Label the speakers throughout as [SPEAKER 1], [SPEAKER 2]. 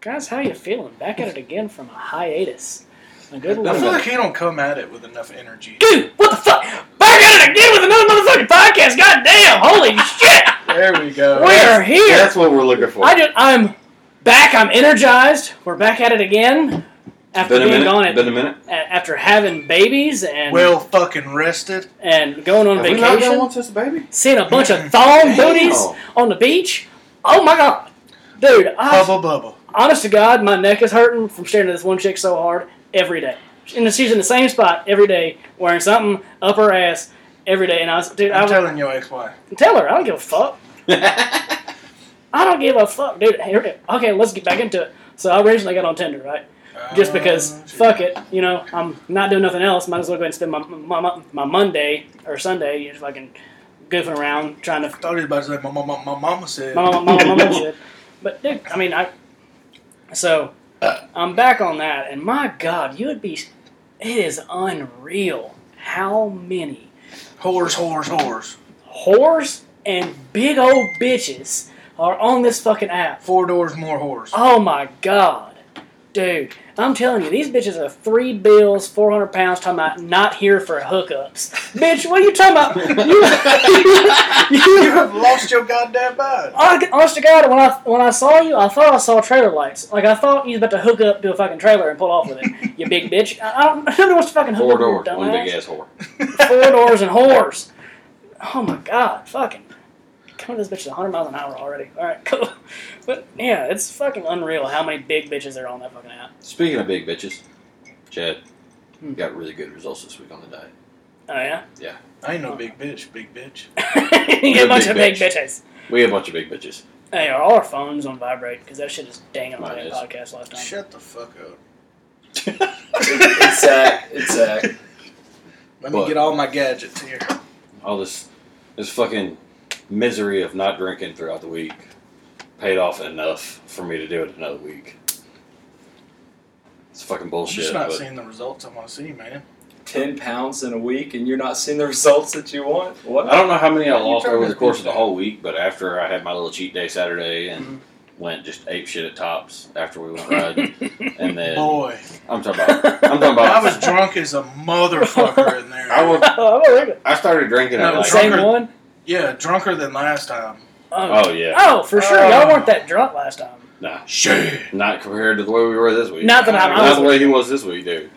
[SPEAKER 1] Guys, how you feeling? Back at it again from a hiatus. A good
[SPEAKER 2] I feel
[SPEAKER 1] little.
[SPEAKER 2] like you don't come at it with enough energy.
[SPEAKER 1] Dude, what the fuck? Back at it again with another motherfucking podcast. God damn! Holy shit!
[SPEAKER 2] There we go.
[SPEAKER 1] We are here.
[SPEAKER 3] That's what we're looking for.
[SPEAKER 1] I just, I'm back. I'm energized. We're back at it again. After
[SPEAKER 3] been a
[SPEAKER 1] being
[SPEAKER 3] minute.
[SPEAKER 1] gone at,
[SPEAKER 3] been a minute.
[SPEAKER 1] a- after having babies and
[SPEAKER 2] well fucking rested.
[SPEAKER 1] and going on
[SPEAKER 3] Have we not done
[SPEAKER 1] vacation,
[SPEAKER 3] one since the baby?
[SPEAKER 1] seeing a bunch of thong booties
[SPEAKER 3] Damn.
[SPEAKER 1] on the beach. Oh my god, dude! I,
[SPEAKER 2] Bubble bubble.
[SPEAKER 1] honest to God, my neck is hurting from staring at this one chick so hard every day. And she's in the same spot every day, wearing something up her ass every day. And I was, dude, I
[SPEAKER 2] I'm
[SPEAKER 1] was,
[SPEAKER 2] telling your ex why.
[SPEAKER 1] Tell her. I don't give a fuck. I don't give a fuck, dude. Here- Okay, let's get back into it. So I originally got on Tinder, right? Just because,
[SPEAKER 2] Uh,
[SPEAKER 1] fuck it, you know, I'm not doing nothing else. Might as well go ahead and spend my my, my, my Monday or Sunday just fucking goofing around trying to.
[SPEAKER 2] I thought he was about to say, my, my, my, my mama said.
[SPEAKER 1] My mom, my mom, my mom said, but dude, I mean, I. So, I'm back on that, and my God, you would be. It is unreal how many
[SPEAKER 2] Whores, whores, whores.
[SPEAKER 1] whores and big old bitches are on this fucking app.
[SPEAKER 2] Four doors, more whores.
[SPEAKER 1] Oh my god, dude! I'm telling you, these bitches are three bills, four hundred pounds. Talking about not here for hookups, bitch. What are you talking about? You,
[SPEAKER 2] You
[SPEAKER 1] you,
[SPEAKER 2] have lost your goddamn mind.
[SPEAKER 1] I, honest to God, when I when I saw you, I thought I saw trailer lights. Like I thought you was about to hook up to a fucking trailer and pull off with it. You big bitch. I, I don't. Nobody wants to fucking hook
[SPEAKER 3] Four
[SPEAKER 1] up. you
[SPEAKER 3] doors. One
[SPEAKER 1] dumbass
[SPEAKER 3] big ass whore.
[SPEAKER 1] four doors and whores. Oh my god, fucking. Coming to this bitch is 100 miles an hour already. Alright, cool. But yeah, it's fucking unreal how many big bitches there are on that fucking app.
[SPEAKER 3] Speaking of big bitches, Chad
[SPEAKER 1] Hmm.
[SPEAKER 3] got really good results this week on the diet.
[SPEAKER 1] Oh yeah?
[SPEAKER 2] I ain't no big bitch, big bitch.
[SPEAKER 1] you get a
[SPEAKER 3] You're a
[SPEAKER 1] bunch
[SPEAKER 3] big
[SPEAKER 1] of big
[SPEAKER 3] bitch.
[SPEAKER 1] bitches.
[SPEAKER 3] We had a bunch of big bitches.
[SPEAKER 1] Hey, are all our phones on vibrate? Because that shit is dang on the
[SPEAKER 3] Mine
[SPEAKER 1] damn
[SPEAKER 3] is.
[SPEAKER 1] podcast last time.
[SPEAKER 2] Shut the fuck up. uh,
[SPEAKER 4] Exact, exact.
[SPEAKER 2] Let me
[SPEAKER 3] But-
[SPEAKER 2] get all my gadgets here.
[SPEAKER 3] All this, this fucking misery of not drinking throughout the week paid off enough for me to do it another week. It's fucking
[SPEAKER 2] I'm
[SPEAKER 3] bullshit.
[SPEAKER 2] just not
[SPEAKER 3] but
[SPEAKER 2] seeing the results I want to see, man.
[SPEAKER 4] 10 pounds in a week and you're not seeing the results that you want? What?
[SPEAKER 3] I don't know how many I
[SPEAKER 2] You
[SPEAKER 3] lost
[SPEAKER 2] turned
[SPEAKER 3] over the
[SPEAKER 2] this
[SPEAKER 3] course
[SPEAKER 2] bitch
[SPEAKER 3] of the
[SPEAKER 2] down.
[SPEAKER 3] whole week, but after I had my little cheat day Saturday and
[SPEAKER 1] Mm-hmm.
[SPEAKER 3] went just ape shit at tops after we went riding, and then
[SPEAKER 1] Oh.
[SPEAKER 2] Boy,
[SPEAKER 3] I'm talking about I'm talking about
[SPEAKER 2] I was drunk as a motherfucker in there.
[SPEAKER 3] I was
[SPEAKER 1] oh, I believe it.
[SPEAKER 3] I started drinking at
[SPEAKER 2] No,
[SPEAKER 3] like
[SPEAKER 1] Same
[SPEAKER 2] drunker-
[SPEAKER 1] one?
[SPEAKER 2] Yeah, drunker than last time.
[SPEAKER 1] Oh,
[SPEAKER 3] oh yeah
[SPEAKER 1] oh for sure.
[SPEAKER 2] Oh.
[SPEAKER 1] Y'all weren't that drunk last time.
[SPEAKER 3] nah
[SPEAKER 2] Shit.
[SPEAKER 3] not compared to the way we were this week
[SPEAKER 1] Not that I, I
[SPEAKER 3] not the
[SPEAKER 1] was.
[SPEAKER 3] way he was this week dude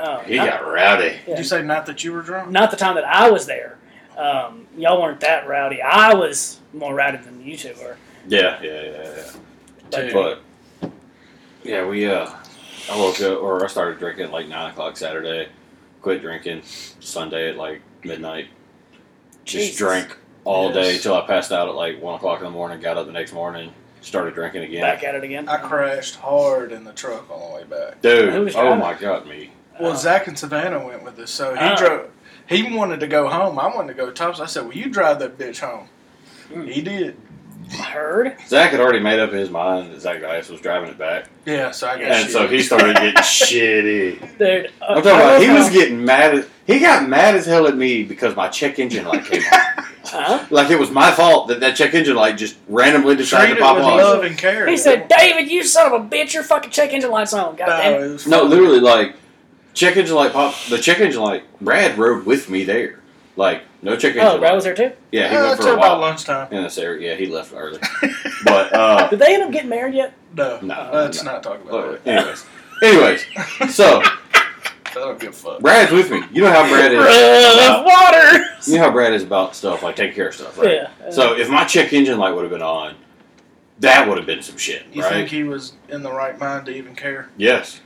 [SPEAKER 1] Oh,
[SPEAKER 3] he
[SPEAKER 1] not,
[SPEAKER 3] got rowdy
[SPEAKER 1] yeah.
[SPEAKER 2] Did you say not that you were drunk?
[SPEAKER 1] not the time that I was there. Um, y'all weren't that rowdy. I was more rowdy than you two were.
[SPEAKER 3] yeah yeah yeah yeah
[SPEAKER 2] Dude.
[SPEAKER 3] but yeah we uh I woke up or I started drinking at like nine o'clock Saturday quit drinking Sunday at like midnight
[SPEAKER 1] Jesus.
[SPEAKER 3] just drank all day
[SPEAKER 2] Yes.
[SPEAKER 3] till I passed out at like one o'clock in the morning got up the next morning started drinking again
[SPEAKER 1] Back at it again.
[SPEAKER 2] I crashed hard in the truck on the way back.
[SPEAKER 1] Who
[SPEAKER 3] dude
[SPEAKER 1] was
[SPEAKER 3] oh
[SPEAKER 1] driving?
[SPEAKER 3] my god me
[SPEAKER 2] Well,
[SPEAKER 1] Oh.
[SPEAKER 2] Zach and Savannah went with us, so he
[SPEAKER 1] Oh.
[SPEAKER 2] drove. He wanted to go home. I wanted to go to Tops. I said, "Well, you drive that bitch home."
[SPEAKER 1] Mm.
[SPEAKER 2] He did.
[SPEAKER 1] Heard.
[SPEAKER 3] Zach had already made up his mind that Zach Dias was driving it back
[SPEAKER 2] Yeah, so I got
[SPEAKER 3] And
[SPEAKER 2] shit.
[SPEAKER 3] so he started getting shitty.
[SPEAKER 1] Dude, uh,
[SPEAKER 3] I'm talking about he
[SPEAKER 1] I
[SPEAKER 3] was getting mad. At, he got mad as hell at me because my check engine light came on.
[SPEAKER 1] Huh?
[SPEAKER 3] Like it was my fault that that check engine light just randomly decided
[SPEAKER 2] treated
[SPEAKER 3] to
[SPEAKER 2] with
[SPEAKER 3] pop on.
[SPEAKER 2] love and care.
[SPEAKER 1] He said, "David, you son of a bitch, you're fucking check engine light's on." God damn
[SPEAKER 2] no,
[SPEAKER 1] it.
[SPEAKER 2] it was
[SPEAKER 3] No,
[SPEAKER 2] fun.
[SPEAKER 3] literally, like check engine light pop. The check engine light. Brad rode with me there. Like no check engine.
[SPEAKER 1] Oh, Brad
[SPEAKER 3] light.
[SPEAKER 1] was there too.
[SPEAKER 3] Yeah, he
[SPEAKER 2] Uh,
[SPEAKER 3] went
[SPEAKER 2] till
[SPEAKER 3] for a while
[SPEAKER 2] about lunchtime.
[SPEAKER 3] in this area. Yeah, he left early. but uh,
[SPEAKER 1] Did they end up getting married yet?
[SPEAKER 2] No,
[SPEAKER 3] no,
[SPEAKER 2] let's
[SPEAKER 3] no.
[SPEAKER 2] not talk about
[SPEAKER 3] But anyways, anyways. So
[SPEAKER 2] that. I don't give a fuck.
[SPEAKER 3] Brad's with me. You know how Brad is.
[SPEAKER 1] Rough water.
[SPEAKER 3] You know how Brad is about stuff, like take care of stuff, right?
[SPEAKER 1] Yeah. uh,
[SPEAKER 3] So if my check engine light would have been on, that would have been some shit,
[SPEAKER 2] You
[SPEAKER 3] right?
[SPEAKER 2] think he was in the right mind to even care?
[SPEAKER 3] yes.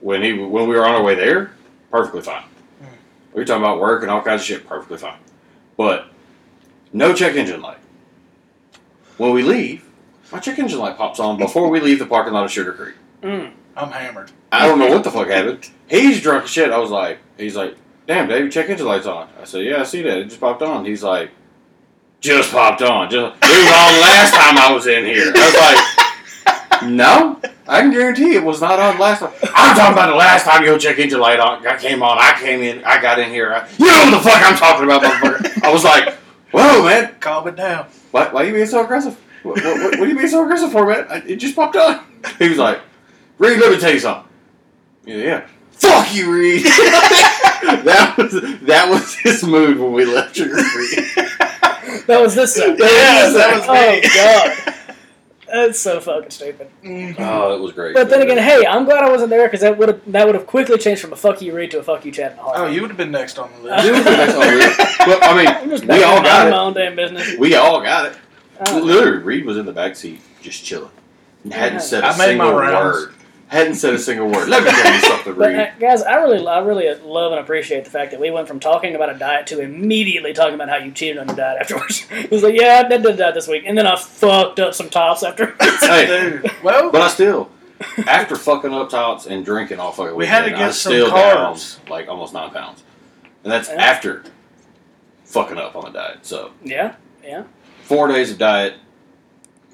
[SPEAKER 3] When he when we were on our way there, perfectly fine.
[SPEAKER 2] Mm.
[SPEAKER 3] We were talking about work and all kinds of shit, perfectly fine. But no check engine light. When we leave, my check engine light pops on before we leave the parking lot of Sugar Creek.
[SPEAKER 1] mm.
[SPEAKER 2] I'm hammered.
[SPEAKER 3] I don't know what the fuck happened. He's drunk as shit. I was like, he's like, damn, David, check engine light's on. I said, yeah, I see that. It just popped on. He's like, just popped on. Just, it was on last time I was in here. I was like, no, I can guarantee it was not on last time. I'm talking about the last time your check engine light on. I came on. I came in. I got in here. I, you know what the fuck I'm talking about, motherfucker. I was like, whoa, man.
[SPEAKER 2] Calm it down.
[SPEAKER 3] Why, why you being so aggressive? What, what, what, what are you being so aggressive for, man? I, it just popped on. He was like, Reed, let me tell you something. Yeah, yeah. Fuck you, Reed. that was that was his mood when we left Sugar Free.
[SPEAKER 1] That was this side.
[SPEAKER 3] Yes, that was
[SPEAKER 1] oh,
[SPEAKER 3] me.
[SPEAKER 1] God. That's so fucking stupid.
[SPEAKER 3] Oh, that was great.
[SPEAKER 1] But then again, hey, I'm glad I wasn't there because that would have that would have quickly changed from a fuck you read to a fuck you chat in the heart.
[SPEAKER 2] Oh, you would have been next on the
[SPEAKER 3] You would've been next on the list. But, I mean,
[SPEAKER 1] I'm just
[SPEAKER 3] we
[SPEAKER 1] back
[SPEAKER 3] all
[SPEAKER 1] in
[SPEAKER 3] got it.
[SPEAKER 1] my own damn business.
[SPEAKER 3] we all got it.
[SPEAKER 1] Oh,
[SPEAKER 3] Literally, Reed was in the back seat just chilling. And hadn't said a
[SPEAKER 2] I made my
[SPEAKER 3] single
[SPEAKER 2] rounds.
[SPEAKER 3] word. Hadn't said a single word. Let me tell you something,
[SPEAKER 1] but
[SPEAKER 3] Reed.
[SPEAKER 1] uh, guys, I really, I really love and appreciate the fact that we went from talking about a diet to immediately talking about how you cheated on your diet afterwards. it was like, yeah, I did that diet this week, and then I fucked up some tops after.
[SPEAKER 3] Hey,
[SPEAKER 2] Dude, well,
[SPEAKER 3] but I still, after fucking up tots and drinking all fucking
[SPEAKER 2] We had to
[SPEAKER 3] weekend,
[SPEAKER 2] get
[SPEAKER 3] I
[SPEAKER 2] some
[SPEAKER 3] still
[SPEAKER 2] carbs.
[SPEAKER 3] down like almost nine pounds, and that's
[SPEAKER 1] Yeah.
[SPEAKER 3] after fucking up on a diet. So
[SPEAKER 1] yeah,
[SPEAKER 3] four days of diet,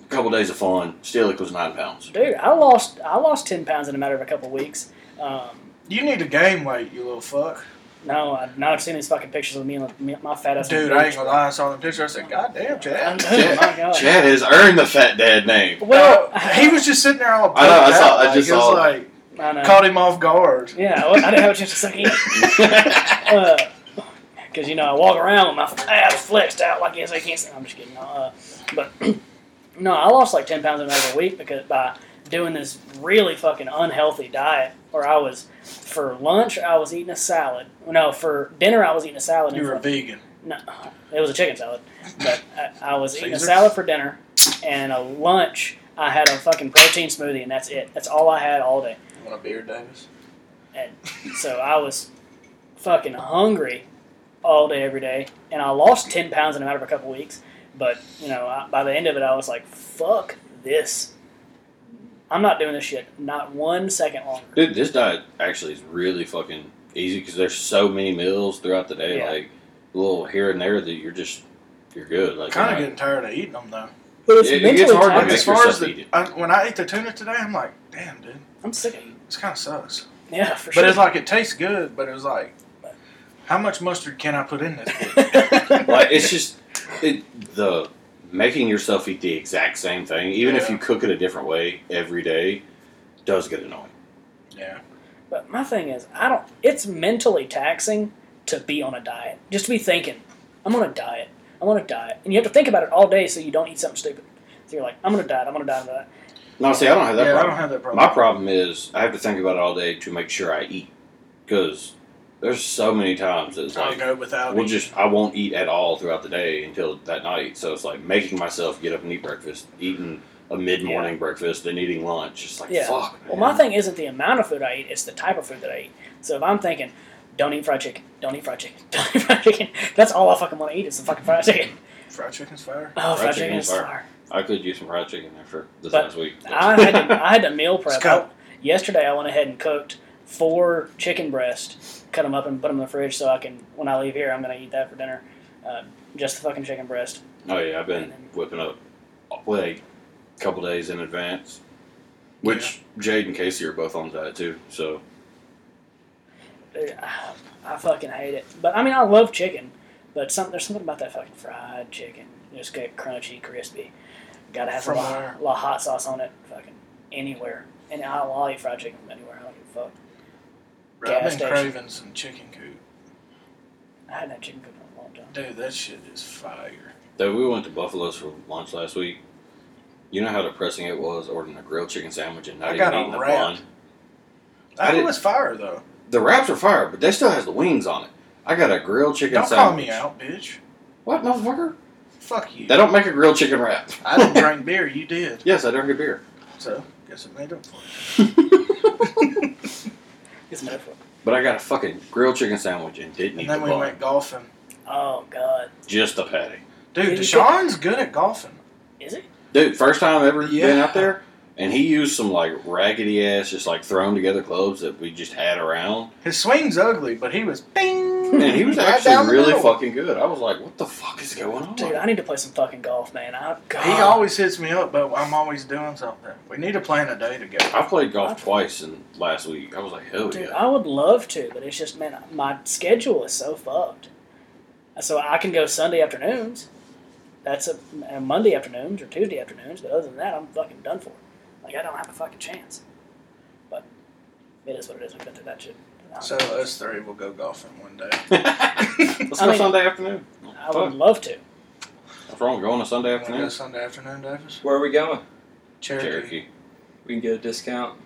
[SPEAKER 3] a couple days of fun, still equals nine pounds.
[SPEAKER 1] dude, I lost, I lost ten pounds in a matter of a couple weeks. Um,
[SPEAKER 2] you need to gain weight, you little fuck.
[SPEAKER 1] No, I, now I've seen these fucking pictures of me and me- my fat ass.
[SPEAKER 2] Dude, I ain't gonna lie. I saw the picture. I said, God damn, Chad.
[SPEAKER 1] Oh my god.
[SPEAKER 3] Chad has earned the fat dad name.
[SPEAKER 1] Well,
[SPEAKER 2] Uh, he was just sitting there all.
[SPEAKER 3] I know, I
[SPEAKER 2] bummed
[SPEAKER 3] saw-
[SPEAKER 2] out,
[SPEAKER 3] I
[SPEAKER 2] like,
[SPEAKER 3] just
[SPEAKER 2] it was
[SPEAKER 3] saw it.
[SPEAKER 2] Like
[SPEAKER 1] I know.
[SPEAKER 2] caught him off guard.
[SPEAKER 1] yeah, I, was- I didn't have a chance to suck in. Because, Uh, you know, I walk around with my f- ass flexed out like this. I can't see. I'm just kidding. No, uh, but, no, I lost like 10 pounds in about a week because by doing this really fucking unhealthy diet where I was, for lunch, I was eating a salad. No, for dinner, I was eating a salad.
[SPEAKER 2] You
[SPEAKER 1] and
[SPEAKER 2] were
[SPEAKER 1] for-
[SPEAKER 2] vegan.
[SPEAKER 1] No, it was a chicken salad. But I, I was eating a
[SPEAKER 2] Caesar?
[SPEAKER 1] salad for dinner, and a lunch I had a fucking protein smoothie, and that's it. That's all I had all day.
[SPEAKER 2] You want a beer, Davis?
[SPEAKER 1] So I was fucking hungry all day every day, and I lost ten pounds in a matter of a couple weeks. But you know, I, by the end of it, I was like, "Fuck this! I'm not doing this shit. Not one second longer."
[SPEAKER 3] Dude, this diet actually is really fucking easy because there's so many meals throughout the day,
[SPEAKER 1] Yeah.
[SPEAKER 3] like a little here and there that you're just you're good. Like
[SPEAKER 2] Kind of
[SPEAKER 3] you're not-
[SPEAKER 2] getting tired of eating them though.
[SPEAKER 1] But it's
[SPEAKER 3] It- it gets
[SPEAKER 1] mentally
[SPEAKER 3] hard to
[SPEAKER 2] Like
[SPEAKER 1] tiring.
[SPEAKER 3] make
[SPEAKER 2] as far as
[SPEAKER 3] yourself eat
[SPEAKER 2] the
[SPEAKER 3] it.
[SPEAKER 2] I, when I ate the tuna today, I'm like, damn, dude,
[SPEAKER 1] I'm sick of you.
[SPEAKER 2] this kind of sucks.
[SPEAKER 1] Yeah, for
[SPEAKER 2] But it's
[SPEAKER 1] sure.
[SPEAKER 2] like it tastes good, but it was like, how much mustard can I put in this? bitch?
[SPEAKER 3] like it's just it, the making yourself eat the exact same thing, even if
[SPEAKER 2] Yeah.
[SPEAKER 3] you cook it a different way every day, does get annoying.
[SPEAKER 2] yeah,
[SPEAKER 1] But my thing is, I don't. It's mentally taxing to be on a diet. Just to be thinking, I'm on a diet. I'm on a diet, and you have to think about it all day so you don't eat something stupid. So you're like, I'm on a diet. I'm on a diet. I'm on a diet.
[SPEAKER 3] No, see, I don't have that
[SPEAKER 2] yeah, I
[SPEAKER 3] problem.
[SPEAKER 2] don't have that problem.
[SPEAKER 3] My problem is I have to think about it all day to make sure I eat because there's so many times that it's
[SPEAKER 2] I'll
[SPEAKER 3] like
[SPEAKER 2] go without.
[SPEAKER 3] we'll
[SPEAKER 2] it.
[SPEAKER 3] just I won't eat at all throughout the day until that night. So it's like making myself get up and eat breakfast, eating a mid morning breakfast, then eating lunch. It's like
[SPEAKER 1] Yeah.
[SPEAKER 3] fuck.
[SPEAKER 1] Well,
[SPEAKER 3] man.
[SPEAKER 1] my thing isn't the amount of food I eat; it's the type of food that I eat. So if I'm thinking, don't eat fried chicken, don't eat fried chicken, don't eat fried chicken, that's all I fucking want to eat is the fucking fried chicken.
[SPEAKER 2] fried chicken's fire.
[SPEAKER 1] Oh, fried,
[SPEAKER 3] Fried
[SPEAKER 1] chicken,
[SPEAKER 3] chicken
[SPEAKER 1] is
[SPEAKER 3] is fire.
[SPEAKER 1] fire.
[SPEAKER 3] I could use some fried chicken after this
[SPEAKER 1] But
[SPEAKER 3] last week.
[SPEAKER 1] I had to, I had to meal prep.
[SPEAKER 2] Scott.
[SPEAKER 1] I- yesterday, I went ahead and cooked four chicken breasts, cut them up and put them in the fridge so I can when I leave here, I'm gonna eat that for dinner. Uh, just the fucking chicken breast.
[SPEAKER 3] oh yeah, I've been whipping up like a couple days in advance, which Jade and Casey are both on diet too. So
[SPEAKER 1] Dude, I, I fucking hate it, but I mean I love chicken, but some, there's something about that fucking fried chicken. Just get crunchy, crispy. Gotta have a
[SPEAKER 2] From
[SPEAKER 1] lot,
[SPEAKER 2] where?
[SPEAKER 1] lot of hot sauce on it. Fucking anywhere, and I'll, I'll eat fried chicken from anywhere. I don't give a fuck.
[SPEAKER 2] Bro, I've
[SPEAKER 1] gas
[SPEAKER 2] been
[SPEAKER 1] station.
[SPEAKER 2] craving some chicken coop.
[SPEAKER 1] I hadn't had chicken cooked in a long time.
[SPEAKER 2] Dude, that shit is fire.
[SPEAKER 3] though we went to Buffalo's for lunch last week. You know how depressing it was ordering a grilled chicken sandwich and
[SPEAKER 2] I
[SPEAKER 3] not even
[SPEAKER 2] got a
[SPEAKER 3] eating the
[SPEAKER 2] wrap.
[SPEAKER 3] bun. I
[SPEAKER 2] That
[SPEAKER 3] did-
[SPEAKER 2] was fire though.
[SPEAKER 3] The wraps are fire, but they still has the wings on it. I got a grilled chicken
[SPEAKER 2] Don't call
[SPEAKER 3] sandwich.
[SPEAKER 2] me out, bitch.
[SPEAKER 3] What, motherfucker?
[SPEAKER 2] Fuck you.
[SPEAKER 3] They don't make a grilled chicken wrap.
[SPEAKER 2] I didn't drink beer. You did.
[SPEAKER 3] yes, I drink a beer.
[SPEAKER 2] So guess it made up for you.
[SPEAKER 1] It's metaphor.
[SPEAKER 3] But I got a fucking grilled chicken sandwich and didn't eat
[SPEAKER 2] And
[SPEAKER 3] the
[SPEAKER 2] then we
[SPEAKER 3] bun.
[SPEAKER 2] went golfing.
[SPEAKER 1] Oh god,
[SPEAKER 3] Just the patty.
[SPEAKER 2] Dude,
[SPEAKER 1] Did you
[SPEAKER 2] Deshaun's good at golfing.
[SPEAKER 1] is it?
[SPEAKER 3] Dude, first time ever been
[SPEAKER 2] Yeah.
[SPEAKER 3] out there, and he used some like raggedy ass, just like thrown together clubs that we just had around,
[SPEAKER 2] His swing's ugly, but he was bing.
[SPEAKER 3] and he was
[SPEAKER 2] Hmm. right
[SPEAKER 3] actually
[SPEAKER 2] down the
[SPEAKER 3] really
[SPEAKER 2] middle.
[SPEAKER 3] fucking good. I was like, "What the fuck is going on?"
[SPEAKER 1] Dude, I need to play some fucking golf, man. I, God.
[SPEAKER 2] He always hits me up, but I'm always doing something. We need to plan a day together.
[SPEAKER 3] I played golf twice in last week. I was like, "Hell
[SPEAKER 1] Dude,
[SPEAKER 3] yeah!"
[SPEAKER 1] I would love to, but it's just man, my schedule is so fucked. So I can go Sunday afternoons. That's a, and Monday afternoons or Tuesday afternoons, but other than that, I'm fucking done for. Like I don't have a fucking chance. But it is what it is. We've been through that shit.
[SPEAKER 2] So us three will go golfing one day.
[SPEAKER 3] Let's
[SPEAKER 1] I
[SPEAKER 3] go
[SPEAKER 1] mean-
[SPEAKER 3] Sunday afternoon.
[SPEAKER 1] I would love to.
[SPEAKER 3] What's wrong? Go on a Sunday
[SPEAKER 2] Wanna go
[SPEAKER 3] afternoon.
[SPEAKER 2] Sunday afternoon, Davis?
[SPEAKER 4] Where are we going?
[SPEAKER 2] Cherokee.
[SPEAKER 3] Cherokee.
[SPEAKER 4] We can get a discount.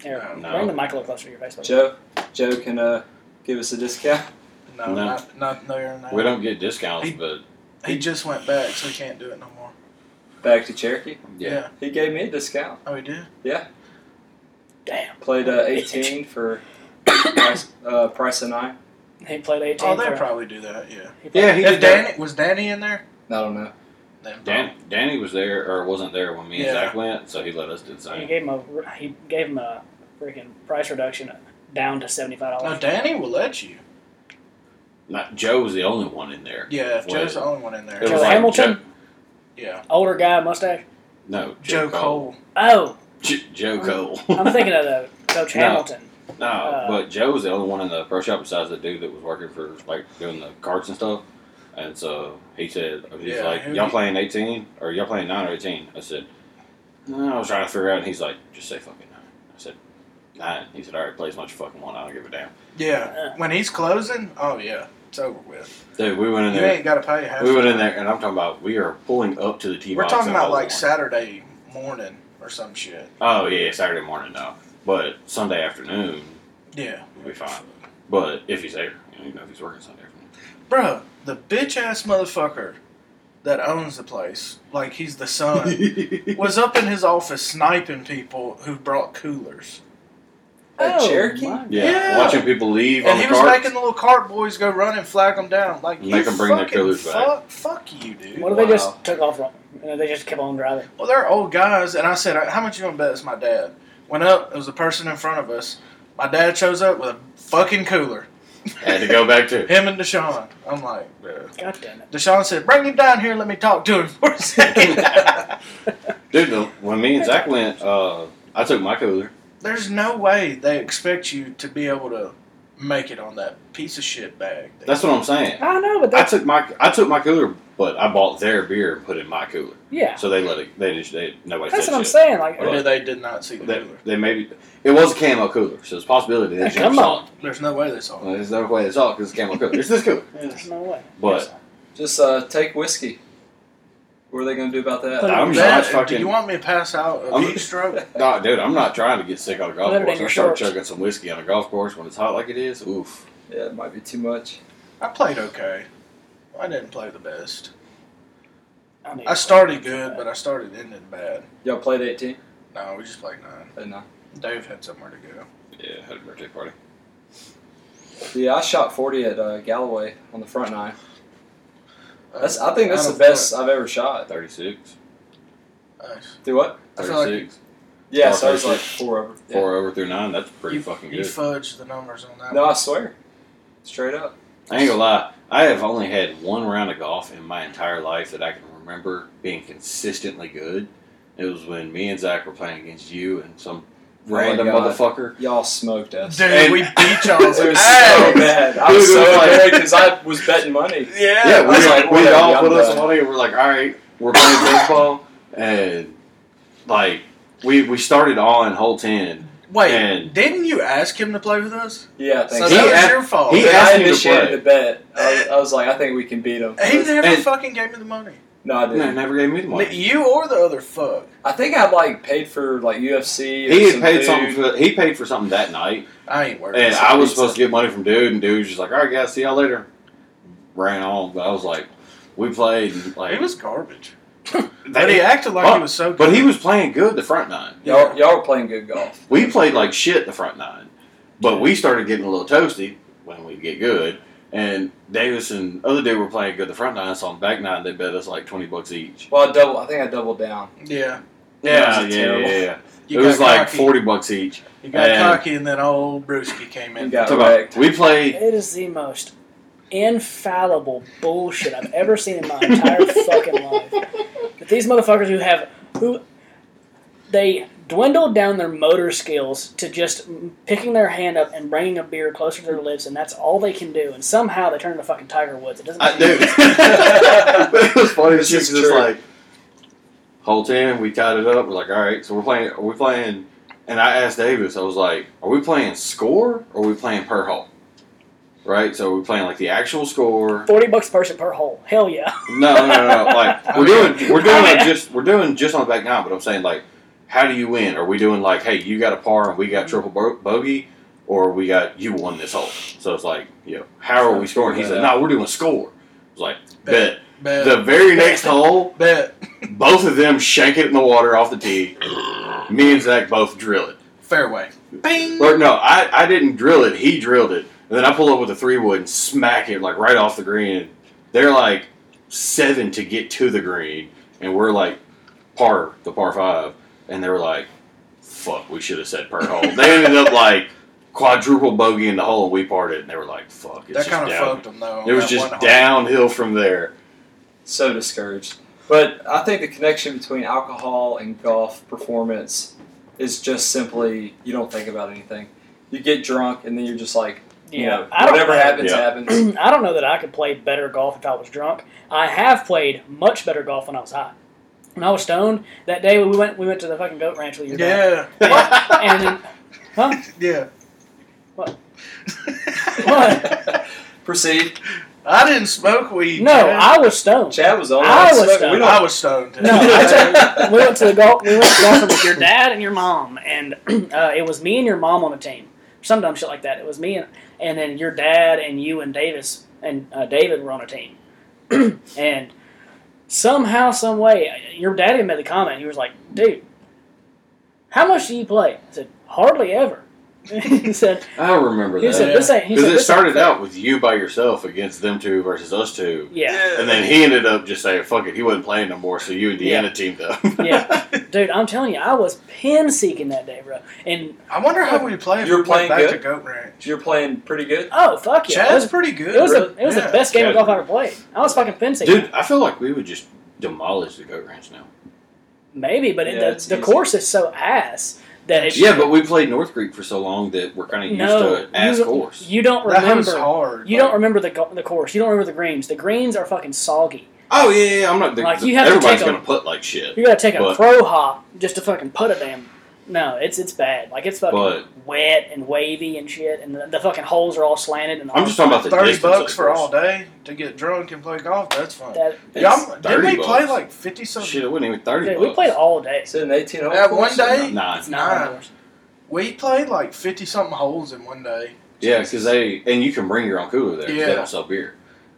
[SPEAKER 1] Here,
[SPEAKER 3] No.
[SPEAKER 1] bring the mic a little closer to your face. buddy.
[SPEAKER 4] Joe, Joe can uh, give us a discount.
[SPEAKER 2] No,
[SPEAKER 3] No.
[SPEAKER 2] Not, not there now.
[SPEAKER 3] We don't get discounts, but
[SPEAKER 2] Uh, He just went back, so he can't do it no more.
[SPEAKER 4] Back to Cherokee.
[SPEAKER 3] yeah.
[SPEAKER 4] He gave me a discount.
[SPEAKER 2] Oh, he did?
[SPEAKER 1] Damn.
[SPEAKER 4] Played uh, 18 for price, uh, price of nine.
[SPEAKER 1] He played 18
[SPEAKER 2] Oh,
[SPEAKER 1] for
[SPEAKER 2] they'll probably do that, yeah.
[SPEAKER 1] he played-
[SPEAKER 3] he
[SPEAKER 2] If Danny, was Danny in there?
[SPEAKER 4] I don't know.
[SPEAKER 2] Then
[SPEAKER 3] Dan, Danny was there or wasn't there when me and
[SPEAKER 2] Yeah.
[SPEAKER 3] Zach went, so he let us do the
[SPEAKER 1] He
[SPEAKER 3] same.
[SPEAKER 1] gave him a he gave him a freaking price reduction down to seventy five
[SPEAKER 2] No,
[SPEAKER 1] dollars.
[SPEAKER 2] Danny will let you.
[SPEAKER 3] Not Joe was the only one in there.
[SPEAKER 2] Yeah, if Joe's
[SPEAKER 3] Wait.
[SPEAKER 2] the only one in there.
[SPEAKER 3] It was
[SPEAKER 1] Joe
[SPEAKER 3] like
[SPEAKER 1] Hamilton?
[SPEAKER 3] Joe-
[SPEAKER 2] yeah.
[SPEAKER 1] Older guy, mustache.
[SPEAKER 3] no,
[SPEAKER 2] Joe, Cole.
[SPEAKER 1] Oh,
[SPEAKER 3] J- Joe Cole.
[SPEAKER 1] I'm thinking of the Coach
[SPEAKER 3] No.
[SPEAKER 1] Hamilton.
[SPEAKER 3] no,
[SPEAKER 1] uh,
[SPEAKER 3] but Joe was the only one in the pro shop besides the dude that was working for like doing the carts and stuff. And so he said, he's
[SPEAKER 2] Yeah,
[SPEAKER 3] like,
[SPEAKER 2] who
[SPEAKER 3] y'all
[SPEAKER 2] you-
[SPEAKER 3] playing 18 or y'all playing 9 or 18? I said, no, I was trying to figure out. And he's like, just say fucking 9. I said, 9. He said, all right, play as much as fucking one. I don't give a damn.
[SPEAKER 2] Yeah. When he's closing, oh, yeah. It's over with.
[SPEAKER 3] Dude, we went in
[SPEAKER 2] You
[SPEAKER 3] there.
[SPEAKER 2] ain't got to pay half
[SPEAKER 3] We
[SPEAKER 2] the
[SPEAKER 3] went in
[SPEAKER 2] time.
[SPEAKER 3] there, and I'm talking about we are pulling up to the tee
[SPEAKER 2] We're
[SPEAKER 3] box.
[SPEAKER 2] talking
[SPEAKER 3] and
[SPEAKER 2] about
[SPEAKER 3] all
[SPEAKER 2] like
[SPEAKER 3] the-
[SPEAKER 2] Saturday morning or some shit.
[SPEAKER 3] oh yeah, Saturday morning no, but Sunday afternoon
[SPEAKER 2] Yeah.
[SPEAKER 3] we'll be fine. But if he's there, you know, you know if he's working Sunday afternoon.
[SPEAKER 2] Bro, the bitch ass motherfucker that owns the place, like he's the son, was up in his office sniping people who brought coolers.
[SPEAKER 4] At
[SPEAKER 1] Oh,
[SPEAKER 4] Cherokee?
[SPEAKER 1] my-
[SPEAKER 3] yeah,
[SPEAKER 2] Yeah.
[SPEAKER 3] watching people leave on
[SPEAKER 2] and
[SPEAKER 3] the
[SPEAKER 2] he was
[SPEAKER 3] carts.
[SPEAKER 2] making the little cart boys go run and flag them down. Like,
[SPEAKER 3] Make
[SPEAKER 2] you
[SPEAKER 3] 'em bring their
[SPEAKER 2] fucking
[SPEAKER 3] coolers back.
[SPEAKER 2] fuck, Fuck you, dude.
[SPEAKER 1] What if they
[SPEAKER 4] Wow.
[SPEAKER 1] just took off? on- You know, they just kept on driving.
[SPEAKER 2] Well, they're old guys, and I said, "How much you gonna bet it's my dad?" Went up. It was a person in front of us. My dad shows up with a fucking cooler.
[SPEAKER 3] Had to go back to.
[SPEAKER 2] Him and Deshaun. I'm like, bro.
[SPEAKER 1] God damn it!
[SPEAKER 2] Deshaun said, "Bring him down here. and Let me talk to him for a second.
[SPEAKER 3] Dude, the- when me and Zach went, uh, I took my cooler.
[SPEAKER 2] There's no way they expect you to be able to make it on that piece of shit bag.
[SPEAKER 3] That's what I'm saying.
[SPEAKER 1] I know, but
[SPEAKER 3] I
[SPEAKER 1] that's
[SPEAKER 3] took my I took my cooler, but I bought their beer and put it in my cooler.
[SPEAKER 1] yeah.
[SPEAKER 3] So they let it. They just they nobody.
[SPEAKER 1] That's
[SPEAKER 3] said
[SPEAKER 1] what I'm
[SPEAKER 3] shit.
[SPEAKER 1] saying. Like,
[SPEAKER 2] or did they did not see the
[SPEAKER 3] They,
[SPEAKER 2] cooler?
[SPEAKER 3] they maybe it was a camo cooler, so it's a possibility they
[SPEAKER 1] Yeah,
[SPEAKER 3] just never
[SPEAKER 1] come
[SPEAKER 3] saw
[SPEAKER 1] on.
[SPEAKER 3] it.
[SPEAKER 2] There's no way they saw
[SPEAKER 3] Well,
[SPEAKER 2] it.
[SPEAKER 3] There's no way it's all because it's camo cooler. It's this cooler.
[SPEAKER 1] there's no way.
[SPEAKER 3] But-
[SPEAKER 4] Just uh, take whiskey. What are they going to do about that?
[SPEAKER 3] I'm
[SPEAKER 2] That-
[SPEAKER 3] not fucking.
[SPEAKER 2] Do you want me to pass out a
[SPEAKER 3] I'm-
[SPEAKER 2] heat stroke?
[SPEAKER 3] Nah, dude, I'm not trying to get sick on a golf
[SPEAKER 1] Let it in
[SPEAKER 3] course.
[SPEAKER 1] your
[SPEAKER 3] I start
[SPEAKER 1] shorts.
[SPEAKER 3] chugging some whiskey on a golf course when it's hot like it is. Oof.
[SPEAKER 4] yeah, it might be too much.
[SPEAKER 2] I played okay. I didn't play the best.
[SPEAKER 1] I, mean,
[SPEAKER 2] I started good, but I started ending bad.
[SPEAKER 4] Y'all played 18?
[SPEAKER 2] No, we just played nine.
[SPEAKER 4] Uh, no.
[SPEAKER 2] Dave had somewhere to go.
[SPEAKER 3] Yeah, had a birthday party.
[SPEAKER 4] Yeah, I shot 40 at uh, Galloway on the front nine. That's, I think that's
[SPEAKER 2] Uh, Out
[SPEAKER 4] the
[SPEAKER 2] of front.
[SPEAKER 4] best I've ever shot.
[SPEAKER 3] 36.
[SPEAKER 2] Nice.
[SPEAKER 4] Do what?
[SPEAKER 2] I feel like
[SPEAKER 3] 36.
[SPEAKER 4] Yeah,
[SPEAKER 3] Four
[SPEAKER 4] so I was
[SPEAKER 3] over.
[SPEAKER 4] like four over. Yeah.
[SPEAKER 3] Four over through nine. That's pretty
[SPEAKER 2] you,
[SPEAKER 3] fucking
[SPEAKER 2] You
[SPEAKER 3] good.
[SPEAKER 2] fudged the numbers on that.
[SPEAKER 4] No,
[SPEAKER 2] one.
[SPEAKER 4] I swear. Straight up.
[SPEAKER 3] I ain't gonna lie. I have only had one round of golf in my entire life that I can remember being consistently good. It was when me and Zach were playing against you and some
[SPEAKER 4] Oh my
[SPEAKER 3] random
[SPEAKER 4] God.
[SPEAKER 3] motherfucker.
[SPEAKER 4] Y'all smoked us.
[SPEAKER 2] Dude,
[SPEAKER 3] And-
[SPEAKER 2] we beat y'all's
[SPEAKER 4] It was
[SPEAKER 2] ass.
[SPEAKER 4] so bad. I was
[SPEAKER 3] Dude, it
[SPEAKER 4] so
[SPEAKER 3] was like-
[SPEAKER 4] mad because I was betting money.
[SPEAKER 2] Yeah.
[SPEAKER 3] Yeah,
[SPEAKER 4] I
[SPEAKER 3] we,
[SPEAKER 4] was like,
[SPEAKER 3] we
[SPEAKER 4] whatever,
[SPEAKER 3] all
[SPEAKER 4] I'm
[SPEAKER 3] put us
[SPEAKER 4] done.
[SPEAKER 3] on it. We're like, all right, we're playing baseball, and like we we started on hole ten.
[SPEAKER 2] Wait,
[SPEAKER 3] And-
[SPEAKER 2] didn't you ask him to play with us?
[SPEAKER 4] Yeah,
[SPEAKER 2] So
[SPEAKER 4] thanks.
[SPEAKER 3] He
[SPEAKER 2] that was
[SPEAKER 3] asked-
[SPEAKER 2] your fault.
[SPEAKER 3] he
[SPEAKER 2] He,
[SPEAKER 4] But
[SPEAKER 3] asked
[SPEAKER 4] I
[SPEAKER 3] you to
[SPEAKER 4] initiated
[SPEAKER 3] play.
[SPEAKER 4] the bet. I was, I was like, I think we can beat him.
[SPEAKER 2] never
[SPEAKER 3] and-
[SPEAKER 2] fucking gave me the money.
[SPEAKER 4] No, I
[SPEAKER 3] Man,
[SPEAKER 4] didn't.
[SPEAKER 3] never gave me the money.
[SPEAKER 2] You or the other fuck.
[SPEAKER 4] I think I like paid for like UFC. Or
[SPEAKER 3] He had
[SPEAKER 4] some
[SPEAKER 3] paid
[SPEAKER 4] food.
[SPEAKER 3] something. For, he paid for something that night,
[SPEAKER 2] I ain't worried.
[SPEAKER 3] and
[SPEAKER 4] some
[SPEAKER 3] I was
[SPEAKER 4] pizza.
[SPEAKER 3] supposed to get money from dude, and dude was just like, "All right, guys, see y'all later." Ran on, but I was like, "We played." and, Like,
[SPEAKER 2] he was garbage.
[SPEAKER 3] they-
[SPEAKER 2] But he acted like
[SPEAKER 3] Fuck.
[SPEAKER 2] he was so good.
[SPEAKER 3] but he was playing good the front nine.
[SPEAKER 4] Y'all, y'all were playing good golf.
[SPEAKER 3] We played like shit the front nine, but we started getting a little toasty when we get good. And Davis and other dude were playing good the front nine, so on the back nine they bet us like twenty bucks each.
[SPEAKER 4] Well, I double. I think I doubled down.
[SPEAKER 2] Yeah.
[SPEAKER 3] Yeah,
[SPEAKER 4] That was
[SPEAKER 3] yeah, yeah,
[SPEAKER 4] terrible.
[SPEAKER 3] yeah. It
[SPEAKER 2] You
[SPEAKER 3] was
[SPEAKER 2] got
[SPEAKER 3] like
[SPEAKER 2] cocky.
[SPEAKER 3] forty bucks each.
[SPEAKER 2] You got
[SPEAKER 3] and-
[SPEAKER 2] cocky, and then old Brewski came in.
[SPEAKER 4] You got-
[SPEAKER 3] So, like,
[SPEAKER 4] Correct.
[SPEAKER 3] We played.
[SPEAKER 1] it is the most infallible bullshit I've ever seen in my entire fucking life. But these motherfuckers who have who they dwindled down their motor skills to just picking their hand up and bringing a beer closer to their lips, and that's all they can do. And somehow they turn into fucking Tiger Woods. It doesn't.
[SPEAKER 3] I,
[SPEAKER 1] make any
[SPEAKER 3] dude, it was funny.
[SPEAKER 4] This
[SPEAKER 3] It's
[SPEAKER 4] is
[SPEAKER 3] just
[SPEAKER 4] true.
[SPEAKER 3] like Whole ten, we tied it up. We're like, all right, so we're playing. Are we playing? And I asked Davis, I was like, are we playing score or are we playing per hole? Right, so we're playing like the actual score.
[SPEAKER 1] Forty bucks a person per hole. Hell yeah.
[SPEAKER 3] No, no, no, no. Like we're doing, we're doing like, just, we're doing just on the back nine. But I'm saying like, how do you win? Are we doing like, hey, you got a par and we got triple bo- bogey, or we got you won this hole? So it's like, you know, how are we scoring? He said, no, we're doing score. I was like, bet.
[SPEAKER 2] Bet.
[SPEAKER 3] The very next hole,
[SPEAKER 2] bet.
[SPEAKER 3] both of them shank it in the water off the tee. Me and Zach both drill it.
[SPEAKER 2] Fairway. Bing.
[SPEAKER 3] Or no, I, I didn't drill it. He drilled it, and then I pull up with a three wood and smack it like right off the green. And they're like seven to get to the green, and we're like par the par five, and they were like, "Fuck, we should have said per hole." they ended up like quadruple bogey in the hole, and we parted, and they were like, "Fuck." It's
[SPEAKER 2] That
[SPEAKER 3] just
[SPEAKER 2] kind of
[SPEAKER 3] down.
[SPEAKER 2] fucked them though.
[SPEAKER 3] It was
[SPEAKER 2] that one
[SPEAKER 3] just
[SPEAKER 2] hole.
[SPEAKER 3] downhill from there.
[SPEAKER 4] so discouraged. But I think the connection between alcohol and golf performance is just simply you don't think about anything. You get drunk and then you're just like, you know,
[SPEAKER 1] I don't
[SPEAKER 4] whatever
[SPEAKER 1] know.
[SPEAKER 4] happens,
[SPEAKER 3] Yeah.
[SPEAKER 4] happens.
[SPEAKER 1] I don't know that I could play better golf if I was drunk. I have played much better golf when I was high. When I was stoned, that day we went we went to the fucking goat ranch with you.
[SPEAKER 2] Yeah.
[SPEAKER 1] And then, huh?
[SPEAKER 2] Yeah.
[SPEAKER 1] What?
[SPEAKER 2] what?
[SPEAKER 4] Proceed.
[SPEAKER 2] I didn't smoke weed.
[SPEAKER 1] No,
[SPEAKER 2] man.
[SPEAKER 1] I was stoned.
[SPEAKER 4] Chad was on.
[SPEAKER 1] I was
[SPEAKER 4] Smoking.
[SPEAKER 1] stoned.
[SPEAKER 4] We don't.
[SPEAKER 2] I was stoned.
[SPEAKER 1] No, I we went to the golf. We went to golfing with your dad and your mom, and uh, it was me and your mom on the team. Some dumb shit like that. It was me and and then your dad and you and Davis and uh, David were on a team, and somehow, some way, your dad even made the comment. He was like, "Dude, how much do you play?" I said, "Hardly ever." he said,
[SPEAKER 3] I remember
[SPEAKER 1] "He
[SPEAKER 3] that
[SPEAKER 1] said this ain't." He
[SPEAKER 3] because
[SPEAKER 1] said,
[SPEAKER 3] it
[SPEAKER 1] "This ain't
[SPEAKER 3] started
[SPEAKER 1] fair."
[SPEAKER 3] out with you by yourself against them two versus us two.
[SPEAKER 1] Yeah,
[SPEAKER 3] And then he ended up just saying, "Fuck it," he wasn't playing no more. So you and Deanna teamed up.
[SPEAKER 1] yeah, dude. I'm telling you, I was pin seeking that day, bro. And
[SPEAKER 2] I wonder how we played.
[SPEAKER 4] You're
[SPEAKER 2] if we went
[SPEAKER 4] playing
[SPEAKER 2] back
[SPEAKER 4] good?
[SPEAKER 2] to Goat Ranch.
[SPEAKER 4] You're playing pretty good.
[SPEAKER 1] oh fuck yeah, it was
[SPEAKER 2] Chad's pretty good.
[SPEAKER 1] It was
[SPEAKER 2] bro.
[SPEAKER 1] the it was
[SPEAKER 2] Yeah.
[SPEAKER 1] the best game of
[SPEAKER 3] Yeah.
[SPEAKER 1] golf I ever played. I was fucking fencing.
[SPEAKER 3] Dude, I feel like we would just demolish the goat ranch now.
[SPEAKER 1] Maybe, but it,
[SPEAKER 4] Yeah,
[SPEAKER 1] the-
[SPEAKER 4] it's
[SPEAKER 1] the,
[SPEAKER 4] easy.
[SPEAKER 1] course is so ass that it,
[SPEAKER 3] Yeah, but we played North Creek for so long that we're kind of used
[SPEAKER 1] no,
[SPEAKER 3] to an ass
[SPEAKER 1] you,
[SPEAKER 3] course.
[SPEAKER 1] you don't
[SPEAKER 2] That was
[SPEAKER 1] remember.
[SPEAKER 2] hard.
[SPEAKER 1] You don't remember the go- the course. You don't remember the greens. The greens are fucking soggy.
[SPEAKER 3] oh yeah, yeah, yeah, I'm not. The,
[SPEAKER 1] Like, you have to
[SPEAKER 3] everybody's
[SPEAKER 1] take a-
[SPEAKER 3] gonna put like shit.
[SPEAKER 1] You gotta take a
[SPEAKER 3] But-
[SPEAKER 1] pro hop just to fucking put a damn. No, it's it's bad. Like it's fucking
[SPEAKER 3] But-
[SPEAKER 1] wet and wavy and shit, and the, the fucking holes are all slanted. And
[SPEAKER 3] I'm just talking about the
[SPEAKER 2] Thirty
[SPEAKER 3] distance of the
[SPEAKER 2] bucks for
[SPEAKER 3] course.
[SPEAKER 2] all day to get drunk and play golf. That's fun.
[SPEAKER 1] that.
[SPEAKER 2] Y'all, didn't
[SPEAKER 3] 30
[SPEAKER 2] we play
[SPEAKER 3] bucks.
[SPEAKER 2] like fifty something?
[SPEAKER 3] Shit, it wasn't even thirty.
[SPEAKER 1] Dude,
[SPEAKER 3] bucks.
[SPEAKER 1] we played all day.
[SPEAKER 4] It's an 18 hole.
[SPEAKER 2] Yeah,
[SPEAKER 4] course.
[SPEAKER 2] one day-
[SPEAKER 3] Nine.
[SPEAKER 1] It's not
[SPEAKER 2] Nah.
[SPEAKER 1] on course.
[SPEAKER 2] We played like fifty something holes in one day.
[SPEAKER 3] Yeah, because they and you can bring your own cooler there. 'cause They
[SPEAKER 2] Yeah.
[SPEAKER 3] don't sell beer,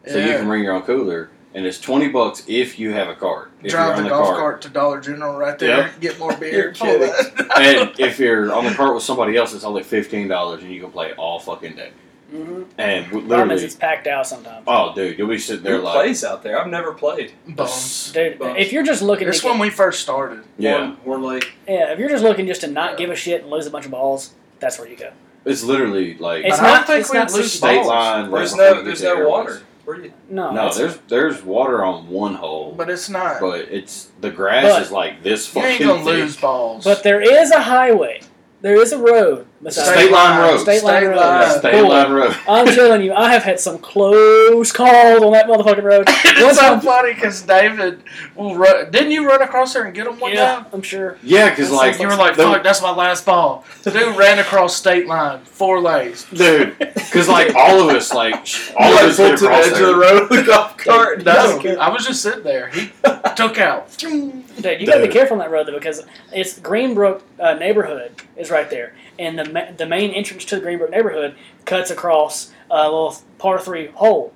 [SPEAKER 3] so you
[SPEAKER 2] Yeah.
[SPEAKER 3] can bring your own cooler, and it's twenty bucks if you have a card. If you're
[SPEAKER 2] Drive
[SPEAKER 3] on
[SPEAKER 2] the,
[SPEAKER 3] the
[SPEAKER 2] golf
[SPEAKER 3] cart.
[SPEAKER 2] cart. to Dollar General right there. Get more beer.
[SPEAKER 4] You're kidding.
[SPEAKER 3] and if you're on the cart with somebody else, it's only fifteen dollars, and you can play all fucking day.
[SPEAKER 1] Mm-hmm.
[SPEAKER 3] And we,
[SPEAKER 1] Problem is,
[SPEAKER 3] literally,
[SPEAKER 1] it's packed out sometimes.
[SPEAKER 3] oh dude, you'll be sitting there
[SPEAKER 4] Who
[SPEAKER 3] like,
[SPEAKER 4] plays out there? I've never played.
[SPEAKER 2] Bums.
[SPEAKER 1] Dude,
[SPEAKER 4] Bums.
[SPEAKER 1] if you're just looking, to
[SPEAKER 2] It's
[SPEAKER 1] get-
[SPEAKER 2] when we first started.
[SPEAKER 3] yeah,
[SPEAKER 4] We're like
[SPEAKER 1] Yeah, if you're just looking just to not give a shit and lose a bunch of balls, that's where you go.
[SPEAKER 3] it's literally like
[SPEAKER 1] It's
[SPEAKER 2] but I
[SPEAKER 1] not-
[SPEAKER 2] don't think
[SPEAKER 1] it's
[SPEAKER 2] we
[SPEAKER 1] not
[SPEAKER 2] lose
[SPEAKER 1] sixty.
[SPEAKER 3] state
[SPEAKER 2] balls.
[SPEAKER 3] line. Right
[SPEAKER 4] there's
[SPEAKER 3] before you
[SPEAKER 4] no
[SPEAKER 3] get
[SPEAKER 4] there's
[SPEAKER 3] to
[SPEAKER 4] no
[SPEAKER 3] airways.
[SPEAKER 4] water. Where do you?
[SPEAKER 1] No,
[SPEAKER 3] No,
[SPEAKER 1] it's-
[SPEAKER 3] there's there's water on one hole, but,
[SPEAKER 2] But it's not.
[SPEAKER 3] it's the grass
[SPEAKER 1] But-
[SPEAKER 3] is like this
[SPEAKER 2] you ain't
[SPEAKER 3] fucking
[SPEAKER 2] gonna
[SPEAKER 3] thick.
[SPEAKER 2] lose balls.
[SPEAKER 1] but there is a highway. There is a road.
[SPEAKER 3] State,
[SPEAKER 1] Besides,
[SPEAKER 2] State
[SPEAKER 3] line
[SPEAKER 2] line.
[SPEAKER 3] road.
[SPEAKER 1] State line road.
[SPEAKER 2] line.
[SPEAKER 3] State
[SPEAKER 1] Cool.
[SPEAKER 3] line road.
[SPEAKER 1] I'm telling you, I have had some close calls on that motherfucking road.
[SPEAKER 2] it's so funny because David will run. Didn't you run across there and get him one
[SPEAKER 1] yeah,
[SPEAKER 2] time?
[SPEAKER 1] I'm sure.
[SPEAKER 3] Yeah, because
[SPEAKER 1] That
[SPEAKER 3] like
[SPEAKER 2] You were like,
[SPEAKER 3] the-
[SPEAKER 2] "Fuck, that's my last ball." The dude ran across state line, four lanes.
[SPEAKER 3] dude, because like all of us, like sh- all of us
[SPEAKER 4] pulled
[SPEAKER 3] hit
[SPEAKER 4] to the
[SPEAKER 3] across
[SPEAKER 4] edge of the
[SPEAKER 3] there.
[SPEAKER 4] road with a golf cart.
[SPEAKER 2] No, I was just sitting there. He took out.
[SPEAKER 1] Dude, you gotta be
[SPEAKER 3] Dude.
[SPEAKER 1] careful on that road though, because it's Greenbrook uh, neighborhood is right there, and the ma- the main entrance to the Greenbrook neighborhood cuts across a little par three hole.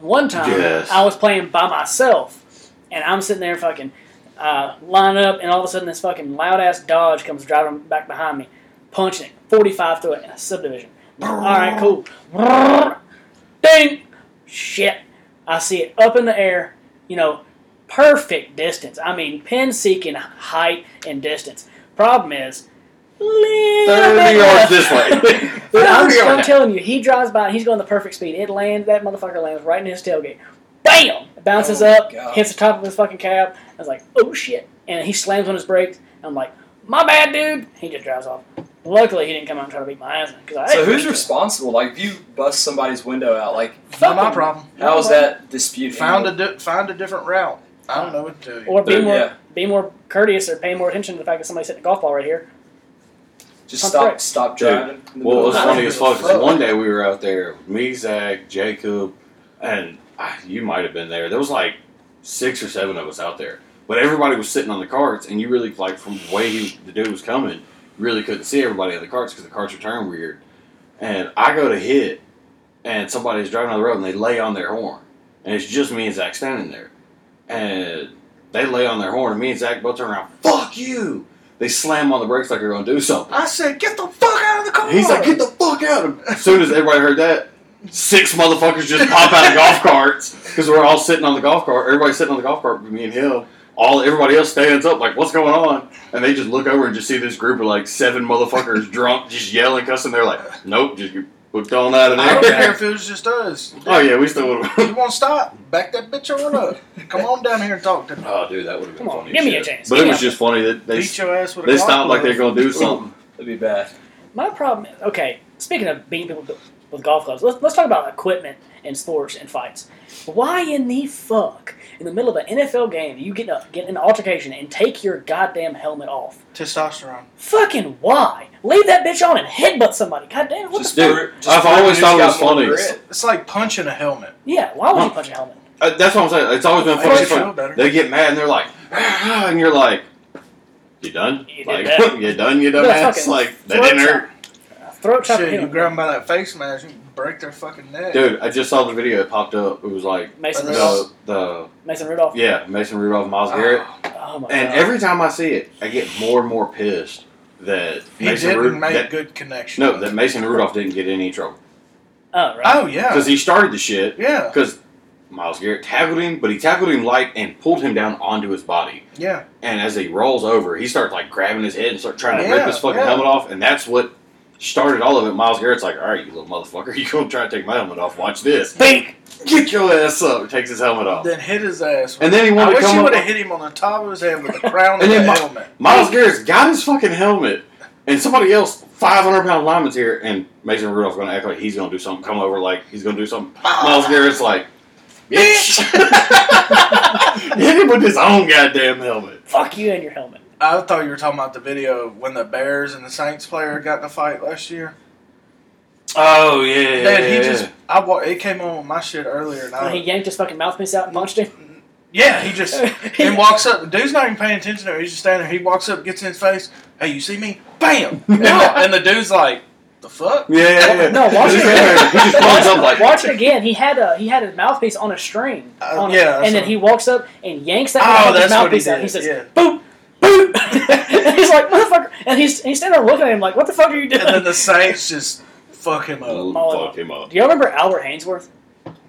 [SPEAKER 1] One time,
[SPEAKER 3] Yes.
[SPEAKER 1] I was playing by myself, and I'm sitting there fucking uh, line up, and all of a sudden this fucking loud ass Dodge comes driving back behind me, punching it 45 through a subdivision. All right, cool. Ding! Shit. I see it up in the air, you know, perfect distance. I mean, pin seeking height and distance. Problem is, little
[SPEAKER 3] Thirty
[SPEAKER 1] bit left.
[SPEAKER 3] yards this way.
[SPEAKER 1] Dude, I'm,
[SPEAKER 3] Thirty
[SPEAKER 1] I'm
[SPEAKER 3] yards.
[SPEAKER 1] telling you, he drives by and he's going the perfect speed. It lands, that motherfucker lands right in his tailgate. Bam! It bounces
[SPEAKER 4] Oh,
[SPEAKER 1] up,
[SPEAKER 4] God.
[SPEAKER 1] hits the top of his fucking cab. I was like, oh shit. And he slams on his brakes. I'm like, my bad, dude. He just drives off. Luckily, he didn't come out and try to beat my ass. Cause I
[SPEAKER 4] So who's responsible? Like, if you bust somebody's window out, like
[SPEAKER 1] Fuck
[SPEAKER 2] Not my
[SPEAKER 1] him.
[SPEAKER 2] problem.
[SPEAKER 4] how is that dispute?
[SPEAKER 2] Found a
[SPEAKER 4] handled?
[SPEAKER 2] di- find a different route. I don't know what to do.
[SPEAKER 1] Or be
[SPEAKER 3] There-
[SPEAKER 1] more
[SPEAKER 4] yeah.
[SPEAKER 1] be more courteous or pay more attention to the fact that somebody's hitting a golf ball right here.
[SPEAKER 4] Just
[SPEAKER 1] I'm
[SPEAKER 4] stop,
[SPEAKER 1] correct.
[SPEAKER 4] stop
[SPEAKER 3] Dude,
[SPEAKER 4] driving. in the
[SPEAKER 3] Well, it
[SPEAKER 4] middle
[SPEAKER 3] was
[SPEAKER 4] of the
[SPEAKER 3] funny
[SPEAKER 4] night.
[SPEAKER 3] as fuck. 'cause
[SPEAKER 4] Fuck.
[SPEAKER 3] One day we were out there, me, Zach, Jacob, and ah, you might have been there. There was like six or seven of us out there, but everybody was sitting on the carts, and you really like from the way he, the dude was coming, really couldn't see everybody on the carts because the carts were turned weird. And I go to hit, and somebody's driving on the road, and they lay on their horn, and it's just me and Zach standing there, and they lay on their horn, and me and Zach both turn around, fuck you. They slam on the brakes like they're gonna do something.
[SPEAKER 2] I said, get the fuck out of the car.
[SPEAKER 3] He's like, get the fuck out! And As soon as everybody heard that, six motherfuckers just pop out of golf carts because we're all sitting on the golf cart. Everybody's sitting on the golf cart, but me and him. All everybody else stands up like, "What's going on?" And they just look over and just see this group of like seven motherfuckers drunk, just yelling, cussing. They're like, "Nope, just get booked on out of
[SPEAKER 2] I don't care
[SPEAKER 3] there."
[SPEAKER 2] if it was just us.
[SPEAKER 3] oh yeah, we still would have.
[SPEAKER 2] You want to stop? Back that bitch on up. Come on down here and talk to me.
[SPEAKER 3] Oh dude, that would have been
[SPEAKER 1] Come on,
[SPEAKER 3] funny. as
[SPEAKER 1] give me a
[SPEAKER 3] shit.
[SPEAKER 1] chance.
[SPEAKER 3] But
[SPEAKER 1] Give
[SPEAKER 3] it
[SPEAKER 1] me
[SPEAKER 3] was
[SPEAKER 1] a-
[SPEAKER 3] just funny that they
[SPEAKER 2] Beat your ass with a
[SPEAKER 3] they
[SPEAKER 2] golf
[SPEAKER 3] stopped like they're
[SPEAKER 2] club.
[SPEAKER 3] gonna do something.
[SPEAKER 4] That'd be bad.
[SPEAKER 1] My problem. Okay, speaking of beating people with- with golf clubs, let's, let's talk about equipment and sports and fights. Why in the fuck, in the middle of an NFL game, you get in a, get in an altercation and take your goddamn helmet off?
[SPEAKER 2] Testosterone.
[SPEAKER 1] Fucking why? Leave that bitch on and headbutt somebody. Goddamn, what
[SPEAKER 4] Just
[SPEAKER 1] the fuck?
[SPEAKER 3] Dude,
[SPEAKER 4] prove- just
[SPEAKER 3] I've
[SPEAKER 4] prove
[SPEAKER 3] always
[SPEAKER 4] who's
[SPEAKER 3] thought it
[SPEAKER 4] got
[SPEAKER 3] was
[SPEAKER 4] more
[SPEAKER 3] funny.
[SPEAKER 4] grit.
[SPEAKER 2] It's like punching a helmet.
[SPEAKER 1] Yeah, why would you punch a helmet?
[SPEAKER 3] Uh, that's what I'm saying. It's always been
[SPEAKER 2] I
[SPEAKER 3] funny.
[SPEAKER 2] feel better.
[SPEAKER 3] They get mad and they're like, "Ah," and you're like, you done?
[SPEAKER 1] You did
[SPEAKER 3] like,
[SPEAKER 1] that.
[SPEAKER 3] you done? You
[SPEAKER 1] No,
[SPEAKER 3] done? That's
[SPEAKER 1] fucking
[SPEAKER 3] like that
[SPEAKER 1] throat
[SPEAKER 3] didn't hurt.
[SPEAKER 1] chop. Uh, Throat chop.
[SPEAKER 2] Shit,
[SPEAKER 1] hit
[SPEAKER 2] you
[SPEAKER 1] him.
[SPEAKER 2] grab them by that face mask, you break their fucking neck.
[SPEAKER 3] Dude, I just saw the video. It popped up. It was like
[SPEAKER 1] Mason
[SPEAKER 2] Brother.
[SPEAKER 1] Rudolph.
[SPEAKER 3] the the
[SPEAKER 1] Mason Rudolph.
[SPEAKER 3] yeah Mason Rudolph, Miles
[SPEAKER 2] Oh,
[SPEAKER 3] Garrett,
[SPEAKER 1] Oh my
[SPEAKER 3] and
[SPEAKER 1] god.
[SPEAKER 3] every time I see it, I get more and more pissed that
[SPEAKER 2] he
[SPEAKER 3] Mason
[SPEAKER 2] didn't
[SPEAKER 3] Rudolph.
[SPEAKER 2] make
[SPEAKER 3] That,
[SPEAKER 2] good connection.
[SPEAKER 3] no, that Mason Rudolph didn't get in any trouble
[SPEAKER 1] oh right.
[SPEAKER 2] Oh yeah,
[SPEAKER 3] because he started the shit
[SPEAKER 2] yeah,
[SPEAKER 3] because Miles Garrett tackled him, but he tackled him light and pulled him down onto his body.
[SPEAKER 2] yeah.
[SPEAKER 3] And as he rolls over, he starts like grabbing his head and start trying to
[SPEAKER 2] Yeah,
[SPEAKER 3] rip his fucking
[SPEAKER 2] yeah.
[SPEAKER 3] helmet off. And that's what started all of it. Miles Garrett's like, "All right, you little motherfucker, you gonna try to take my helmet off? Watch this!
[SPEAKER 1] Bink.
[SPEAKER 3] Get your ass up!" Takes his helmet off,
[SPEAKER 2] Then hit his ass. With
[SPEAKER 3] and then he
[SPEAKER 2] I
[SPEAKER 3] wanted to
[SPEAKER 2] wish
[SPEAKER 3] come
[SPEAKER 2] you
[SPEAKER 3] up.
[SPEAKER 2] would have hit him on the top of his head with the crown of
[SPEAKER 3] And
[SPEAKER 2] the
[SPEAKER 3] then my-
[SPEAKER 2] helmet.
[SPEAKER 3] Miles Garrett's got his fucking helmet, and somebody else, five hundred pound lineman's here, and Mason Rudolph's gonna act like he's gonna do something. Come over like he's gonna do something.
[SPEAKER 2] Ah.
[SPEAKER 3] Miles Garrett's like, "Bitch, hit him with his own goddamn helmet."
[SPEAKER 1] Fuck you and your helmet.
[SPEAKER 2] I thought you were talking about the video of when the Bears and the Saints player got in a fight last year.
[SPEAKER 3] Oh yeah,
[SPEAKER 2] Dad, he just I wa- it came on with my shit earlier, and I
[SPEAKER 1] When he yanked his fucking mouthpiece out and punched him.
[SPEAKER 2] yeah, he just and walks up. The dude's not even paying attention to him. He's just standing there. He walks up, gets in his face. Hey, you see me? Bam! And, the, and the dude's like, the fuck?
[SPEAKER 3] Yeah, yeah, yeah.
[SPEAKER 1] No, watch
[SPEAKER 3] He
[SPEAKER 1] it.
[SPEAKER 3] just- He just runs up like,
[SPEAKER 1] Watch it again. He had a he had a mouthpiece on a string.
[SPEAKER 2] Uh,
[SPEAKER 1] on a-
[SPEAKER 2] yeah, that's
[SPEAKER 1] and then
[SPEAKER 2] what-
[SPEAKER 1] he walks up and yanks that
[SPEAKER 2] Oh,
[SPEAKER 1] motherfucker's
[SPEAKER 2] that's what he
[SPEAKER 1] mouthpiece out.
[SPEAKER 2] did.
[SPEAKER 1] He says,
[SPEAKER 2] yeah.
[SPEAKER 1] "Boop, boop," and he's like, "Motherfucker!" And he's he's standing there looking at him like, "What the fuck are you doing?"
[SPEAKER 2] And then the Saints just fuck him up.
[SPEAKER 1] Oh,
[SPEAKER 3] fuck him up.
[SPEAKER 1] Do y'all remember Albert Hainsworth?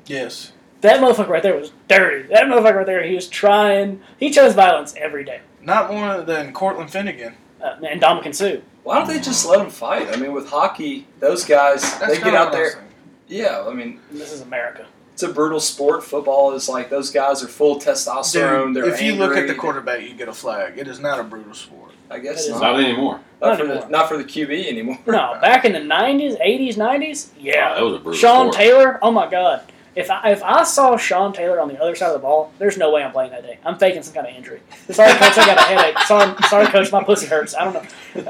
[SPEAKER 2] Yes.
[SPEAKER 1] That motherfucker right there was dirty. That motherfucker right there, he was trying. He chose violence every day.
[SPEAKER 2] Not more than Cortland Finnegan.
[SPEAKER 1] Uh, and Dominican Sue.
[SPEAKER 4] Why don't they just let them fight? I mean, with hockey, those guys
[SPEAKER 2] That's
[SPEAKER 4] they get
[SPEAKER 2] kinda
[SPEAKER 4] out
[SPEAKER 2] what I
[SPEAKER 4] there.
[SPEAKER 2] was thinking.
[SPEAKER 4] Yeah, I mean,
[SPEAKER 1] This is America.
[SPEAKER 4] it's a brutal sport. Football is like those guys are full testosterone.
[SPEAKER 2] Dude,
[SPEAKER 4] they're
[SPEAKER 2] if you look at
[SPEAKER 4] angry.
[SPEAKER 2] the quarterback, you get a flag. It is not a brutal sport.
[SPEAKER 4] I guess
[SPEAKER 1] That
[SPEAKER 4] not.
[SPEAKER 1] is-
[SPEAKER 4] Not,
[SPEAKER 3] Not anymore.
[SPEAKER 1] Not
[SPEAKER 4] for the
[SPEAKER 1] anymore.
[SPEAKER 4] not for the QB anymore.
[SPEAKER 1] No, back in the nineties, eighties, nineties,
[SPEAKER 3] Oh,
[SPEAKER 1] yeah.
[SPEAKER 3] that was a brutal
[SPEAKER 1] Sean
[SPEAKER 3] sport.
[SPEAKER 1] Taylor, oh my god. If I, if I saw Sean Taylor on the other side of the ball, there's no way I'm playing that day. I'm faking some kind of injury. Sorry, coach, I got a headache. Sorry, sorry, coach, my pussy hurts. I don't know.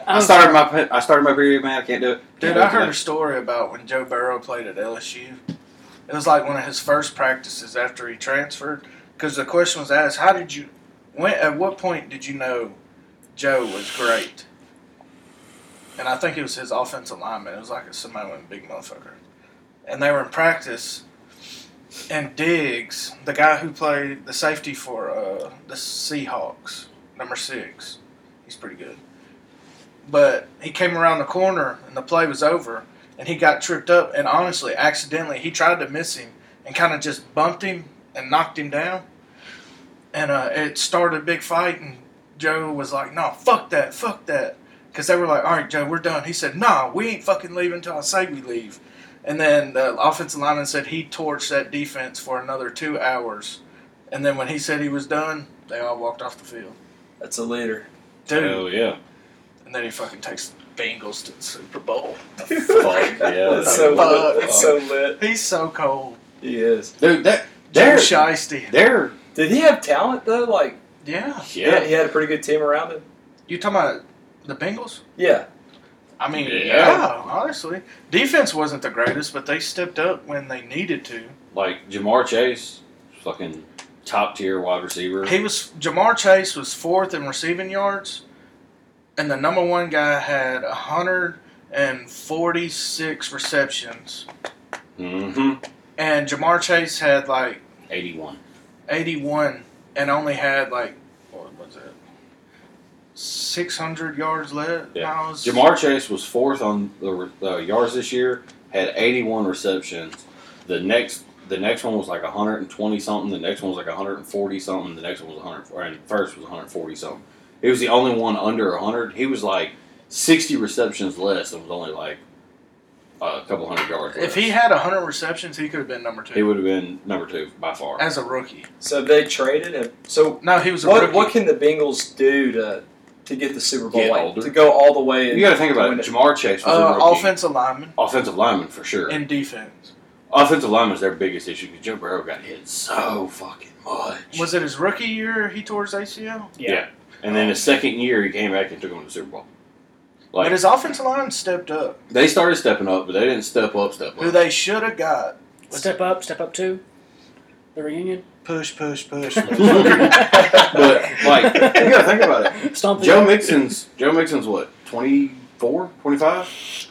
[SPEAKER 3] I
[SPEAKER 1] don't-
[SPEAKER 3] started my pe- I started my period, man. I can't do it.
[SPEAKER 2] Dude, I heard a story about when Joe Burrow played at LSU. It was like one of his first practices after he transferred, because the question was asked, "How did you? When? At what point did you know Joe was great?" And I think it was his offensive lineman. It was like a Samoan big motherfucker, and they were in practice. And Diggs, the guy who played the safety for uh, the Seahawks, number six, he's pretty good but he came around the corner and the play was over and he got tripped up and honestly accidentally he tried to miss him and kind of just bumped him and knocked him down and uh, it started a big fight and joe was like no fuck that fuck that because they were like all right joe we're done he said nah we ain't fucking leaving until i say we leave and then the offensive lineman said he torched that defense for another two hours and then when he said he was done they all walked off the field
[SPEAKER 4] That's a leader.
[SPEAKER 2] dude
[SPEAKER 3] Hell yeah.
[SPEAKER 2] and then he fucking takes the Bengals to the Super Bowl.
[SPEAKER 3] Fuck yeah.
[SPEAKER 4] That's so
[SPEAKER 2] Fuck.
[SPEAKER 4] lit. That's so lit.
[SPEAKER 2] He's so cold.
[SPEAKER 4] He is.
[SPEAKER 3] Dude, that
[SPEAKER 2] Joe
[SPEAKER 3] they're
[SPEAKER 2] Shiesty.
[SPEAKER 3] they're
[SPEAKER 4] Did he have talent though? Like,
[SPEAKER 2] Yeah.
[SPEAKER 3] Yeah.
[SPEAKER 4] he had a pretty good team around him.
[SPEAKER 2] You talking about the Bengals?
[SPEAKER 4] Yeah,
[SPEAKER 2] I mean,
[SPEAKER 3] Yeah.
[SPEAKER 2] yeah. honestly. Defense wasn't the greatest, but they stepped up when they needed to.
[SPEAKER 3] Like Jamar Chase, fucking top tier wide receiver.
[SPEAKER 2] He was Jamar Chase was fourth in receiving yards, and the number one guy had hundred and forty six receptions,
[SPEAKER 3] Mm-hmm.
[SPEAKER 2] and Jamar Chase had like
[SPEAKER 3] 81.
[SPEAKER 2] eighty one, and only had like what was it, six hundred yards left.
[SPEAKER 3] Yeah.
[SPEAKER 2] Miles?
[SPEAKER 3] Jamar Chase was fourth on the re- uh, yards this year, had 81 receptions. The next the next one was like 120 something. The next one was like 140 something. The next one was 100 and first was 140 something. He was the only one under 100. He was like 60 receptions less and was only like a couple hundred yards.
[SPEAKER 2] If
[SPEAKER 3] less.
[SPEAKER 2] he had hundred receptions, he could have been number two
[SPEAKER 3] he would have been number two by far.
[SPEAKER 2] as a rookie.
[SPEAKER 4] so they traded him. So
[SPEAKER 2] No, he was a
[SPEAKER 4] what
[SPEAKER 2] rookie.
[SPEAKER 4] what can the Bengals do to to get the Super Bowl
[SPEAKER 3] Get
[SPEAKER 4] like,
[SPEAKER 3] older.
[SPEAKER 4] to go all the way?
[SPEAKER 3] You got to think about it. Jamar Chase was
[SPEAKER 2] uh,
[SPEAKER 3] a rookie.
[SPEAKER 2] offensive lineman
[SPEAKER 3] offensive lineman for sure.
[SPEAKER 2] and defense.
[SPEAKER 3] offensive lineman is their biggest issue because Joe Burrow got hit so fucking much.
[SPEAKER 2] Was it his rookie year he tore his ACL?
[SPEAKER 3] Yeah. And then his second year, he came back and took him to the Super Bowl.
[SPEAKER 2] but
[SPEAKER 3] Like
[SPEAKER 2] his offensive line stepped up.
[SPEAKER 3] they started stepping up, but they didn't step up, step
[SPEAKER 2] Who
[SPEAKER 3] up.
[SPEAKER 2] they should have got.
[SPEAKER 1] Step up, step up two. The reunion.
[SPEAKER 2] Push, push, push.
[SPEAKER 3] but like you gotta think about it.
[SPEAKER 1] Stomp the
[SPEAKER 3] Joe Mixon's Joe Mixon's what 24, 25?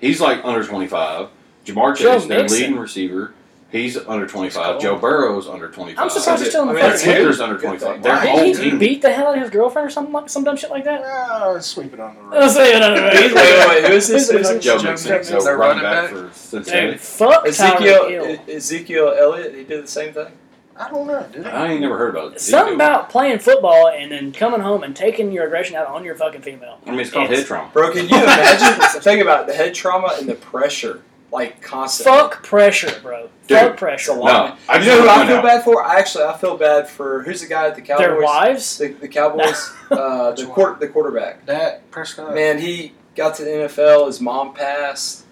[SPEAKER 3] He's like under twenty five. Jamar
[SPEAKER 1] Joe
[SPEAKER 3] Chase, their
[SPEAKER 1] Mixon.
[SPEAKER 3] leading receiver, he's under twenty
[SPEAKER 4] cold.
[SPEAKER 3] five. Joe Burrow's under twenty five.
[SPEAKER 1] I'm surprised he's still in the
[SPEAKER 4] I mean,
[SPEAKER 3] Their
[SPEAKER 4] that's
[SPEAKER 1] first.
[SPEAKER 4] it.
[SPEAKER 3] kickers under twenty five. Their
[SPEAKER 2] Why?
[SPEAKER 3] whole
[SPEAKER 1] Did he
[SPEAKER 3] team.
[SPEAKER 1] beat the hell out of his girlfriend or something like some dumb shit like that?
[SPEAKER 2] ah, sweep it on the
[SPEAKER 1] I
[SPEAKER 2] road.
[SPEAKER 1] was saying, no, no, no, he's
[SPEAKER 4] Wait, wait, wait, who is
[SPEAKER 1] He's
[SPEAKER 4] this? Who is
[SPEAKER 1] like-
[SPEAKER 4] this?
[SPEAKER 3] Joe
[SPEAKER 2] Joe
[SPEAKER 3] Mixon,
[SPEAKER 2] Mixon,
[SPEAKER 3] so
[SPEAKER 2] their
[SPEAKER 3] running
[SPEAKER 2] running
[SPEAKER 3] back
[SPEAKER 2] back.
[SPEAKER 3] for Cincinnati.
[SPEAKER 1] Dude, fuck Tyreek Hill.
[SPEAKER 4] Ezekiel uh, E, Ezekiel Elliott. He did the same thing.
[SPEAKER 2] I don't know, did it?
[SPEAKER 3] I ain't never heard about it.
[SPEAKER 1] Something about playing football and then coming home and taking your aggression out on your fucking female.
[SPEAKER 3] I mean, it's called
[SPEAKER 1] It's-
[SPEAKER 3] head trauma.
[SPEAKER 4] Bro, can you imagine? think about it, the head trauma and the pressure, like constant.
[SPEAKER 1] Fuck pressure, bro.
[SPEAKER 3] Dude.
[SPEAKER 1] Fuck
[SPEAKER 4] It's a
[SPEAKER 1] pressure.
[SPEAKER 4] lot.
[SPEAKER 3] No, I
[SPEAKER 4] you
[SPEAKER 3] just
[SPEAKER 4] know who
[SPEAKER 3] want
[SPEAKER 4] I
[SPEAKER 3] to
[SPEAKER 4] feel
[SPEAKER 3] point out.
[SPEAKER 4] bad for? I actually I feel bad for who's the guy at the Cowboys?
[SPEAKER 1] Their wives?
[SPEAKER 4] The, the Cowboys, uh, the
[SPEAKER 2] Which
[SPEAKER 4] court, the quarterback.
[SPEAKER 2] That Prescott.
[SPEAKER 4] Man, he got to the NFL. His mom passed.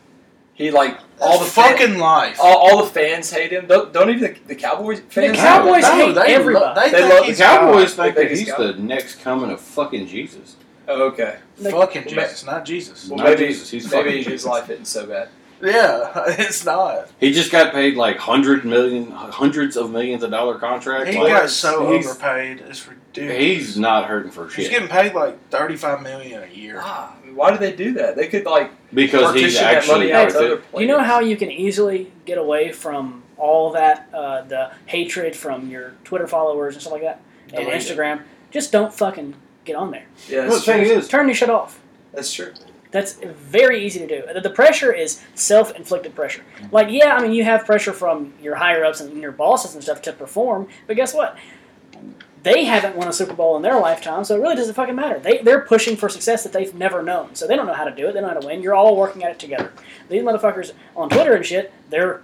[SPEAKER 4] He like all
[SPEAKER 2] all
[SPEAKER 4] the
[SPEAKER 2] the
[SPEAKER 4] fan-
[SPEAKER 2] fucking life.
[SPEAKER 4] all, all the fans hate him. Don't, don't even the, the Cowboys
[SPEAKER 1] The
[SPEAKER 4] fans.
[SPEAKER 1] Cowboys
[SPEAKER 2] No,
[SPEAKER 1] hate
[SPEAKER 2] they
[SPEAKER 1] everybody.
[SPEAKER 2] lo- they,
[SPEAKER 4] They
[SPEAKER 2] think
[SPEAKER 4] love the
[SPEAKER 2] he's
[SPEAKER 3] The Cowboys think
[SPEAKER 4] They
[SPEAKER 3] that
[SPEAKER 4] think
[SPEAKER 3] he's
[SPEAKER 4] he's
[SPEAKER 3] the next coming of fucking Jesus.
[SPEAKER 4] Oh, okay.
[SPEAKER 2] God. Fucking Jesus, not Jesus.
[SPEAKER 4] Well,
[SPEAKER 3] Not
[SPEAKER 4] maybe
[SPEAKER 3] Jesus, he's
[SPEAKER 4] maybe
[SPEAKER 3] fucking
[SPEAKER 4] his life isn't so bad.
[SPEAKER 2] Yeah, it's not.
[SPEAKER 3] He just got paid like hundred million, hundreds of millions of dollar contract.
[SPEAKER 2] He
[SPEAKER 3] Like,
[SPEAKER 2] got so
[SPEAKER 3] he's,
[SPEAKER 2] overpaid. It's ridiculous.
[SPEAKER 3] He's not hurting for
[SPEAKER 2] He's
[SPEAKER 3] shit
[SPEAKER 2] getting paid like thirty-five million a year.
[SPEAKER 4] Ah, why do they do that? They could like
[SPEAKER 3] because he's
[SPEAKER 4] partition that
[SPEAKER 3] actually.
[SPEAKER 4] money out to other
[SPEAKER 3] It,
[SPEAKER 4] players.
[SPEAKER 1] You know how you can easily get away from all that uh, the hatred from your Twitter followers and stuff like that, and
[SPEAKER 2] Delete it.
[SPEAKER 1] Instagram. Just don't fucking get on there.
[SPEAKER 4] Yeah,
[SPEAKER 3] well, the
[SPEAKER 4] that's true.
[SPEAKER 3] thing is,
[SPEAKER 1] Turn your shit off.
[SPEAKER 4] That's true.
[SPEAKER 1] That's very easy to do. The- The pressure is self-inflicted pressure. Like, yeah, I mean, you have pressure from your higher ups and your bosses and stuff to perform, but guess what? They haven't won a Super Bowl in their lifetime, so it really doesn't fucking matter. They they're pushing for success that they've never known, so they don't know how to do it. They don't know how to win. You're all working at it together. These motherfuckers on Twitter and shit, they're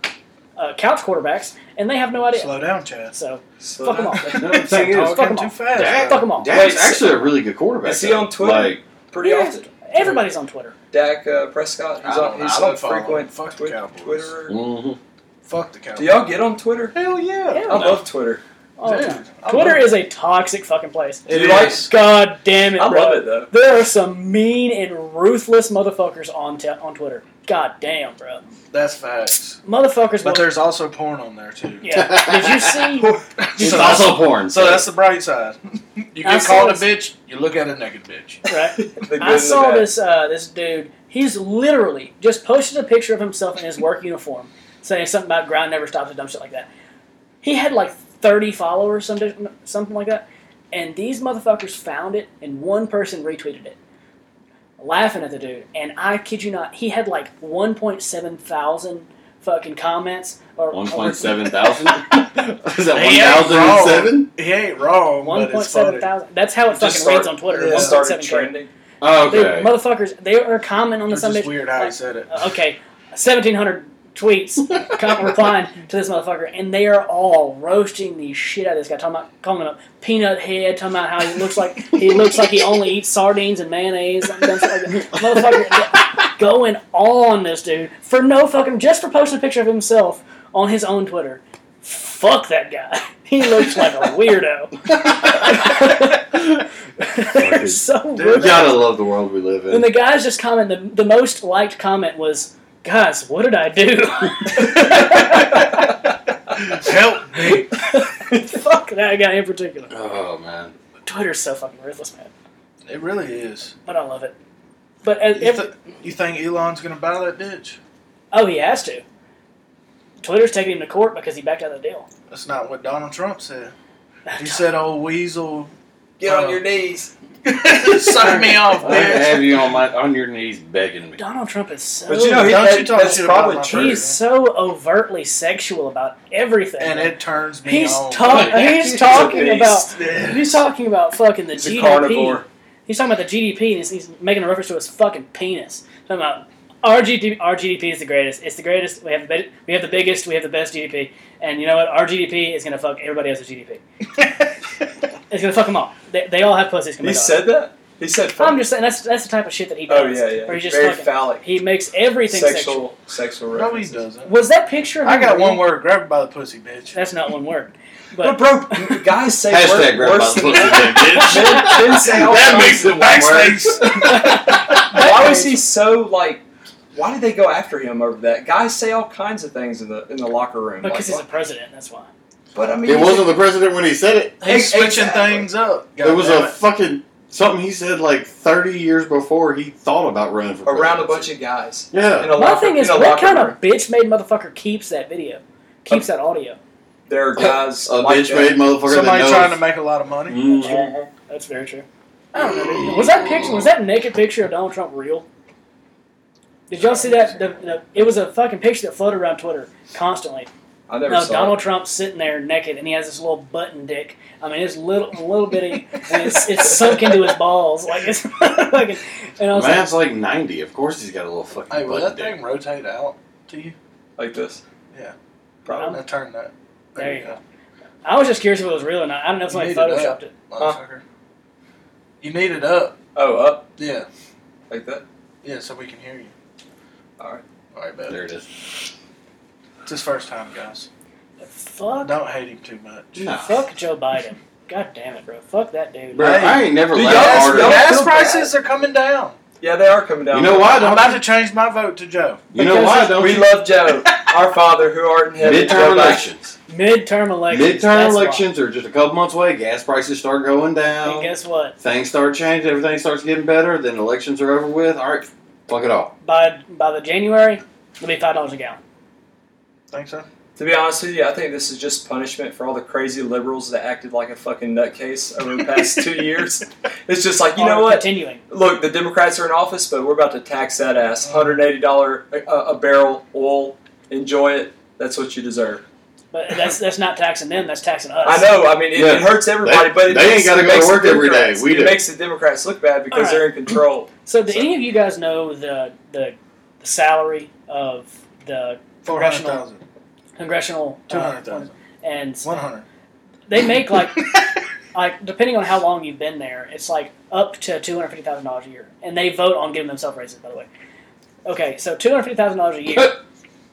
[SPEAKER 1] uh, couch quarterbacks, and they have no idea.
[SPEAKER 2] Slow down, Chad.
[SPEAKER 1] So
[SPEAKER 4] So
[SPEAKER 1] Fuck 'em
[SPEAKER 4] that-
[SPEAKER 3] no, the
[SPEAKER 2] Stop
[SPEAKER 3] thing is,
[SPEAKER 1] fuck 'em
[SPEAKER 2] talking too
[SPEAKER 1] off.
[SPEAKER 2] fast.
[SPEAKER 3] Dak-
[SPEAKER 2] bro.
[SPEAKER 1] fuck them all.
[SPEAKER 3] Dak's
[SPEAKER 4] Wait,
[SPEAKER 3] actually a really good quarterback.
[SPEAKER 4] is he
[SPEAKER 3] though.
[SPEAKER 4] on Twitter?
[SPEAKER 3] Like,
[SPEAKER 4] Pretty
[SPEAKER 1] Yeah.
[SPEAKER 4] often.
[SPEAKER 1] everybody's on Twitter.
[SPEAKER 4] Dak uh, Prescott. He's
[SPEAKER 2] I
[SPEAKER 4] on.
[SPEAKER 2] don't-
[SPEAKER 4] He's
[SPEAKER 2] I don't
[SPEAKER 4] on
[SPEAKER 2] follow him.
[SPEAKER 4] frequent
[SPEAKER 2] Fuck the
[SPEAKER 4] Twi-
[SPEAKER 2] Cowboys.
[SPEAKER 4] Twitter.
[SPEAKER 3] mhm.
[SPEAKER 2] Fuck the Cowboys.
[SPEAKER 4] Do y'all get on Twitter?
[SPEAKER 2] Hell yeah.
[SPEAKER 1] Yeah. No.
[SPEAKER 4] I love Twitter.
[SPEAKER 1] All the
[SPEAKER 2] Dude,
[SPEAKER 1] time.
[SPEAKER 2] I
[SPEAKER 1] Twitter
[SPEAKER 2] love
[SPEAKER 1] is a toxic fucking place.
[SPEAKER 4] Do
[SPEAKER 2] It
[SPEAKER 4] you
[SPEAKER 2] is.
[SPEAKER 1] God damn it,
[SPEAKER 4] I
[SPEAKER 1] bro.
[SPEAKER 4] love it though.
[SPEAKER 1] There are some mean and ruthless motherfuckers on t- on Twitter. God damn, bro.
[SPEAKER 2] That's facts.
[SPEAKER 1] Motherfuckers.
[SPEAKER 2] But
[SPEAKER 1] will-
[SPEAKER 2] there's also porn on there too.
[SPEAKER 1] yeah. Did you see?
[SPEAKER 3] it's
[SPEAKER 2] so,
[SPEAKER 3] also porn.
[SPEAKER 2] so that's the bright side. You
[SPEAKER 1] I
[SPEAKER 2] get
[SPEAKER 1] saw
[SPEAKER 2] called a
[SPEAKER 1] this-
[SPEAKER 2] bitch, you look at a naked bitch.
[SPEAKER 1] Right.
[SPEAKER 4] The good
[SPEAKER 1] I
[SPEAKER 4] and the
[SPEAKER 1] saw
[SPEAKER 4] bad.
[SPEAKER 1] this uh, this dude. He's literally just posted a picture of himself in his work uniform, saying something about grind never stops and dumb shit like that. He had like thirty followers, some di- something like that, and these motherfuckers found it, and one person retweeted it, laughing at the dude. And I kid you not, he had like one point seven thousand fucking comments or
[SPEAKER 3] one point seven thousand. Is that one
[SPEAKER 2] He ain't
[SPEAKER 3] thousand and seven?
[SPEAKER 2] He ain't wrong,
[SPEAKER 1] One
[SPEAKER 2] but
[SPEAKER 1] point
[SPEAKER 2] it's funny.
[SPEAKER 1] seven thousand. That's how it,
[SPEAKER 4] It
[SPEAKER 1] fucking
[SPEAKER 4] just
[SPEAKER 1] reads
[SPEAKER 4] start-
[SPEAKER 1] on Twitter.
[SPEAKER 4] It
[SPEAKER 2] Yeah.
[SPEAKER 1] One point seven
[SPEAKER 4] started
[SPEAKER 1] thousand.
[SPEAKER 4] trending.
[SPEAKER 3] Oh,
[SPEAKER 1] Dude,
[SPEAKER 3] okay.
[SPEAKER 1] motherfuckers, they are commenting on
[SPEAKER 2] It's
[SPEAKER 1] the
[SPEAKER 2] just
[SPEAKER 1] subject.
[SPEAKER 2] weird how he
[SPEAKER 1] like,
[SPEAKER 2] said it.
[SPEAKER 1] Uh, okay, 1,700 tweets come replying to this motherfucker, and they are all roasting the shit out of this guy, talking about calling him a peanut head, talking about how he looks like he looks like he only eats sardines and mayonnaise, and dumb shit like that. motherfucker going on this dude for no fucking just for posting a picture of himself on his own Twitter. fuck that guy. He looks like a weirdo. uh, They're so
[SPEAKER 2] Dude,
[SPEAKER 1] rude.
[SPEAKER 2] that-
[SPEAKER 3] gotta love the world we live
[SPEAKER 1] And
[SPEAKER 3] in.
[SPEAKER 1] the guys just commented, the, the most liked comment was, guys, what did I do?
[SPEAKER 2] Help me.
[SPEAKER 1] fuck that guy in particular.
[SPEAKER 3] Oh man,
[SPEAKER 1] Twitter's so fucking ruthless, man.
[SPEAKER 2] It really is.
[SPEAKER 1] But I love it. But as,
[SPEAKER 2] You,
[SPEAKER 1] if,
[SPEAKER 2] th- you think Elon's gonna buy that ditch?
[SPEAKER 1] oh, he has to. Twitter's taking him to court because he backed out of the deal.
[SPEAKER 2] That's not what Donald Trump said. He said, "Old weasel,
[SPEAKER 4] Get on your knees.
[SPEAKER 2] suck me off,
[SPEAKER 3] I have
[SPEAKER 2] bitch."
[SPEAKER 3] you on my on your knees begging me.
[SPEAKER 1] Donald Trump is so
[SPEAKER 4] But you know, he,
[SPEAKER 2] Don't you
[SPEAKER 4] that-
[SPEAKER 2] talk
[SPEAKER 4] that's
[SPEAKER 2] shit about
[SPEAKER 4] probably
[SPEAKER 2] my
[SPEAKER 4] true.
[SPEAKER 2] friend.
[SPEAKER 1] he's so overtly sexual about everything.
[SPEAKER 2] And it turns me
[SPEAKER 1] he's
[SPEAKER 2] on.
[SPEAKER 1] talking. He's talking
[SPEAKER 4] a
[SPEAKER 1] about.
[SPEAKER 4] beast.
[SPEAKER 1] He's talking about fucking the
[SPEAKER 4] He's a
[SPEAKER 1] GDP.
[SPEAKER 4] carnivore.
[SPEAKER 1] He's talking about the GDP, and he's, he's making a reference to his fucking penis. Talking about our GDP, our GDP is the greatest. It's the greatest. We have the big, we have the biggest. We have the best GDP. And you know what? Our GDP is gonna fuck everybody else's GDP. It's gonna fuck them all. They, they all have pussies.
[SPEAKER 4] He
[SPEAKER 1] compared to us.
[SPEAKER 4] said that? He said fuck.
[SPEAKER 1] I'm just saying that's that's the type of shit that he
[SPEAKER 4] Oh,
[SPEAKER 1] does.
[SPEAKER 4] yeah, yeah.
[SPEAKER 1] Where he just
[SPEAKER 4] Very
[SPEAKER 1] fucking,
[SPEAKER 4] phallic.
[SPEAKER 1] he makes everything sexual.
[SPEAKER 4] Sexual, sexual
[SPEAKER 2] no, he
[SPEAKER 4] references.
[SPEAKER 2] doesn't.
[SPEAKER 1] Was that picture? of
[SPEAKER 2] I
[SPEAKER 1] him
[SPEAKER 2] got
[SPEAKER 1] real?
[SPEAKER 2] one word: grab her by the pussy, bitch.
[SPEAKER 1] That's not one word.
[SPEAKER 4] But,
[SPEAKER 1] But
[SPEAKER 4] bro, guys say
[SPEAKER 3] Hashtag
[SPEAKER 4] wor-
[SPEAKER 3] grab my
[SPEAKER 4] worse
[SPEAKER 3] pussy,
[SPEAKER 4] than
[SPEAKER 3] then, bitch.
[SPEAKER 4] Men- men say all
[SPEAKER 3] That
[SPEAKER 4] kinds
[SPEAKER 3] makes it
[SPEAKER 2] Backspace.
[SPEAKER 4] why was he so like? Why did they go after him over that? Guys say all kinds of things in the in the locker room.
[SPEAKER 1] because he's
[SPEAKER 4] like,
[SPEAKER 1] a president, that's why.
[SPEAKER 4] but I mean,
[SPEAKER 3] It wasn't the president when he said it.
[SPEAKER 2] He's switching
[SPEAKER 4] Exactly.
[SPEAKER 2] things up.
[SPEAKER 3] It was
[SPEAKER 2] God
[SPEAKER 3] a fucking something he said like 30 years before he thought about running for
[SPEAKER 4] around a bunch
[SPEAKER 3] presidency.
[SPEAKER 4] of guys.
[SPEAKER 3] Yeah.
[SPEAKER 4] In a
[SPEAKER 1] My
[SPEAKER 4] locker,
[SPEAKER 1] thing is,
[SPEAKER 4] in a
[SPEAKER 1] what
[SPEAKER 4] locker
[SPEAKER 1] kind
[SPEAKER 4] room. Oh.
[SPEAKER 1] of bitch made motherfucker keeps that video? Keeps that audio?
[SPEAKER 4] There are guys.
[SPEAKER 3] A
[SPEAKER 4] like
[SPEAKER 3] bitch
[SPEAKER 4] that.
[SPEAKER 3] made motherfucker.
[SPEAKER 2] Somebody
[SPEAKER 3] that knows.
[SPEAKER 2] trying to make a lot of money.
[SPEAKER 3] Mhm.
[SPEAKER 1] That's very true. I don't know. dude. Was that picture? Was that naked picture of Donald Trump real? Did y'all see that? The, the, it was a fucking picture that floated around Twitter constantly.
[SPEAKER 4] I never
[SPEAKER 1] No,
[SPEAKER 4] saw.
[SPEAKER 1] Donald Trump's sitting there naked, and he has this little button dick. I mean, it's little, little bitty, and it's, it's sunk into his balls. Like it's fucking. And I was like,
[SPEAKER 3] Man's like 90. Of course he's got a little fucking
[SPEAKER 2] Hey, will
[SPEAKER 3] button
[SPEAKER 2] that
[SPEAKER 3] dick.
[SPEAKER 2] thing rotate out to you?
[SPEAKER 4] it. like this.
[SPEAKER 2] Probably. Now turn that.
[SPEAKER 1] There you I was just curious if it was real or not. I don't know if
[SPEAKER 2] You
[SPEAKER 1] somebody
[SPEAKER 2] need to know.
[SPEAKER 1] photoshopped it.
[SPEAKER 2] go, motherfucker. You need it up.
[SPEAKER 4] Oh, up
[SPEAKER 2] Yeah,
[SPEAKER 4] like that.
[SPEAKER 2] yeah, so we can hear you.
[SPEAKER 4] All right.
[SPEAKER 2] All right, bet.
[SPEAKER 3] There it is.
[SPEAKER 2] It's his first time, guys.
[SPEAKER 1] Fuck,
[SPEAKER 2] Don't hate him too much.
[SPEAKER 3] Nah.
[SPEAKER 1] fuck Joe Biden. God damn it, bro. Fuck that dude.
[SPEAKER 3] Bro,
[SPEAKER 2] Hey.
[SPEAKER 3] I ain't never
[SPEAKER 4] Dude,
[SPEAKER 3] laughed
[SPEAKER 4] y'all-
[SPEAKER 2] Gas,
[SPEAKER 3] harder.
[SPEAKER 4] y'all-
[SPEAKER 2] gas
[SPEAKER 4] feel
[SPEAKER 2] prices are coming down.
[SPEAKER 4] Yeah, they are coming down.
[SPEAKER 3] You know why?
[SPEAKER 2] I'm
[SPEAKER 3] Don't,
[SPEAKER 2] about to change my vote to Joe.
[SPEAKER 3] you know why? Don't
[SPEAKER 4] we
[SPEAKER 3] you?
[SPEAKER 4] love Joe, our Father who art in heaven.
[SPEAKER 3] Midterm
[SPEAKER 4] Joe Biden.
[SPEAKER 3] elections.
[SPEAKER 1] Midterm elections.
[SPEAKER 3] Midterm
[SPEAKER 1] that's why.
[SPEAKER 3] elections are just a couple months away. Gas prices start going
[SPEAKER 1] And
[SPEAKER 3] down.
[SPEAKER 1] guess what?
[SPEAKER 3] Things start changing. Everything starts getting better. Then elections are over with. All right, fuck it all.
[SPEAKER 1] By by the January, it'll be five dollars a gallon.
[SPEAKER 2] Think so?
[SPEAKER 4] To be honest with you, I think this is just punishment for all the crazy liberals that acted like a fucking nutcase over the past two years. It's just like, you know
[SPEAKER 1] Or
[SPEAKER 4] what?
[SPEAKER 1] Continuing.
[SPEAKER 4] Look, the Democrats are in office, but we're about to tax that ass. $180 uh, a, a barrel oil. Enjoy it. That's what you deserve.
[SPEAKER 1] But that's that's not taxing them. That's taxing us.
[SPEAKER 4] I know. I mean, it,
[SPEAKER 3] Yeah.
[SPEAKER 4] it hurts everybody,
[SPEAKER 3] They-
[SPEAKER 4] but it
[SPEAKER 3] they ain't
[SPEAKER 4] makes,
[SPEAKER 3] gotta
[SPEAKER 4] it
[SPEAKER 3] go to
[SPEAKER 4] makes the
[SPEAKER 3] work every day.
[SPEAKER 4] Democrats-
[SPEAKER 3] We
[SPEAKER 4] it
[SPEAKER 3] do.
[SPEAKER 4] makes the Democrats look bad because
[SPEAKER 1] Alright.
[SPEAKER 4] they're in control.
[SPEAKER 1] So, do
[SPEAKER 4] So-
[SPEAKER 1] any of you guys know the the, the salary of the
[SPEAKER 2] Four hundred thousand.
[SPEAKER 1] congressional uh,
[SPEAKER 2] Two hundred thousand.
[SPEAKER 1] and
[SPEAKER 2] One hundred.
[SPEAKER 1] they make like like depending on how long you've been there, it's like up to two hundred fifty thousand dollars a year, and they vote on giving themselves raises. By the way, okay, so two hundred fifty thousand dollars a year,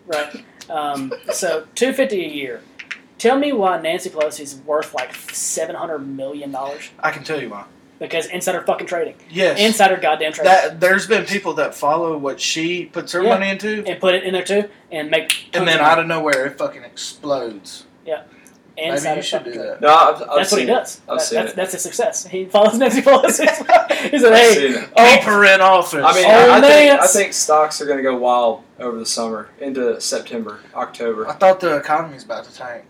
[SPEAKER 1] right? Um, so two fifty a year. Tell me why Nancy Pelosi's worth like seven hundred million dollars
[SPEAKER 2] I can tell you why.
[SPEAKER 1] because insider fucking trading,
[SPEAKER 2] Yes.
[SPEAKER 1] insider goddamn trading,
[SPEAKER 2] that there's been people that follow what she puts her
[SPEAKER 1] Yeah.
[SPEAKER 2] money into,
[SPEAKER 1] and put it in there too, and make
[SPEAKER 2] and
[SPEAKER 1] tons
[SPEAKER 2] then
[SPEAKER 1] of
[SPEAKER 2] out of nowhere it fucking explodes.
[SPEAKER 1] money.
[SPEAKER 2] Maybe
[SPEAKER 1] Insider
[SPEAKER 2] you should
[SPEAKER 1] fucking
[SPEAKER 2] do
[SPEAKER 1] trading.
[SPEAKER 2] that.
[SPEAKER 4] No, I've, I've
[SPEAKER 1] that's what he
[SPEAKER 4] seen it.
[SPEAKER 1] does.
[SPEAKER 4] I've
[SPEAKER 1] That-
[SPEAKER 4] seen
[SPEAKER 1] that's,
[SPEAKER 4] it.
[SPEAKER 1] that's his success. He follows Nancy Pelosi. he said,
[SPEAKER 4] I've
[SPEAKER 1] "Hey,
[SPEAKER 4] seen it.
[SPEAKER 1] oh,
[SPEAKER 2] Keep her in office.
[SPEAKER 4] I mean,
[SPEAKER 1] Oh,
[SPEAKER 4] I, I think, I
[SPEAKER 1] Lance.
[SPEAKER 4] think stocks are going to go wild over the summer into September, October.
[SPEAKER 2] I thought the economy's about to tank.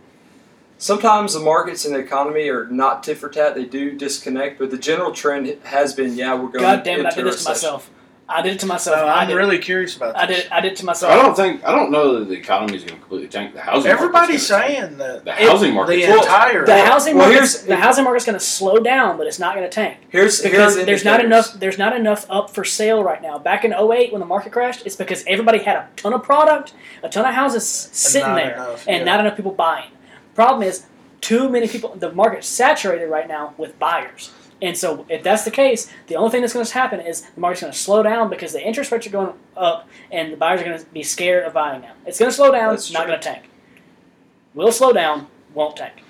[SPEAKER 4] Sometimes the markets and the economy are not tit for tat; they do disconnect. But the general trend has been, yeah, we're going.
[SPEAKER 1] God damn it! I
[SPEAKER 4] into
[SPEAKER 1] did this to
[SPEAKER 4] recession.
[SPEAKER 1] myself. I did it to
[SPEAKER 2] So
[SPEAKER 1] myself. I
[SPEAKER 2] I'm
[SPEAKER 1] did. it.
[SPEAKER 2] really curious about this.
[SPEAKER 1] I did. I did it to
[SPEAKER 3] So I
[SPEAKER 1] myself.
[SPEAKER 3] don't think I don't know that the economy's going to completely tank. The housing market's
[SPEAKER 2] Everybody's
[SPEAKER 3] gonna tank.
[SPEAKER 2] saying that
[SPEAKER 3] the housing market.
[SPEAKER 2] the
[SPEAKER 4] Well,
[SPEAKER 2] entire
[SPEAKER 1] The housing
[SPEAKER 4] Well,
[SPEAKER 1] market's,
[SPEAKER 4] here's-
[SPEAKER 1] the housing market's going to slow down, but it's not going to tank
[SPEAKER 4] Here's
[SPEAKER 1] because
[SPEAKER 4] here's
[SPEAKER 1] there's not
[SPEAKER 4] indicators.
[SPEAKER 1] enough. There's not enough up for sale right now. Back in 08 when the market crashed, it's because everybody had a ton of product, a ton of houses sitting
[SPEAKER 2] not
[SPEAKER 1] there,
[SPEAKER 2] enough,
[SPEAKER 1] and
[SPEAKER 2] yeah.
[SPEAKER 1] not enough people buying. Problem is, too many people. The market's saturated right now with buyers. And so, if that's the case, the only thing that's going to happen is the market's going to slow down because the interest rates are going up, and the buyers are going to be scared of buying now. It's going to slow down.
[SPEAKER 4] That's
[SPEAKER 1] it's not
[SPEAKER 4] true.
[SPEAKER 1] going to tank. Will slow down, won't tank.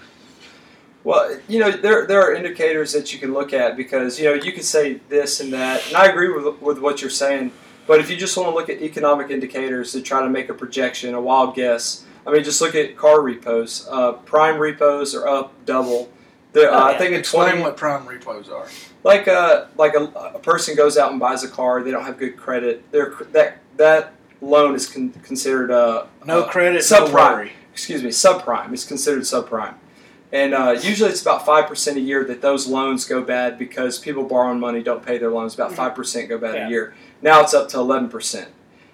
[SPEAKER 4] Well, you know, there, there are indicators that you can look at because, you know, you can say this and that. And I agree with, with what you're saying. But if you just want to look at economic indicators to try to make a projection, a wild guess, I mean, just look at car repos. Uh, prime repos are up double. They're,
[SPEAKER 2] Oh,
[SPEAKER 4] uh, I think in
[SPEAKER 2] Explain
[SPEAKER 4] 20,
[SPEAKER 2] what prime repos are.
[SPEAKER 4] like a like a, a person goes out and buys a car, they don't have good credit. Their cr- that that loan is con- considered uh,
[SPEAKER 2] No
[SPEAKER 4] uh,
[SPEAKER 2] credit, no
[SPEAKER 4] subprime.
[SPEAKER 2] worry.
[SPEAKER 4] excuse me, subprime. It's considered subprime. And uh, usually it's about 5% a year that those loans go bad because people borrowing money don't pay their loans. About
[SPEAKER 1] Mhm.
[SPEAKER 4] 5% go bad
[SPEAKER 1] Yeah.
[SPEAKER 4] a year. Now it's up to 11%.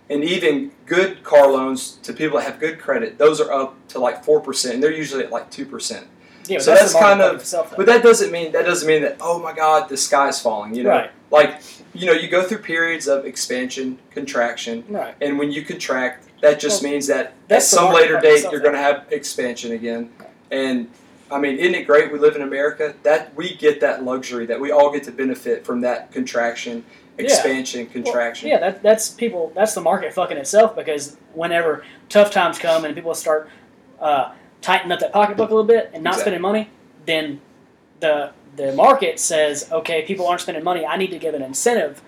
[SPEAKER 4] And even good car loans to people that have good credit, those are up to like 4%. And they're usually at like 2%.
[SPEAKER 1] Yeah, but
[SPEAKER 4] So
[SPEAKER 1] that's,
[SPEAKER 4] that's
[SPEAKER 1] the market
[SPEAKER 4] kind
[SPEAKER 1] by
[SPEAKER 4] of-
[SPEAKER 1] itself, though.
[SPEAKER 4] But that doesn't mean that doesn't mean that oh my god the sky's falling you know
[SPEAKER 1] Right.
[SPEAKER 4] like you know you go through periods of expansion contraction
[SPEAKER 1] right.
[SPEAKER 4] and when you contract, that just means that at
[SPEAKER 1] that's the
[SPEAKER 4] some
[SPEAKER 1] market
[SPEAKER 4] later
[SPEAKER 1] by
[SPEAKER 4] date
[SPEAKER 1] itself.
[SPEAKER 4] you're going to have expansion again. And I mean, isn't it great we live in America that we get that luxury that we all get to benefit from that contraction,
[SPEAKER 1] Yeah.
[SPEAKER 4] expansion,
[SPEAKER 1] Well,
[SPEAKER 4] contraction.
[SPEAKER 1] yeah, that, that's people. That's the market fucking itself because whenever tough times come and people start uh, tightening up that pocketbook a little bit and not
[SPEAKER 4] Exactly.
[SPEAKER 1] spending money, then the the market says, okay, people aren't spending money. I need to give an incentive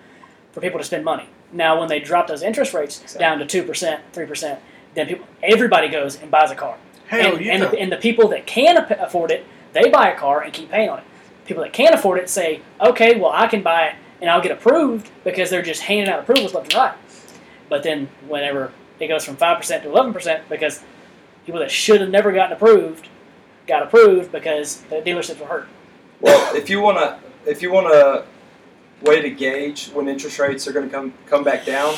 [SPEAKER 1] for people to spend money. Now, when they drop those interest rates
[SPEAKER 4] Exactly.
[SPEAKER 1] down to two percent, three percent, then people everybody goes and buys a car.
[SPEAKER 2] Hell
[SPEAKER 1] and,
[SPEAKER 2] yeah.
[SPEAKER 1] and, the, and the people that can ap- afford it, they buy a car and keep paying on it. People that can't afford it say, okay, well, I can buy it and I'll get approved because they're just handing out approvals left and right. But then whenever it goes from 5% to 11%, because people that should have never gotten approved got approved because the dealerships were hurt.
[SPEAKER 4] Well, if you want to, if you want to way to gauge when interest rates are going to come come back down,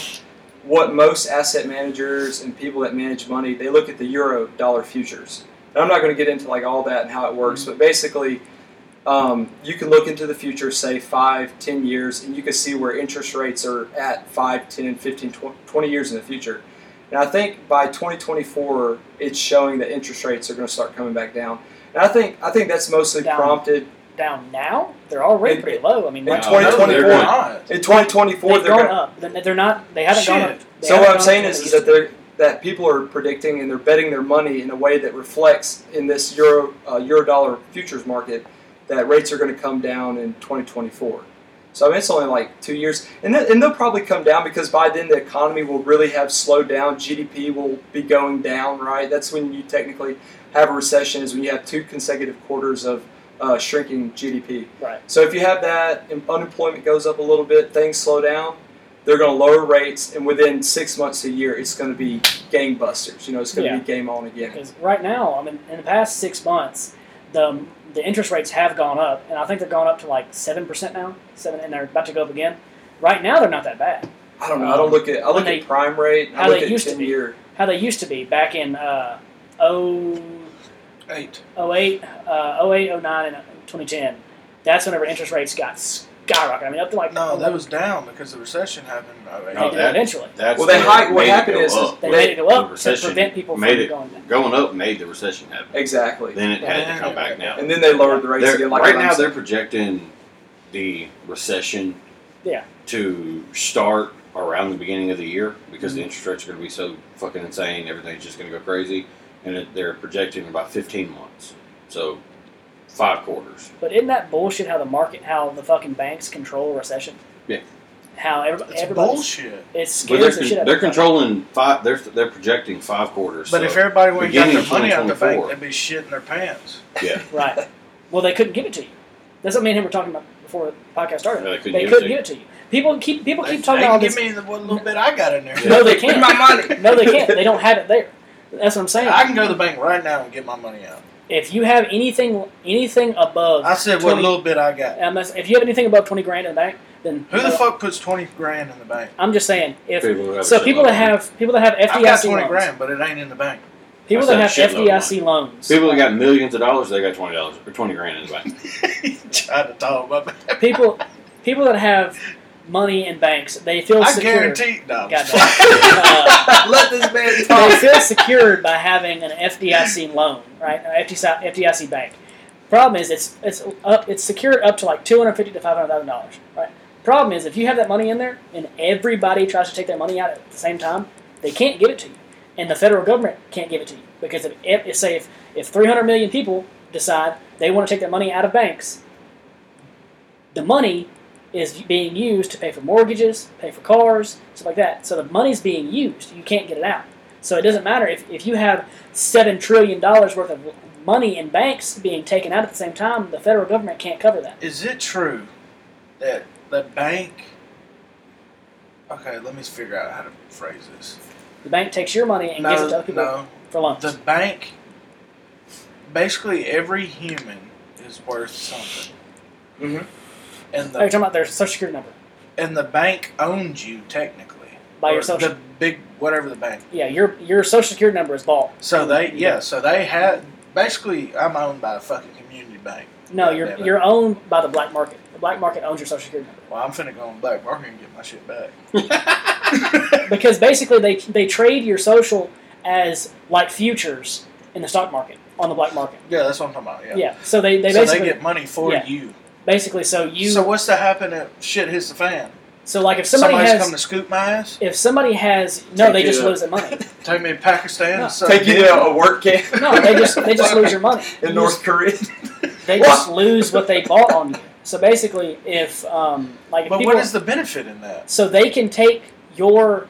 [SPEAKER 4] what most asset managers and people that manage money they look at the euro dollar futures. And I'm not going to get into like all that and how it works, but basically, um, you can look into the future, say five, ten years, and you can see where interest rates are at 5, 10, 15, 20, 20 years in the future. And I think by 2024, it's showing that interest rates are going to start coming back down. And I think I think that's mostly
[SPEAKER 1] Down.
[SPEAKER 4] prompted
[SPEAKER 1] Down now, they're already
[SPEAKER 4] It-
[SPEAKER 1] pretty low. I mean,
[SPEAKER 4] it-
[SPEAKER 1] right-
[SPEAKER 3] No, they're-
[SPEAKER 4] 2024.
[SPEAKER 3] they're not.
[SPEAKER 2] Not.
[SPEAKER 4] In 2024,
[SPEAKER 1] they've
[SPEAKER 4] they're
[SPEAKER 1] gone
[SPEAKER 4] gonna,
[SPEAKER 1] up. They're they're not. They haven't gone
[SPEAKER 2] Shit.
[SPEAKER 1] up. They
[SPEAKER 4] so
[SPEAKER 1] haven't
[SPEAKER 4] what I'm
[SPEAKER 1] gone
[SPEAKER 4] saying
[SPEAKER 1] up
[SPEAKER 4] is,
[SPEAKER 1] yet.
[SPEAKER 4] is that they're that people are predicting and they're betting their money in a way that reflects in this euro uh, euro dollar futures market that rates are going to come down in 2024. So I mean, it's only like two years, and th- and they'll probably come down because by then the economy will really have slowed down. GDP will be going down, right? That's when you technically have a recession is when you have two consecutive quarters of uh, shrinking GDP.
[SPEAKER 1] Right.
[SPEAKER 4] So if you have that, and unemployment goes up a little bit, things slow down. They're going to lower rates, and within six months to a year, it's going to be gangbusters. You know, it's going to
[SPEAKER 1] Yeah.
[SPEAKER 4] be game on again.
[SPEAKER 1] Because right now, I mean, in the past six months, the the interest rates have gone up, and I think they've gone up to like seven percent now, seven, and they're about to go up again. Right now, they're not that bad.
[SPEAKER 4] I don't know. I don't look at I look
[SPEAKER 1] Um, They-
[SPEAKER 4] at prime rate. and I
[SPEAKER 1] how
[SPEAKER 4] look
[SPEAKER 1] they
[SPEAKER 4] at
[SPEAKER 1] used to
[SPEAKER 4] ten
[SPEAKER 1] be.
[SPEAKER 4] year.
[SPEAKER 1] How they used to be back in uh, 0,
[SPEAKER 2] Eight.
[SPEAKER 1] 08, uh, 08, 09, and 2010. That's whenever interest rates got skyrocketed. I mean, up to like
[SPEAKER 2] No, that was down because the recession happened. in 08.
[SPEAKER 1] they did
[SPEAKER 3] No, Oh, that-
[SPEAKER 1] eventually.
[SPEAKER 3] That's
[SPEAKER 4] Well, they
[SPEAKER 3] what
[SPEAKER 4] hike- what
[SPEAKER 3] made it
[SPEAKER 4] happened
[SPEAKER 3] go
[SPEAKER 4] is-
[SPEAKER 3] up.
[SPEAKER 1] They made it go up to
[SPEAKER 3] recession
[SPEAKER 1] prevent people
[SPEAKER 3] made
[SPEAKER 1] from
[SPEAKER 3] it-
[SPEAKER 1] going down.
[SPEAKER 3] Going up made the recession happen.
[SPEAKER 4] Exactly.
[SPEAKER 3] Then it had to come back now.
[SPEAKER 4] And then they lowered the rates
[SPEAKER 3] They're-
[SPEAKER 4] again. Like
[SPEAKER 3] right
[SPEAKER 4] what I'm
[SPEAKER 3] now,
[SPEAKER 4] saying.
[SPEAKER 3] they're projecting the recession
[SPEAKER 1] Yeah.
[SPEAKER 3] to start around the beginning of the year because
[SPEAKER 1] Mm-hmm.
[SPEAKER 3] the interest rates are going to be so fucking insane. Everything's just going to go crazy. And it, they're projecting about 15 months. So five quarters.
[SPEAKER 1] But isn't that bullshit how the market, how the fucking banks control recession?
[SPEAKER 3] Yeah.
[SPEAKER 1] How everybody,
[SPEAKER 2] It's
[SPEAKER 1] everybody's,
[SPEAKER 2] bullshit.
[SPEAKER 1] it
[SPEAKER 3] But
[SPEAKER 1] scares
[SPEAKER 3] they're,
[SPEAKER 1] the shit out
[SPEAKER 3] con-
[SPEAKER 1] of
[SPEAKER 3] they're
[SPEAKER 1] everybody.
[SPEAKER 3] controlling five, they're, they're projecting five quarters.
[SPEAKER 2] But
[SPEAKER 3] so-
[SPEAKER 2] if everybody went and got
[SPEAKER 3] beginning
[SPEAKER 2] their money out the bank,
[SPEAKER 3] 2024.
[SPEAKER 2] they'd be shitting their pants.
[SPEAKER 3] yeah,
[SPEAKER 1] Right. Well, they couldn't give it to you. That's what me and him were talking about before the podcast started.
[SPEAKER 3] Yeah, they couldn't
[SPEAKER 1] they
[SPEAKER 3] give it
[SPEAKER 1] couldn't
[SPEAKER 3] to you.
[SPEAKER 1] give it to you. People keep people
[SPEAKER 2] They,
[SPEAKER 1] keep talking
[SPEAKER 2] they
[SPEAKER 1] about all
[SPEAKER 2] can
[SPEAKER 1] this.
[SPEAKER 2] give me the one little bit I got in there.
[SPEAKER 3] Yeah.
[SPEAKER 1] No, they
[SPEAKER 2] Give me
[SPEAKER 1] can't.
[SPEAKER 2] my money.
[SPEAKER 1] No, they can't. They don't have it there. That's what I'm saying.
[SPEAKER 2] I can go to the bank right now and get my money out.
[SPEAKER 1] if you have anything anything above,
[SPEAKER 2] I said what
[SPEAKER 1] 20
[SPEAKER 2] little bit I got.
[SPEAKER 1] um, that's- if you have anything above twenty grand in the bank, then
[SPEAKER 2] Who the
[SPEAKER 1] no.
[SPEAKER 2] fuck puts twenty grand in the bank?
[SPEAKER 1] I'm just saying if.
[SPEAKER 3] people who have
[SPEAKER 1] so
[SPEAKER 3] a
[SPEAKER 1] people
[SPEAKER 3] shitload
[SPEAKER 1] that
[SPEAKER 3] of money.
[SPEAKER 1] have people that have FDIC
[SPEAKER 2] I've got twenty
[SPEAKER 1] loans,
[SPEAKER 2] grand, but it ain't in the bank.
[SPEAKER 1] people
[SPEAKER 3] That's
[SPEAKER 1] that have
[SPEAKER 3] a shitload of money.
[SPEAKER 1] FDIC loans,
[SPEAKER 3] people that got millions of dollars, they got twenty dollars or twenty grand in the bank.
[SPEAKER 2] Try to talk about that.
[SPEAKER 1] people people that have money in banks, they feel
[SPEAKER 2] I
[SPEAKER 1] secure.
[SPEAKER 2] guarantee. No, I'm
[SPEAKER 1] God,
[SPEAKER 2] just
[SPEAKER 1] no. Uh,
[SPEAKER 2] Let this man
[SPEAKER 1] they
[SPEAKER 2] talk.
[SPEAKER 1] feel secured by having an FDIC loan, right? An FDIC, FDIC bank. Problem is, it's it's up, it's secured up to like two hundred fifty to five hundred thousand dollars, right? Problem is, if you have that money in there and everybody tries to take their money out at the same time, they can't give it to you. and the federal government can't give it to you because if, if say if, if 300 million people decide they want to take their money out of banks, the money is being used to pay for mortgages, pay for cars, stuff like that. So the money's being used. You can't get it out. So it doesn't matter if, if you have seven trillion dollars worth of money in banks being taken out at the same time. The federal government can't cover that.
[SPEAKER 2] Is it true that the bank? Okay, let me figure out how to phrase this.
[SPEAKER 1] The bank takes your money and gives it to
[SPEAKER 2] No,
[SPEAKER 1] other people
[SPEAKER 2] no.
[SPEAKER 1] for loans.
[SPEAKER 2] The bank. Basically, every human is worth something,
[SPEAKER 1] Mm-hmm.
[SPEAKER 4] Mhm.
[SPEAKER 2] and
[SPEAKER 1] Oh, you're
[SPEAKER 2] the
[SPEAKER 1] talking about their social security number
[SPEAKER 2] and the bank owns you technically
[SPEAKER 1] by
[SPEAKER 2] Or
[SPEAKER 1] your social.
[SPEAKER 2] The big whatever the bank.
[SPEAKER 1] yeah, your your social security number is bought.
[SPEAKER 2] So they
[SPEAKER 1] Yeah.
[SPEAKER 2] yeah. So they had basically. I'm owned by a fucking community bank.
[SPEAKER 1] No,
[SPEAKER 2] Yeah,
[SPEAKER 1] you're
[SPEAKER 2] yeah,
[SPEAKER 1] you're owned by the black market. The black market owns your social security number
[SPEAKER 2] Well, I'm finna go on black market and get my shit back.
[SPEAKER 1] because basically they they trade your social as like futures in the stock market on the black market.
[SPEAKER 2] Yeah, that's what I'm talking about.
[SPEAKER 1] Yeah.
[SPEAKER 2] Yeah.
[SPEAKER 1] So they, they
[SPEAKER 2] so they
[SPEAKER 1] basically
[SPEAKER 2] get money for
[SPEAKER 1] yeah.
[SPEAKER 2] you.
[SPEAKER 1] basically so you
[SPEAKER 2] So
[SPEAKER 1] so,
[SPEAKER 2] what's to happen if shit hits the fan?
[SPEAKER 1] like if somebody
[SPEAKER 2] Somebody's
[SPEAKER 1] has
[SPEAKER 2] come to scoop my ass,
[SPEAKER 1] if somebody has no
[SPEAKER 4] Take
[SPEAKER 1] they
[SPEAKER 4] you
[SPEAKER 1] just
[SPEAKER 4] to-
[SPEAKER 1] lose their money.
[SPEAKER 2] take me to Pakistan,
[SPEAKER 1] No.
[SPEAKER 2] so
[SPEAKER 4] Take you to a work camp.
[SPEAKER 1] No, they just they just lose your money.
[SPEAKER 4] in North Korea.
[SPEAKER 1] They just lose what they bought on you. So basically, if um like if
[SPEAKER 2] But
[SPEAKER 1] people,
[SPEAKER 2] what is the benefit in that?
[SPEAKER 1] So they can take your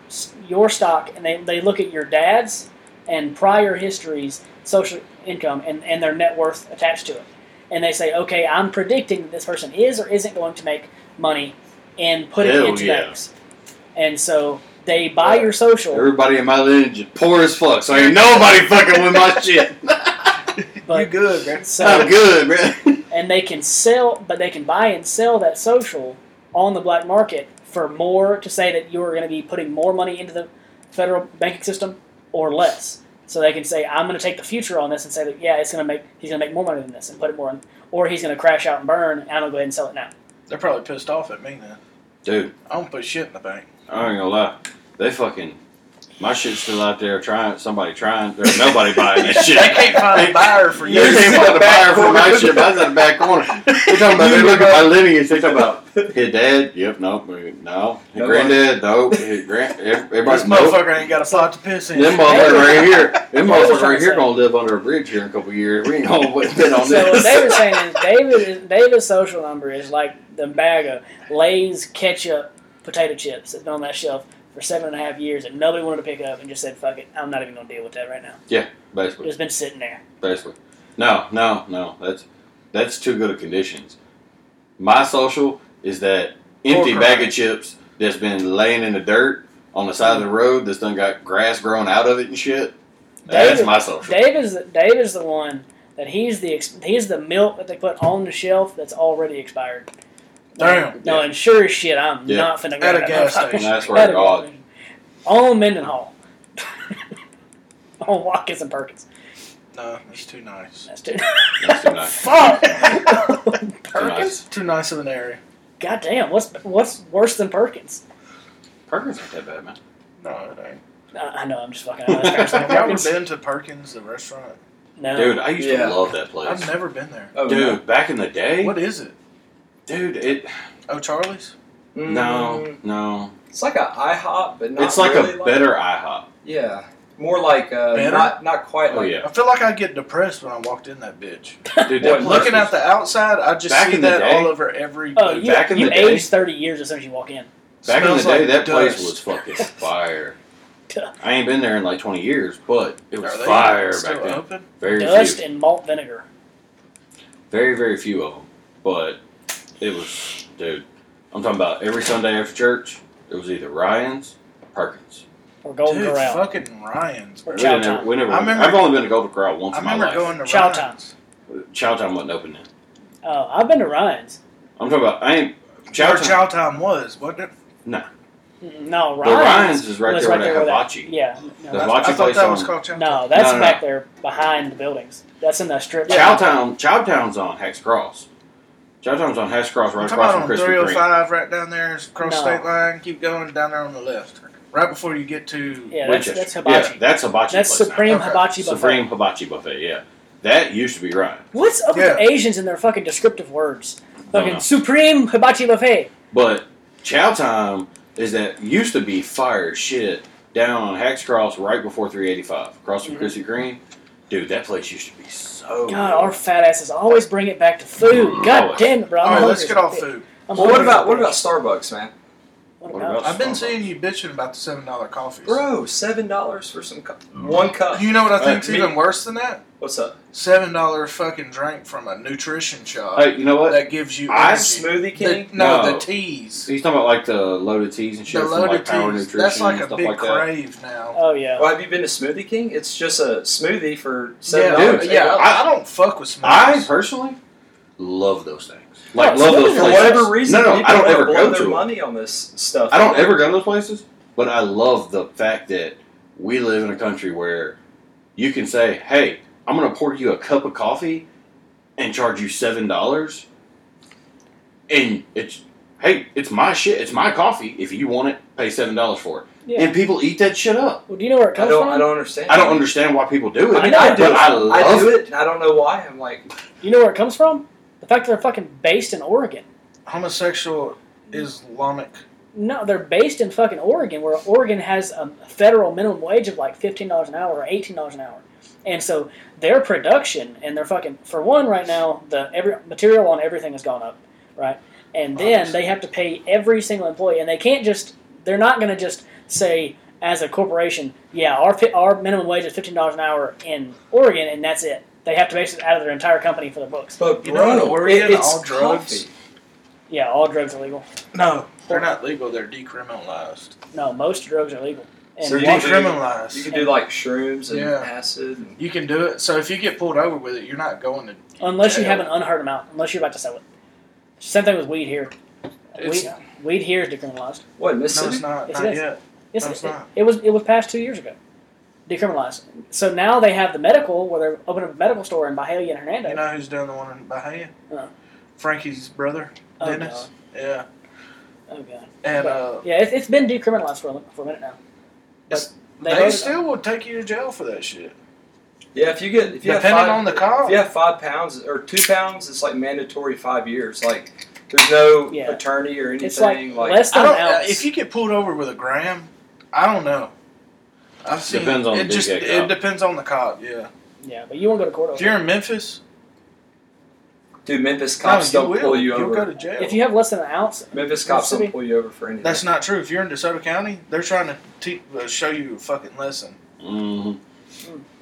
[SPEAKER 1] your stock and they, they look at your dad's and prior histories, social income, and, and their net worth attached to it. And they say, okay, I'm predicting that this person is or isn't going to make money and put it
[SPEAKER 3] Hell
[SPEAKER 1] into
[SPEAKER 3] yeah.
[SPEAKER 1] banks. And so they buy
[SPEAKER 3] Yeah.
[SPEAKER 1] your social,
[SPEAKER 3] Everybody in my lineage is poor as fuck, so ain't nobody fucking with my shit.
[SPEAKER 2] you
[SPEAKER 1] but
[SPEAKER 2] good, man.
[SPEAKER 1] so
[SPEAKER 3] I'm good, bro.
[SPEAKER 1] and they can sell, but they can buy and sell that social on the black market for more to say that you're going to be putting more money into the federal banking system or less. So they can say, I'm going to take the future on this and say that, yeah, it's going to make, he's going to make more money than this and put it more in, or he's going to crash out and burn, and I'm going to go ahead and sell it now.
[SPEAKER 2] They're probably pissed off at me now.
[SPEAKER 3] Dude,
[SPEAKER 2] I don't put shit in the bank.
[SPEAKER 3] I ain't gonna lie. They fucking. My shit's still out there trying. Somebody trying. There's nobody buying this
[SPEAKER 2] they
[SPEAKER 3] shit.
[SPEAKER 2] can't find a buyer for
[SPEAKER 3] You
[SPEAKER 2] you.
[SPEAKER 3] can't find a buyer for my
[SPEAKER 4] corner.
[SPEAKER 3] shit. Mine's in the back corner. They talking about they look at my lineage. They talking about his dad. Yep, nope, uh, no. His
[SPEAKER 4] Nobody.
[SPEAKER 3] granddad, nope. His grand, everybody's
[SPEAKER 2] This
[SPEAKER 3] nope.
[SPEAKER 2] motherfucker ain't got a spot to piss in.
[SPEAKER 3] Them motherfucker right here, them
[SPEAKER 1] What was I
[SPEAKER 3] motherfucker
[SPEAKER 1] trying
[SPEAKER 3] right
[SPEAKER 1] to
[SPEAKER 3] here
[SPEAKER 1] say?
[SPEAKER 3] gonna live under a bridge here in a couple years. We ain't gonna put bid on
[SPEAKER 1] So what
[SPEAKER 3] this.
[SPEAKER 1] they were saying is David is, David's social number is like the bag of Lay's ketchup potato chips that's been on that shelf for seven and a half years and nobody wanted to pick up and just said, fuck it, I'm not even going to deal with that right now.
[SPEAKER 3] Basically,
[SPEAKER 1] It's been sitting there.
[SPEAKER 3] basically. No, no, no. That's that's too good of conditions. My social is that empty
[SPEAKER 2] Pork
[SPEAKER 3] bag
[SPEAKER 2] rind.
[SPEAKER 3] of chips that's been laying in the dirt on the side of the road that's done got grass growing out of it and shit. That's
[SPEAKER 1] David-
[SPEAKER 3] my social.
[SPEAKER 1] Dave is the, Dave is the one that he's the ex- he's the milk that they put on the shelf that's already expired.
[SPEAKER 2] Damn.
[SPEAKER 1] No, and sure as shit, I'm
[SPEAKER 3] Yeah.
[SPEAKER 1] not finna go
[SPEAKER 2] At a
[SPEAKER 1] to that
[SPEAKER 2] gas
[SPEAKER 1] motherfucker.
[SPEAKER 3] And
[SPEAKER 2] station.
[SPEAKER 3] I swear
[SPEAKER 1] At
[SPEAKER 3] to
[SPEAKER 1] a
[SPEAKER 3] God.
[SPEAKER 1] gas station. on Mendenhall, on Watkins and Perkins.
[SPEAKER 2] No, it's too nice.
[SPEAKER 1] That's too.
[SPEAKER 3] That's too nice.
[SPEAKER 1] Fuck.
[SPEAKER 3] Perkins?
[SPEAKER 1] Perkins.
[SPEAKER 2] Too nice of an area.
[SPEAKER 1] Goddamn. What's what's worse than Perkins?
[SPEAKER 3] Perkins ain't that bad, man.
[SPEAKER 2] No, it ain't.
[SPEAKER 1] Uh, I, I know. I'm just fucking. I know it's Perkins.
[SPEAKER 2] Have y'all
[SPEAKER 1] Perkins.
[SPEAKER 2] ever been to Perkins, the restaurant?
[SPEAKER 1] No.
[SPEAKER 3] Dude, I used
[SPEAKER 4] Yeah.
[SPEAKER 3] to love that place.
[SPEAKER 2] I've never been there.
[SPEAKER 4] Oh,
[SPEAKER 3] dude,
[SPEAKER 4] no.
[SPEAKER 3] back in the day,
[SPEAKER 2] What is it?
[SPEAKER 3] dude, it
[SPEAKER 2] Oh, Charlie's?
[SPEAKER 3] no,
[SPEAKER 4] Mm,
[SPEAKER 3] no,
[SPEAKER 4] It's like a IHOP, but not
[SPEAKER 3] it's like
[SPEAKER 4] really
[SPEAKER 3] a better IHOP.
[SPEAKER 4] Yeah, more like uh,
[SPEAKER 2] Better?
[SPEAKER 4] not not quite
[SPEAKER 3] Oh
[SPEAKER 4] like
[SPEAKER 3] yeah,
[SPEAKER 2] I feel like I get depressed when I walked in that bitch.
[SPEAKER 3] dude, that
[SPEAKER 4] What,
[SPEAKER 3] place
[SPEAKER 2] Looking
[SPEAKER 3] was-
[SPEAKER 2] at the outside, I just
[SPEAKER 3] Back
[SPEAKER 2] see
[SPEAKER 3] in the
[SPEAKER 2] that
[SPEAKER 3] day?
[SPEAKER 2] all over every.
[SPEAKER 1] Oh,
[SPEAKER 2] booth.
[SPEAKER 1] you,
[SPEAKER 3] back in
[SPEAKER 1] you
[SPEAKER 3] the day-
[SPEAKER 1] age thirty years as soon as you walk in.
[SPEAKER 3] back in the
[SPEAKER 2] Smells
[SPEAKER 3] day, that
[SPEAKER 2] like
[SPEAKER 3] place
[SPEAKER 2] dust.
[SPEAKER 3] was fucking fire. I ain't been there in like twenty years, but it was
[SPEAKER 2] Are they
[SPEAKER 3] fire
[SPEAKER 2] still
[SPEAKER 3] back then.
[SPEAKER 2] open?
[SPEAKER 3] Very
[SPEAKER 1] Dust
[SPEAKER 3] few,
[SPEAKER 1] and malt vinegar.
[SPEAKER 3] very very few of them, but it was, dude. I'm talking about every Sunday after church. It was either Ryan's, Perkins.
[SPEAKER 1] Or Golden
[SPEAKER 2] Dude,
[SPEAKER 1] Corral.
[SPEAKER 2] fucking Ryan's.
[SPEAKER 1] Or
[SPEAKER 3] We
[SPEAKER 1] Chow
[SPEAKER 3] didn't-
[SPEAKER 1] Time.
[SPEAKER 3] we never-
[SPEAKER 2] I remember-
[SPEAKER 3] I've only been to Golden Corral once
[SPEAKER 2] I
[SPEAKER 3] in my
[SPEAKER 2] remember
[SPEAKER 3] life.
[SPEAKER 2] going to
[SPEAKER 1] Chow
[SPEAKER 2] Ryan's.
[SPEAKER 3] Chow Time wasn't open then.
[SPEAKER 1] Oh, I've been to Ryan's.
[SPEAKER 3] I'm talking about I ain't Chow
[SPEAKER 2] Chow
[SPEAKER 3] Time.
[SPEAKER 2] Chow Time was, wasn't it?
[SPEAKER 1] Mm, No,
[SPEAKER 3] The
[SPEAKER 1] Ryan's.
[SPEAKER 3] Ryan's is right
[SPEAKER 1] was
[SPEAKER 3] there
[SPEAKER 1] right
[SPEAKER 3] with
[SPEAKER 1] there
[SPEAKER 3] that
[SPEAKER 1] where that-
[SPEAKER 3] hibachi.
[SPEAKER 1] Yeah. No,
[SPEAKER 3] The
[SPEAKER 1] that's-
[SPEAKER 3] hibachi
[SPEAKER 2] I thought
[SPEAKER 3] place
[SPEAKER 2] that
[SPEAKER 3] on
[SPEAKER 2] was called Chow Time.
[SPEAKER 1] No, that's
[SPEAKER 3] No, no,
[SPEAKER 1] back there behind the buildings. That's in the strip.
[SPEAKER 3] Chowtown. Chowtown's on Hex Cross. Chowtown's on Hex Cross,
[SPEAKER 2] I'm
[SPEAKER 3] right
[SPEAKER 2] talking
[SPEAKER 3] across from
[SPEAKER 2] about on
[SPEAKER 3] Krispy Kreme.
[SPEAKER 2] 305 right down there, it's across
[SPEAKER 1] No.
[SPEAKER 2] state line. Keep going down there on the left, right before you get to.
[SPEAKER 1] Yeah, that's,
[SPEAKER 3] Winchester.
[SPEAKER 1] that's hibachi.
[SPEAKER 3] Yeah, that's hibachi.
[SPEAKER 1] that's
[SPEAKER 3] place now.
[SPEAKER 1] Supreme
[SPEAKER 2] Okay.
[SPEAKER 1] Hibachi Buffet.
[SPEAKER 3] Supreme hibachi buffet. Yeah, that used to be right,
[SPEAKER 1] What's up with
[SPEAKER 2] Yeah.
[SPEAKER 1] the Asians and their fucking descriptive words? Fucking
[SPEAKER 3] know.
[SPEAKER 1] Supreme Hibachi Buffet.
[SPEAKER 3] but Chowtown is that used to be fire as shit. down on Hacks Cross right before 385, across from
[SPEAKER 1] Mhm.
[SPEAKER 3] Krispy Kreme. Dude, that place used to be so.
[SPEAKER 1] God, our fat asses always bring it back to food. God
[SPEAKER 3] Always.
[SPEAKER 1] damn it, bro.
[SPEAKER 2] All
[SPEAKER 1] I'm
[SPEAKER 2] right, let's
[SPEAKER 1] hungry
[SPEAKER 2] get
[SPEAKER 1] as a
[SPEAKER 2] off
[SPEAKER 1] bitch.
[SPEAKER 2] food.
[SPEAKER 1] I'm
[SPEAKER 4] Well, what
[SPEAKER 1] hungry as a
[SPEAKER 4] about what
[SPEAKER 1] bitch.
[SPEAKER 4] about Starbucks, man?
[SPEAKER 1] What
[SPEAKER 3] What
[SPEAKER 1] about-
[SPEAKER 3] about-
[SPEAKER 2] I've been seeing you bitching about the seven dollar coffees.
[SPEAKER 4] Bro, seven dollars for some cup, one cup.
[SPEAKER 2] You know what I think's
[SPEAKER 3] Uh, me-
[SPEAKER 2] even worse than that?
[SPEAKER 4] What's up?
[SPEAKER 2] Seven dollar fucking drink from a nutrition shop
[SPEAKER 3] Hey, you know what?
[SPEAKER 2] that gives you
[SPEAKER 3] I
[SPEAKER 2] energy.
[SPEAKER 4] Smoothie
[SPEAKER 2] The,
[SPEAKER 4] King.
[SPEAKER 2] no,
[SPEAKER 3] No.
[SPEAKER 2] the teas.
[SPEAKER 3] He's talking about like the loaded teas and shit
[SPEAKER 2] The
[SPEAKER 3] from like
[SPEAKER 2] loaded
[SPEAKER 3] Power
[SPEAKER 2] teas.
[SPEAKER 3] Nutrition
[SPEAKER 2] That's like
[SPEAKER 3] and
[SPEAKER 2] a
[SPEAKER 3] stuff
[SPEAKER 2] big
[SPEAKER 3] like that.
[SPEAKER 2] crave now.
[SPEAKER 1] Oh yeah.
[SPEAKER 4] Well, have you been to Smoothie King? It's just a smoothie for
[SPEAKER 2] Yeah,
[SPEAKER 4] seven
[SPEAKER 3] dude,
[SPEAKER 4] dollars.
[SPEAKER 2] yeah. I, I don't fuck with
[SPEAKER 3] I
[SPEAKER 2] smoothies.
[SPEAKER 3] personally love those things.
[SPEAKER 1] Yeah,
[SPEAKER 3] Like love
[SPEAKER 1] so
[SPEAKER 3] those
[SPEAKER 1] for
[SPEAKER 4] for
[SPEAKER 3] places.
[SPEAKER 4] whatever reason,
[SPEAKER 3] no, no,
[SPEAKER 4] people
[SPEAKER 3] I don't
[SPEAKER 4] wanna
[SPEAKER 3] ever
[SPEAKER 4] blow
[SPEAKER 3] go
[SPEAKER 4] their
[SPEAKER 3] to. 'em.
[SPEAKER 4] money on this stuff.
[SPEAKER 3] I don't ever go to those places, but I love the fact that we live in a country where you can say, "Hey, I'm going to pour you a cup of coffee and charge you seven dollars," and it's, "Hey, it's my shit. It's my coffee. If you want it, pay seven dollars for it."
[SPEAKER 1] Yeah.
[SPEAKER 3] And people eat that shit up.
[SPEAKER 1] well, do you know where it
[SPEAKER 4] I
[SPEAKER 1] comes
[SPEAKER 4] don't.
[SPEAKER 1] from?
[SPEAKER 4] I don't understand.
[SPEAKER 3] I don't understand why people do it.
[SPEAKER 4] I mean, I do.
[SPEAKER 3] But I
[SPEAKER 4] I
[SPEAKER 3] love
[SPEAKER 4] do it, and I don't know why. I'm like,
[SPEAKER 1] You know where it comes from? The fact that they're fucking based in Oregon.
[SPEAKER 2] Homosexual Islamic.
[SPEAKER 1] No, they're based in fucking Oregon, where Oregon has a federal minimum wage of like fifteen dollars an hour or eighteen dollars an hour, and so their production and their fucking for one right now the every material on everything has gone up, right? And then they have to pay every single employee, and they can't just they're not going to just say as a corporation, yeah, our fi- our minimum wage is fifteen dollars an hour in Oregon, and that's it. They have to base it out of their entire company for the books.
[SPEAKER 4] but
[SPEAKER 2] You know
[SPEAKER 4] bro,
[SPEAKER 2] in Oregon,
[SPEAKER 4] it- it's
[SPEAKER 2] all drugs-
[SPEAKER 4] coffee.
[SPEAKER 1] Yeah, all drugs are legal.
[SPEAKER 2] No, they're not legal. They're decriminalized.
[SPEAKER 1] No, most drugs are legal. And
[SPEAKER 4] So
[SPEAKER 2] They're
[SPEAKER 4] you can-
[SPEAKER 2] decriminalized.
[SPEAKER 4] You can do like shrooms and
[SPEAKER 2] Yeah.
[SPEAKER 4] acid. And,
[SPEAKER 2] You can do it. So if you get pulled over with it, you're not going to.
[SPEAKER 1] Unless you
[SPEAKER 2] jail.
[SPEAKER 1] have an unheard amount, unless you're about to sell it. Same thing with weed here.
[SPEAKER 2] It's,
[SPEAKER 1] Weed, weed here is decriminalized.
[SPEAKER 4] what
[SPEAKER 2] no,
[SPEAKER 4] Mississippi?
[SPEAKER 2] it's not.
[SPEAKER 1] Yes, it
[SPEAKER 2] not
[SPEAKER 1] is.
[SPEAKER 2] yet.
[SPEAKER 1] Yes,
[SPEAKER 2] No, it's
[SPEAKER 1] it,
[SPEAKER 2] not.
[SPEAKER 1] it was it was passed two years ago, decriminalized. So now they have the medical where they're opening up a medical store in Bahia and Hernando.
[SPEAKER 2] You know who's doing the one in Bahia?
[SPEAKER 1] No.
[SPEAKER 2] Frankie's brother,
[SPEAKER 1] oh,
[SPEAKER 2] Dennis. Yeah.
[SPEAKER 1] God. oh god,
[SPEAKER 2] And
[SPEAKER 1] But-
[SPEAKER 2] uh,
[SPEAKER 1] yeah, it's, it's been decriminalized for a, li- for a minute now.
[SPEAKER 2] It's-
[SPEAKER 1] they
[SPEAKER 2] they,
[SPEAKER 1] voted on it.
[SPEAKER 2] still would take you to jail for that shit.
[SPEAKER 4] Yeah, if you get if you have
[SPEAKER 2] Depending
[SPEAKER 4] five,
[SPEAKER 2] on the cop.
[SPEAKER 4] if you have five pounds or two pounds, it's like mandatory five years. Like there's no
[SPEAKER 1] Yeah.
[SPEAKER 4] attorney or anything.
[SPEAKER 1] It's like, less
[SPEAKER 2] I
[SPEAKER 1] than an
[SPEAKER 2] don't. uh,
[SPEAKER 1] ounce.
[SPEAKER 2] If you get pulled over with a gram, I don't know. I've seen.
[SPEAKER 3] Depends on
[SPEAKER 2] it
[SPEAKER 3] the
[SPEAKER 2] just
[SPEAKER 3] dickhead
[SPEAKER 2] it
[SPEAKER 3] cop.
[SPEAKER 2] depends on the cop. Yeah.
[SPEAKER 1] yeah, but you won't go to court over.
[SPEAKER 2] If
[SPEAKER 1] it.
[SPEAKER 2] you're in Memphis,
[SPEAKER 4] dude, Memphis
[SPEAKER 2] no,
[SPEAKER 4] cops
[SPEAKER 2] you
[SPEAKER 4] don't
[SPEAKER 2] will.
[SPEAKER 4] pull you
[SPEAKER 2] will go
[SPEAKER 4] over.
[SPEAKER 2] to jail.
[SPEAKER 1] If you have less than an ounce,
[SPEAKER 4] Memphis cops
[SPEAKER 1] Mississippi?
[SPEAKER 4] don't pull you over for anything.
[SPEAKER 2] That's not true. If you're in DeSoto County, they're trying to te- uh, show you a fucking lesson.
[SPEAKER 3] Mhm.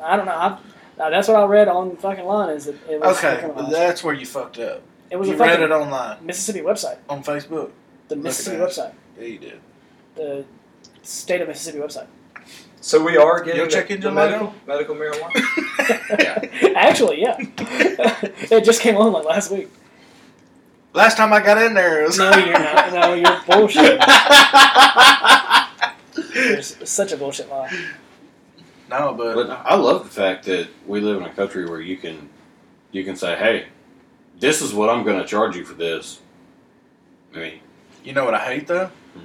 [SPEAKER 1] I don't know. I, now, that's what I read on fucking line is that it was
[SPEAKER 2] Okay,
[SPEAKER 1] decriminalized.
[SPEAKER 2] but that's where you fucked up.
[SPEAKER 1] it was
[SPEAKER 2] you
[SPEAKER 1] a
[SPEAKER 2] read
[SPEAKER 1] fucking
[SPEAKER 2] it online
[SPEAKER 1] Mississippi website,
[SPEAKER 2] on Facebook.
[SPEAKER 1] the Mississippi
[SPEAKER 2] that.
[SPEAKER 1] website,
[SPEAKER 2] Yeah, you did.
[SPEAKER 1] the state of Mississippi website.
[SPEAKER 4] So we are getting
[SPEAKER 2] You'll
[SPEAKER 4] the,
[SPEAKER 2] check into
[SPEAKER 4] the
[SPEAKER 2] later?
[SPEAKER 4] medical medical marijuana.
[SPEAKER 1] Actually, yeah, it just came on like last week.
[SPEAKER 2] Last time I got in there, it was
[SPEAKER 1] No, you're not. No, you're bullshit. It's such a bullshit lie.
[SPEAKER 2] no, but
[SPEAKER 3] But I love the fact that we live in a country where you can you can say, "Hey, this is what I'm going to charge you for this." I mean,
[SPEAKER 2] you know what I hate though?
[SPEAKER 3] Hmm.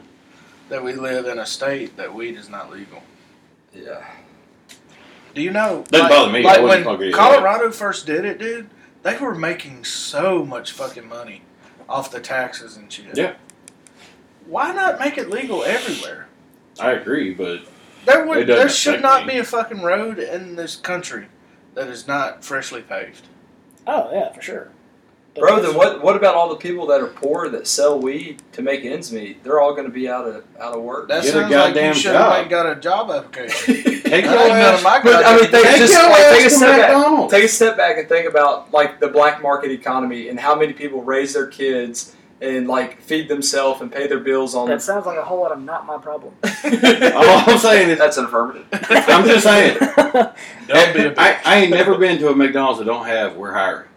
[SPEAKER 2] That we live in a state that weed is not legal.
[SPEAKER 4] yeah.
[SPEAKER 2] Do you know?
[SPEAKER 3] Doesn't bother me. I
[SPEAKER 2] Like
[SPEAKER 3] wouldn't
[SPEAKER 2] when
[SPEAKER 3] fucking either.
[SPEAKER 2] Colorado first did it, dude, they were making so much fucking money off the taxes and shit.
[SPEAKER 3] Yeah.
[SPEAKER 2] Why not make it legal everywhere?
[SPEAKER 3] I agree, but
[SPEAKER 2] There
[SPEAKER 3] It
[SPEAKER 2] would,
[SPEAKER 3] doesn't
[SPEAKER 2] there should
[SPEAKER 3] affect
[SPEAKER 2] not
[SPEAKER 3] me.
[SPEAKER 2] be a fucking road in this country that is not freshly paved.
[SPEAKER 1] Oh yeah, for sure. But
[SPEAKER 4] Bro,
[SPEAKER 1] it's-
[SPEAKER 4] then what? What about all the people that are poor that sell weed to make ends meet? They're all going to be out of out of work.
[SPEAKER 2] That
[SPEAKER 3] Get a
[SPEAKER 2] sounds like you
[SPEAKER 3] goddamn
[SPEAKER 2] should have
[SPEAKER 3] job.
[SPEAKER 2] ain't got a job application.
[SPEAKER 3] take your
[SPEAKER 2] That ain't none of
[SPEAKER 3] ass,
[SPEAKER 2] my
[SPEAKER 4] But, I mean,
[SPEAKER 2] goddamn
[SPEAKER 4] they
[SPEAKER 2] business.
[SPEAKER 3] take
[SPEAKER 4] just-
[SPEAKER 3] your
[SPEAKER 4] like, take a
[SPEAKER 3] ass to
[SPEAKER 4] step back.
[SPEAKER 3] McDonald's.
[SPEAKER 4] Take a step back and think about like the black market economy and how many people raise their kids and like feed themselves and pay their bills on.
[SPEAKER 1] That sounds like a whole lot of not my problem.
[SPEAKER 3] All I'm saying is-
[SPEAKER 4] that's an affirmative.
[SPEAKER 3] I'm just saying.
[SPEAKER 2] Don't be a bitch.
[SPEAKER 3] I, I ain't never been to a McDonald's that don't have we're hiring.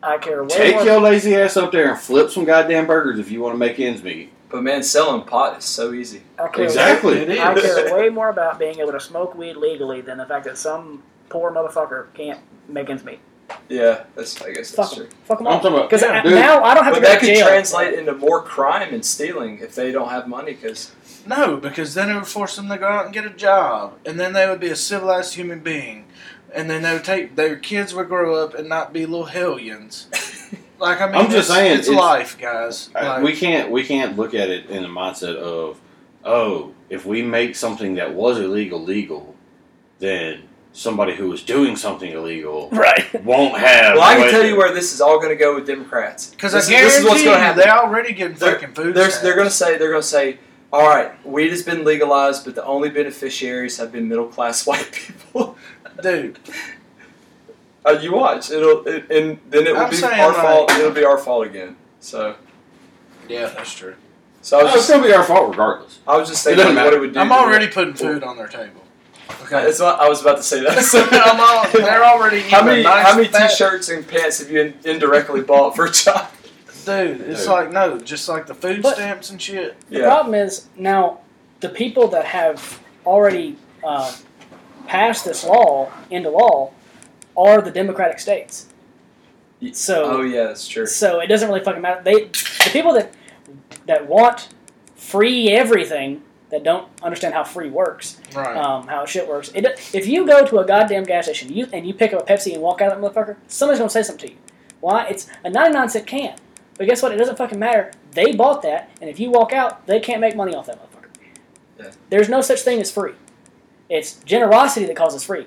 [SPEAKER 1] I care way
[SPEAKER 3] Take
[SPEAKER 1] more.
[SPEAKER 3] your lazy ass up there and flip some goddamn burgers if you want to make ends meet.
[SPEAKER 4] But man, selling pot is so easy.
[SPEAKER 1] I care
[SPEAKER 3] Exactly.
[SPEAKER 2] It
[SPEAKER 1] Way,
[SPEAKER 2] is.
[SPEAKER 1] I care way more about being able to smoke weed legally than the fact that some poor motherfucker can't make ends meet.
[SPEAKER 4] Yeah, that's I guess
[SPEAKER 1] Fuck
[SPEAKER 4] that's
[SPEAKER 1] 'em.
[SPEAKER 4] true.
[SPEAKER 1] Fuck them
[SPEAKER 3] I'm
[SPEAKER 1] all.
[SPEAKER 3] talking about
[SPEAKER 1] Because
[SPEAKER 3] Yeah, dude.
[SPEAKER 1] now I don't have
[SPEAKER 4] But
[SPEAKER 1] to go
[SPEAKER 4] that
[SPEAKER 1] to
[SPEAKER 4] could
[SPEAKER 1] jail.
[SPEAKER 4] translate into more crime and stealing if they don't have money because
[SPEAKER 2] No, because then it would force them to go out and get a job, and then they would be a civilized human being, and then they would take their kids would grow up and not be little hellions. Like I mean,
[SPEAKER 3] I'm just
[SPEAKER 2] it's-
[SPEAKER 3] saying,
[SPEAKER 2] it's,
[SPEAKER 3] it's-
[SPEAKER 2] life, guys.
[SPEAKER 3] I-
[SPEAKER 2] Like,
[SPEAKER 3] we can't we can't look at it in the mindset of oh, if we make something that was illegal legal, then somebody who was doing something illegal
[SPEAKER 1] Right.
[SPEAKER 3] won't have.
[SPEAKER 4] Well, I can
[SPEAKER 3] what-
[SPEAKER 4] tell you where this is all going to go with Democrats.
[SPEAKER 2] Because I
[SPEAKER 4] this,
[SPEAKER 2] guarantee
[SPEAKER 4] is- this is what's
[SPEAKER 2] you,
[SPEAKER 4] going to happen.
[SPEAKER 2] they're already getting
[SPEAKER 4] They're-
[SPEAKER 2] fucking food
[SPEAKER 4] They're,
[SPEAKER 2] stamps.
[SPEAKER 4] they're going to say they're going to say, all right, weed has been legalized, but the only beneficiaries have been middle class white people.
[SPEAKER 2] Dude,
[SPEAKER 4] Uh, you watch it'll, it, and then it will
[SPEAKER 2] I'm
[SPEAKER 4] be
[SPEAKER 2] saying,
[SPEAKER 4] our
[SPEAKER 2] like-
[SPEAKER 4] fault. It'll be our fault again. So,
[SPEAKER 2] yeah, that's true.
[SPEAKER 4] so I was
[SPEAKER 3] Oh, it's
[SPEAKER 4] just,
[SPEAKER 3] still be our fault regardless.
[SPEAKER 4] I was just
[SPEAKER 3] It
[SPEAKER 4] thinking
[SPEAKER 3] doesn't
[SPEAKER 4] what
[SPEAKER 3] matter.
[SPEAKER 4] it would do.
[SPEAKER 2] I'm
[SPEAKER 4] to the-
[SPEAKER 2] already putting food on their table. Okay.
[SPEAKER 4] It's not, I was about to say that.
[SPEAKER 2] I'm all, they're already eating
[SPEAKER 4] how many
[SPEAKER 2] a nice
[SPEAKER 4] how many
[SPEAKER 2] fat-
[SPEAKER 4] t-shirts and pants have you in, indirectly bought for a job?
[SPEAKER 2] Dude, it's
[SPEAKER 3] Dude.
[SPEAKER 2] like, no, just like the food
[SPEAKER 1] But-
[SPEAKER 2] stamps and shit.
[SPEAKER 1] The problem is now the people that have already uh, passed this law into law are the Democratic states.
[SPEAKER 4] Ye- Oh
[SPEAKER 1] So,
[SPEAKER 4] yeah, that's true.
[SPEAKER 1] so it doesn't really fucking matter. They the people that that want free everything that don't understand how free works,
[SPEAKER 2] Right.
[SPEAKER 1] um, how shit works. It, if you go to a goddamn gas station you, and you pick up a Pepsi and walk out of that motherfucker, somebody's gonna say something to you. Why? It's a ninety-nine cent can. But guess what? It doesn't fucking matter. They bought that, and if you walk out, they can't make money off that motherfucker.
[SPEAKER 4] Yeah.
[SPEAKER 1] There's no such thing as free. It's generosity that causes free,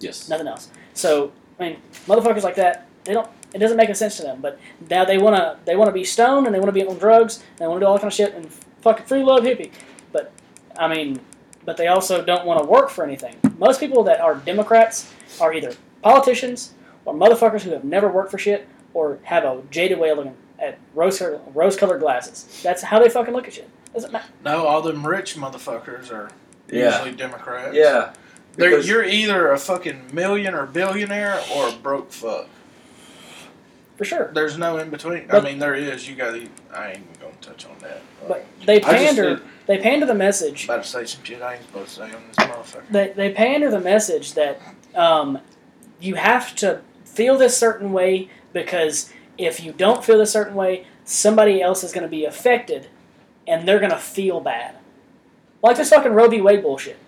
[SPEAKER 3] Yes.
[SPEAKER 1] nothing else. So I mean, motherfuckers like that, they don't. It doesn't make any sense to them. But now they wanna they wanna be stoned and they wanna be on drugs and they wanna do all that kind of shit and fucking free love hippie. But I mean, but they also don't want to work for anything. Most people that are Democrats are either politicians or motherfuckers who have never worked for shit or have a jaded way of looking at rose rose colored glasses. That's how they fucking look at shit. Doesn't matter.
[SPEAKER 2] no, all them rich motherfuckers are
[SPEAKER 4] Yeah,
[SPEAKER 2] usually Democrats.
[SPEAKER 4] yeah.
[SPEAKER 2] They're-
[SPEAKER 4] Because-
[SPEAKER 2] you're either a fucking million or billionaire or a broke fuck.
[SPEAKER 1] For sure.
[SPEAKER 2] There's no in between. I
[SPEAKER 1] But-
[SPEAKER 2] mean, there is. You got to. I ain't even gonna touch on that.
[SPEAKER 1] But they
[SPEAKER 3] I just
[SPEAKER 1] pander they pander the message
[SPEAKER 2] about to say some shit I ain't supposed to say on this motherfucker.
[SPEAKER 1] they, they pander the message that um, you have to feel this certain way because if you don't feel this certain way, somebody else is going to be affected and they're going to feel bad. Like this fucking Roe v. Wade bullshit.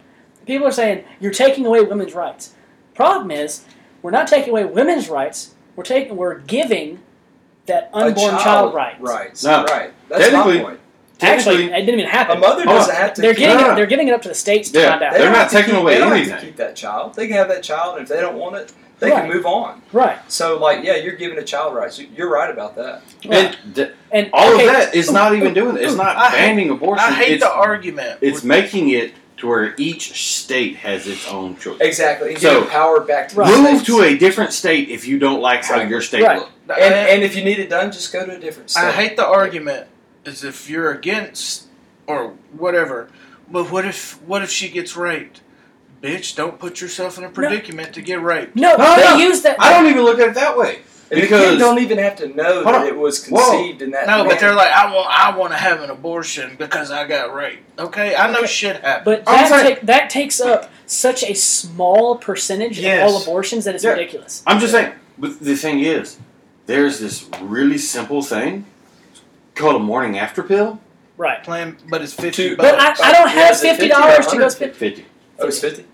[SPEAKER 1] People are saying, you're taking away women's rights. Problem is, we're not taking away women's rights, we're, taking, we're giving that
[SPEAKER 4] A
[SPEAKER 1] unborn child, rights.
[SPEAKER 4] Rights.
[SPEAKER 3] No.
[SPEAKER 4] Right. That's my
[SPEAKER 3] Technically-
[SPEAKER 4] point.
[SPEAKER 1] Actually,
[SPEAKER 3] Technically,
[SPEAKER 1] it didn't even
[SPEAKER 4] A
[SPEAKER 1] happen.
[SPEAKER 4] mother
[SPEAKER 3] Hold
[SPEAKER 4] doesn't
[SPEAKER 3] on.
[SPEAKER 4] have to.
[SPEAKER 1] They're
[SPEAKER 4] keep-
[SPEAKER 1] getting,
[SPEAKER 3] Yeah.
[SPEAKER 1] it, they're giving it up to the states to
[SPEAKER 3] Yeah.
[SPEAKER 1] find out.
[SPEAKER 4] They
[SPEAKER 3] They're
[SPEAKER 4] don't
[SPEAKER 3] not
[SPEAKER 4] have to
[SPEAKER 3] taking
[SPEAKER 4] keep-
[SPEAKER 3] away
[SPEAKER 4] they don't Have to
[SPEAKER 3] anything.
[SPEAKER 4] keep that child. They can have that child. If they don't want it, they
[SPEAKER 1] Right.
[SPEAKER 4] can move on.
[SPEAKER 1] Right.
[SPEAKER 4] So, like, yeah, you're giving a child rights. You- You're right about that.
[SPEAKER 1] right.
[SPEAKER 2] uh,
[SPEAKER 3] and th-
[SPEAKER 1] And
[SPEAKER 3] all
[SPEAKER 1] okay,
[SPEAKER 3] of that is not even doing it. It's not
[SPEAKER 2] I hate-
[SPEAKER 3] banning abortion.
[SPEAKER 2] I hate
[SPEAKER 3] it's,
[SPEAKER 2] the argument.
[SPEAKER 3] It's making it to where each state has its own choice.
[SPEAKER 4] Exactly. You
[SPEAKER 3] So-
[SPEAKER 4] give power back to the
[SPEAKER 3] Move
[SPEAKER 4] states.
[SPEAKER 3] to a different state if you don't like how your state
[SPEAKER 1] Right.
[SPEAKER 3] looks.
[SPEAKER 2] I,
[SPEAKER 4] And, and if you need it done, just go to a different state.
[SPEAKER 2] I hate the argument is if you're against or whatever. But what if what if she gets raped? Bitch, don't put yourself in a predicament to get raped.
[SPEAKER 1] No,
[SPEAKER 3] No,
[SPEAKER 1] they
[SPEAKER 3] no.
[SPEAKER 1] use that.
[SPEAKER 3] I don't even look at it that way.
[SPEAKER 4] And the
[SPEAKER 3] Because-
[SPEAKER 4] kid don't even have to know
[SPEAKER 3] Hold
[SPEAKER 4] that
[SPEAKER 3] on.
[SPEAKER 4] it was
[SPEAKER 3] Whoa.
[SPEAKER 4] conceived in that.
[SPEAKER 1] Uh,
[SPEAKER 2] No,
[SPEAKER 4] manner.
[SPEAKER 2] but they're like, I want I want to have an abortion because I got raped. Okay, I know
[SPEAKER 1] Okay.
[SPEAKER 2] shit happened.
[SPEAKER 1] But that,
[SPEAKER 3] I'm saying-
[SPEAKER 1] take, that takes up such a small percentage
[SPEAKER 2] Yes.
[SPEAKER 1] of all abortions that it's
[SPEAKER 3] Yeah.
[SPEAKER 1] ridiculous.
[SPEAKER 3] I'm just saying. But the thing is, there's this really simple thing called a morning after pill.
[SPEAKER 1] Right.
[SPEAKER 2] Plan, but it's fifty
[SPEAKER 4] Two-
[SPEAKER 1] But
[SPEAKER 2] bucks.
[SPEAKER 1] I, I don't
[SPEAKER 4] Yeah,
[SPEAKER 1] have
[SPEAKER 4] is it
[SPEAKER 1] fifty
[SPEAKER 4] 50 or
[SPEAKER 1] dollars to go
[SPEAKER 4] 100?
[SPEAKER 1] spend.
[SPEAKER 3] Fifty.
[SPEAKER 4] oh, it's fifty.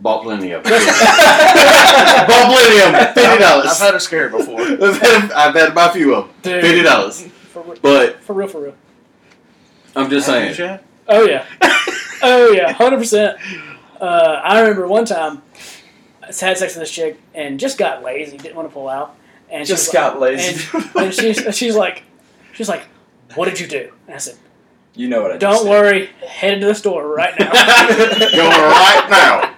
[SPEAKER 3] Bought plenty of. them. Bought plenty of them. Fifty
[SPEAKER 2] I've
[SPEAKER 3] dollars.
[SPEAKER 2] had a scare before.
[SPEAKER 3] I've had, I've had about a few of them.
[SPEAKER 1] Dude,
[SPEAKER 3] Fifty dollars.
[SPEAKER 1] For, re-
[SPEAKER 3] But
[SPEAKER 1] for real, for real.
[SPEAKER 3] I'm just
[SPEAKER 2] Have you,
[SPEAKER 3] saying.
[SPEAKER 2] Chad?
[SPEAKER 1] Oh yeah. oh yeah. Hundred percent. Uh, I remember one time I had sex with this chick and just got lazy, didn't want to pull out, and she
[SPEAKER 4] Just
[SPEAKER 1] was like-
[SPEAKER 4] got lazy.
[SPEAKER 1] And, and she's she's like, she's like, what did you do? And I said,
[SPEAKER 4] You know what I just
[SPEAKER 1] don't
[SPEAKER 4] said.
[SPEAKER 1] worry, headed to the store right now.
[SPEAKER 3] Going right now.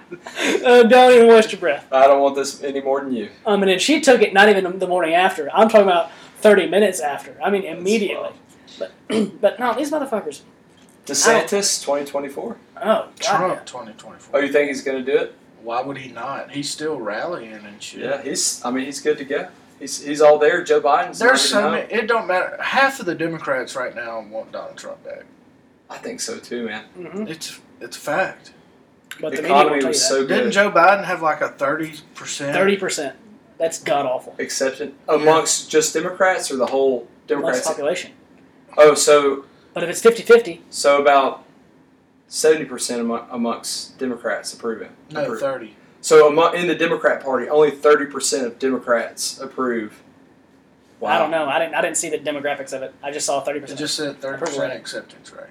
[SPEAKER 1] uh, don't even waste your breath.
[SPEAKER 4] I don't want this any more than you.
[SPEAKER 1] Um, and then she took it not even the morning after. I'm talking about 30 minutes after. I mean, immediately.
[SPEAKER 4] wild.
[SPEAKER 1] But, but no, these motherfuckers.
[SPEAKER 4] DeSantis, twenty twenty four.
[SPEAKER 1] Oh, God.
[SPEAKER 2] Trump, twenty twenty
[SPEAKER 4] Oh,
[SPEAKER 2] four.
[SPEAKER 4] you think he's going to do it?
[SPEAKER 2] Why would he not? He's still rallying and shit.
[SPEAKER 4] Yeah, he's. I mean, he's good to go. He's he's all there. Joe Biden's. not
[SPEAKER 2] There's
[SPEAKER 4] even
[SPEAKER 2] so
[SPEAKER 4] out.
[SPEAKER 2] many. It don't matter. Half of the Democrats right now want Donald Trump back.
[SPEAKER 4] I think so too, man.
[SPEAKER 1] Mhm.
[SPEAKER 2] It's it's a fact.
[SPEAKER 1] But the
[SPEAKER 4] the
[SPEAKER 1] media won't
[SPEAKER 4] economy
[SPEAKER 1] tell you
[SPEAKER 4] was
[SPEAKER 1] that.
[SPEAKER 4] so
[SPEAKER 2] Didn't
[SPEAKER 4] good.
[SPEAKER 2] Joe Biden have like a thirty percent?
[SPEAKER 1] 30%. That's god awful.
[SPEAKER 4] Exception amongst just Democrats or the whole
[SPEAKER 1] Less
[SPEAKER 4] Democrats.
[SPEAKER 1] population.
[SPEAKER 4] Oh, so
[SPEAKER 1] But if it's 50 50,
[SPEAKER 4] so about seventy percent amongst Democrats approve it.
[SPEAKER 2] No,
[SPEAKER 4] Approve.
[SPEAKER 2] thirty.
[SPEAKER 4] So among, in the Democrat Party, only thirty percent of Democrats approve.
[SPEAKER 1] I don't know. I didn't, I didn't see the demographics of it. I just saw 30%.
[SPEAKER 2] It just said thirty
[SPEAKER 1] Approval
[SPEAKER 2] percent
[SPEAKER 1] rate.
[SPEAKER 2] acceptance rate.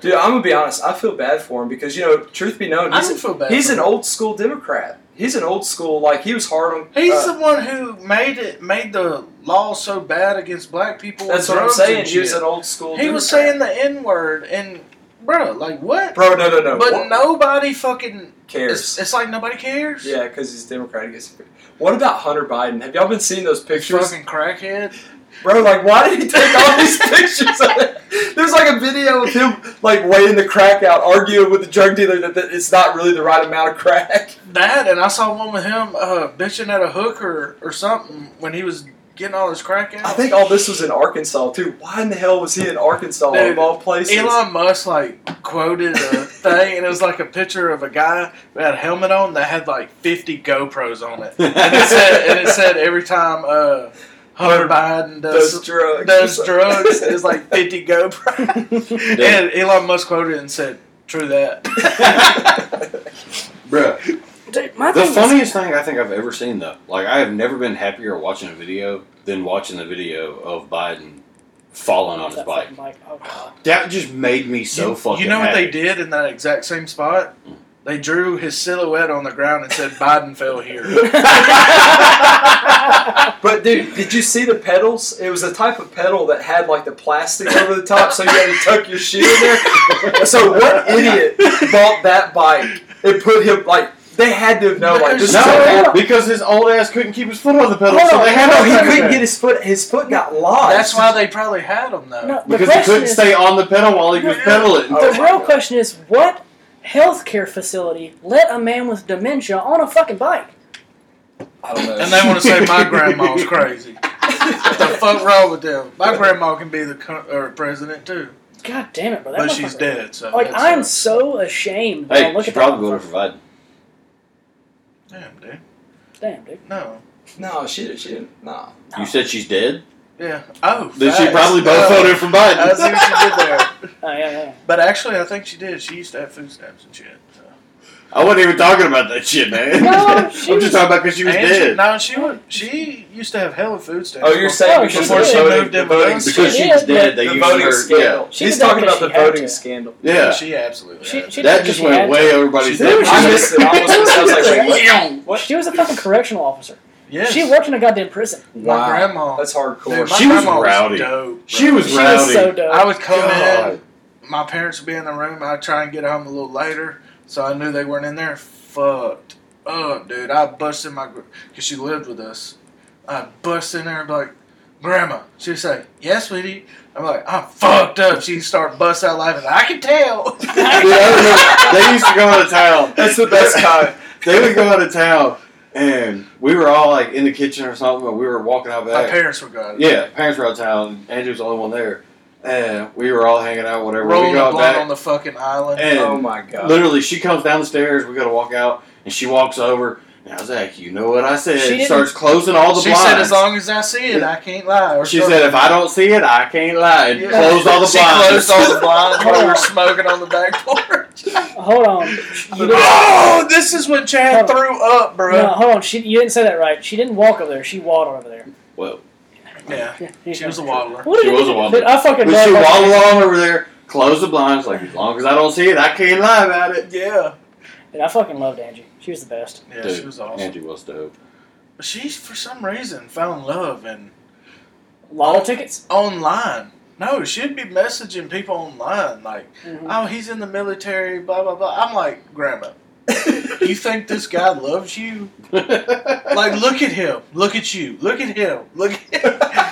[SPEAKER 4] Dude, I'm gonna be honest. I feel bad for him because you know, truth be known,
[SPEAKER 2] I
[SPEAKER 4] he's,
[SPEAKER 2] didn't feel bad.
[SPEAKER 4] he's
[SPEAKER 2] for
[SPEAKER 4] an
[SPEAKER 2] him.
[SPEAKER 4] old school Democrat. He's an old school like he was hard on.
[SPEAKER 2] He's
[SPEAKER 4] uh,
[SPEAKER 2] the one who made it made the law so bad against black people. with
[SPEAKER 4] that's what I'm
[SPEAKER 2] drugs
[SPEAKER 4] saying.
[SPEAKER 2] and
[SPEAKER 4] He was
[SPEAKER 2] shit.
[SPEAKER 4] an old school.
[SPEAKER 2] He was saying the N word and bro, like what?
[SPEAKER 4] bro, no, no, no.
[SPEAKER 2] but
[SPEAKER 4] what
[SPEAKER 2] nobody fucking. It's,
[SPEAKER 4] cares?
[SPEAKER 2] it's like nobody cares.
[SPEAKER 4] Yeah, because he's Democrat. He gets. What about Hunter Biden? Have y'all been seeing those pictures?
[SPEAKER 2] Fucking crackhead.
[SPEAKER 4] Bro, like, why did he take all these pictures of it? There's like a video of him, like, weighing the crack out, arguing with the drug dealer that, that it's not really the right amount of crack.
[SPEAKER 2] That and I saw one with him uh, bitching at a hooker or something when he was getting all his crack out.
[SPEAKER 4] I think all this was in Arkansas, too. Why in the hell was he in Arkansas,
[SPEAKER 2] Dude,
[SPEAKER 4] of all places?
[SPEAKER 2] Elon Musk like quoted a thing, and it was like a picture of a guy that had a helmet on that had like fifty GoPros on it, and it said, and it said every time uh, Hunter Biden
[SPEAKER 4] Those
[SPEAKER 2] does
[SPEAKER 4] drugs.
[SPEAKER 2] does drugs, it's like fifty GoPros.
[SPEAKER 3] Damn.
[SPEAKER 2] and Elon Musk quoted it and said, "True that."
[SPEAKER 3] Bruh.
[SPEAKER 1] Dude, my
[SPEAKER 3] The
[SPEAKER 1] thing is-
[SPEAKER 3] funniest thing I think I've ever seen, though, like I have never been happier watching a video than watching the video of Biden falling on his
[SPEAKER 1] That
[SPEAKER 3] bike.
[SPEAKER 1] fucking bike. Oh, God.
[SPEAKER 3] That just made me so
[SPEAKER 2] you,
[SPEAKER 3] fucking.
[SPEAKER 2] You know what
[SPEAKER 3] happy.
[SPEAKER 2] they did in that exact same spot? They drew his silhouette on the ground and said, "Biden fell here."
[SPEAKER 4] But, dude, did you see the pedals? It was a type of pedal that had, like, the plastic over the top, so you had to tuck your shoe in there. So, what idiot bought that bike and put him, like, they had to have known, like, this is a
[SPEAKER 3] No, because his old ass couldn't keep his foot on the pedal,
[SPEAKER 1] Hold
[SPEAKER 3] so
[SPEAKER 1] on,
[SPEAKER 3] they had
[SPEAKER 4] No,
[SPEAKER 3] to
[SPEAKER 4] he
[SPEAKER 3] pedal
[SPEAKER 4] couldn't
[SPEAKER 3] back.
[SPEAKER 4] get his foot. His foot got lodged.
[SPEAKER 2] That's why they probably had him though.
[SPEAKER 1] No, the
[SPEAKER 3] because he
[SPEAKER 1] question
[SPEAKER 3] couldn't
[SPEAKER 1] is-
[SPEAKER 3] stay on the pedal while he was
[SPEAKER 2] Yeah.
[SPEAKER 3] pedaling.
[SPEAKER 4] Oh.
[SPEAKER 1] The
[SPEAKER 4] my
[SPEAKER 1] real
[SPEAKER 4] God.
[SPEAKER 1] question is, what healthcare facility let a man with dementia on a fucking bike?
[SPEAKER 4] I don't know.
[SPEAKER 2] And they want to say my grandma's crazy. What the fuck wrong with them? My grandma can be the co- or president too,
[SPEAKER 1] God damn it, bro! That
[SPEAKER 2] but she's
[SPEAKER 1] motherfucker-
[SPEAKER 2] dead. So
[SPEAKER 1] Like
[SPEAKER 2] that's-
[SPEAKER 1] I'm so ashamed. when I
[SPEAKER 3] Hey,
[SPEAKER 1] look
[SPEAKER 3] she
[SPEAKER 1] at
[SPEAKER 3] probably
[SPEAKER 1] that.
[SPEAKER 3] voted for Biden.
[SPEAKER 2] Damn, dude.
[SPEAKER 1] Damn, dude.
[SPEAKER 2] No.
[SPEAKER 4] no, she didn't. She didn't. No.
[SPEAKER 3] You said she's dead.
[SPEAKER 2] Yeah. Oh.
[SPEAKER 3] Then she
[SPEAKER 2] facts.
[SPEAKER 3] probably both
[SPEAKER 2] No.
[SPEAKER 3] voted for Biden.
[SPEAKER 2] I see what she did there.
[SPEAKER 1] Oh, yeah, yeah,
[SPEAKER 2] But actually, I think she did. She used to have food stamps and shit. So.
[SPEAKER 3] I wasn't even talking about that shit, man.
[SPEAKER 1] No, she
[SPEAKER 3] I'm
[SPEAKER 1] was-
[SPEAKER 3] just talking about because she was
[SPEAKER 2] And
[SPEAKER 3] dead.
[SPEAKER 2] no, she was, she used to have hella food stamps.
[SPEAKER 4] Oh, you're
[SPEAKER 1] saying
[SPEAKER 4] saying
[SPEAKER 1] Oh, because
[SPEAKER 4] because
[SPEAKER 1] she
[SPEAKER 2] the
[SPEAKER 4] she
[SPEAKER 2] did. voting-
[SPEAKER 4] moved
[SPEAKER 2] the
[SPEAKER 4] in
[SPEAKER 2] voting-
[SPEAKER 3] because
[SPEAKER 1] She
[SPEAKER 3] she's
[SPEAKER 1] did,
[SPEAKER 3] dead, they
[SPEAKER 4] the
[SPEAKER 3] used
[SPEAKER 4] voting
[SPEAKER 3] her.
[SPEAKER 4] scandal.
[SPEAKER 1] She
[SPEAKER 4] He's
[SPEAKER 1] did that
[SPEAKER 4] talking
[SPEAKER 1] because
[SPEAKER 4] about the
[SPEAKER 1] she had
[SPEAKER 4] voting
[SPEAKER 1] to.
[SPEAKER 4] scandal.
[SPEAKER 3] Yeah, yeah.
[SPEAKER 2] She absolutely.
[SPEAKER 1] She-
[SPEAKER 2] had
[SPEAKER 1] she-
[SPEAKER 2] it.
[SPEAKER 3] that
[SPEAKER 1] did
[SPEAKER 3] just
[SPEAKER 1] because
[SPEAKER 3] went
[SPEAKER 1] had
[SPEAKER 3] way
[SPEAKER 1] to.
[SPEAKER 3] over everybody's
[SPEAKER 2] She
[SPEAKER 3] head.
[SPEAKER 2] did.
[SPEAKER 4] I missed it. I was, I was like, wait,
[SPEAKER 1] yeah. She was a fucking correctional officer.
[SPEAKER 2] yes.
[SPEAKER 1] She worked in a goddamn prison.
[SPEAKER 2] My
[SPEAKER 4] Wow.
[SPEAKER 2] grandma.
[SPEAKER 4] That's
[SPEAKER 2] Dude,
[SPEAKER 4] hardcore.
[SPEAKER 2] my
[SPEAKER 3] She was
[SPEAKER 2] grandma
[SPEAKER 3] rowdy.
[SPEAKER 2] dope, bro.
[SPEAKER 3] She was
[SPEAKER 1] She
[SPEAKER 3] rowdy.
[SPEAKER 1] was so dope.
[SPEAKER 2] I would come in.
[SPEAKER 3] God.
[SPEAKER 2] My parents would be in the room. I'd try and get home a little later, so I knew they weren't in there. Fucked up, dude. I busted my because she lived with us. I bust in there and be like, "Grandma," she'd say, "Yes, sweetie." I'm like, "I'm fucked up." She'd start bust out laughing. I can tell.
[SPEAKER 3] Dude, I remember they used to go out of town.
[SPEAKER 4] That's the best kind.
[SPEAKER 3] They would go out of town, and we were all like in the kitchen or something, and we were walking out
[SPEAKER 2] my
[SPEAKER 3] back.
[SPEAKER 2] parents were gone.
[SPEAKER 3] yeah, parents were out of town. and Andrew was the only one there, and we were all hanging out, whatever.
[SPEAKER 2] rolling
[SPEAKER 3] we
[SPEAKER 2] the
[SPEAKER 3] got
[SPEAKER 2] blunt
[SPEAKER 3] back,
[SPEAKER 2] on the fucking island.
[SPEAKER 3] and
[SPEAKER 4] Oh my god.
[SPEAKER 3] literally, she comes down the stairs. We got to walk out, and she walks over. Now, Zach, you know what I said?
[SPEAKER 1] She didn't-
[SPEAKER 3] starts closing all the
[SPEAKER 2] she
[SPEAKER 3] blinds.
[SPEAKER 2] said, "As long as I see it, I can't lie." Or
[SPEAKER 3] she
[SPEAKER 2] something.
[SPEAKER 3] said, if I don't see it, I can't lie. And
[SPEAKER 2] Yeah.
[SPEAKER 3] closed all the
[SPEAKER 2] she
[SPEAKER 3] blinds.
[SPEAKER 2] closed all the blinds while we were smoking on the back porch.
[SPEAKER 1] Hold on. You didn't-
[SPEAKER 2] oh, this is when Chad
[SPEAKER 1] Hold on.
[SPEAKER 2] threw up, bro.
[SPEAKER 1] no, hold on. She, you didn't say that right. She didn't walk over there. She waddled over there.
[SPEAKER 3] Whoa.
[SPEAKER 2] Yeah,
[SPEAKER 1] Yeah.
[SPEAKER 2] she was a waddler.
[SPEAKER 1] What
[SPEAKER 3] She
[SPEAKER 1] did-
[SPEAKER 3] was a waddler.
[SPEAKER 1] Dude, I fucking
[SPEAKER 3] But
[SPEAKER 1] love
[SPEAKER 3] she
[SPEAKER 1] her.
[SPEAKER 3] waddled on over there, closed the blinds, like, as long as I don't see it, I can't lie about it.
[SPEAKER 2] Yeah,
[SPEAKER 1] Dude, I fucking loved Angie. She was the best.
[SPEAKER 2] yeah, she
[SPEAKER 3] Dude,
[SPEAKER 2] was awesome.
[SPEAKER 3] Angie was dope.
[SPEAKER 2] But she, for some reason, found love and
[SPEAKER 1] Lotto tickets.
[SPEAKER 2] online. No, she'd be messaging people online like,
[SPEAKER 1] Mhm.
[SPEAKER 2] "Oh, he's in the military," blah blah blah. I'm like, Grandma, you think this guy loves you? Like, look at him. Look at you. Look at him. Look at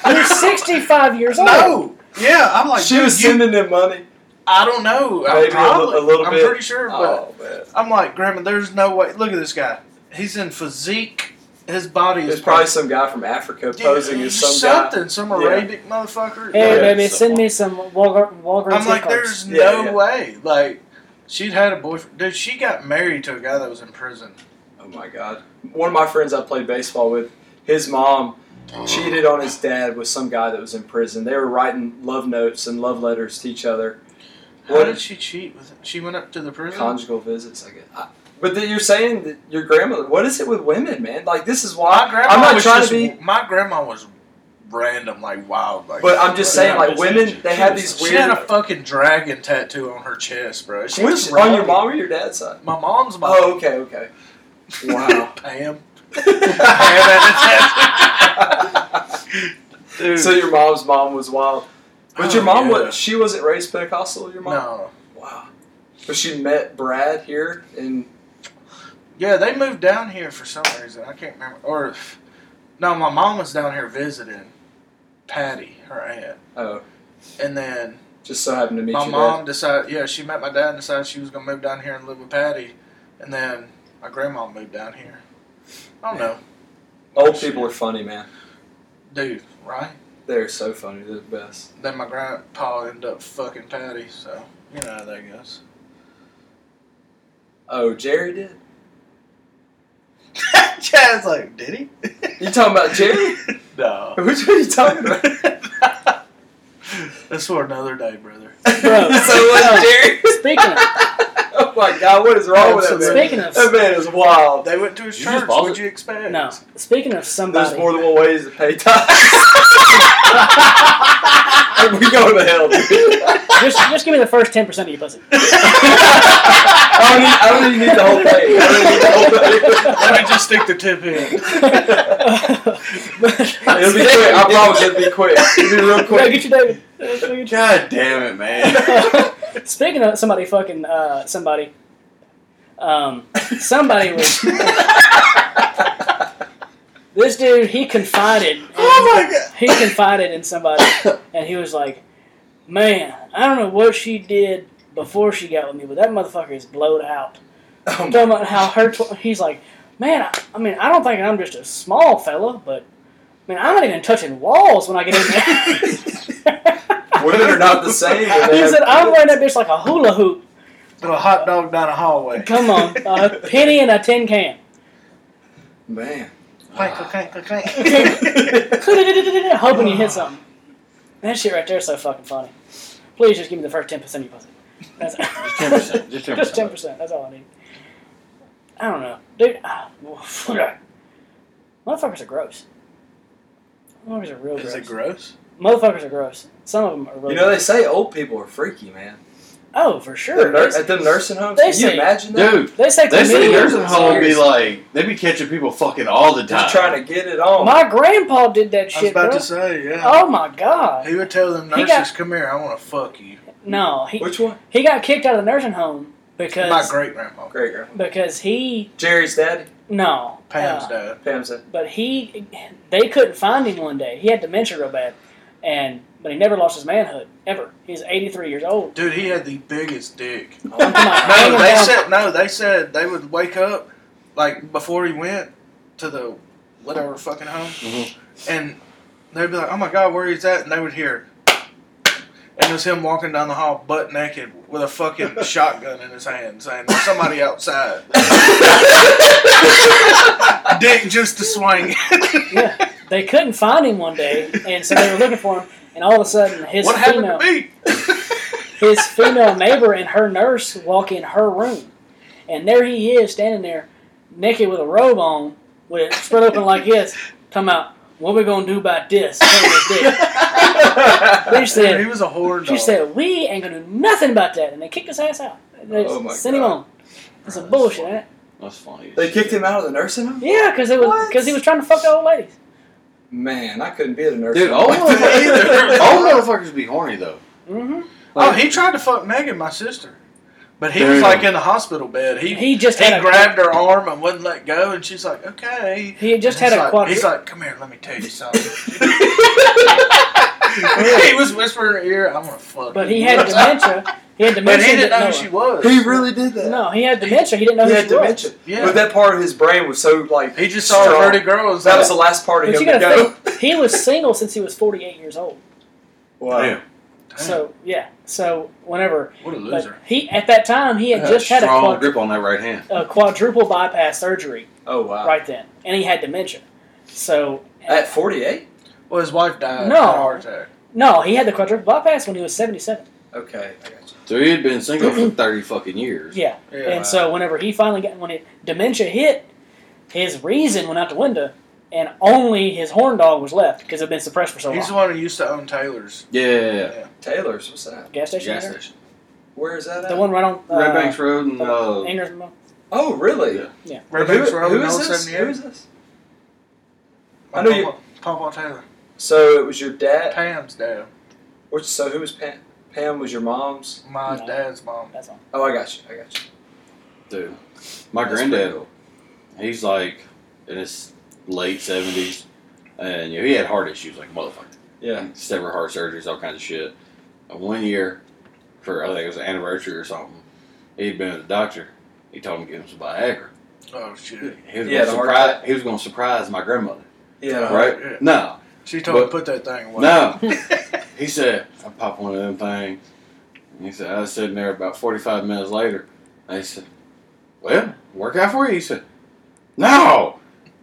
[SPEAKER 2] him.
[SPEAKER 1] You're 65 years old.
[SPEAKER 2] no. Yeah, I'm like,
[SPEAKER 4] she
[SPEAKER 2] dude,
[SPEAKER 4] was
[SPEAKER 2] you-
[SPEAKER 4] sending them money.
[SPEAKER 2] I don't know. I
[SPEAKER 4] Maybe a
[SPEAKER 2] probably,
[SPEAKER 4] li- a little
[SPEAKER 2] I'm
[SPEAKER 4] bit.
[SPEAKER 2] pretty sure, but
[SPEAKER 4] Oh man.
[SPEAKER 2] I'm like, Grandma, there's no way. Look at this guy. He's in physique. His body
[SPEAKER 4] There's
[SPEAKER 2] is
[SPEAKER 4] probably some guy from Africa
[SPEAKER 2] Dude,
[SPEAKER 4] posing as some guy.
[SPEAKER 2] something, some
[SPEAKER 4] Yeah.
[SPEAKER 2] Arabic motherfucker.
[SPEAKER 1] Hey,
[SPEAKER 3] Yeah,
[SPEAKER 1] baby,
[SPEAKER 3] it's
[SPEAKER 1] send
[SPEAKER 3] so
[SPEAKER 1] me some Walgr- Walgreens
[SPEAKER 2] I'm like,
[SPEAKER 1] gift cards.
[SPEAKER 2] there's
[SPEAKER 4] Yeah,
[SPEAKER 2] no
[SPEAKER 4] yeah.
[SPEAKER 2] way. Like, she'd had a boyfriend. Dude, she got married to a guy that was in prison.
[SPEAKER 4] Oh my god. One of my friends I played baseball with, his mom cheated on his dad with some guy that was in prison. They were writing love notes and love letters to each other.
[SPEAKER 2] How
[SPEAKER 4] What-
[SPEAKER 2] did she cheat with? She went up to the prison.
[SPEAKER 4] conjugal visits, I guess. I, but then you're saying that your grandmother. What is it with women, man? Like this is why
[SPEAKER 2] my grandma
[SPEAKER 4] I'm not
[SPEAKER 2] was
[SPEAKER 4] trying
[SPEAKER 2] just-
[SPEAKER 4] to be.
[SPEAKER 2] My grandma was random, like wild, like.
[SPEAKER 4] But I'm just saying, like
[SPEAKER 1] Yeah,
[SPEAKER 4] women, they have these
[SPEAKER 2] she had
[SPEAKER 4] weird.
[SPEAKER 2] a fucking dragon tattoo on her chest, bro. She was
[SPEAKER 4] Which on your
[SPEAKER 2] rowdy.
[SPEAKER 4] mom or your dad's side?
[SPEAKER 2] My mom's mom.
[SPEAKER 4] Oh, okay, okay. Wow.
[SPEAKER 2] Pam. Dude.
[SPEAKER 4] so your mom's mom was wild, but your
[SPEAKER 2] Oh,
[SPEAKER 4] mom
[SPEAKER 2] yeah.
[SPEAKER 4] was she wasn't raised Pentecostal. Your mom,
[SPEAKER 2] no.
[SPEAKER 4] wow. But she met Brad here, and
[SPEAKER 2] Yeah, they moved down here for some reason. I can't remember. Or no, my mom was down here visiting Patty, her aunt,
[SPEAKER 4] oh,
[SPEAKER 2] and then
[SPEAKER 4] just so happened to meet
[SPEAKER 2] my
[SPEAKER 4] you.
[SPEAKER 2] mom decided. Yeah, she met my dad and decided she was gonna move down here and live with Patty, and then my grandma moved down here. I don't know,
[SPEAKER 4] Old people are funny, man.
[SPEAKER 2] dude. Right?
[SPEAKER 4] They're so funny. They're the best.
[SPEAKER 2] Then my grandpa ended up fucking Patty, so you know how that goes.
[SPEAKER 4] Oh, Jerry did.
[SPEAKER 2] Chad's like, did he?
[SPEAKER 4] You talking about Jerry?
[SPEAKER 2] No.
[SPEAKER 4] Which one are you talking about?
[SPEAKER 2] That's for another day, brother.
[SPEAKER 4] so was Jerry.
[SPEAKER 1] Speaking of,
[SPEAKER 4] Oh my God, what is wrong with that man?
[SPEAKER 1] speaking of,
[SPEAKER 4] That man is wild.
[SPEAKER 2] They went to his
[SPEAKER 3] You just
[SPEAKER 2] church.
[SPEAKER 3] bought
[SPEAKER 2] What'd
[SPEAKER 3] it?
[SPEAKER 2] you expect?
[SPEAKER 1] no, speaking of
[SPEAKER 4] There's
[SPEAKER 1] somebody,
[SPEAKER 4] more than one ways to pay taxes. and we go to hell. dude.
[SPEAKER 1] just just give me the first ten percent of your pussy.
[SPEAKER 4] I don't, need, I don't even need the whole thing. I
[SPEAKER 2] Let me just stick the tip in.
[SPEAKER 4] don't need the whole thing.
[SPEAKER 1] It'll
[SPEAKER 4] it'll be quick. I promise it'll be quick. It'll be real
[SPEAKER 1] No,
[SPEAKER 4] quick.
[SPEAKER 1] get your David. That's what you-
[SPEAKER 3] God damn it, man.
[SPEAKER 1] Uh, Speaking of somebody fucking uh, somebody, um, somebody was this dude. He confided.
[SPEAKER 2] Oh my God.
[SPEAKER 1] He confided in somebody, and he was like, "Man, I don't know what she did before she got with me, but that motherfucker is blowed out."
[SPEAKER 4] Oh my-
[SPEAKER 1] Talking about how her, tw- he's like, "Man, I, I mean, I don't think I'm just a small fella, but." I mean, I'm not even touching walls when I get in there.
[SPEAKER 4] Women are not the same. but they
[SPEAKER 1] he
[SPEAKER 4] have-
[SPEAKER 1] said, I'm wearing that bitch like a hula hoop.
[SPEAKER 2] Throw a hot dog down a hallway.
[SPEAKER 1] Come on, a penny in a tin can.
[SPEAKER 4] Man.
[SPEAKER 2] Clank, clank, clank, clank.
[SPEAKER 1] Hoping you hit something. That shit right there is so fucking funny. Please just give me the first ten percent of your pussy. That's
[SPEAKER 3] just ten percent. Just ten
[SPEAKER 1] Just ten
[SPEAKER 3] percent.
[SPEAKER 1] percent. That's all I need. I don't know, dude. ah, Motherfuckers are gross. Motherfuckers are real
[SPEAKER 2] Is
[SPEAKER 1] gross.
[SPEAKER 2] it gross?
[SPEAKER 1] Motherfuckers are gross. Some of them are really.
[SPEAKER 4] You know, they
[SPEAKER 1] gross.
[SPEAKER 4] say old people are freaky, man.
[SPEAKER 1] oh, for
[SPEAKER 4] The
[SPEAKER 1] sure.
[SPEAKER 4] nur-
[SPEAKER 1] They-
[SPEAKER 4] at them nursing homes,
[SPEAKER 1] they
[SPEAKER 4] can you
[SPEAKER 1] say-
[SPEAKER 4] imagine that?
[SPEAKER 3] Dude,
[SPEAKER 1] they say
[SPEAKER 3] they say
[SPEAKER 1] comedians
[SPEAKER 3] nursing
[SPEAKER 1] are
[SPEAKER 3] home be
[SPEAKER 1] serious.
[SPEAKER 3] like they be catching people fucking all the time.
[SPEAKER 4] Just trying to get it on.
[SPEAKER 1] My grandpa did that
[SPEAKER 2] I was
[SPEAKER 1] shit,
[SPEAKER 2] about
[SPEAKER 1] bro.
[SPEAKER 2] to say, yeah.
[SPEAKER 1] Oh my god.
[SPEAKER 2] He would tell them
[SPEAKER 1] He
[SPEAKER 2] nurses,
[SPEAKER 1] got-
[SPEAKER 2] come here, I want to fuck you.
[SPEAKER 1] No, he
[SPEAKER 4] Which one?
[SPEAKER 1] He got kicked out of the nursing home
[SPEAKER 2] My
[SPEAKER 1] because
[SPEAKER 2] great grandma,
[SPEAKER 4] Great girl.
[SPEAKER 1] because he
[SPEAKER 4] Jerry's daddy.
[SPEAKER 1] no
[SPEAKER 2] Pam's
[SPEAKER 1] uh,
[SPEAKER 2] dad.
[SPEAKER 4] Pam said.
[SPEAKER 1] but he they couldn't find him one day. He had dementia real bad, and but he never lost his manhood ever. He's eighty three years old.
[SPEAKER 2] Dude, he had the biggest dick.
[SPEAKER 4] "Oh,
[SPEAKER 1] I'm talking about
[SPEAKER 2] No,
[SPEAKER 1] hanging
[SPEAKER 2] they
[SPEAKER 1] down-
[SPEAKER 2] said no. They said they would wake up like before he went to the whatever fucking home,
[SPEAKER 3] Mhm.
[SPEAKER 1] Mm-hmm.
[SPEAKER 2] and they'd be like, "Oh my god, where he's at?" And they would hear, and it was him walking down the hall butt naked with a fucking shotgun in his hand, saying, "There's somebody outside." Dick just to swing.
[SPEAKER 1] yeah, they couldn't find him one day, and so they were looking for him. And all of a sudden, his
[SPEAKER 2] what happened
[SPEAKER 1] female
[SPEAKER 2] to me?
[SPEAKER 1] his female neighbor and her nurse walk in her room, and there he is standing there, naked with a robe on, with it spread open like this, talking about what we gonna do about this. This dick." They
[SPEAKER 2] Dude, he
[SPEAKER 1] said,
[SPEAKER 2] was a horror
[SPEAKER 1] she
[SPEAKER 2] dog.
[SPEAKER 1] said, we ain't gonna do nothing about that, and they kicked his ass out. They
[SPEAKER 4] Oh my
[SPEAKER 1] sent him
[SPEAKER 4] God.
[SPEAKER 1] on. It's some bullshit, ain't it?
[SPEAKER 3] That's funny.
[SPEAKER 4] They kicked him out of the nursing home?
[SPEAKER 1] Yeah, because it was
[SPEAKER 4] What?
[SPEAKER 1] because he was trying to fuck the old ladies.
[SPEAKER 4] Man, I couldn't be at a nursing
[SPEAKER 3] Dude,
[SPEAKER 4] home.
[SPEAKER 2] oh
[SPEAKER 3] old motherfuckers, old motherfuckers be horny though.
[SPEAKER 1] hmm
[SPEAKER 2] "Oh, he tried to fuck Megan, my sister." But he was
[SPEAKER 3] Damn.
[SPEAKER 2] like in the hospital bed. He
[SPEAKER 1] He just
[SPEAKER 2] He
[SPEAKER 1] had a
[SPEAKER 2] grabbed her arm and wouldn't let go, and she's like, "Okay."
[SPEAKER 1] he had just had
[SPEAKER 2] And he's
[SPEAKER 1] a
[SPEAKER 2] like,
[SPEAKER 1] quadri-
[SPEAKER 2] He's like, "Come here, let me tell you something." he was whispering in her ear, "I'm gonna fuck."
[SPEAKER 1] but
[SPEAKER 2] you."
[SPEAKER 1] he had dementia. He had dementia.
[SPEAKER 2] But Oh, he
[SPEAKER 1] and
[SPEAKER 2] didn't know who
[SPEAKER 1] her.
[SPEAKER 2] she was.
[SPEAKER 4] he really did that.
[SPEAKER 1] No, he had dementia. He didn't know
[SPEAKER 4] he
[SPEAKER 1] who
[SPEAKER 4] had
[SPEAKER 1] she was.
[SPEAKER 4] dementia.
[SPEAKER 2] Yeah.
[SPEAKER 4] But that part of his brain was so, like,
[SPEAKER 2] He just saw a
[SPEAKER 4] Strong.
[SPEAKER 2] pretty girl. And
[SPEAKER 4] that was
[SPEAKER 2] said,
[SPEAKER 4] the last part of
[SPEAKER 1] But
[SPEAKER 4] him
[SPEAKER 1] you
[SPEAKER 4] to
[SPEAKER 1] gotta
[SPEAKER 4] go.
[SPEAKER 1] think, he was single since he was 48 years old.
[SPEAKER 4] Wow.
[SPEAKER 3] Damn.
[SPEAKER 1] So yeah, so whenever
[SPEAKER 2] "What a
[SPEAKER 1] but
[SPEAKER 2] loser!"
[SPEAKER 1] he at that time he had
[SPEAKER 3] Got
[SPEAKER 1] just had a,
[SPEAKER 3] strong
[SPEAKER 1] quad,
[SPEAKER 3] grip on that right hand.
[SPEAKER 1] a quadruple bypass surgery
[SPEAKER 4] Oh, wow.
[SPEAKER 1] right then, and he had dementia. So
[SPEAKER 4] At 48?
[SPEAKER 2] Well, his wife died.
[SPEAKER 1] No.
[SPEAKER 2] of a heart attack.
[SPEAKER 1] no, he had the quadruple bypass when he was 77.
[SPEAKER 4] Okay. I got you.
[SPEAKER 3] So he had been single for thirty fucking years.
[SPEAKER 1] Yeah,
[SPEAKER 2] Yeah.
[SPEAKER 1] and so whenever he finally got when it, dementia hit, his reason went out the window, and only his horn dog was left because it had been suppressed for so
[SPEAKER 2] He's the
[SPEAKER 1] long.
[SPEAKER 2] one who used to own Taylor's.
[SPEAKER 3] Yeah, yeah, yeah.
[SPEAKER 4] Taylor's, what's that?
[SPEAKER 1] Gas station.
[SPEAKER 3] Gas
[SPEAKER 1] there?
[SPEAKER 3] station.
[SPEAKER 4] Where is that at?
[SPEAKER 1] The one right on uh,
[SPEAKER 3] Red Banks Road and uh,
[SPEAKER 1] Anders Mill.
[SPEAKER 4] Oh, really?
[SPEAKER 3] Yeah.
[SPEAKER 2] Red
[SPEAKER 4] Who-
[SPEAKER 2] Banks Road
[SPEAKER 4] who
[SPEAKER 2] in
[SPEAKER 4] is
[SPEAKER 2] Old
[SPEAKER 4] this? Who
[SPEAKER 2] 78.
[SPEAKER 4] is this? I know you-
[SPEAKER 2] Papa- Papa Taylor.
[SPEAKER 4] So it was your dad.
[SPEAKER 2] Pam's dad.
[SPEAKER 4] Which, so who was Pam? Pam was your mom's.
[SPEAKER 2] My
[SPEAKER 1] No.
[SPEAKER 2] dad's mom.
[SPEAKER 1] That's all.
[SPEAKER 4] Oh, I got you. I got you.
[SPEAKER 3] dude, my
[SPEAKER 4] That's
[SPEAKER 3] granddad,
[SPEAKER 4] pretty cool.
[SPEAKER 3] he's like in his late seventies, and you know, he had heart issues like a motherfucker.
[SPEAKER 4] Yeah.
[SPEAKER 3] several heart surgeries, all kinds of shit. And one year, for I think it was an anniversary or something, he'd been at the doctor. He told him to give him some Viagra.
[SPEAKER 2] Oh, shit.
[SPEAKER 3] He was
[SPEAKER 4] He
[SPEAKER 3] gonna
[SPEAKER 4] had a heart
[SPEAKER 3] surprise. He was going to surprise my grandmother.
[SPEAKER 4] Uh-huh. Yeah.
[SPEAKER 3] right?
[SPEAKER 2] yeah.
[SPEAKER 3] No,
[SPEAKER 2] She told me
[SPEAKER 3] But-
[SPEAKER 2] put that thing away.
[SPEAKER 3] no. He said, "I pop one of them things." And he said, "I was sitting there about forty-five minutes later." And he said, "Well, work out for you." He said, "No."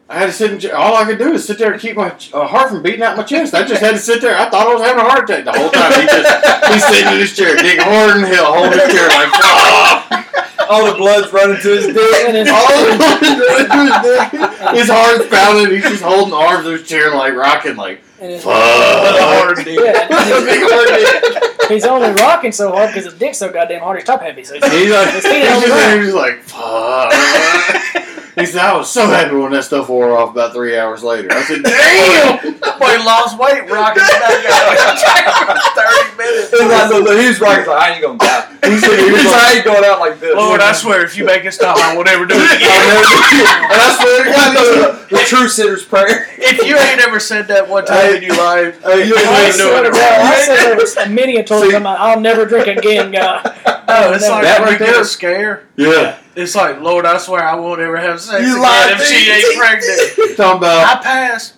[SPEAKER 3] I had to sit. And, ch- all I could do is sit there and keep my ch- uh, heart from beating out my chest. I just had to sit there. I thought I was having a heart attack the whole time. He just He's sitting in his chair, dick hard and hell, holding his chair like, "Ah!"
[SPEAKER 4] All the blood's running to his dick.
[SPEAKER 1] And it's-
[SPEAKER 3] all the blood's running through his dick. His heart's pounding. He's just holding the arms of his chair, like rocking, like
[SPEAKER 1] and it's-
[SPEAKER 3] fuck.
[SPEAKER 2] Hard
[SPEAKER 1] Yeah.
[SPEAKER 3] Big hard dick.
[SPEAKER 1] He's only rocking so hard because his dick's so goddamn hard. He's top heavy, so he's-
[SPEAKER 3] He's like,
[SPEAKER 1] His
[SPEAKER 3] he's
[SPEAKER 1] feet on
[SPEAKER 3] just,
[SPEAKER 1] the ground.
[SPEAKER 3] there, he's like, fuck. He said, I was so happy when that stuff wore off about three hours later. I said, damn.
[SPEAKER 2] That boy lost weight rocking that guy for 30 minutes.
[SPEAKER 4] It was like, the- the- he was right. He's like, I ain't gonna die.
[SPEAKER 3] He said, he
[SPEAKER 4] He's
[SPEAKER 3] was
[SPEAKER 4] like,
[SPEAKER 3] like,
[SPEAKER 4] I ain't going out like this.
[SPEAKER 2] Lord, I swear, if you make it stop, I will never do it
[SPEAKER 3] I'll
[SPEAKER 2] again.
[SPEAKER 3] never do it. And I swear to God, he said,
[SPEAKER 4] the, the true sinner's prayer.
[SPEAKER 2] If you ain't ever said that one time in your life,
[SPEAKER 3] hey, you ain't
[SPEAKER 1] I
[SPEAKER 3] never doing
[SPEAKER 1] swear to
[SPEAKER 3] it
[SPEAKER 1] God, I said there was many a time
[SPEAKER 3] See-
[SPEAKER 1] I'm like, I'll never drink again, God.
[SPEAKER 2] no, it's
[SPEAKER 1] never.
[SPEAKER 2] like
[SPEAKER 3] That
[SPEAKER 2] when
[SPEAKER 3] right
[SPEAKER 2] you get
[SPEAKER 3] there-
[SPEAKER 2] a scare.
[SPEAKER 3] Yeah.
[SPEAKER 2] It's like, Lord, I swear I won't ever have sex
[SPEAKER 4] You
[SPEAKER 2] again
[SPEAKER 4] lied
[SPEAKER 2] if
[SPEAKER 4] to
[SPEAKER 2] she
[SPEAKER 4] me.
[SPEAKER 2] ain't pregnant.
[SPEAKER 3] Talking
[SPEAKER 2] I
[SPEAKER 3] about.
[SPEAKER 2] passed.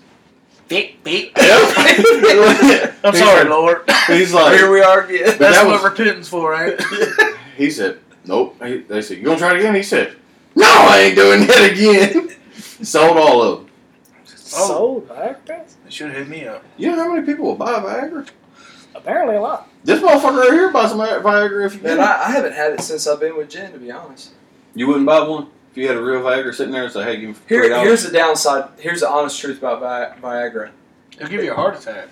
[SPEAKER 2] Beep, beep.
[SPEAKER 3] Yep.
[SPEAKER 2] I'm
[SPEAKER 3] He's
[SPEAKER 2] sorry,
[SPEAKER 3] like-
[SPEAKER 2] Lord.
[SPEAKER 3] He's like,
[SPEAKER 4] Here we are again.
[SPEAKER 2] That's
[SPEAKER 3] that was-
[SPEAKER 2] what repentance for, ain't it?
[SPEAKER 3] He said, "Nope." He, they said, "You gonna try it again?" He said, "No, I ain't doing that again." Sold all of them. Oh.
[SPEAKER 1] Sold Viagra?
[SPEAKER 2] It should hit me up.
[SPEAKER 3] You know how many people will buy Viagra?
[SPEAKER 1] Apparently a lot.
[SPEAKER 3] This motherfucker right here buys some Viagra. If you
[SPEAKER 4] Man,
[SPEAKER 3] didn't.
[SPEAKER 4] I, I haven't had it since I've been with Jen, to be honest.
[SPEAKER 3] you wouldn't buy one if you had a real Viagra sitting there and say, "Hey, give me
[SPEAKER 4] Here,
[SPEAKER 3] three dollars."
[SPEAKER 4] here's the downside. Here's the honest truth about Vi- Viagra.
[SPEAKER 2] It'll give you a heart attack.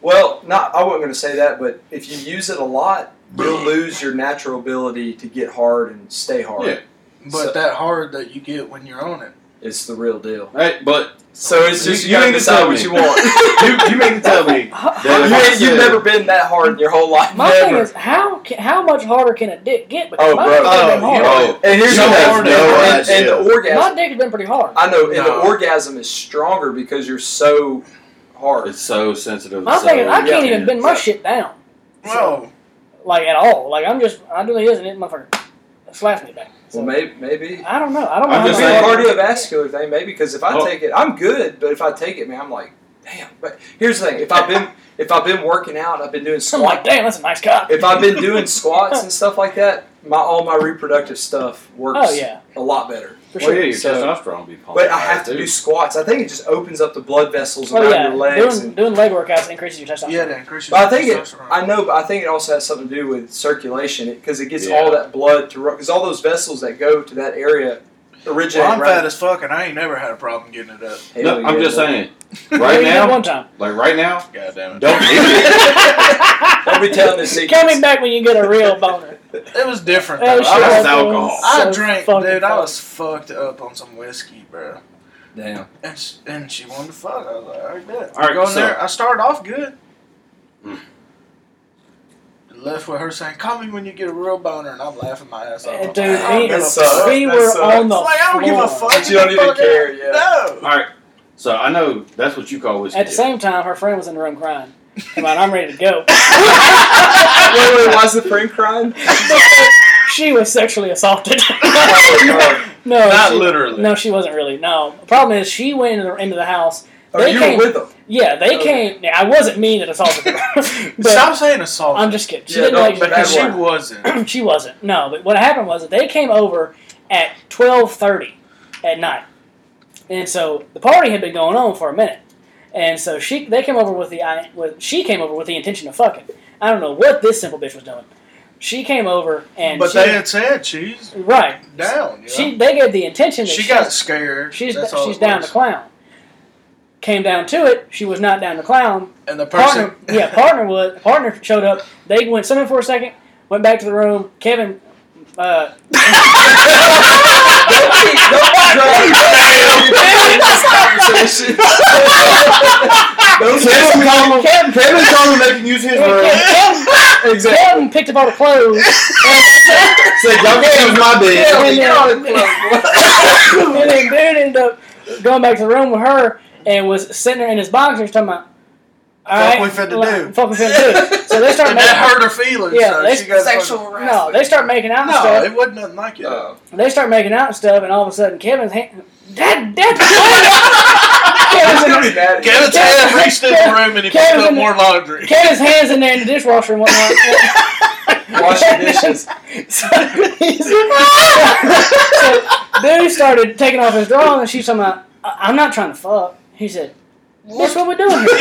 [SPEAKER 4] Well, not I wasn't going to say that, but if you use it a lot, you'll lose your natural ability to get hard and stay hard.
[SPEAKER 3] Yeah.
[SPEAKER 2] But
[SPEAKER 4] So-
[SPEAKER 2] that hard that you get when you're on it.
[SPEAKER 4] It's the real deal.
[SPEAKER 3] Hey, but
[SPEAKER 4] So it's just
[SPEAKER 3] You-
[SPEAKER 4] you,
[SPEAKER 3] you
[SPEAKER 4] gotta
[SPEAKER 3] need to
[SPEAKER 4] decide
[SPEAKER 3] tell
[SPEAKER 4] what
[SPEAKER 3] me.
[SPEAKER 4] you want.
[SPEAKER 3] you, you mean to tell me
[SPEAKER 1] How-
[SPEAKER 3] that if
[SPEAKER 4] you
[SPEAKER 3] I
[SPEAKER 4] ain't, you've
[SPEAKER 3] said-
[SPEAKER 4] never been that hard in your whole life.
[SPEAKER 1] My
[SPEAKER 4] never.
[SPEAKER 1] thing is, how ca- how much harder can a dick get? Because
[SPEAKER 4] Oh,
[SPEAKER 1] my
[SPEAKER 4] bro.
[SPEAKER 1] dick's been
[SPEAKER 2] Oh,
[SPEAKER 1] hard.
[SPEAKER 3] Oh,
[SPEAKER 4] and here's
[SPEAKER 3] you
[SPEAKER 4] the
[SPEAKER 3] have
[SPEAKER 4] hard
[SPEAKER 3] no
[SPEAKER 4] and, and
[SPEAKER 3] idea.
[SPEAKER 4] the orgasm.
[SPEAKER 1] My dick has been pretty hard.
[SPEAKER 4] I know, and the
[SPEAKER 2] No.
[SPEAKER 4] orgasm is stronger because you're so hard.
[SPEAKER 3] oh, it's so sensitive.
[SPEAKER 1] My
[SPEAKER 3] so,
[SPEAKER 1] thing is, I can't
[SPEAKER 3] yeah.
[SPEAKER 1] even bend my shit down.
[SPEAKER 2] Well,
[SPEAKER 1] Like, at all. Like, I'm just, I do this and it motherfucker slaps me back. So,
[SPEAKER 4] well, maybe, maybe
[SPEAKER 1] I don't know. I don't
[SPEAKER 3] I'm
[SPEAKER 1] know.
[SPEAKER 3] just
[SPEAKER 1] how
[SPEAKER 4] Maybe a
[SPEAKER 3] saying-
[SPEAKER 1] much-
[SPEAKER 4] cardiovascular thing, maybe because if I
[SPEAKER 3] Oh.
[SPEAKER 4] take it, I'm good. But if I take it, man, I'm like, damn. But here's the thing: if I've been if I've been working out, I've been doing
[SPEAKER 1] I'm like,
[SPEAKER 4] squats.
[SPEAKER 1] damn, that's a nice cock.
[SPEAKER 4] If I've been doing squats and stuff like that, my all my reproductive stuff works
[SPEAKER 1] Oh, yeah.
[SPEAKER 4] a lot better.
[SPEAKER 1] For
[SPEAKER 3] Well,
[SPEAKER 1] sure.
[SPEAKER 3] yeah, your
[SPEAKER 4] So-
[SPEAKER 3] testosterone will be pumping.
[SPEAKER 4] But I have to
[SPEAKER 3] too.
[SPEAKER 4] do squats. I think it just opens up the blood vessels
[SPEAKER 1] Oh,
[SPEAKER 4] around
[SPEAKER 1] yeah.
[SPEAKER 4] your legs.
[SPEAKER 1] Doing,
[SPEAKER 4] and,
[SPEAKER 1] doing leg workouts increases your testosterone.
[SPEAKER 2] yeah, then Christian.
[SPEAKER 4] but I think it, I know, but I think it also has something to do with circulation because it gets
[SPEAKER 3] Yeah.
[SPEAKER 4] all that blood to because all those vessels that go to that area originate.
[SPEAKER 2] well, I'm
[SPEAKER 4] right?
[SPEAKER 2] fat as fuck, and I ain't never had a problem getting it up.
[SPEAKER 4] Hell
[SPEAKER 3] No, I'm
[SPEAKER 4] yeah,
[SPEAKER 3] just
[SPEAKER 4] dude.
[SPEAKER 3] saying.
[SPEAKER 1] Well,
[SPEAKER 3] Right
[SPEAKER 1] you did
[SPEAKER 3] now,
[SPEAKER 1] One time.
[SPEAKER 3] like right now,
[SPEAKER 2] God damn it!
[SPEAKER 3] don't.
[SPEAKER 4] Don't be telling this secret.
[SPEAKER 1] Coming back when you get a real boner.
[SPEAKER 2] It was different.
[SPEAKER 1] That
[SPEAKER 2] Though.
[SPEAKER 1] Oh, shit
[SPEAKER 3] was
[SPEAKER 2] I, was,
[SPEAKER 3] alcohol.
[SPEAKER 2] I
[SPEAKER 1] so
[SPEAKER 2] drank,
[SPEAKER 1] fucking
[SPEAKER 2] dude. I
[SPEAKER 1] fun.
[SPEAKER 2] was fucked up on some whiskey, bro.
[SPEAKER 4] Damn.
[SPEAKER 2] And she, and she wanted to fuck. I was like, all right, bet.
[SPEAKER 3] All right,
[SPEAKER 2] Go in
[SPEAKER 3] so-
[SPEAKER 2] there. I started off good.
[SPEAKER 3] Mm.
[SPEAKER 2] Left with her saying, "Call me when you get a real boner," and I'm laughing my ass off.
[SPEAKER 1] And
[SPEAKER 2] I'm
[SPEAKER 1] dude,
[SPEAKER 2] like, I don't
[SPEAKER 1] he-
[SPEAKER 2] give a
[SPEAKER 4] that sucks.
[SPEAKER 2] fuck.
[SPEAKER 1] we
[SPEAKER 4] That
[SPEAKER 1] were
[SPEAKER 4] sucks.
[SPEAKER 1] on the
[SPEAKER 2] Like, I don't give a
[SPEAKER 1] floor.
[SPEAKER 2] fuck.
[SPEAKER 4] You don't even
[SPEAKER 2] Fuck
[SPEAKER 4] care,
[SPEAKER 2] it.
[SPEAKER 4] yeah.
[SPEAKER 2] No.
[SPEAKER 3] All right. So I know that's what you call whiskey.
[SPEAKER 1] At the same time, her friend was in the room crying. Come on, I'm ready to go.
[SPEAKER 4] wait, wait, why's the friend crying?
[SPEAKER 1] she was sexually assaulted.
[SPEAKER 4] oh,
[SPEAKER 1] no, she,
[SPEAKER 2] literally.
[SPEAKER 1] no, she wasn't really. No, the problem is she went into the, into the house.
[SPEAKER 4] no.
[SPEAKER 1] They
[SPEAKER 4] you
[SPEAKER 1] came-
[SPEAKER 4] were with them.
[SPEAKER 1] Yeah, they
[SPEAKER 4] Okay.
[SPEAKER 1] came. yeah, I wasn't mean that assaulted her. but
[SPEAKER 2] Stop saying assault.
[SPEAKER 1] I'm just kidding. She
[SPEAKER 4] Yeah,
[SPEAKER 1] didn't
[SPEAKER 4] don't-
[SPEAKER 1] like
[SPEAKER 4] but
[SPEAKER 2] because she
[SPEAKER 4] Bad word.
[SPEAKER 2] wasn't.
[SPEAKER 1] she wasn't. No, but what happened was that they came over at twelve thirty at night, and so the party had been going on for a minute, and so she they came over with the I with she came over with the intention of fucking. I don't know what this simple bitch was doing. She came over and
[SPEAKER 2] But
[SPEAKER 1] she,
[SPEAKER 2] they had said she's
[SPEAKER 1] right.
[SPEAKER 2] down. You know?
[SPEAKER 1] She they gave the intention that
[SPEAKER 2] She got scared.
[SPEAKER 1] she's
[SPEAKER 2] That's all
[SPEAKER 1] she's
[SPEAKER 2] it
[SPEAKER 1] down
[SPEAKER 2] was.
[SPEAKER 1] to clown. came down to it, she was not down to clown.
[SPEAKER 2] And the person,
[SPEAKER 1] partner, yeah, partner was partner showed up. They went something for a second, went back to the room. Kevin, uh,
[SPEAKER 3] Kevin Conlon,
[SPEAKER 1] Kevin,
[SPEAKER 3] Kevin Conlon, they can use his room.
[SPEAKER 1] Kevin,
[SPEAKER 4] Exactly.
[SPEAKER 1] Kevin picked up all the clothes.
[SPEAKER 3] Said, y'all can use my bed.
[SPEAKER 1] we got and then dude ended up going back to the room with her and was sitting there in his boxers talking about. All
[SPEAKER 2] Fuck
[SPEAKER 1] right,
[SPEAKER 2] we finna
[SPEAKER 1] like,
[SPEAKER 2] do."
[SPEAKER 1] Fuck we finna do. So they start
[SPEAKER 2] and that
[SPEAKER 1] making
[SPEAKER 2] hurt her feelings.
[SPEAKER 1] Yeah,
[SPEAKER 2] so
[SPEAKER 1] they-
[SPEAKER 2] she goes,
[SPEAKER 5] Sexual
[SPEAKER 1] no,
[SPEAKER 5] harassment.
[SPEAKER 1] they start making out and
[SPEAKER 2] No,
[SPEAKER 1] stuff.
[SPEAKER 2] it wasn't nothing like it.
[SPEAKER 4] Oh.
[SPEAKER 1] They start making out and stuff, and all of a sudden Kevin's hand, Dad, Dad, Kevin's in there-
[SPEAKER 2] Kevin's
[SPEAKER 1] Kevin-
[SPEAKER 2] hand reached in the
[SPEAKER 1] Kevin-
[SPEAKER 2] room and he
[SPEAKER 1] Kevin-
[SPEAKER 2] picked up more laundry.
[SPEAKER 1] Kevin's hands in there in the dishwasher and whatnot.
[SPEAKER 4] Washing dishes.
[SPEAKER 1] so, he's- so dude started taking off his drawers, and she's talking about, "I- I'm not trying to fuck. He said, "That's what we're doing here."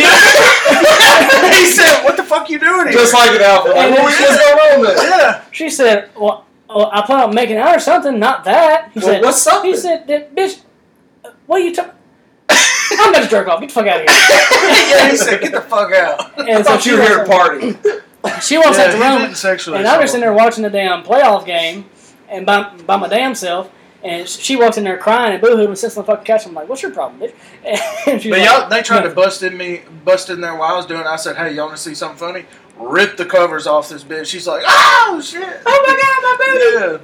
[SPEAKER 2] he said, "What the fuck you doing here?"
[SPEAKER 4] Just like an outfit. Like, what was going on there?
[SPEAKER 2] yeah,
[SPEAKER 1] She said, well, well, I plan on making out or something, not that. He
[SPEAKER 4] Well,
[SPEAKER 1] said,
[SPEAKER 4] what's something?
[SPEAKER 1] He said, that bitch, uh, what are you talking I'm about to jerk off. Get the fuck out of here.
[SPEAKER 2] yeah. He said, "Get the fuck out."
[SPEAKER 1] And
[SPEAKER 4] I thought you were
[SPEAKER 1] walks
[SPEAKER 4] here at
[SPEAKER 1] out-
[SPEAKER 4] a party.
[SPEAKER 1] She walks
[SPEAKER 2] yeah,
[SPEAKER 1] out the
[SPEAKER 2] he
[SPEAKER 1] room,
[SPEAKER 2] didn't sexually
[SPEAKER 1] and I'm just
[SPEAKER 2] assault
[SPEAKER 1] in there watching the damn playoff game, and by, by my damn self. And she walks in there crying and boohoo and sits on the fucking couch. I'm like, "What's your problem, bitch?" And she's
[SPEAKER 2] But
[SPEAKER 1] like,
[SPEAKER 2] y'all, they tried
[SPEAKER 1] "No."
[SPEAKER 2] to bust in me, bust in there while I was doing. it. I said, "Hey, y'all want to see something funny? Rip the covers off this bitch." She's like, "Oh shit! Oh my god, my baby!"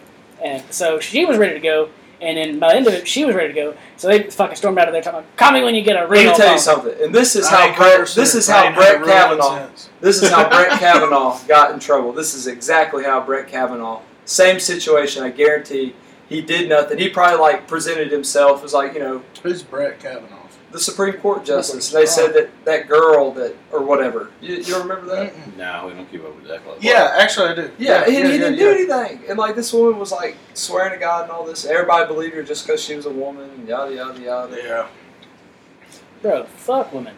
[SPEAKER 1] And so she was ready to go, and then by the end of it, she was ready to go. So they fucking stormed out of there talking, about, "Call me when you get a real."
[SPEAKER 4] Let me tell
[SPEAKER 1] problem."
[SPEAKER 4] you something. And this is
[SPEAKER 2] I
[SPEAKER 4] how
[SPEAKER 2] ain't
[SPEAKER 4] Brett,
[SPEAKER 2] covered
[SPEAKER 4] this
[SPEAKER 2] since.
[SPEAKER 4] is
[SPEAKER 2] I
[SPEAKER 4] how
[SPEAKER 2] ain't had a
[SPEAKER 4] Brett
[SPEAKER 2] real one
[SPEAKER 4] Kavanaugh
[SPEAKER 2] since.
[SPEAKER 4] This is how Brett Kavanaugh got in trouble. This is exactly how Brett Kavanaugh. Same situation. I guarantee. He did nothing. He probably like presented himself as like you know
[SPEAKER 2] Who's Brett Kavanaugh?
[SPEAKER 4] the Supreme Court justice. And they said that that girl that or whatever. You, you remember that?
[SPEAKER 3] No, we don't keep up with that. Club.
[SPEAKER 2] Yeah, actually, I do.
[SPEAKER 4] Mm. Yeah, he, he
[SPEAKER 2] yeah,
[SPEAKER 4] didn't
[SPEAKER 2] yeah.
[SPEAKER 4] do anything. And like this woman was like swearing to God and all this. Everybody believed her just because she was a woman. And yada yada yada.
[SPEAKER 2] Yeah,
[SPEAKER 1] Bro, fuck women.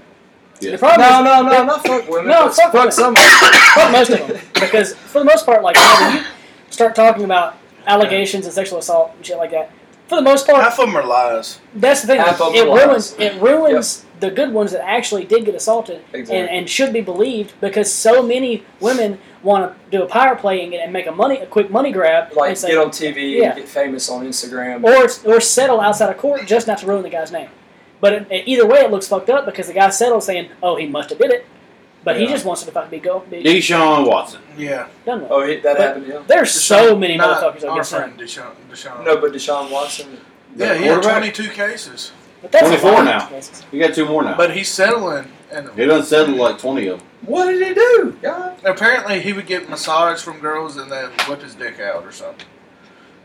[SPEAKER 3] Yeah.
[SPEAKER 1] The problem
[SPEAKER 4] No,
[SPEAKER 1] is,
[SPEAKER 4] no, no, not fuck women.
[SPEAKER 1] No,
[SPEAKER 4] but
[SPEAKER 1] fuck women.
[SPEAKER 4] fuck some.
[SPEAKER 1] fuck most of them. Because for the most part, like whenever you start talking about allegations and sexual assault and shit like that, for the most part,
[SPEAKER 2] half of them are lies.
[SPEAKER 1] that's the thing.
[SPEAKER 4] half of
[SPEAKER 1] It
[SPEAKER 4] them are
[SPEAKER 1] ruins
[SPEAKER 4] lies.
[SPEAKER 1] it ruins the good ones that actually did get assaulted
[SPEAKER 4] Exactly.
[SPEAKER 1] and, and should be believed because so many women want to do a power play and, get, and make a money a quick money grab
[SPEAKER 4] like
[SPEAKER 1] and say,
[SPEAKER 4] get on TV
[SPEAKER 1] Yeah.
[SPEAKER 4] and get famous on Instagram.
[SPEAKER 1] or or settle outside of court just not to ruin the guy's name. But it, it- either way, it looks fucked up because the guy settled saying, "Oh, he must have did it," but he
[SPEAKER 4] Yeah.
[SPEAKER 1] just wants it to fucking be go be
[SPEAKER 3] Deshaun Watson.
[SPEAKER 2] Yeah,
[SPEAKER 1] done with.
[SPEAKER 4] oh, he,
[SPEAKER 1] But-
[SPEAKER 4] that happened to him.
[SPEAKER 1] There's so
[SPEAKER 2] Deshaun-
[SPEAKER 1] many
[SPEAKER 2] not
[SPEAKER 1] motherfuckers that
[SPEAKER 2] Our
[SPEAKER 1] get sent.
[SPEAKER 2] friend Deshaun. Deshaun.
[SPEAKER 4] No, but Deshaun Watson.
[SPEAKER 2] yeah,
[SPEAKER 3] The
[SPEAKER 2] he had
[SPEAKER 3] quarterback.
[SPEAKER 2] twenty-two cases,
[SPEAKER 1] But that's
[SPEAKER 3] 24
[SPEAKER 1] a lot of
[SPEAKER 3] now.
[SPEAKER 1] cases.
[SPEAKER 3] We got two more now.
[SPEAKER 2] but he's settling, and
[SPEAKER 3] He done settled like 20 of them.
[SPEAKER 4] What did he do? God.
[SPEAKER 2] apparently he would get massage from girls and then whip his dick out or something.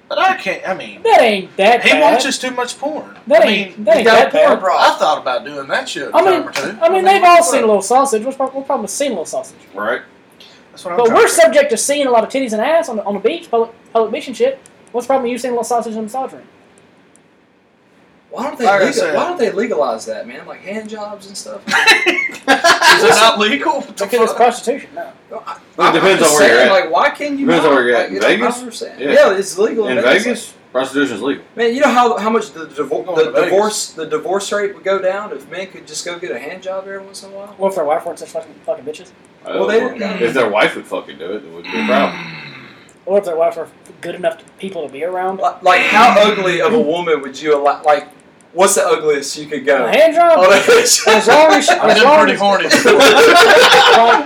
[SPEAKER 2] But I can't. I mean,
[SPEAKER 1] That ain't that
[SPEAKER 2] he
[SPEAKER 1] bad.
[SPEAKER 2] watches too much porn.
[SPEAKER 1] that
[SPEAKER 2] I mean,
[SPEAKER 1] ain't that
[SPEAKER 4] he
[SPEAKER 1] ain't
[SPEAKER 4] got
[SPEAKER 1] that
[SPEAKER 4] porn
[SPEAKER 1] bad.
[SPEAKER 2] I thought about doing that shit a
[SPEAKER 1] I
[SPEAKER 2] time
[SPEAKER 1] mean,
[SPEAKER 2] or two.
[SPEAKER 1] I mean, they've all seen a little sausage. What's prob- what's problem with seeing a little sausage?
[SPEAKER 3] Right?
[SPEAKER 2] That's what I'm
[SPEAKER 1] But
[SPEAKER 2] trying
[SPEAKER 1] we're
[SPEAKER 2] to-
[SPEAKER 1] subject to seeing a lot of titties and ass on the, on the beach, public, public beach and shit. What's the problem with you seeing a little sausage in the massage room?
[SPEAKER 4] Why don't they?
[SPEAKER 2] Like I
[SPEAKER 4] legal-
[SPEAKER 2] said.
[SPEAKER 4] why don't they legalize that, man? Like hand jobs and stuff.
[SPEAKER 2] Is it not legal? What the
[SPEAKER 1] Because it's
[SPEAKER 2] fuck?
[SPEAKER 1] prostitution. No,
[SPEAKER 3] Well, it depends
[SPEAKER 4] I'm
[SPEAKER 3] on where you're
[SPEAKER 4] saying,
[SPEAKER 3] at.
[SPEAKER 4] Like, why can you?
[SPEAKER 3] Depends
[SPEAKER 4] not?
[SPEAKER 3] on where you're at.
[SPEAKER 4] Like,
[SPEAKER 3] In
[SPEAKER 4] it's a
[SPEAKER 3] Vegas?
[SPEAKER 4] hundred percent.
[SPEAKER 3] Yeah.
[SPEAKER 4] Yeah. it's legal in,
[SPEAKER 3] In Vegas, prostitution's legal.
[SPEAKER 4] Man, you know how, how much the, divor-
[SPEAKER 2] Going
[SPEAKER 4] the
[SPEAKER 2] to Vegas.
[SPEAKER 4] divorce the divorce rate would go down if men could just go get a hand job every once in a while.
[SPEAKER 1] what if their wife weren't such fucking fucking bitches?
[SPEAKER 3] I
[SPEAKER 4] Well, they
[SPEAKER 3] don't-
[SPEAKER 4] didn't-
[SPEAKER 3] if their wife would fucking do it, it would be a problem.
[SPEAKER 1] Or if their wives were good enough to, people to be around?
[SPEAKER 4] Like, like, how ugly of a woman would you allow? Like, what's the ugliest you could
[SPEAKER 1] A
[SPEAKER 4] go? Oh,
[SPEAKER 1] hand job.
[SPEAKER 4] On a hand
[SPEAKER 1] as
[SPEAKER 4] job?
[SPEAKER 1] long as she,
[SPEAKER 2] I've
[SPEAKER 1] as
[SPEAKER 2] been
[SPEAKER 1] long
[SPEAKER 2] pretty
[SPEAKER 1] as,
[SPEAKER 2] horny.
[SPEAKER 1] like,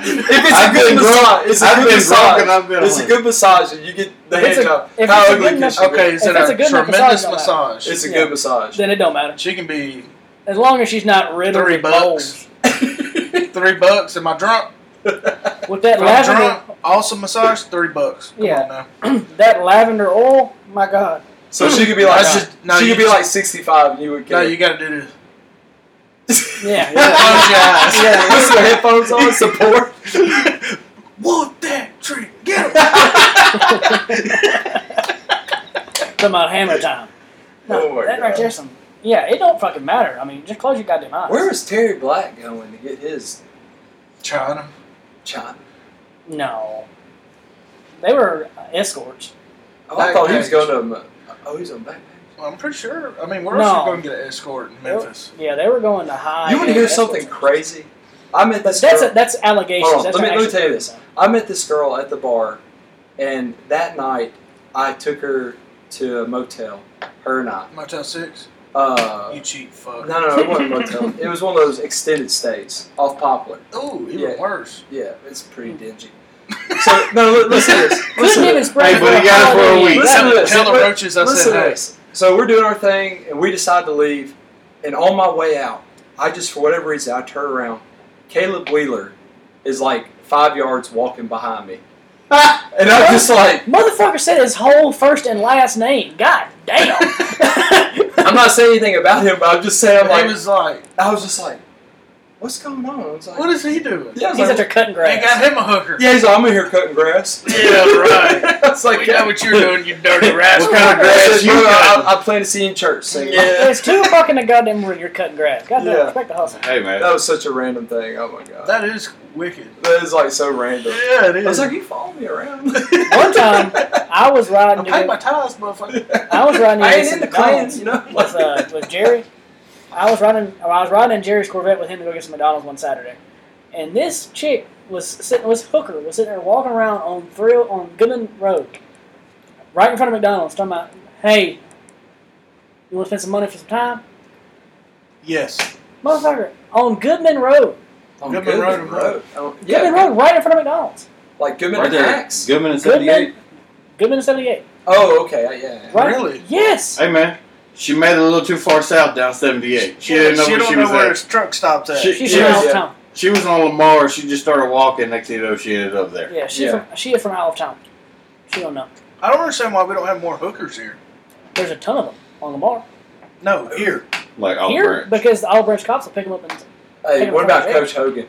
[SPEAKER 4] if it's
[SPEAKER 3] I've
[SPEAKER 4] a good
[SPEAKER 3] been
[SPEAKER 4] massage, it's a
[SPEAKER 3] I've
[SPEAKER 4] good
[SPEAKER 3] been drunk
[SPEAKER 4] massage.
[SPEAKER 3] and I've been
[SPEAKER 4] It's a
[SPEAKER 3] hung.
[SPEAKER 4] good massage, and you get the
[SPEAKER 1] If it's
[SPEAKER 4] hand
[SPEAKER 1] a-
[SPEAKER 4] job.
[SPEAKER 1] if
[SPEAKER 4] How
[SPEAKER 1] it's a
[SPEAKER 4] ugly
[SPEAKER 1] good
[SPEAKER 4] can
[SPEAKER 1] mas-
[SPEAKER 4] she be?
[SPEAKER 2] Oh, Okay, is
[SPEAKER 1] If it's
[SPEAKER 2] it a,
[SPEAKER 1] a good enough
[SPEAKER 2] tremendous
[SPEAKER 1] massage,
[SPEAKER 2] massage?
[SPEAKER 4] It's a
[SPEAKER 1] Yeah.
[SPEAKER 4] good massage.
[SPEAKER 1] then it don't matter.
[SPEAKER 2] she can be
[SPEAKER 1] As long as she's not riddled
[SPEAKER 2] Three
[SPEAKER 1] with
[SPEAKER 2] bucks.
[SPEAKER 1] bowls.
[SPEAKER 2] three bucks. Am I drunk?
[SPEAKER 1] With that
[SPEAKER 2] If I'm
[SPEAKER 1] lavender,
[SPEAKER 2] drunk. Awesome massage, three bucks. Come
[SPEAKER 1] Yeah.
[SPEAKER 2] on now.
[SPEAKER 1] that lavender oil, my god.
[SPEAKER 4] so she could be like,
[SPEAKER 2] That's just- no,
[SPEAKER 4] she
[SPEAKER 2] you
[SPEAKER 4] could be
[SPEAKER 2] just-
[SPEAKER 4] like sixty-five, and you would get.
[SPEAKER 2] No, you got to do this.
[SPEAKER 1] Yeah.
[SPEAKER 2] Close your eyes.
[SPEAKER 1] Yeah.
[SPEAKER 4] Put some headphones on, support.
[SPEAKER 2] Want that trick? Get it.
[SPEAKER 1] Talking about hammer time. No,
[SPEAKER 4] Oh my
[SPEAKER 1] that right
[SPEAKER 4] God.
[SPEAKER 1] there's some. Yeah, it don't fucking matter. I mean, just close your goddamn eyes.
[SPEAKER 4] Where was Terry Black going to get his
[SPEAKER 2] China.
[SPEAKER 4] chop?
[SPEAKER 1] No. They were escorts.
[SPEAKER 4] Oh, I thought he was
[SPEAKER 2] Backpage.
[SPEAKER 4] going to. Oh, he's on backpage.
[SPEAKER 2] Well, I'm pretty sure. I mean, where
[SPEAKER 1] No.
[SPEAKER 2] else are you going to get an escort in Memphis?
[SPEAKER 1] Yeah, they were going to high.
[SPEAKER 4] You want to
[SPEAKER 1] end
[SPEAKER 4] hear
[SPEAKER 1] escort
[SPEAKER 4] something
[SPEAKER 1] services.
[SPEAKER 4] crazy? I met
[SPEAKER 1] That's
[SPEAKER 4] this
[SPEAKER 1] that's,
[SPEAKER 4] girl.
[SPEAKER 1] a, that's allegations.
[SPEAKER 4] Hold on,
[SPEAKER 1] that's
[SPEAKER 4] let me-
[SPEAKER 1] not
[SPEAKER 4] let me
[SPEAKER 1] actually
[SPEAKER 4] tell you this. I met this girl at the bar, and that night I took her to a motel. Her and I.
[SPEAKER 2] Motel Six.
[SPEAKER 4] Uh,
[SPEAKER 2] you cheap
[SPEAKER 4] no,
[SPEAKER 2] fuck.
[SPEAKER 4] no, no, it wasn't a motel. It was one of those extended stays off Poplar.
[SPEAKER 2] Ooh, even
[SPEAKER 4] Yeah.
[SPEAKER 2] worse.
[SPEAKER 4] Yeah, it's pretty dingy. So no, li- listen to this. Listen
[SPEAKER 1] Couldn't
[SPEAKER 4] to
[SPEAKER 1] even
[SPEAKER 4] this.
[SPEAKER 1] spread
[SPEAKER 3] Hey,
[SPEAKER 1] the
[SPEAKER 3] but he got it for a
[SPEAKER 1] holiday
[SPEAKER 3] week.
[SPEAKER 1] in.
[SPEAKER 4] Listen to this.
[SPEAKER 2] Tell the
[SPEAKER 4] Wait,
[SPEAKER 2] roaches I
[SPEAKER 4] Listen
[SPEAKER 2] said
[SPEAKER 4] to
[SPEAKER 2] hey.
[SPEAKER 4] this. So we're doing our thing, and we decide to leave. And on my way out, I just for whatever reason I turn around. Caleb Wheeler is like five yards walking behind me, and I'm just like,
[SPEAKER 1] Motherfucker said his whole first and last name. God damn.
[SPEAKER 4] I'm not saying anything about him, but I'm just saying, I'm
[SPEAKER 2] he
[SPEAKER 4] like,
[SPEAKER 2] was like,
[SPEAKER 4] I was just like, what's going on? I was like,
[SPEAKER 2] what is he doing?
[SPEAKER 4] Yeah, I
[SPEAKER 1] He's
[SPEAKER 4] was like,
[SPEAKER 1] out there cutting
[SPEAKER 2] They got
[SPEAKER 1] grass.
[SPEAKER 2] him a hooker.
[SPEAKER 4] yeah, he's like, I'm in here cutting grass.
[SPEAKER 2] Yeah, right.
[SPEAKER 4] I was like,
[SPEAKER 2] we know what you're doing, you dirty rascal.
[SPEAKER 3] What kind of
[SPEAKER 4] I
[SPEAKER 3] grass
[SPEAKER 4] said,
[SPEAKER 3] you
[SPEAKER 4] "Bro,
[SPEAKER 3] cutting?"
[SPEAKER 4] I, I plan to see you in church. Singing.
[SPEAKER 2] Yeah.
[SPEAKER 1] There's two fucking a goddamn room. You're cutting grass. God damn.
[SPEAKER 4] Yeah.
[SPEAKER 1] Respect the hustle.
[SPEAKER 3] Hey man,
[SPEAKER 4] That was such a random thing. Oh my god.
[SPEAKER 2] That is wicked.
[SPEAKER 4] that is like so random.
[SPEAKER 2] Yeah, it
[SPEAKER 4] I
[SPEAKER 2] is.
[SPEAKER 4] was like, you follow me around.
[SPEAKER 1] One time, I was
[SPEAKER 2] I
[SPEAKER 1] riding.
[SPEAKER 2] paid my
[SPEAKER 1] To
[SPEAKER 2] ties, motherfucker.
[SPEAKER 1] I was riding.
[SPEAKER 4] I
[SPEAKER 1] to
[SPEAKER 4] ain't
[SPEAKER 1] get
[SPEAKER 4] in the
[SPEAKER 1] some McDonald's.
[SPEAKER 4] clans, you know.
[SPEAKER 1] with uh, with Jerry. I was riding or I was riding in Jerry's Corvette with him to go get some McDonald's one Saturday, and this chick was sitting was hooker was sitting there walking around on Thrill on Goodman Road, right in front of McDonald's, talking about, "Hey, you want to spend some money for some time,
[SPEAKER 2] Yes.
[SPEAKER 1] motherfucker?" On Goodman Road,
[SPEAKER 4] On
[SPEAKER 2] Goodman Road and Road.
[SPEAKER 4] Oh,
[SPEAKER 1] Goodman
[SPEAKER 4] yeah,
[SPEAKER 1] Road, right in front of McDonald's,
[SPEAKER 4] like Goodman
[SPEAKER 3] right
[SPEAKER 4] right
[SPEAKER 3] there, Goodman
[SPEAKER 1] Goodman,
[SPEAKER 3] and seventy-eight.
[SPEAKER 1] Goodman seventy eight,
[SPEAKER 4] Oh, okay, yeah, yeah.
[SPEAKER 1] right?
[SPEAKER 2] Really?
[SPEAKER 1] Yes.
[SPEAKER 3] Hey man, she made it a little too far south down seventy-eight. She didn't know
[SPEAKER 2] she
[SPEAKER 3] where
[SPEAKER 2] don't
[SPEAKER 3] she
[SPEAKER 2] know
[SPEAKER 3] was
[SPEAKER 2] where
[SPEAKER 3] at.
[SPEAKER 2] his truck stopped at.
[SPEAKER 3] She-
[SPEAKER 1] She's
[SPEAKER 3] she
[SPEAKER 1] from
[SPEAKER 3] was-
[SPEAKER 1] out of
[SPEAKER 4] yeah.
[SPEAKER 1] town.
[SPEAKER 3] She was on Lamar. She just started walking. Next thing you know, she ended up there.
[SPEAKER 1] Yeah, she's
[SPEAKER 4] Yeah.
[SPEAKER 1] from she is from out of town. She don't know.
[SPEAKER 2] I don't understand why we don't have more hookers here.
[SPEAKER 1] There's a ton of them on the bar.
[SPEAKER 2] No, here.
[SPEAKER 3] Like oh,
[SPEAKER 1] here
[SPEAKER 3] Branch.
[SPEAKER 1] because the Olive Branch cops will pick them up and.
[SPEAKER 4] Hey, what about Coach Hogan?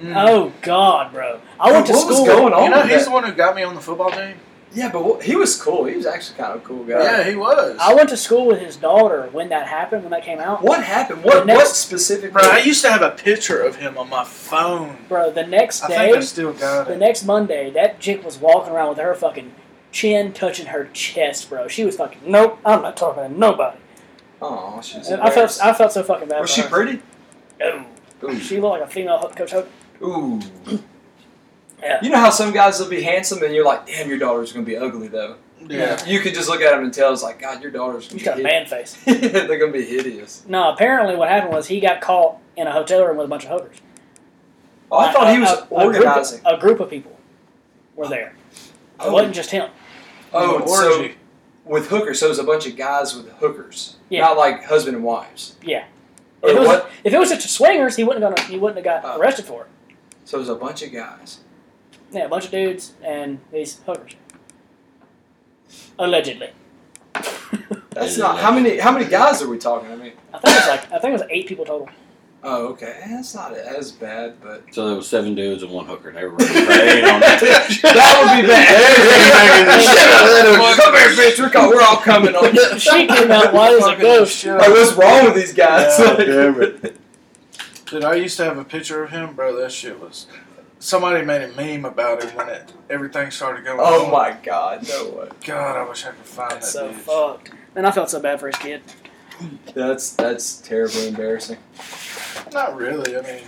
[SPEAKER 2] Mm.
[SPEAKER 1] Oh God, bro! I went to
[SPEAKER 4] What was
[SPEAKER 1] school.
[SPEAKER 4] going on?
[SPEAKER 2] you know,
[SPEAKER 4] with
[SPEAKER 2] he's
[SPEAKER 4] that?
[SPEAKER 2] the one who got me on the football team.
[SPEAKER 4] Yeah, but what, he was cool. He was actually kind of a cool guy.
[SPEAKER 2] Yeah, he was.
[SPEAKER 1] I went to school with his daughter when that happened. When that came out,
[SPEAKER 4] What happened? What
[SPEAKER 1] The
[SPEAKER 4] what
[SPEAKER 1] next-
[SPEAKER 4] specifically?
[SPEAKER 2] Bro, I used to have a picture of him on my phone.
[SPEAKER 1] bro. The next
[SPEAKER 2] I
[SPEAKER 1] day,
[SPEAKER 2] think I still got
[SPEAKER 4] uh,
[SPEAKER 1] the
[SPEAKER 2] it.
[SPEAKER 1] next Monday, that chick was walking around with her fucking chin touching her chest, bro. She was fucking. Nope, I'm not talking to nobody.
[SPEAKER 4] Oh, she's.
[SPEAKER 1] And I felt I felt so fucking bad.
[SPEAKER 4] Was
[SPEAKER 1] for
[SPEAKER 4] she
[SPEAKER 1] her.
[SPEAKER 4] pretty?
[SPEAKER 1] No.
[SPEAKER 4] Ooh.
[SPEAKER 1] She looked like a female hook- coach. Hook.
[SPEAKER 4] Ooh.
[SPEAKER 1] Yeah.
[SPEAKER 4] You know how some guys will be handsome and you're like, damn, your daughter's gonna be ugly though.
[SPEAKER 2] Yeah.
[SPEAKER 4] You could just look at them and tell it's like, God, your daughter's
[SPEAKER 1] She's got
[SPEAKER 4] gonna be
[SPEAKER 1] a
[SPEAKER 4] hideous.
[SPEAKER 1] man face.
[SPEAKER 4] They're gonna be hideous.
[SPEAKER 1] No, apparently what happened was he got caught in a hotel room with a bunch of hookers.
[SPEAKER 4] Oh, I thought
[SPEAKER 1] A-
[SPEAKER 4] he was
[SPEAKER 1] a- a group-
[SPEAKER 4] organizing.
[SPEAKER 1] A group of people were there. It wasn't just him.
[SPEAKER 4] oh,
[SPEAKER 2] The
[SPEAKER 4] so
[SPEAKER 2] orgy.
[SPEAKER 4] with hookers, so it was a bunch of guys with hookers,
[SPEAKER 1] Yeah.
[SPEAKER 4] not like husband and wives.
[SPEAKER 1] Yeah.
[SPEAKER 4] Or
[SPEAKER 1] If it, was,
[SPEAKER 4] what?
[SPEAKER 1] if it was just swingers, he wouldn't have gone, he wouldn't have got
[SPEAKER 4] Oh.
[SPEAKER 1] arrested for it.
[SPEAKER 4] So it was a bunch of guys.
[SPEAKER 1] Yeah, a bunch of dudes and these hookers. Allegedly,
[SPEAKER 4] That's
[SPEAKER 3] Yeah,
[SPEAKER 4] not
[SPEAKER 3] yeah.
[SPEAKER 4] how many. How many guys are we talking? I mean,
[SPEAKER 1] I think it's like I think it was eight people total.
[SPEAKER 4] oh, okay, that's not as bad, but
[SPEAKER 3] So there was seven dudes and one hooker. They were running rain on that.
[SPEAKER 4] that would be
[SPEAKER 3] Everything making the
[SPEAKER 4] bad.
[SPEAKER 3] shit out of that hooker.
[SPEAKER 4] Come here, bitch. We're, co- we're all coming on you.
[SPEAKER 1] She came out white as a
[SPEAKER 2] Fucking
[SPEAKER 1] ghost.
[SPEAKER 2] shit.
[SPEAKER 4] Like, what's wrong with these guys?
[SPEAKER 2] Yeah,
[SPEAKER 4] Like-
[SPEAKER 3] damn it.
[SPEAKER 2] Dude, I used to have a picture of him, bro. That shit was. Somebody made a meme about it when it everything started going.
[SPEAKER 4] Oh
[SPEAKER 2] on.
[SPEAKER 4] my god, no way.
[SPEAKER 2] God, I wish I could find that.
[SPEAKER 1] So
[SPEAKER 2] bitch.
[SPEAKER 1] fucked. Man, I felt so bad for his kid.
[SPEAKER 4] That's that's terribly embarrassing.
[SPEAKER 2] Not really. I mean,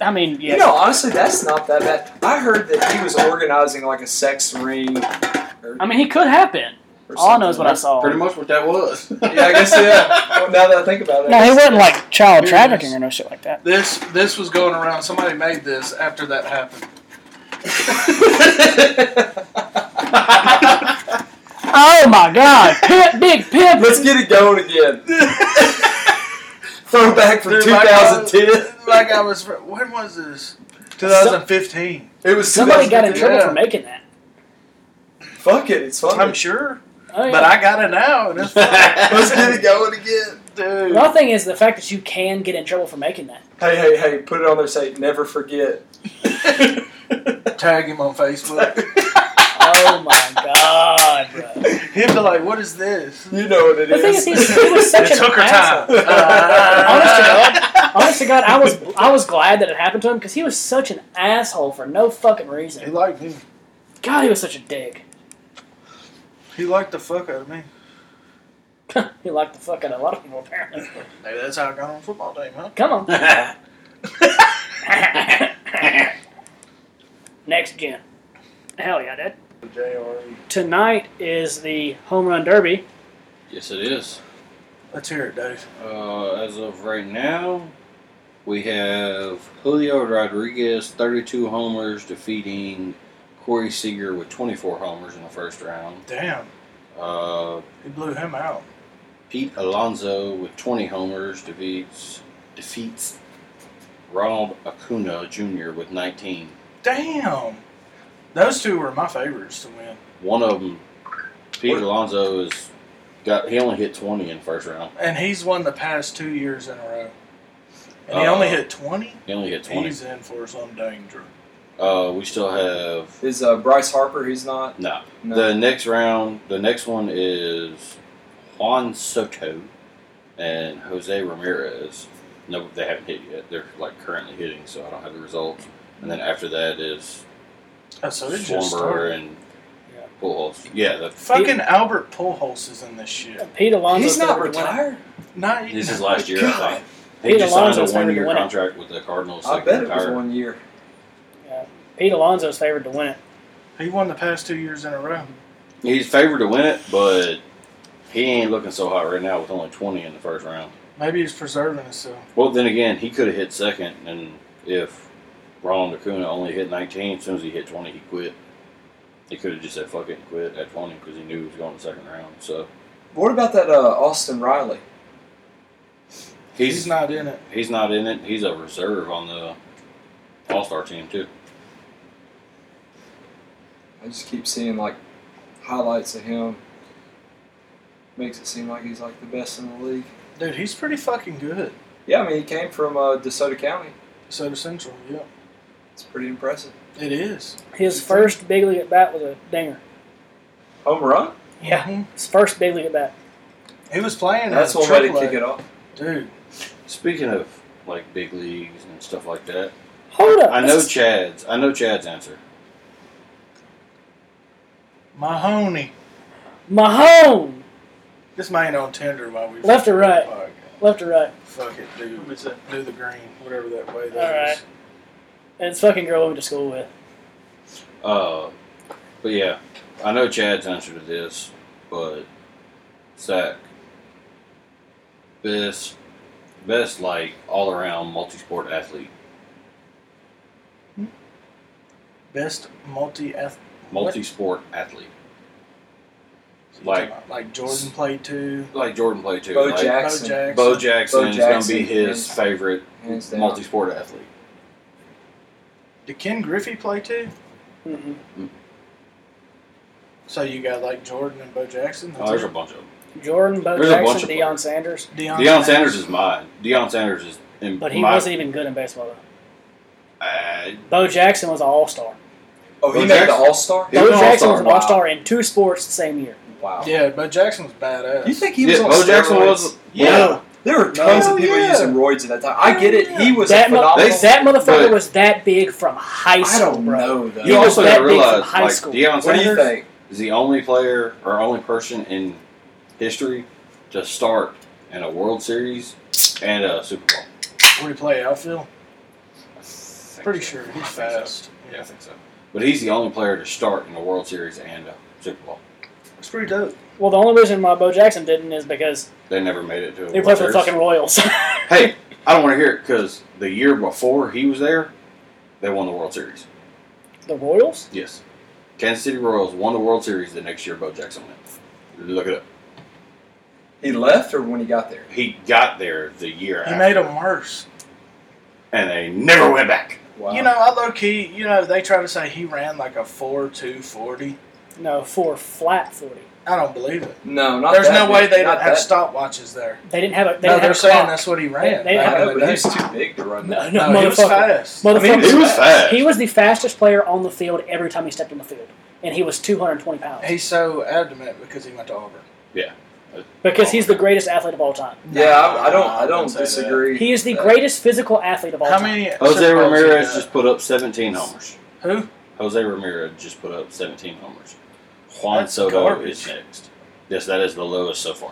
[SPEAKER 1] I mean, yeah.
[SPEAKER 4] You know, honestly, that's not that bad. I heard that he was organizing like a sex ring. Or,
[SPEAKER 1] I mean, he could have been.
[SPEAKER 4] or
[SPEAKER 1] All I know is
[SPEAKER 4] something.
[SPEAKER 1] what I saw.
[SPEAKER 3] Pretty much what that was.
[SPEAKER 4] Yeah, I guess yeah. Well, now that I think about it, I
[SPEAKER 1] No, he
[SPEAKER 4] guess-
[SPEAKER 1] wasn't like child
[SPEAKER 2] Here it
[SPEAKER 1] trafficking
[SPEAKER 2] is.
[SPEAKER 1] or no shit like that.
[SPEAKER 2] this this was going around. Somebody made this after that happened.
[SPEAKER 1] Oh my god, pimp, big pimp.
[SPEAKER 4] Let's get it going again. Throwback from
[SPEAKER 2] Dude, my God.
[SPEAKER 4] 2010.
[SPEAKER 2] like I was. When was this? 2015.
[SPEAKER 4] It was
[SPEAKER 1] Somebody got in
[SPEAKER 4] 2010.
[SPEAKER 1] trouble for
[SPEAKER 2] Yeah.
[SPEAKER 1] making that.
[SPEAKER 4] Fuck it, it's funny.
[SPEAKER 2] I'm sure,
[SPEAKER 1] Oh, yeah.
[SPEAKER 2] but I got it now, and it's fine.
[SPEAKER 4] Let's get it going again.
[SPEAKER 2] dude.
[SPEAKER 1] One thing is the fact that you can get in trouble for making that.
[SPEAKER 4] Hey, hey, hey! Put it on there. Say never forget.
[SPEAKER 2] Tag him on Facebook.
[SPEAKER 1] Oh my god, bro.
[SPEAKER 2] He'd be like, "What is this?"
[SPEAKER 4] you know what it
[SPEAKER 1] The
[SPEAKER 4] is.
[SPEAKER 1] thing is, he, he was such
[SPEAKER 2] It's
[SPEAKER 1] an
[SPEAKER 2] hooker
[SPEAKER 1] asshole.
[SPEAKER 2] time.
[SPEAKER 1] Honest to God, honest to God, I was I was glad that it happened to him because he was such an asshole for no fucking
[SPEAKER 2] He
[SPEAKER 1] reason.
[SPEAKER 2] liked me.
[SPEAKER 1] God, he was such a dick.
[SPEAKER 2] He liked the fuck out of me.
[SPEAKER 1] he liked the fuck out of a lot of people, apparently.
[SPEAKER 2] Maybe that's how I got on football team, huh?
[SPEAKER 1] Come on.
[SPEAKER 3] That's
[SPEAKER 1] Next gen. Hell yeah, Dad.
[SPEAKER 2] JRE.
[SPEAKER 1] Tonight is the home run derby.
[SPEAKER 3] yes, it is.
[SPEAKER 2] Let's hear it, Dave.
[SPEAKER 3] Uh, as of right now, we have Julio Rodriguez, 32 homers, defeating Corey Seager with 24 homers in the first round.
[SPEAKER 2] Damn,
[SPEAKER 3] Uh,
[SPEAKER 2] he blew him out.
[SPEAKER 3] Pete Alonso with 20 homers defeats defeats Ronald Acuna Jr. with 19.
[SPEAKER 2] Damn, those two were my favorites to win.
[SPEAKER 3] One of them, Pete
[SPEAKER 4] What-
[SPEAKER 3] Alonso is got he only hit 20 in the first round.
[SPEAKER 2] And he's won the past two years in a row. And he
[SPEAKER 3] Uh,
[SPEAKER 2] only hit 20?
[SPEAKER 3] He only hit 20.
[SPEAKER 2] He's in for some danger.
[SPEAKER 3] Uh, we still have
[SPEAKER 4] Is uh, Bryce Harper? He's not.
[SPEAKER 3] no.
[SPEAKER 4] No.
[SPEAKER 3] The next round, the next one is Juan Soto and Jose Ramirez. No, they haven't hit yet. They're like currently hitting, so I don't have the results. And then after that is
[SPEAKER 2] Oh, so it just
[SPEAKER 3] Swamber
[SPEAKER 2] started.
[SPEAKER 3] and
[SPEAKER 1] Yeah.
[SPEAKER 3] Pujols. Yeah, the,
[SPEAKER 2] Fucking Albert Pujols is in this shit.
[SPEAKER 1] Pete Alonso.
[SPEAKER 4] he's not retired.
[SPEAKER 2] Not
[SPEAKER 3] this is last year. I think he
[SPEAKER 1] Pete
[SPEAKER 3] just signed
[SPEAKER 1] Alonso's
[SPEAKER 3] a
[SPEAKER 1] favorite
[SPEAKER 3] one-year
[SPEAKER 1] to win it.
[SPEAKER 3] contract with the Cardinals. so
[SPEAKER 4] I
[SPEAKER 3] he
[SPEAKER 4] bet it was
[SPEAKER 3] retired.
[SPEAKER 4] one year.
[SPEAKER 1] Pete Alonso's favored to win it.
[SPEAKER 2] He won the past two years in a row.
[SPEAKER 3] He's favored to win it, but he ain't looking so hot right now with only twenty in the first round.
[SPEAKER 2] Maybe he's preserving himself.
[SPEAKER 3] Well, then again, he could have hit second, and if Ronald Acuna only hit 19, as soon as he hit 20, he quit. He could have just said fuck it and quit at 20 because he knew he was going to second round. So
[SPEAKER 4] What about that uh, Austin Riley?
[SPEAKER 3] he's,
[SPEAKER 2] He's, not in it.
[SPEAKER 3] he's not in it. He's a reserve on the All Star team too.
[SPEAKER 4] I just keep seeing like highlights of him. Makes it seem like he's like the best in the league.
[SPEAKER 2] Dude, he's pretty fucking good.
[SPEAKER 4] Yeah, I mean he came from uh, DeSoto County.
[SPEAKER 2] Soda Central, yeah.
[SPEAKER 4] It's pretty impressive.
[SPEAKER 2] It is.
[SPEAKER 1] His first big league at bat was a dinger.
[SPEAKER 4] Home run.
[SPEAKER 1] Yeah.
[SPEAKER 2] Mhm.
[SPEAKER 1] His first big league at bat.
[SPEAKER 2] He was playing
[SPEAKER 4] That's
[SPEAKER 2] at
[SPEAKER 4] one way to
[SPEAKER 2] AAA.
[SPEAKER 4] kick it off.
[SPEAKER 2] Dude,
[SPEAKER 3] Speaking of like big leagues and stuff like that,
[SPEAKER 1] Hold up.
[SPEAKER 3] I know
[SPEAKER 1] this is-
[SPEAKER 3] Chad's. I know Chad's answer.
[SPEAKER 2] Mahoney.
[SPEAKER 1] Mahone.
[SPEAKER 2] This man on Tinder while we
[SPEAKER 1] Left or right?
[SPEAKER 2] Fuck.
[SPEAKER 1] Left or right?
[SPEAKER 2] Fuck it, dude. Do the green, whatever that way that is.
[SPEAKER 1] Alright. And it's fucking girl we went to school with.
[SPEAKER 3] Uh, but yeah, I know Chad's answer to this, but Zach, best, best like all around multi sport athlete,
[SPEAKER 2] Best multi eth
[SPEAKER 3] multi sport athlete, Like-
[SPEAKER 2] like Jordan played too.
[SPEAKER 3] like Jordan played too.
[SPEAKER 4] Bo
[SPEAKER 3] like,
[SPEAKER 4] Jackson.
[SPEAKER 3] Bo
[SPEAKER 2] Bo Jackson.
[SPEAKER 3] Jackson
[SPEAKER 4] Bo
[SPEAKER 3] is gonna
[SPEAKER 4] Jackson
[SPEAKER 3] be his
[SPEAKER 4] is-
[SPEAKER 3] favorite
[SPEAKER 4] Hands down.
[SPEAKER 3] multi sport athlete.
[SPEAKER 2] Did Ken Griffey play too? Mm-hmm.
[SPEAKER 1] Mm-mm.
[SPEAKER 2] So you got like Jordan and Bo Jackson.
[SPEAKER 3] Oh, there's a bunch of them.
[SPEAKER 1] Jordan, Bo
[SPEAKER 3] There's a bunch
[SPEAKER 1] Jackson,
[SPEAKER 3] of
[SPEAKER 1] Deion
[SPEAKER 3] players.
[SPEAKER 1] Sanders.
[SPEAKER 2] Deion,
[SPEAKER 3] Deion Sanders is mine. Deion Sanders is in
[SPEAKER 1] But he
[SPEAKER 3] my,
[SPEAKER 1] wasn't even good in baseball, though.
[SPEAKER 3] uh,
[SPEAKER 1] Bo Jackson was an all star.
[SPEAKER 4] Oh,
[SPEAKER 3] Bo
[SPEAKER 4] he made
[SPEAKER 3] Jackson.
[SPEAKER 4] the All Star.
[SPEAKER 3] He
[SPEAKER 1] Bo
[SPEAKER 3] was an
[SPEAKER 1] Jackson
[SPEAKER 3] all-star.
[SPEAKER 1] was an
[SPEAKER 4] Wow.
[SPEAKER 1] all star in two sports the same year.
[SPEAKER 4] Wow.
[SPEAKER 2] Yeah, Bo Jackson was badass.
[SPEAKER 4] You think he was
[SPEAKER 3] yeah,
[SPEAKER 4] on
[SPEAKER 3] Bo Jackson
[SPEAKER 4] steroids?
[SPEAKER 3] was
[SPEAKER 2] Yeah.
[SPEAKER 4] There were tons
[SPEAKER 2] Hell
[SPEAKER 4] of people
[SPEAKER 2] yeah.
[SPEAKER 4] using roids at that time. I get it. He was a
[SPEAKER 1] That, mo-
[SPEAKER 4] phenomenal.
[SPEAKER 3] They-
[SPEAKER 1] that motherfucker
[SPEAKER 3] but-
[SPEAKER 1] was that big from high
[SPEAKER 4] I
[SPEAKER 1] school,
[SPEAKER 4] don't
[SPEAKER 1] bro.
[SPEAKER 4] know though.
[SPEAKER 1] He
[SPEAKER 3] You
[SPEAKER 1] was
[SPEAKER 3] also
[SPEAKER 1] that
[SPEAKER 3] gotta
[SPEAKER 1] big from
[SPEAKER 3] realize,
[SPEAKER 1] high
[SPEAKER 3] like,
[SPEAKER 1] school.
[SPEAKER 3] Deion
[SPEAKER 4] what do you
[SPEAKER 3] Sanders
[SPEAKER 4] think?
[SPEAKER 3] is the only player or only person in history to start in a World Series and a Super Bowl.
[SPEAKER 2] Where he play outfield? Pretty sure
[SPEAKER 3] I
[SPEAKER 2] he's
[SPEAKER 3] think so.
[SPEAKER 2] fast.
[SPEAKER 3] Yeah, I think so. But he's the only player to start in a World Series and a Super Bowl.
[SPEAKER 2] It's pretty dope.
[SPEAKER 1] Well, the only reason why Bo Jackson didn't is because
[SPEAKER 3] They never made it to a
[SPEAKER 1] they
[SPEAKER 3] World
[SPEAKER 1] played for the
[SPEAKER 3] Series.
[SPEAKER 1] fucking Royals.
[SPEAKER 3] Hey, I don't want to hear it because the year before he was there, they won the World Series.
[SPEAKER 1] the Royals?
[SPEAKER 3] Yes. Kansas City Royals won the World Series the next year Bo Jackson went. Look it up.
[SPEAKER 4] He left or when he got there?
[SPEAKER 3] He got there the year
[SPEAKER 2] He
[SPEAKER 3] after,
[SPEAKER 2] made him worse.
[SPEAKER 3] and they never went back.
[SPEAKER 4] Wow.
[SPEAKER 2] You know, I low key. You know, they try to say he ran like a four two forty.
[SPEAKER 1] No, for flat 40.
[SPEAKER 2] I don't believe it.
[SPEAKER 4] no, not
[SPEAKER 2] There's
[SPEAKER 4] that
[SPEAKER 2] no
[SPEAKER 4] big.
[SPEAKER 2] way they
[SPEAKER 4] Not
[SPEAKER 2] don't have
[SPEAKER 4] that-
[SPEAKER 2] stopwatches there.
[SPEAKER 1] They didn't have a. They didn't
[SPEAKER 2] no, they're
[SPEAKER 1] have a
[SPEAKER 2] saying
[SPEAKER 1] clock.
[SPEAKER 2] that's what he ran.
[SPEAKER 1] They- they
[SPEAKER 2] back
[SPEAKER 4] I
[SPEAKER 1] have-
[SPEAKER 2] in
[SPEAKER 4] know,
[SPEAKER 2] the
[SPEAKER 4] but
[SPEAKER 2] day.
[SPEAKER 4] he's too big to run.
[SPEAKER 1] No,
[SPEAKER 4] that.
[SPEAKER 1] no,
[SPEAKER 2] No, he was
[SPEAKER 1] motherfucker.
[SPEAKER 2] fast.
[SPEAKER 1] Motherfucker.
[SPEAKER 4] I mean,
[SPEAKER 3] He was fast.
[SPEAKER 1] He was the fastest player on the field every time he stepped in the field, and he was 220 pounds.
[SPEAKER 2] He's so adamant because he went to Auburn.
[SPEAKER 1] because he's the greatest athlete of all time.
[SPEAKER 4] Yeah, I, I don't. I
[SPEAKER 2] Don't
[SPEAKER 4] don't
[SPEAKER 2] say that.
[SPEAKER 4] disagree.
[SPEAKER 1] He is the
[SPEAKER 4] Uh,
[SPEAKER 1] greatest physical athlete of all
[SPEAKER 2] How
[SPEAKER 1] time.
[SPEAKER 2] many?
[SPEAKER 3] Jose
[SPEAKER 2] Super Bowls he
[SPEAKER 3] Ramirez
[SPEAKER 2] got?
[SPEAKER 3] just put up 17 homers.
[SPEAKER 2] who?
[SPEAKER 3] Jose Ramirez just put up 17 homers. Juan
[SPEAKER 2] That's
[SPEAKER 3] Soto
[SPEAKER 2] garbage.
[SPEAKER 3] is next. Yes, that is the lowest so far.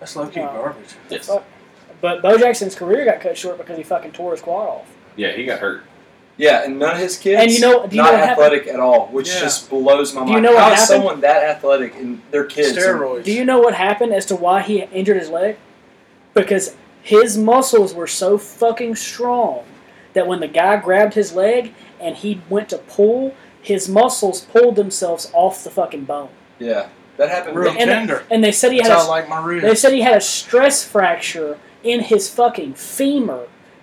[SPEAKER 2] That's low key
[SPEAKER 1] Uh,
[SPEAKER 2] garbage.
[SPEAKER 3] Yes.
[SPEAKER 1] Fuck. But Bo Jackson's career got cut short because he fucking tore his quad off.
[SPEAKER 3] Yeah, he got hurt.
[SPEAKER 4] Yeah, and none of his kids.
[SPEAKER 1] And you know- do you
[SPEAKER 4] not
[SPEAKER 1] know what happened?
[SPEAKER 4] athletic at all, which
[SPEAKER 2] Yeah.
[SPEAKER 4] just blows my
[SPEAKER 1] Do you
[SPEAKER 4] mind.
[SPEAKER 1] know what
[SPEAKER 4] How is
[SPEAKER 1] happened?
[SPEAKER 4] someone that athletic and their kids? and-
[SPEAKER 2] Steroids.
[SPEAKER 1] Do you know what happened as to why he injured his leg? Because his muscles were so fucking strong that when the guy grabbed his leg and he went to pull, his muscles pulled themselves off the fucking bone.
[SPEAKER 4] yeah, that happened.
[SPEAKER 2] Real
[SPEAKER 4] with-
[SPEAKER 1] And-
[SPEAKER 2] tender.
[SPEAKER 1] And they said he
[SPEAKER 2] That's
[SPEAKER 1] had
[SPEAKER 2] how I
[SPEAKER 1] a,
[SPEAKER 2] like my
[SPEAKER 1] they
[SPEAKER 2] ribs.
[SPEAKER 1] said he had a stress fracture in his fucking femur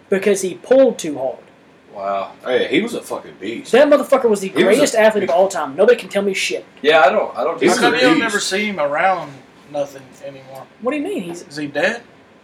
[SPEAKER 1] because he pulled too hard.
[SPEAKER 4] Wow.
[SPEAKER 3] Oh, yeah, he was a fucking beast.
[SPEAKER 1] That motherfucker was the
[SPEAKER 3] He was a-
[SPEAKER 1] greatest athlete of all time. Nobody can tell me shit.
[SPEAKER 4] Yeah, I don't. I don't.
[SPEAKER 3] He's
[SPEAKER 2] How
[SPEAKER 3] a
[SPEAKER 2] come
[SPEAKER 4] disagree.
[SPEAKER 2] you don't
[SPEAKER 3] beast.
[SPEAKER 2] never see him around nothing anymore?
[SPEAKER 1] What do you mean? He's
[SPEAKER 2] Is he dead?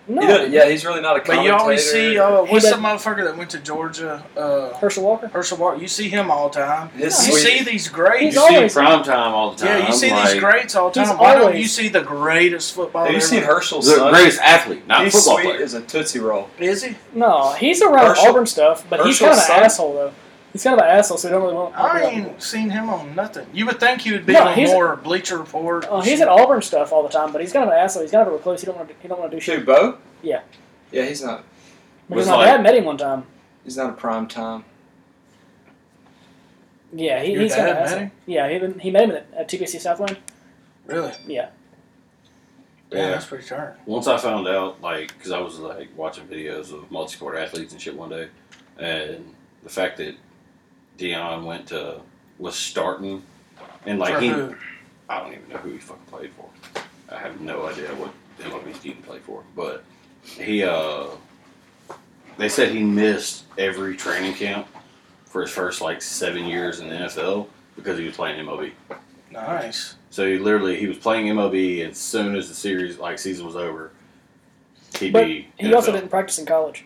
[SPEAKER 1] no
[SPEAKER 4] He doesn't- yeah, he's really not a.
[SPEAKER 2] But you always see
[SPEAKER 4] commentator.
[SPEAKER 2] uh,
[SPEAKER 1] He
[SPEAKER 2] what's the
[SPEAKER 1] doesn't-
[SPEAKER 2] motherfucker that went to Georgia? Uh,
[SPEAKER 1] Herschel Walker.
[SPEAKER 2] Herschel Walker. You see him all the time.
[SPEAKER 4] His
[SPEAKER 1] No,
[SPEAKER 2] You
[SPEAKER 4] sweet-
[SPEAKER 2] see these greats.
[SPEAKER 1] He's
[SPEAKER 3] you see
[SPEAKER 1] always-
[SPEAKER 3] prime time all the time.
[SPEAKER 2] yeah, you see
[SPEAKER 3] like,
[SPEAKER 2] these greats all the
[SPEAKER 1] He's
[SPEAKER 2] time. Why don't
[SPEAKER 1] always-
[SPEAKER 2] you see the greatest footballer?
[SPEAKER 4] Have you
[SPEAKER 2] ever?
[SPEAKER 4] seen Herschel's
[SPEAKER 3] The
[SPEAKER 4] son?
[SPEAKER 3] greatest athlete, not
[SPEAKER 4] he's
[SPEAKER 3] football
[SPEAKER 4] sweet
[SPEAKER 3] player.
[SPEAKER 4] as a tootsie roll.
[SPEAKER 2] Is he?
[SPEAKER 1] No, he's around
[SPEAKER 4] Herschel-
[SPEAKER 1] Auburn stuff, but he's kind
[SPEAKER 4] Herschel's
[SPEAKER 1] of an
[SPEAKER 4] son.
[SPEAKER 1] asshole though. He's kind of an asshole, so we don't really want.
[SPEAKER 2] I ain't seen him on nothing. You would think he would be
[SPEAKER 1] No,
[SPEAKER 2] on
[SPEAKER 1] he's-
[SPEAKER 2] more Bleacher Report.
[SPEAKER 1] Uh, he's at Auburn stuff all the time, but he's kind of an asshole. He's kind of a recluse. He don't want to. He don't want to do shit.
[SPEAKER 4] Shoot, Bo.
[SPEAKER 1] Yeah.
[SPEAKER 4] Yeah, he's not.
[SPEAKER 1] Because
[SPEAKER 3] Was
[SPEAKER 1] my
[SPEAKER 3] like-
[SPEAKER 1] dad met him one time.
[SPEAKER 4] He's not a prime time.
[SPEAKER 1] Yeah, he,
[SPEAKER 2] Your
[SPEAKER 1] he's kind of
[SPEAKER 2] dad
[SPEAKER 1] an
[SPEAKER 2] met
[SPEAKER 1] asshole.
[SPEAKER 2] him?
[SPEAKER 1] Yeah, he, been- he met him at, at TPC Southland.
[SPEAKER 2] Really?
[SPEAKER 1] Yeah,
[SPEAKER 2] Yeah,
[SPEAKER 3] Yeah.
[SPEAKER 2] that's pretty darn.
[SPEAKER 3] Once I found out, like, because I was like watching videos of multi-sport athletes and shit one day, and the fact that Dion went to was starting, and like
[SPEAKER 2] For
[SPEAKER 3] he,
[SPEAKER 2] who?
[SPEAKER 3] I don't even know who he fucking played for. I have no idea what MLB team he played for, but he, uh, they said he missed every training camp for his first like seven years in the NFL because he was playing MLB.
[SPEAKER 2] Nice.
[SPEAKER 3] So he literally he was playing MLB, and as soon as the series like season was over, he'd
[SPEAKER 1] But
[SPEAKER 3] be.
[SPEAKER 1] he
[SPEAKER 3] NFL.
[SPEAKER 1] also didn't practice in college.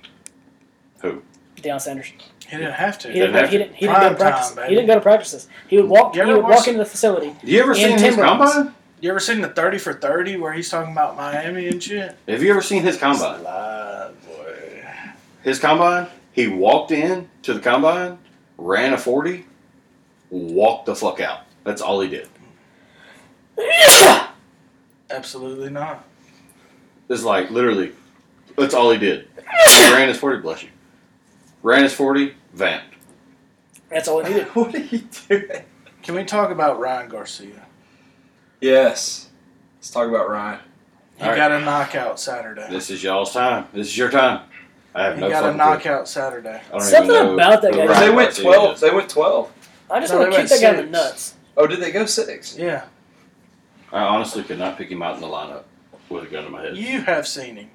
[SPEAKER 3] Who?
[SPEAKER 1] Deion Sanders.
[SPEAKER 2] He didn't have to.
[SPEAKER 1] He didn't.
[SPEAKER 3] have
[SPEAKER 1] He
[SPEAKER 3] to.
[SPEAKER 1] didn't. He didn't go to
[SPEAKER 2] Prime time,
[SPEAKER 1] practice.
[SPEAKER 2] baby.
[SPEAKER 1] he didn't go to practices. He would walk.
[SPEAKER 2] You ever
[SPEAKER 1] He would
[SPEAKER 2] watch-
[SPEAKER 1] walk into the facility.
[SPEAKER 3] You ever
[SPEAKER 1] In
[SPEAKER 3] seen his
[SPEAKER 1] Timberlands.
[SPEAKER 3] combine?
[SPEAKER 2] You ever seen the thirty for thirty where he's talking about Miami and shit?
[SPEAKER 3] Have you ever seen his combine?
[SPEAKER 2] Live, boy.
[SPEAKER 3] His combine. He walked in to the combine, ran a forty, walked the fuck out. That's all he did.
[SPEAKER 2] Absolutely not.
[SPEAKER 3] It's like literally, that's all he did. He ran his forty. Bless you. Ran his forty. Vamped.
[SPEAKER 1] That's all he needed.
[SPEAKER 4] what are you doing?
[SPEAKER 2] Can we talk about Ryan Garcia?
[SPEAKER 4] Yes. Let's talk about Ryan.
[SPEAKER 2] He
[SPEAKER 3] All right.
[SPEAKER 2] got a knockout Saturday.
[SPEAKER 3] This is y'all's time. This is your time. I have
[SPEAKER 2] he
[SPEAKER 3] no
[SPEAKER 2] got a
[SPEAKER 3] fucking clue.
[SPEAKER 2] knockout Saturday.
[SPEAKER 3] I don't even
[SPEAKER 1] Something
[SPEAKER 3] know
[SPEAKER 1] about that
[SPEAKER 3] who
[SPEAKER 1] guy.
[SPEAKER 3] Ryan
[SPEAKER 4] they went
[SPEAKER 3] Garcia
[SPEAKER 4] twelve.
[SPEAKER 3] is.
[SPEAKER 4] They went twelve.
[SPEAKER 1] I just
[SPEAKER 2] No,
[SPEAKER 1] want
[SPEAKER 2] they
[SPEAKER 1] to kick
[SPEAKER 2] went
[SPEAKER 1] that guy in the
[SPEAKER 2] six.
[SPEAKER 1] nuts.
[SPEAKER 4] Oh, did they go six?
[SPEAKER 2] Yeah,
[SPEAKER 3] I honestly could not pick him out in the lineup with a gun to my head.
[SPEAKER 2] you have seen him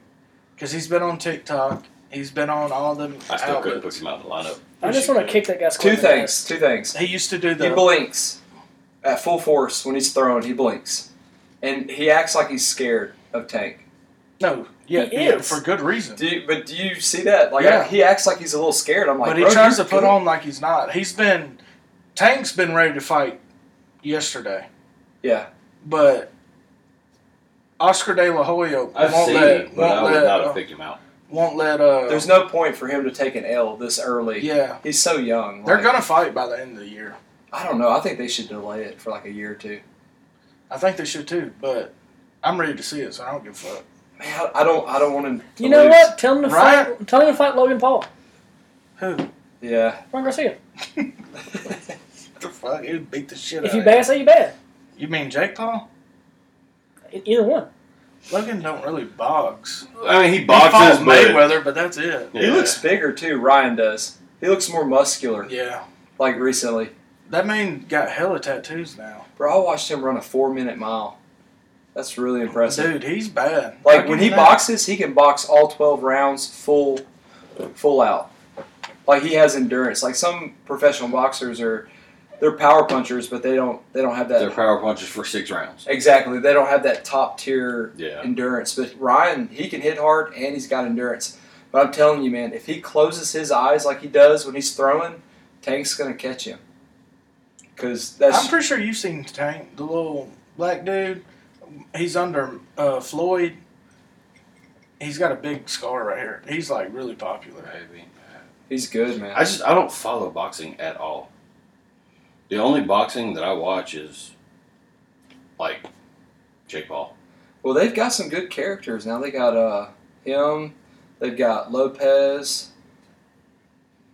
[SPEAKER 2] because he's been on TikTok. He's been on all them
[SPEAKER 3] I still couldn't pick
[SPEAKER 2] outlets.
[SPEAKER 3] him out in the lineup.
[SPEAKER 1] I just want to kick that guy. square
[SPEAKER 4] Two
[SPEAKER 1] in the nuts.
[SPEAKER 4] things. Two things.
[SPEAKER 2] He used to do
[SPEAKER 4] He
[SPEAKER 2] the.
[SPEAKER 4] blinks at full force when he's thrown. He blinks, and he acts like he's scared of Tank.
[SPEAKER 2] No, yeah,
[SPEAKER 1] He
[SPEAKER 2] yeah,
[SPEAKER 1] is.
[SPEAKER 2] for good reason.
[SPEAKER 4] Do you, but do you see that? Like
[SPEAKER 2] Yeah.
[SPEAKER 4] I- he acts like he's a little scared. I'm like,
[SPEAKER 2] but he
[SPEAKER 4] "Bro,
[SPEAKER 2] tries to
[SPEAKER 4] you're
[SPEAKER 2] put
[SPEAKER 4] good."
[SPEAKER 2] on like he's not. He's been Tank's been ready to fight yesterday,
[SPEAKER 4] Yeah,
[SPEAKER 2] but Oscar De La Hoya won't
[SPEAKER 3] I've seen
[SPEAKER 2] let
[SPEAKER 3] him,
[SPEAKER 2] won't
[SPEAKER 3] but I would
[SPEAKER 2] let
[SPEAKER 3] not
[SPEAKER 2] uh,
[SPEAKER 3] have picked him out.
[SPEAKER 2] won't let uh
[SPEAKER 4] there's no point for him to take an L this early.
[SPEAKER 2] yeah.
[SPEAKER 4] He's so young.
[SPEAKER 2] They're
[SPEAKER 4] like,
[SPEAKER 2] gonna fight by the end of the year.
[SPEAKER 4] I don't know. I think they should delay it for like a year or two.
[SPEAKER 2] I think they should too, but I'm ready to see it, so I don't give a fuck.
[SPEAKER 4] Man, I, I don't. I don't want him. To
[SPEAKER 1] You know
[SPEAKER 4] lose.
[SPEAKER 1] what? Tell him to
[SPEAKER 2] Right.
[SPEAKER 1] fight. Tell him to fight Logan Paul.
[SPEAKER 2] Who?
[SPEAKER 4] Yeah.
[SPEAKER 1] Ryan Garcia.
[SPEAKER 2] the fuck? He would beat the shit
[SPEAKER 1] If
[SPEAKER 2] out
[SPEAKER 1] you
[SPEAKER 2] of him.
[SPEAKER 1] bad, say you bad.
[SPEAKER 2] You mean Jake Paul?
[SPEAKER 1] E- Either one.
[SPEAKER 2] Logan don't really box.
[SPEAKER 3] I mean, he
[SPEAKER 2] he
[SPEAKER 3] boxes,
[SPEAKER 2] fought
[SPEAKER 3] but
[SPEAKER 2] Mayweather, but that's it.
[SPEAKER 3] Yeah.
[SPEAKER 4] He looks bigger too. Ryan does. He looks more muscular.
[SPEAKER 2] Yeah.
[SPEAKER 4] Like recently,
[SPEAKER 2] That man got hella tattoos now.
[SPEAKER 4] bro. I watched him run a four minute mile. That's really impressive.
[SPEAKER 2] Dude, he's bad.
[SPEAKER 4] Like
[SPEAKER 2] I'll
[SPEAKER 4] when
[SPEAKER 2] give
[SPEAKER 4] he
[SPEAKER 2] him that.
[SPEAKER 4] boxes, he can box all twelve rounds full, full out. Like he has endurance. Like some professional boxers are, they're power punchers, but they don't they don't have that
[SPEAKER 3] they're power punches for six rounds.
[SPEAKER 4] exactly. They don't have that top tier
[SPEAKER 3] Yeah.
[SPEAKER 4] endurance. But Ryan, he can hit hard and he's got endurance. But I'm telling you, man, if he closes his eyes like he does when he's throwing, Tank's gonna catch him. Cause that's
[SPEAKER 2] I'm pretty sure you've seen Tank, the little black dude. He's under uh, Floyd. He's got a big scar right here. He's like really popular.
[SPEAKER 3] Maybe.
[SPEAKER 4] he's good, man.
[SPEAKER 3] I just I don't follow boxing at all. The only boxing that I watch is like Jake Paul.
[SPEAKER 4] Well, they've got some good characters now. They got uh, him. They've got Lopez.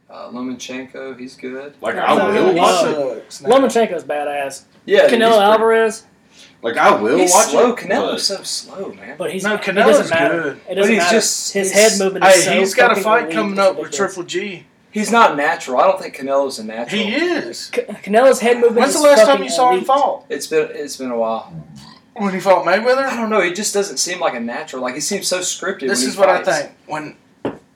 [SPEAKER 4] Uh, Lomachenko, he's good.
[SPEAKER 3] Like
[SPEAKER 1] No,
[SPEAKER 3] I
[SPEAKER 1] no,
[SPEAKER 3] will
[SPEAKER 1] no,
[SPEAKER 3] watch
[SPEAKER 1] no.
[SPEAKER 3] it.
[SPEAKER 2] Sucks now.
[SPEAKER 1] Lomachenko's badass.
[SPEAKER 4] Yeah, dude, he's
[SPEAKER 1] Canelo
[SPEAKER 4] pretty-
[SPEAKER 1] Alvarez,
[SPEAKER 3] Like I will
[SPEAKER 4] He's
[SPEAKER 3] watch
[SPEAKER 4] slow.
[SPEAKER 3] it.
[SPEAKER 4] Canelo's so slow, man.
[SPEAKER 1] but he's
[SPEAKER 2] No,
[SPEAKER 1] it doesn't
[SPEAKER 2] Canelo's
[SPEAKER 1] matter.
[SPEAKER 2] good.
[SPEAKER 1] It doesn't
[SPEAKER 4] But he's
[SPEAKER 1] matter.
[SPEAKER 4] just-
[SPEAKER 1] his
[SPEAKER 4] he's-
[SPEAKER 1] head movement.
[SPEAKER 2] Hey,
[SPEAKER 1] is so
[SPEAKER 2] he's got a
[SPEAKER 1] fucking
[SPEAKER 2] fight
[SPEAKER 1] elite,
[SPEAKER 2] coming
[SPEAKER 1] it's
[SPEAKER 2] up with
[SPEAKER 1] ridiculous.
[SPEAKER 2] Triple G.
[SPEAKER 4] He's not natural. I don't think Canelo's a natural.
[SPEAKER 2] He is.
[SPEAKER 1] Ca- Canelo's head movement.
[SPEAKER 2] When's the
[SPEAKER 1] is
[SPEAKER 2] last time
[SPEAKER 1] fucking
[SPEAKER 2] you saw him
[SPEAKER 1] elite.
[SPEAKER 2] fall?
[SPEAKER 4] It's been it's been a while.
[SPEAKER 2] When he fought
[SPEAKER 4] I
[SPEAKER 2] Mayweather?
[SPEAKER 4] don't know. He just doesn't seem like a natural. Like he seems so scripted.
[SPEAKER 2] This
[SPEAKER 4] when
[SPEAKER 2] is
[SPEAKER 4] he
[SPEAKER 2] what I
[SPEAKER 4] fights.
[SPEAKER 2] think. When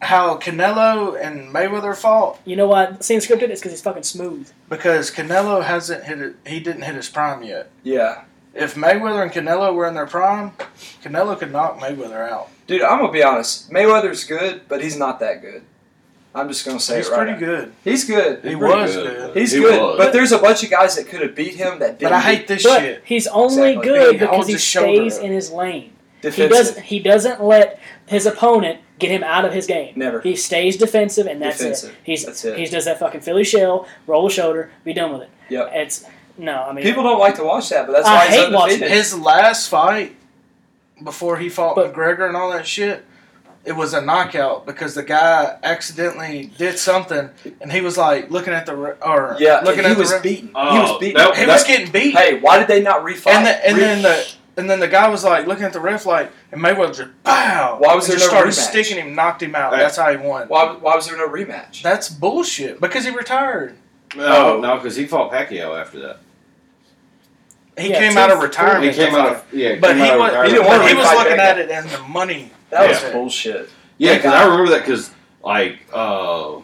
[SPEAKER 2] how Canelo and Mayweather fought
[SPEAKER 1] You know why it seems scripted? It's because he's fucking smooth.
[SPEAKER 2] because Canelo hasn't hit it, he didn't hit his prime yet.
[SPEAKER 4] Yeah,
[SPEAKER 2] If Mayweather and Canelo were in their prime, Canelo could knock Mayweather out.
[SPEAKER 4] dude. I'm gonna be honest. Mayweather's good, but he's not that good. I'm just gonna say
[SPEAKER 2] He's
[SPEAKER 4] it right.
[SPEAKER 2] pretty
[SPEAKER 4] now.
[SPEAKER 2] good.
[SPEAKER 4] He's good.
[SPEAKER 2] He
[SPEAKER 3] He's pretty
[SPEAKER 2] was good.
[SPEAKER 4] He's
[SPEAKER 3] He
[SPEAKER 4] good.
[SPEAKER 3] was.
[SPEAKER 4] But there's a bunch of guys that could have beat him that
[SPEAKER 2] But
[SPEAKER 4] didn't.
[SPEAKER 2] I hate this
[SPEAKER 1] But
[SPEAKER 2] shit.
[SPEAKER 1] he's only
[SPEAKER 4] Exactly.
[SPEAKER 1] good
[SPEAKER 2] He
[SPEAKER 1] because
[SPEAKER 2] holds
[SPEAKER 1] he
[SPEAKER 2] his shoulder
[SPEAKER 1] stays
[SPEAKER 2] up.
[SPEAKER 1] in his lane. He
[SPEAKER 4] defensive.
[SPEAKER 1] doesn't. He doesn't let his opponent get him out of his game.
[SPEAKER 4] Never.
[SPEAKER 1] He stays defensive, and that's
[SPEAKER 4] Defensive.
[SPEAKER 1] it. He's
[SPEAKER 4] That's it.
[SPEAKER 1] he does that fucking Philly shell, roll a shoulder, be done with it.
[SPEAKER 4] Yep.
[SPEAKER 1] It's no. I mean,
[SPEAKER 4] People don't like to watch that, but that's
[SPEAKER 1] I
[SPEAKER 4] why he's
[SPEAKER 1] hate watching
[SPEAKER 4] undefeated.
[SPEAKER 2] His last fight before he fought
[SPEAKER 1] But-
[SPEAKER 2] McGregor and all that shit, it was a knockout because the guy accidentally did something and he was like looking at the re- or
[SPEAKER 4] Yeah,
[SPEAKER 2] looking
[SPEAKER 4] and he
[SPEAKER 2] at
[SPEAKER 4] was
[SPEAKER 2] the re-
[SPEAKER 4] beaten. he
[SPEAKER 3] Oh,
[SPEAKER 4] was beaten.
[SPEAKER 3] that-
[SPEAKER 2] he
[SPEAKER 3] that-
[SPEAKER 2] was getting beat.
[SPEAKER 4] hey, why did they not refight?
[SPEAKER 2] and the, and
[SPEAKER 4] Re-
[SPEAKER 2] then the and then the guy was like looking at the ref like and Mayweather just pow.
[SPEAKER 4] Why was
[SPEAKER 2] and
[SPEAKER 4] there
[SPEAKER 2] just
[SPEAKER 4] no
[SPEAKER 2] started
[SPEAKER 4] rematch?
[SPEAKER 2] sticking him, knocked him out.
[SPEAKER 3] Hey.
[SPEAKER 2] That's how he won.
[SPEAKER 4] why, why was there no rematch?
[SPEAKER 2] That's bullshit because he retired.
[SPEAKER 4] Oh.
[SPEAKER 3] No, no, because he fought Pacquiao after that.
[SPEAKER 2] He
[SPEAKER 1] Yeah,
[SPEAKER 2] came
[SPEAKER 1] two-
[SPEAKER 2] out of
[SPEAKER 1] four-
[SPEAKER 2] retirement.
[SPEAKER 3] He came
[SPEAKER 2] to
[SPEAKER 3] out
[SPEAKER 2] fight.
[SPEAKER 3] of yeah,
[SPEAKER 2] but
[SPEAKER 3] came
[SPEAKER 2] he
[SPEAKER 3] out of
[SPEAKER 2] was,
[SPEAKER 3] retirement.
[SPEAKER 2] he,
[SPEAKER 4] He didn't wanna
[SPEAKER 2] was
[SPEAKER 4] refight
[SPEAKER 2] looking at
[SPEAKER 4] that
[SPEAKER 2] it and the money.
[SPEAKER 4] That was
[SPEAKER 2] Yeah.
[SPEAKER 4] bullshit.
[SPEAKER 3] Yeah, because
[SPEAKER 4] Like,
[SPEAKER 3] I remember that because like uh,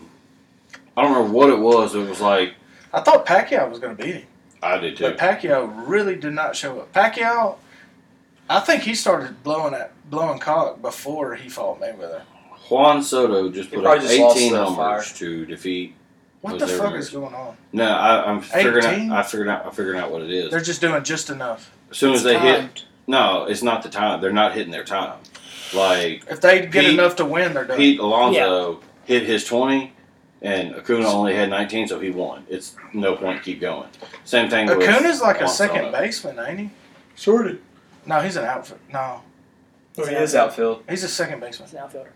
[SPEAKER 3] I don't remember what it was. It was like
[SPEAKER 2] I thought Pacquiao was going to beat him,
[SPEAKER 3] I did too.
[SPEAKER 2] but Pacquiao really did not show up. Pacquiao, I think he started blowing at blowing cock before he fought Mayweather.
[SPEAKER 3] Juan Soto just
[SPEAKER 4] He
[SPEAKER 3] put up
[SPEAKER 4] probably just lost
[SPEAKER 3] 18
[SPEAKER 4] that
[SPEAKER 3] homers to defeat.
[SPEAKER 2] What
[SPEAKER 3] Was
[SPEAKER 2] the
[SPEAKER 3] there
[SPEAKER 2] fuck
[SPEAKER 3] really?
[SPEAKER 2] is going on?
[SPEAKER 3] No, I, I'm figuring
[SPEAKER 2] 18?
[SPEAKER 3] out. I figured out. I figured out what it is.
[SPEAKER 2] They're just doing just enough.
[SPEAKER 3] As soon as
[SPEAKER 1] it's
[SPEAKER 3] they hit,
[SPEAKER 1] timed.
[SPEAKER 3] no, it's not the time. They're not hitting their time. Like
[SPEAKER 2] If they get
[SPEAKER 3] Pete-
[SPEAKER 2] enough to win, they're done.
[SPEAKER 3] Pete Alonso hit his 20, and Acuna only had 19, so he won. It's no point to keep going. Same thing. with
[SPEAKER 2] Acuna's like a
[SPEAKER 3] Juan
[SPEAKER 2] second
[SPEAKER 3] Soto.
[SPEAKER 2] baseman, ain't he?
[SPEAKER 4] Shorty.
[SPEAKER 2] No, he's an outfield. No,
[SPEAKER 4] Oh, He is outfield.
[SPEAKER 2] he's a second baseman
[SPEAKER 1] He's an outfielder.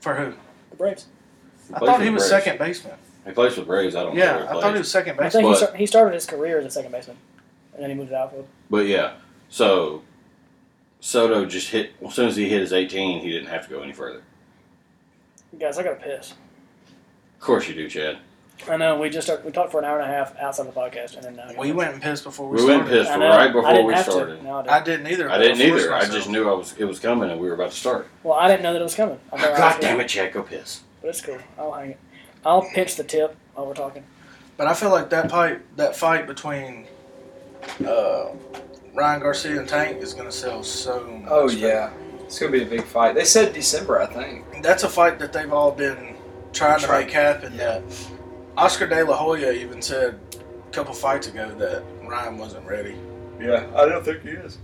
[SPEAKER 2] for who?
[SPEAKER 1] The Braves.
[SPEAKER 3] He
[SPEAKER 2] I
[SPEAKER 3] plays
[SPEAKER 2] thought
[SPEAKER 3] for
[SPEAKER 2] he
[SPEAKER 3] the
[SPEAKER 2] was
[SPEAKER 3] Braves.
[SPEAKER 2] second baseman.
[SPEAKER 3] He plays for the Braves. I don't know. where
[SPEAKER 2] Yeah,
[SPEAKER 3] he
[SPEAKER 2] I
[SPEAKER 3] plays.
[SPEAKER 2] thought he was second
[SPEAKER 1] I
[SPEAKER 2] baseman.
[SPEAKER 1] think he,
[SPEAKER 3] But-
[SPEAKER 1] start, he started his career as a second baseman, and then he moved to outfield.
[SPEAKER 3] But yeah, so Soto just hit as soon as he hit his 18, he didn't have to go any further.
[SPEAKER 1] Guys, I gotta piss.
[SPEAKER 3] Of course you do, Chad.
[SPEAKER 1] I know we just talked, we talked for an hour and a half outside the podcast, and then now
[SPEAKER 2] We went and pissed before we,
[SPEAKER 3] We
[SPEAKER 2] started.
[SPEAKER 3] went and pissed
[SPEAKER 1] I know.
[SPEAKER 3] right
[SPEAKER 1] I
[SPEAKER 3] before
[SPEAKER 1] didn't
[SPEAKER 3] we
[SPEAKER 1] have
[SPEAKER 3] started.
[SPEAKER 1] To. No, I didn't.
[SPEAKER 2] I didn't either.
[SPEAKER 3] I didn't
[SPEAKER 2] but forced
[SPEAKER 3] either. I just
[SPEAKER 2] myself.
[SPEAKER 3] knew I was it was coming and we were about to start.
[SPEAKER 1] well, I didn't know that it was coming. I thought I was
[SPEAKER 3] God
[SPEAKER 1] good.
[SPEAKER 3] damn it, Chad, go piss.
[SPEAKER 1] But it's cool. I'll hang it. I'll pinch the tip while we're talking.
[SPEAKER 2] But I feel like that fight, that fight between uh, Ryan Garcia and Tank is going to sell so. Much.
[SPEAKER 4] Oh yeah, it's gonna be a big fight. They said December, I think.
[SPEAKER 2] that's a fight that they've all been trying to
[SPEAKER 4] Try-
[SPEAKER 2] make happen.
[SPEAKER 4] yeah.
[SPEAKER 2] That Oscar De La Hoya even said a couple fights ago that Ryan wasn't ready.
[SPEAKER 4] Yeah, I don't think he is.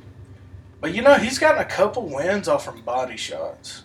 [SPEAKER 2] But you know he's gotten a couple wins off from body shots.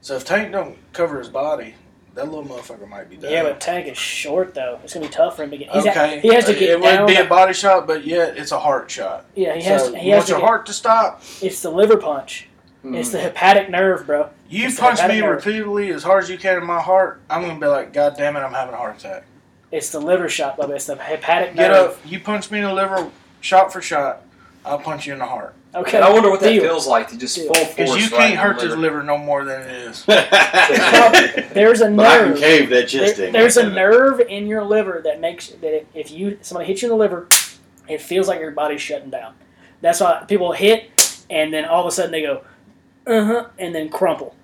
[SPEAKER 2] So if Tank don't cover his body, that little motherfucker might be dead.
[SPEAKER 1] Yeah, but Tank is short though. It's gonna be tough for him to get. He's ha-
[SPEAKER 2] okay,
[SPEAKER 1] he has to get
[SPEAKER 2] it would
[SPEAKER 1] down.
[SPEAKER 2] be a body shot, but yet it's a heart shot.
[SPEAKER 1] yeah, he has.
[SPEAKER 2] so
[SPEAKER 1] he
[SPEAKER 2] you
[SPEAKER 1] has
[SPEAKER 2] want
[SPEAKER 1] to
[SPEAKER 2] your
[SPEAKER 1] get,
[SPEAKER 2] heart to stop.
[SPEAKER 1] It's the liver punch.
[SPEAKER 4] Hmm.
[SPEAKER 1] It's the hepatic nerve, bro.
[SPEAKER 2] You
[SPEAKER 1] It's
[SPEAKER 2] punch
[SPEAKER 1] like
[SPEAKER 2] me
[SPEAKER 1] that.
[SPEAKER 2] repeatedly as hard as you can in my heart. I'm gonna be like, God damn it, I'm having a heart attack.
[SPEAKER 1] It's the liver shot, bro. It's the hepatic
[SPEAKER 2] Get
[SPEAKER 1] nerve.
[SPEAKER 2] up. You punch me in the liver, shot for shot. I'll punch you in the heart
[SPEAKER 1] Okay.
[SPEAKER 4] And I wonder what that
[SPEAKER 1] Deal.
[SPEAKER 4] feels like to just
[SPEAKER 1] Deal.
[SPEAKER 4] full force.
[SPEAKER 2] because you
[SPEAKER 4] right
[SPEAKER 2] can't
[SPEAKER 4] in
[SPEAKER 2] hurt
[SPEAKER 4] the
[SPEAKER 2] this
[SPEAKER 4] liver.
[SPEAKER 2] liver no more than it is.
[SPEAKER 3] but
[SPEAKER 4] Probably.
[SPEAKER 3] I
[SPEAKER 1] There's a
[SPEAKER 3] can
[SPEAKER 1] nerve.
[SPEAKER 3] cave that chest
[SPEAKER 1] There-
[SPEAKER 3] in.
[SPEAKER 1] there's a nerve in your liver that makes that if- if you somebody hits you in the liver, it feels like your body's shutting down. That's why people hit, and then all of a sudden they go, uh huh, and then crumple.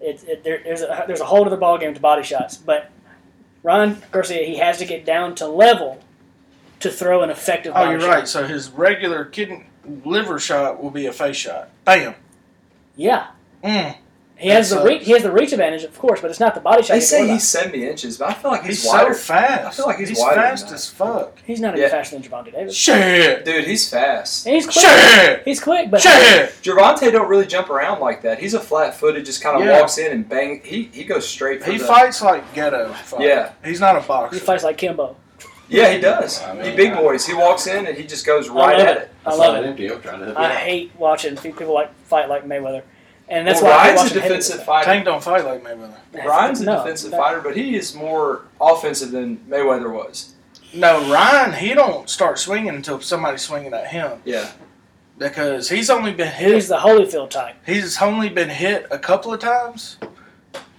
[SPEAKER 1] It, it, there, there's a there's a whole other ball game to body shots, but Ron Garcia he has to get down to level to throw an effective.
[SPEAKER 2] Oh,
[SPEAKER 1] body
[SPEAKER 2] you're
[SPEAKER 1] shot.
[SPEAKER 2] right. So his regular kidney liver shot will be a face shot. Bam.
[SPEAKER 1] Yeah,
[SPEAKER 2] Mm.
[SPEAKER 1] he has
[SPEAKER 2] That
[SPEAKER 1] the re-
[SPEAKER 2] sucks.
[SPEAKER 1] he has the reach advantage, of course, but it's not the body shot.
[SPEAKER 4] They
[SPEAKER 1] you have to worry
[SPEAKER 4] say
[SPEAKER 1] about.
[SPEAKER 4] he's seventy inches, but I feel like he's,
[SPEAKER 2] He's,
[SPEAKER 4] wider.
[SPEAKER 2] so fast.
[SPEAKER 4] I feel like he's wider than
[SPEAKER 2] fast
[SPEAKER 4] that.
[SPEAKER 2] as fuck.
[SPEAKER 1] he's not any
[SPEAKER 4] Yeah.
[SPEAKER 1] faster than Javante Davis.
[SPEAKER 2] Shit.
[SPEAKER 4] Dude, he's fast.
[SPEAKER 1] And he's quick.
[SPEAKER 2] Shit.
[SPEAKER 1] He's quick, but
[SPEAKER 2] Shit.
[SPEAKER 4] Gervonta don't really jump around like that. He's a flat footed, just kind of
[SPEAKER 2] Yeah.
[SPEAKER 4] walks in and bang. He he goes straight. For
[SPEAKER 2] He
[SPEAKER 4] the,
[SPEAKER 2] fights like ghetto. Fight.
[SPEAKER 4] Yeah.
[SPEAKER 2] He's not a
[SPEAKER 1] he
[SPEAKER 2] boxer.
[SPEAKER 1] fights like Kimbo.
[SPEAKER 4] Yeah, he does.
[SPEAKER 2] I mean,
[SPEAKER 4] he big boys. He walks in and he just goes right
[SPEAKER 1] love
[SPEAKER 4] at
[SPEAKER 1] it.
[SPEAKER 4] it.
[SPEAKER 1] I love it.
[SPEAKER 3] Empty. I'm trying to help you
[SPEAKER 1] I
[SPEAKER 3] out.
[SPEAKER 1] hate watching fe- people like fight like Mayweather, and that's
[SPEAKER 4] well,
[SPEAKER 1] why I
[SPEAKER 4] Ryan's
[SPEAKER 1] watch
[SPEAKER 4] a defensive fighter.
[SPEAKER 2] Tank don't fight like Mayweather.
[SPEAKER 4] Ryan's a
[SPEAKER 1] No,
[SPEAKER 4] defensive
[SPEAKER 1] that-
[SPEAKER 4] fighter, but he is more offensive than Mayweather was.
[SPEAKER 2] No, Ryan, he don't start swinging until somebody's swinging at him
[SPEAKER 4] Yeah,
[SPEAKER 2] because he's only been
[SPEAKER 1] He's
[SPEAKER 2] hit.
[SPEAKER 1] the Holyfield type.
[SPEAKER 2] He's only been hit a couple of times,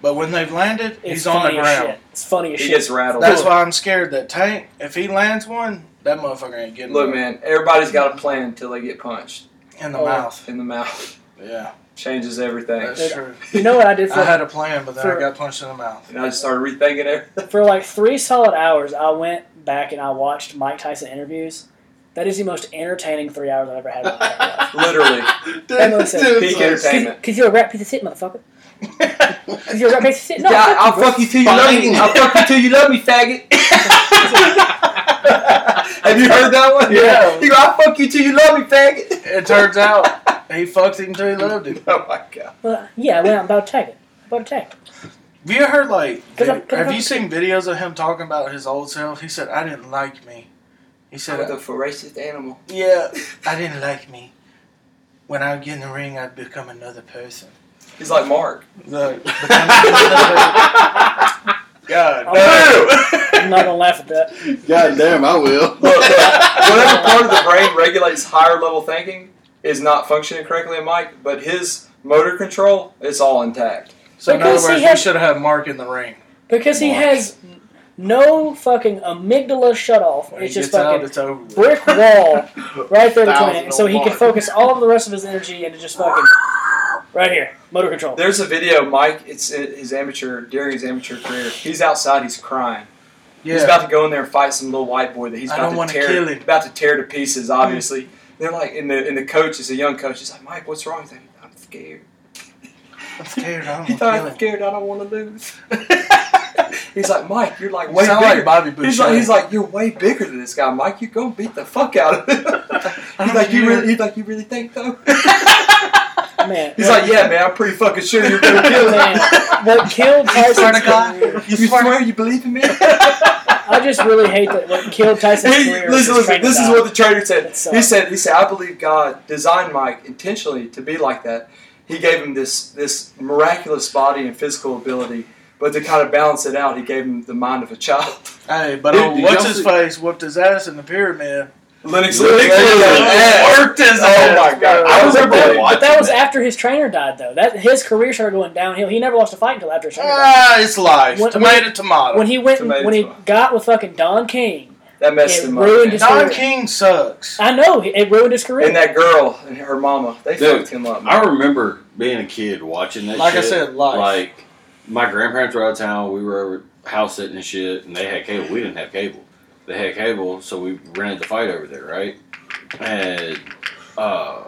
[SPEAKER 2] but when they've landed,
[SPEAKER 1] It's
[SPEAKER 2] he's on the
[SPEAKER 1] funny as
[SPEAKER 2] ground.
[SPEAKER 1] Shit. It's funny as
[SPEAKER 4] he
[SPEAKER 1] shit.
[SPEAKER 4] gets rattled.
[SPEAKER 2] That's why I'm scared that Tank, if he lands one, that motherfucker ain't getting
[SPEAKER 4] Look, man, everybody's got a plan until they get punched
[SPEAKER 2] in the
[SPEAKER 1] Oh.
[SPEAKER 2] mouth.
[SPEAKER 4] in the mouth.
[SPEAKER 2] Yeah,
[SPEAKER 4] Changes everything.
[SPEAKER 2] that's true.
[SPEAKER 1] You know what I did for
[SPEAKER 2] I had a plan, but then
[SPEAKER 1] for-
[SPEAKER 2] I got punched in the mouth.
[SPEAKER 4] And I just started rethinking everything.
[SPEAKER 1] for like three solid hours, I went back and I watched Mike Tyson interviews. That is the most entertaining three hours I've ever had. in my entire life.
[SPEAKER 4] Literally. Peak entertainment.
[SPEAKER 1] Because you're a rat piece of shit, motherfucker. Because you're a rat piece of shit. No,
[SPEAKER 4] yeah, I'll
[SPEAKER 1] fuck you, bro.
[SPEAKER 4] fuck you till you love me. I'll fuck you till you love me, faggot. Have you heard that one?
[SPEAKER 2] Yeah.
[SPEAKER 4] You go, I'll fuck you till you love me, faggot.
[SPEAKER 2] It turns out he fucked him till he loved him.
[SPEAKER 4] Oh my god.
[SPEAKER 1] Well, yeah, well, I'm about to take it. I'm about to take it.
[SPEAKER 2] Have you heard like?
[SPEAKER 1] Cause I'm- cause
[SPEAKER 2] have
[SPEAKER 1] I'm-
[SPEAKER 2] you seen videos of him talking about his old self? He said, "I didn't like me." He said,
[SPEAKER 4] ferocious animal.
[SPEAKER 2] "Yeah, I didn't like me." When I would get in the ring, I'd become another person.
[SPEAKER 4] He's like Mark.
[SPEAKER 2] Look, become another God, no.
[SPEAKER 1] I'm not gonna laugh at that.
[SPEAKER 3] God damn, I will.
[SPEAKER 4] Look, whatever part of the brain regulates higher level thinking is not functioning correctly in Mike, but his motor control, it's all intact.
[SPEAKER 2] So in other
[SPEAKER 1] Because he
[SPEAKER 2] words,
[SPEAKER 1] had-
[SPEAKER 2] we should have Mark in the ring.
[SPEAKER 1] Because he
[SPEAKER 3] Mark.
[SPEAKER 1] has no fucking amygdala shut off.
[SPEAKER 2] When
[SPEAKER 1] It's
[SPEAKER 2] he
[SPEAKER 1] just
[SPEAKER 2] gets out,
[SPEAKER 1] fucking
[SPEAKER 2] it's over. with.
[SPEAKER 1] brick wall right there between
[SPEAKER 3] Thousand
[SPEAKER 1] it, so he
[SPEAKER 3] on
[SPEAKER 1] can
[SPEAKER 3] one.
[SPEAKER 1] focus all of the rest of his energy into just fucking right here, motor control.
[SPEAKER 4] There's a video, Mike, it's his amateur, during his amateur career. He's outside, he's crying. He's about to go in there and fight some little white boy that he's
[SPEAKER 2] I
[SPEAKER 4] about
[SPEAKER 2] don't
[SPEAKER 4] to
[SPEAKER 2] wanna
[SPEAKER 4] tear
[SPEAKER 2] kill him.
[SPEAKER 4] about to tear to pieces. Obviously, they're like, and the and the coach is a young coach. He's like, Mike, what's wrong? He's like, I'm scared.
[SPEAKER 2] I'm scared. I
[SPEAKER 4] He
[SPEAKER 2] don't
[SPEAKER 4] thought I'm
[SPEAKER 2] want to
[SPEAKER 4] scared. I don't want to lose.
[SPEAKER 2] kill him.
[SPEAKER 4] He's like, Mike, you're like
[SPEAKER 2] You
[SPEAKER 4] way
[SPEAKER 2] sound
[SPEAKER 4] bigger.
[SPEAKER 2] like Bobby Boucher.
[SPEAKER 4] he's like, he's like, you're way bigger than this guy, Mike. You go beat the fuck out of him.
[SPEAKER 2] I
[SPEAKER 4] he's
[SPEAKER 2] don't
[SPEAKER 4] like, you
[SPEAKER 2] care.
[SPEAKER 4] really, he's like, you really think though?
[SPEAKER 1] Man,
[SPEAKER 4] He's like, yeah, man, I'm pretty fucking sure you're gonna kill
[SPEAKER 1] Man,
[SPEAKER 4] him.
[SPEAKER 1] what killed
[SPEAKER 2] You swear to
[SPEAKER 1] Tyson's
[SPEAKER 2] God?
[SPEAKER 1] career?
[SPEAKER 4] You,
[SPEAKER 2] swear to
[SPEAKER 4] swear you believe in me?
[SPEAKER 1] I just really hate that what killed Tyson's
[SPEAKER 4] Hey,
[SPEAKER 1] career. was
[SPEAKER 4] listen,
[SPEAKER 1] his
[SPEAKER 4] listen.
[SPEAKER 1] train
[SPEAKER 4] This is
[SPEAKER 1] to
[SPEAKER 4] what the trainer said.
[SPEAKER 1] That sucks.
[SPEAKER 4] He said, he said, I believe God designed Mike intentionally to be like that. He gave him this this miraculous body and physical ability, but to kind of balance it out, he gave him the mind of a child.
[SPEAKER 2] Hey, but
[SPEAKER 3] Dude,
[SPEAKER 2] old
[SPEAKER 3] did
[SPEAKER 2] what's
[SPEAKER 3] y'all
[SPEAKER 2] his
[SPEAKER 3] see-
[SPEAKER 2] face whooped his ass in the pyramid.
[SPEAKER 4] Linux,
[SPEAKER 3] Linux Linux
[SPEAKER 2] Worked his
[SPEAKER 4] Oh my god! I was
[SPEAKER 1] die.
[SPEAKER 3] But that-
[SPEAKER 4] remember.
[SPEAKER 1] But that was
[SPEAKER 3] watching
[SPEAKER 1] after his trainer died, though. That his career started going downhill. He never lost a fight until after his trainer died.
[SPEAKER 2] Ah, it's life.
[SPEAKER 1] When-
[SPEAKER 2] tomato,
[SPEAKER 4] Ah,
[SPEAKER 2] tomato.
[SPEAKER 1] When he went, and-
[SPEAKER 4] Tomato,
[SPEAKER 1] when he
[SPEAKER 4] tomato.
[SPEAKER 1] got with fucking Don King,
[SPEAKER 4] That messed
[SPEAKER 1] It
[SPEAKER 4] him up.
[SPEAKER 1] ruined
[SPEAKER 4] man.
[SPEAKER 1] his-
[SPEAKER 2] Don King sucks.
[SPEAKER 1] I know it ruined his career.
[SPEAKER 4] And that girl and her mama, they
[SPEAKER 3] Dude,
[SPEAKER 4] fucked him up. man.
[SPEAKER 3] I remember being a kid watching that
[SPEAKER 2] Like I
[SPEAKER 3] shit.
[SPEAKER 2] said, life.
[SPEAKER 3] Like, my grandparents were out of town. We were over house sitting and shit, and they had cable. We didn't have cable. They had cable, so we rented the fight over there, right? And uh,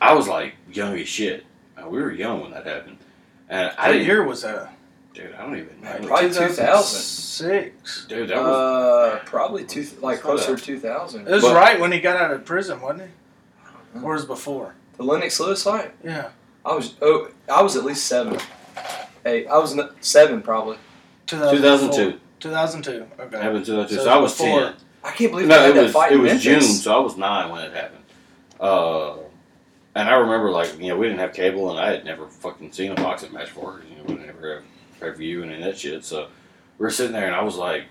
[SPEAKER 3] I was like young as shit. Uh, we were young when that happened. And I
[SPEAKER 2] What
[SPEAKER 3] didn't
[SPEAKER 2] year was that?
[SPEAKER 3] Dude, I don't even know.
[SPEAKER 4] Like, Probably 2000.
[SPEAKER 2] Six.
[SPEAKER 3] Dude, that was.
[SPEAKER 4] Uh, probably two, like
[SPEAKER 3] Hold
[SPEAKER 4] closer
[SPEAKER 3] up.
[SPEAKER 4] to two thousand.
[SPEAKER 2] It was
[SPEAKER 3] But-
[SPEAKER 2] right when he got out of prison, wasn't he? Or was it before?
[SPEAKER 4] The Lennox Lewis fight.
[SPEAKER 2] Yeah.
[SPEAKER 4] I was oh, I was at least seven. Hey, I was n- seven probably.
[SPEAKER 2] uh,
[SPEAKER 3] 2002.
[SPEAKER 2] 2002. Okay.
[SPEAKER 3] Happened 2002. So,
[SPEAKER 2] So
[SPEAKER 3] I was
[SPEAKER 2] before.
[SPEAKER 3] 10.
[SPEAKER 4] I can't believe
[SPEAKER 3] No,
[SPEAKER 4] they had
[SPEAKER 3] it
[SPEAKER 4] that
[SPEAKER 3] was
[SPEAKER 4] fight
[SPEAKER 3] it
[SPEAKER 4] in
[SPEAKER 3] was June,
[SPEAKER 4] Memphis.
[SPEAKER 3] so I was nine when it happened. Uh, and I remember like you know we didn't have cable, and I had never fucking seen a boxing match before. You know, we didn't ever have pay per view and any of that shit. So we were sitting there, and I was like,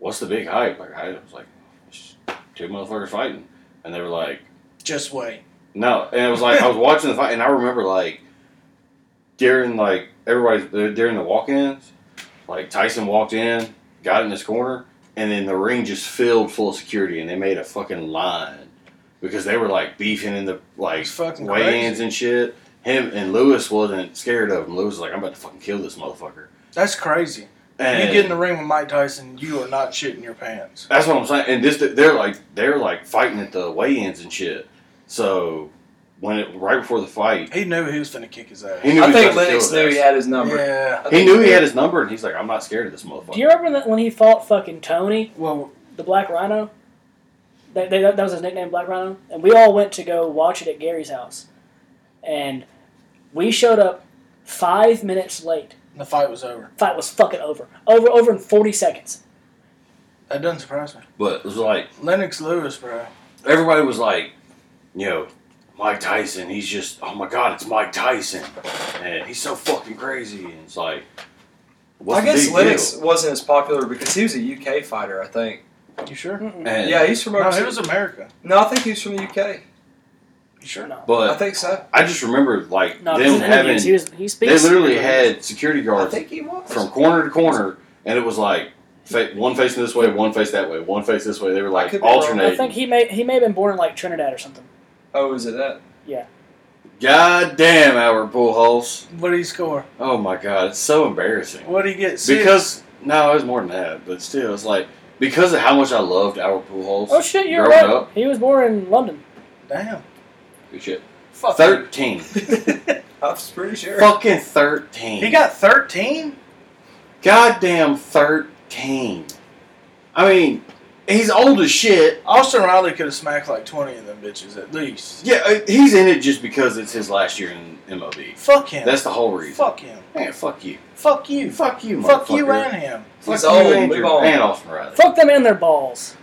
[SPEAKER 3] "What's the big hype?" Like I was like, "It's two motherfuckers fighting," and they were like.
[SPEAKER 2] Just wait.
[SPEAKER 3] No, and it was like I was watching the fight, and I remember like during like everybody's uh, during the walk-ins, like Tyson walked in, got in this corner, and then the ring just filled full of security, and they made a fucking line because they were like beefing in the like
[SPEAKER 2] It's fucking
[SPEAKER 3] weigh-ins and shit. Him and Lewis wasn't scared of him. Lewis was like, "I'm about to fucking kill this motherfucker."
[SPEAKER 2] That's crazy.
[SPEAKER 3] And
[SPEAKER 2] you get in the ring with Mike Tyson, you are not shitting your pants.
[SPEAKER 3] That's what I'm saying. And this, they're like, they're like fighting at the weigh-ins and shit. So when it right before the fight,
[SPEAKER 2] He knew he was finna kick his ass.
[SPEAKER 3] he knew
[SPEAKER 4] I
[SPEAKER 3] he
[SPEAKER 4] think
[SPEAKER 3] was about to
[SPEAKER 4] Lennox
[SPEAKER 3] kill his
[SPEAKER 4] knew
[SPEAKER 3] ass.
[SPEAKER 4] he had his number.
[SPEAKER 2] Yeah.
[SPEAKER 4] I
[SPEAKER 3] He
[SPEAKER 4] think
[SPEAKER 3] knew he
[SPEAKER 4] did.
[SPEAKER 3] had his number, and he's like, "I'm not scared of this motherfucker."
[SPEAKER 1] Do you remember that when he fought fucking Tony,
[SPEAKER 2] Well,
[SPEAKER 1] the Black Rhino? That, that, that was his nickname, Black Rhino. And we all went to go watch it at Gary's house, and we showed up five minutes late.
[SPEAKER 2] the fight was over.
[SPEAKER 1] Fight was fucking over, over, over in forty seconds.
[SPEAKER 2] That doesn't surprise me.
[SPEAKER 3] But it was like
[SPEAKER 2] Lennox Lewis, bro.
[SPEAKER 3] everybody was like, you know, Mike Tyson, he's just, oh my God, it's Mike Tyson. And he's so fucking crazy. And it's like, what's
[SPEAKER 4] I
[SPEAKER 3] the
[SPEAKER 4] guess
[SPEAKER 3] big
[SPEAKER 4] Lennox
[SPEAKER 3] deal?
[SPEAKER 4] wasn't as popular because he was a UK fighter, I think.
[SPEAKER 2] You sure?
[SPEAKER 1] Mm-mm.
[SPEAKER 3] And-
[SPEAKER 4] yeah, he's from
[SPEAKER 2] No,
[SPEAKER 4] overseas.
[SPEAKER 2] he was America.
[SPEAKER 4] no, I think he's from the UK.
[SPEAKER 2] You sure?
[SPEAKER 1] No.
[SPEAKER 4] I
[SPEAKER 3] But
[SPEAKER 4] think so.
[SPEAKER 3] I just remember, like,
[SPEAKER 1] No,
[SPEAKER 3] them
[SPEAKER 1] because
[SPEAKER 3] having,
[SPEAKER 1] he was he
[SPEAKER 3] they
[SPEAKER 1] speaks.
[SPEAKER 3] literally had security
[SPEAKER 4] I
[SPEAKER 3] guards
[SPEAKER 4] think he was.
[SPEAKER 3] from corner to corner. And it was like, fa- one facing this way, one face that way, one face this way. They were like
[SPEAKER 4] could be wrong.
[SPEAKER 1] I
[SPEAKER 3] alternating.
[SPEAKER 1] think he may he may have been born in like Trinidad or something.
[SPEAKER 4] oh, is it that?
[SPEAKER 3] God damn, Albert Pujols.
[SPEAKER 2] What did he score?
[SPEAKER 3] Oh my God, it's so embarrassing.
[SPEAKER 2] What did he get? Six?
[SPEAKER 3] Because no, it was more than that, but still, it's like because of how much I loved Albert Pujols.
[SPEAKER 1] Oh shit, you're
[SPEAKER 3] growing
[SPEAKER 1] right.
[SPEAKER 3] Up,
[SPEAKER 1] He was born in London.
[SPEAKER 2] damn.
[SPEAKER 3] good shit.
[SPEAKER 2] Fuck.
[SPEAKER 3] Thirteen,
[SPEAKER 4] I was pretty sure.
[SPEAKER 3] fucking thirteen.
[SPEAKER 2] He got thirteen.
[SPEAKER 3] goddamn thirteen. I mean, he's old as shit.
[SPEAKER 2] Austin Riley could have smacked like twenty of them bitches at least.
[SPEAKER 3] Yeah, uh, he's in it just because it's his last year in MLB.
[SPEAKER 2] Fuck him.
[SPEAKER 3] That's the whole reason.
[SPEAKER 2] Fuck him.
[SPEAKER 3] Man, fuck you.
[SPEAKER 2] Fuck you.
[SPEAKER 3] Fuck you,
[SPEAKER 2] Fuck you
[SPEAKER 3] motherfucker.
[SPEAKER 2] and him.
[SPEAKER 3] Fuck
[SPEAKER 4] He's
[SPEAKER 3] you
[SPEAKER 4] old,
[SPEAKER 3] and,
[SPEAKER 4] move
[SPEAKER 3] your,
[SPEAKER 4] on.
[SPEAKER 3] and Austin Riley.
[SPEAKER 1] Fuck them and their balls.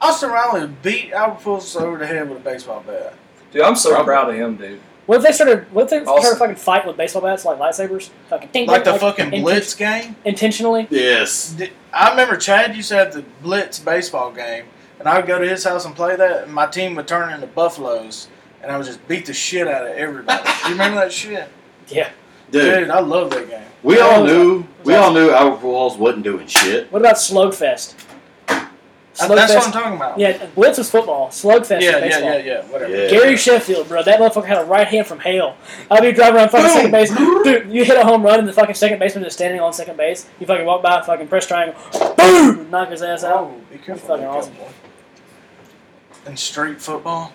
[SPEAKER 2] Austin Riley beat Albert Pujols over the head with a baseball bat.
[SPEAKER 4] Dude, I'm so
[SPEAKER 3] Probably.
[SPEAKER 4] proud of him, dude.
[SPEAKER 1] What if they started? What if they started
[SPEAKER 4] Awesome.
[SPEAKER 1] fucking fight with baseball bats like lightsabers? Fucking ding,
[SPEAKER 2] Like
[SPEAKER 1] ding,
[SPEAKER 2] the fucking
[SPEAKER 1] inten-
[SPEAKER 2] blitz game.
[SPEAKER 1] intentionally.
[SPEAKER 3] Yes.
[SPEAKER 2] Did- I remember Chad used to have the blitz baseball game, and I would go to his house and play that, and my team would turn into buffaloes, and I would just beat the shit out of everybody. you remember that shit?
[SPEAKER 1] Yeah.
[SPEAKER 3] Dude,
[SPEAKER 2] I love that game.
[SPEAKER 3] we all knew we all knew Albert Pujols wasn't doing shit.
[SPEAKER 1] What about Slugfest?
[SPEAKER 2] I- that's what I'm
[SPEAKER 1] Slugfest.
[SPEAKER 2] talking about.
[SPEAKER 1] Yeah, Blitz was football. Slugfest
[SPEAKER 2] yeah,
[SPEAKER 1] was
[SPEAKER 2] yeah,
[SPEAKER 1] baseball.
[SPEAKER 2] yeah, yeah, whatever.
[SPEAKER 3] Yeah.
[SPEAKER 1] Gary Sheffield, bro, that motherfucker had a right hand from hell. I'd be driving around fucking second
[SPEAKER 2] Boom.
[SPEAKER 1] base. Dude, you hit a home run and the fucking second baseman is standing on second base. You fucking walk by, fucking press triangle, boom, knock his ass out.
[SPEAKER 2] Oh, be careful.
[SPEAKER 1] fucking
[SPEAKER 2] be
[SPEAKER 1] awesome.
[SPEAKER 2] careful. And street football.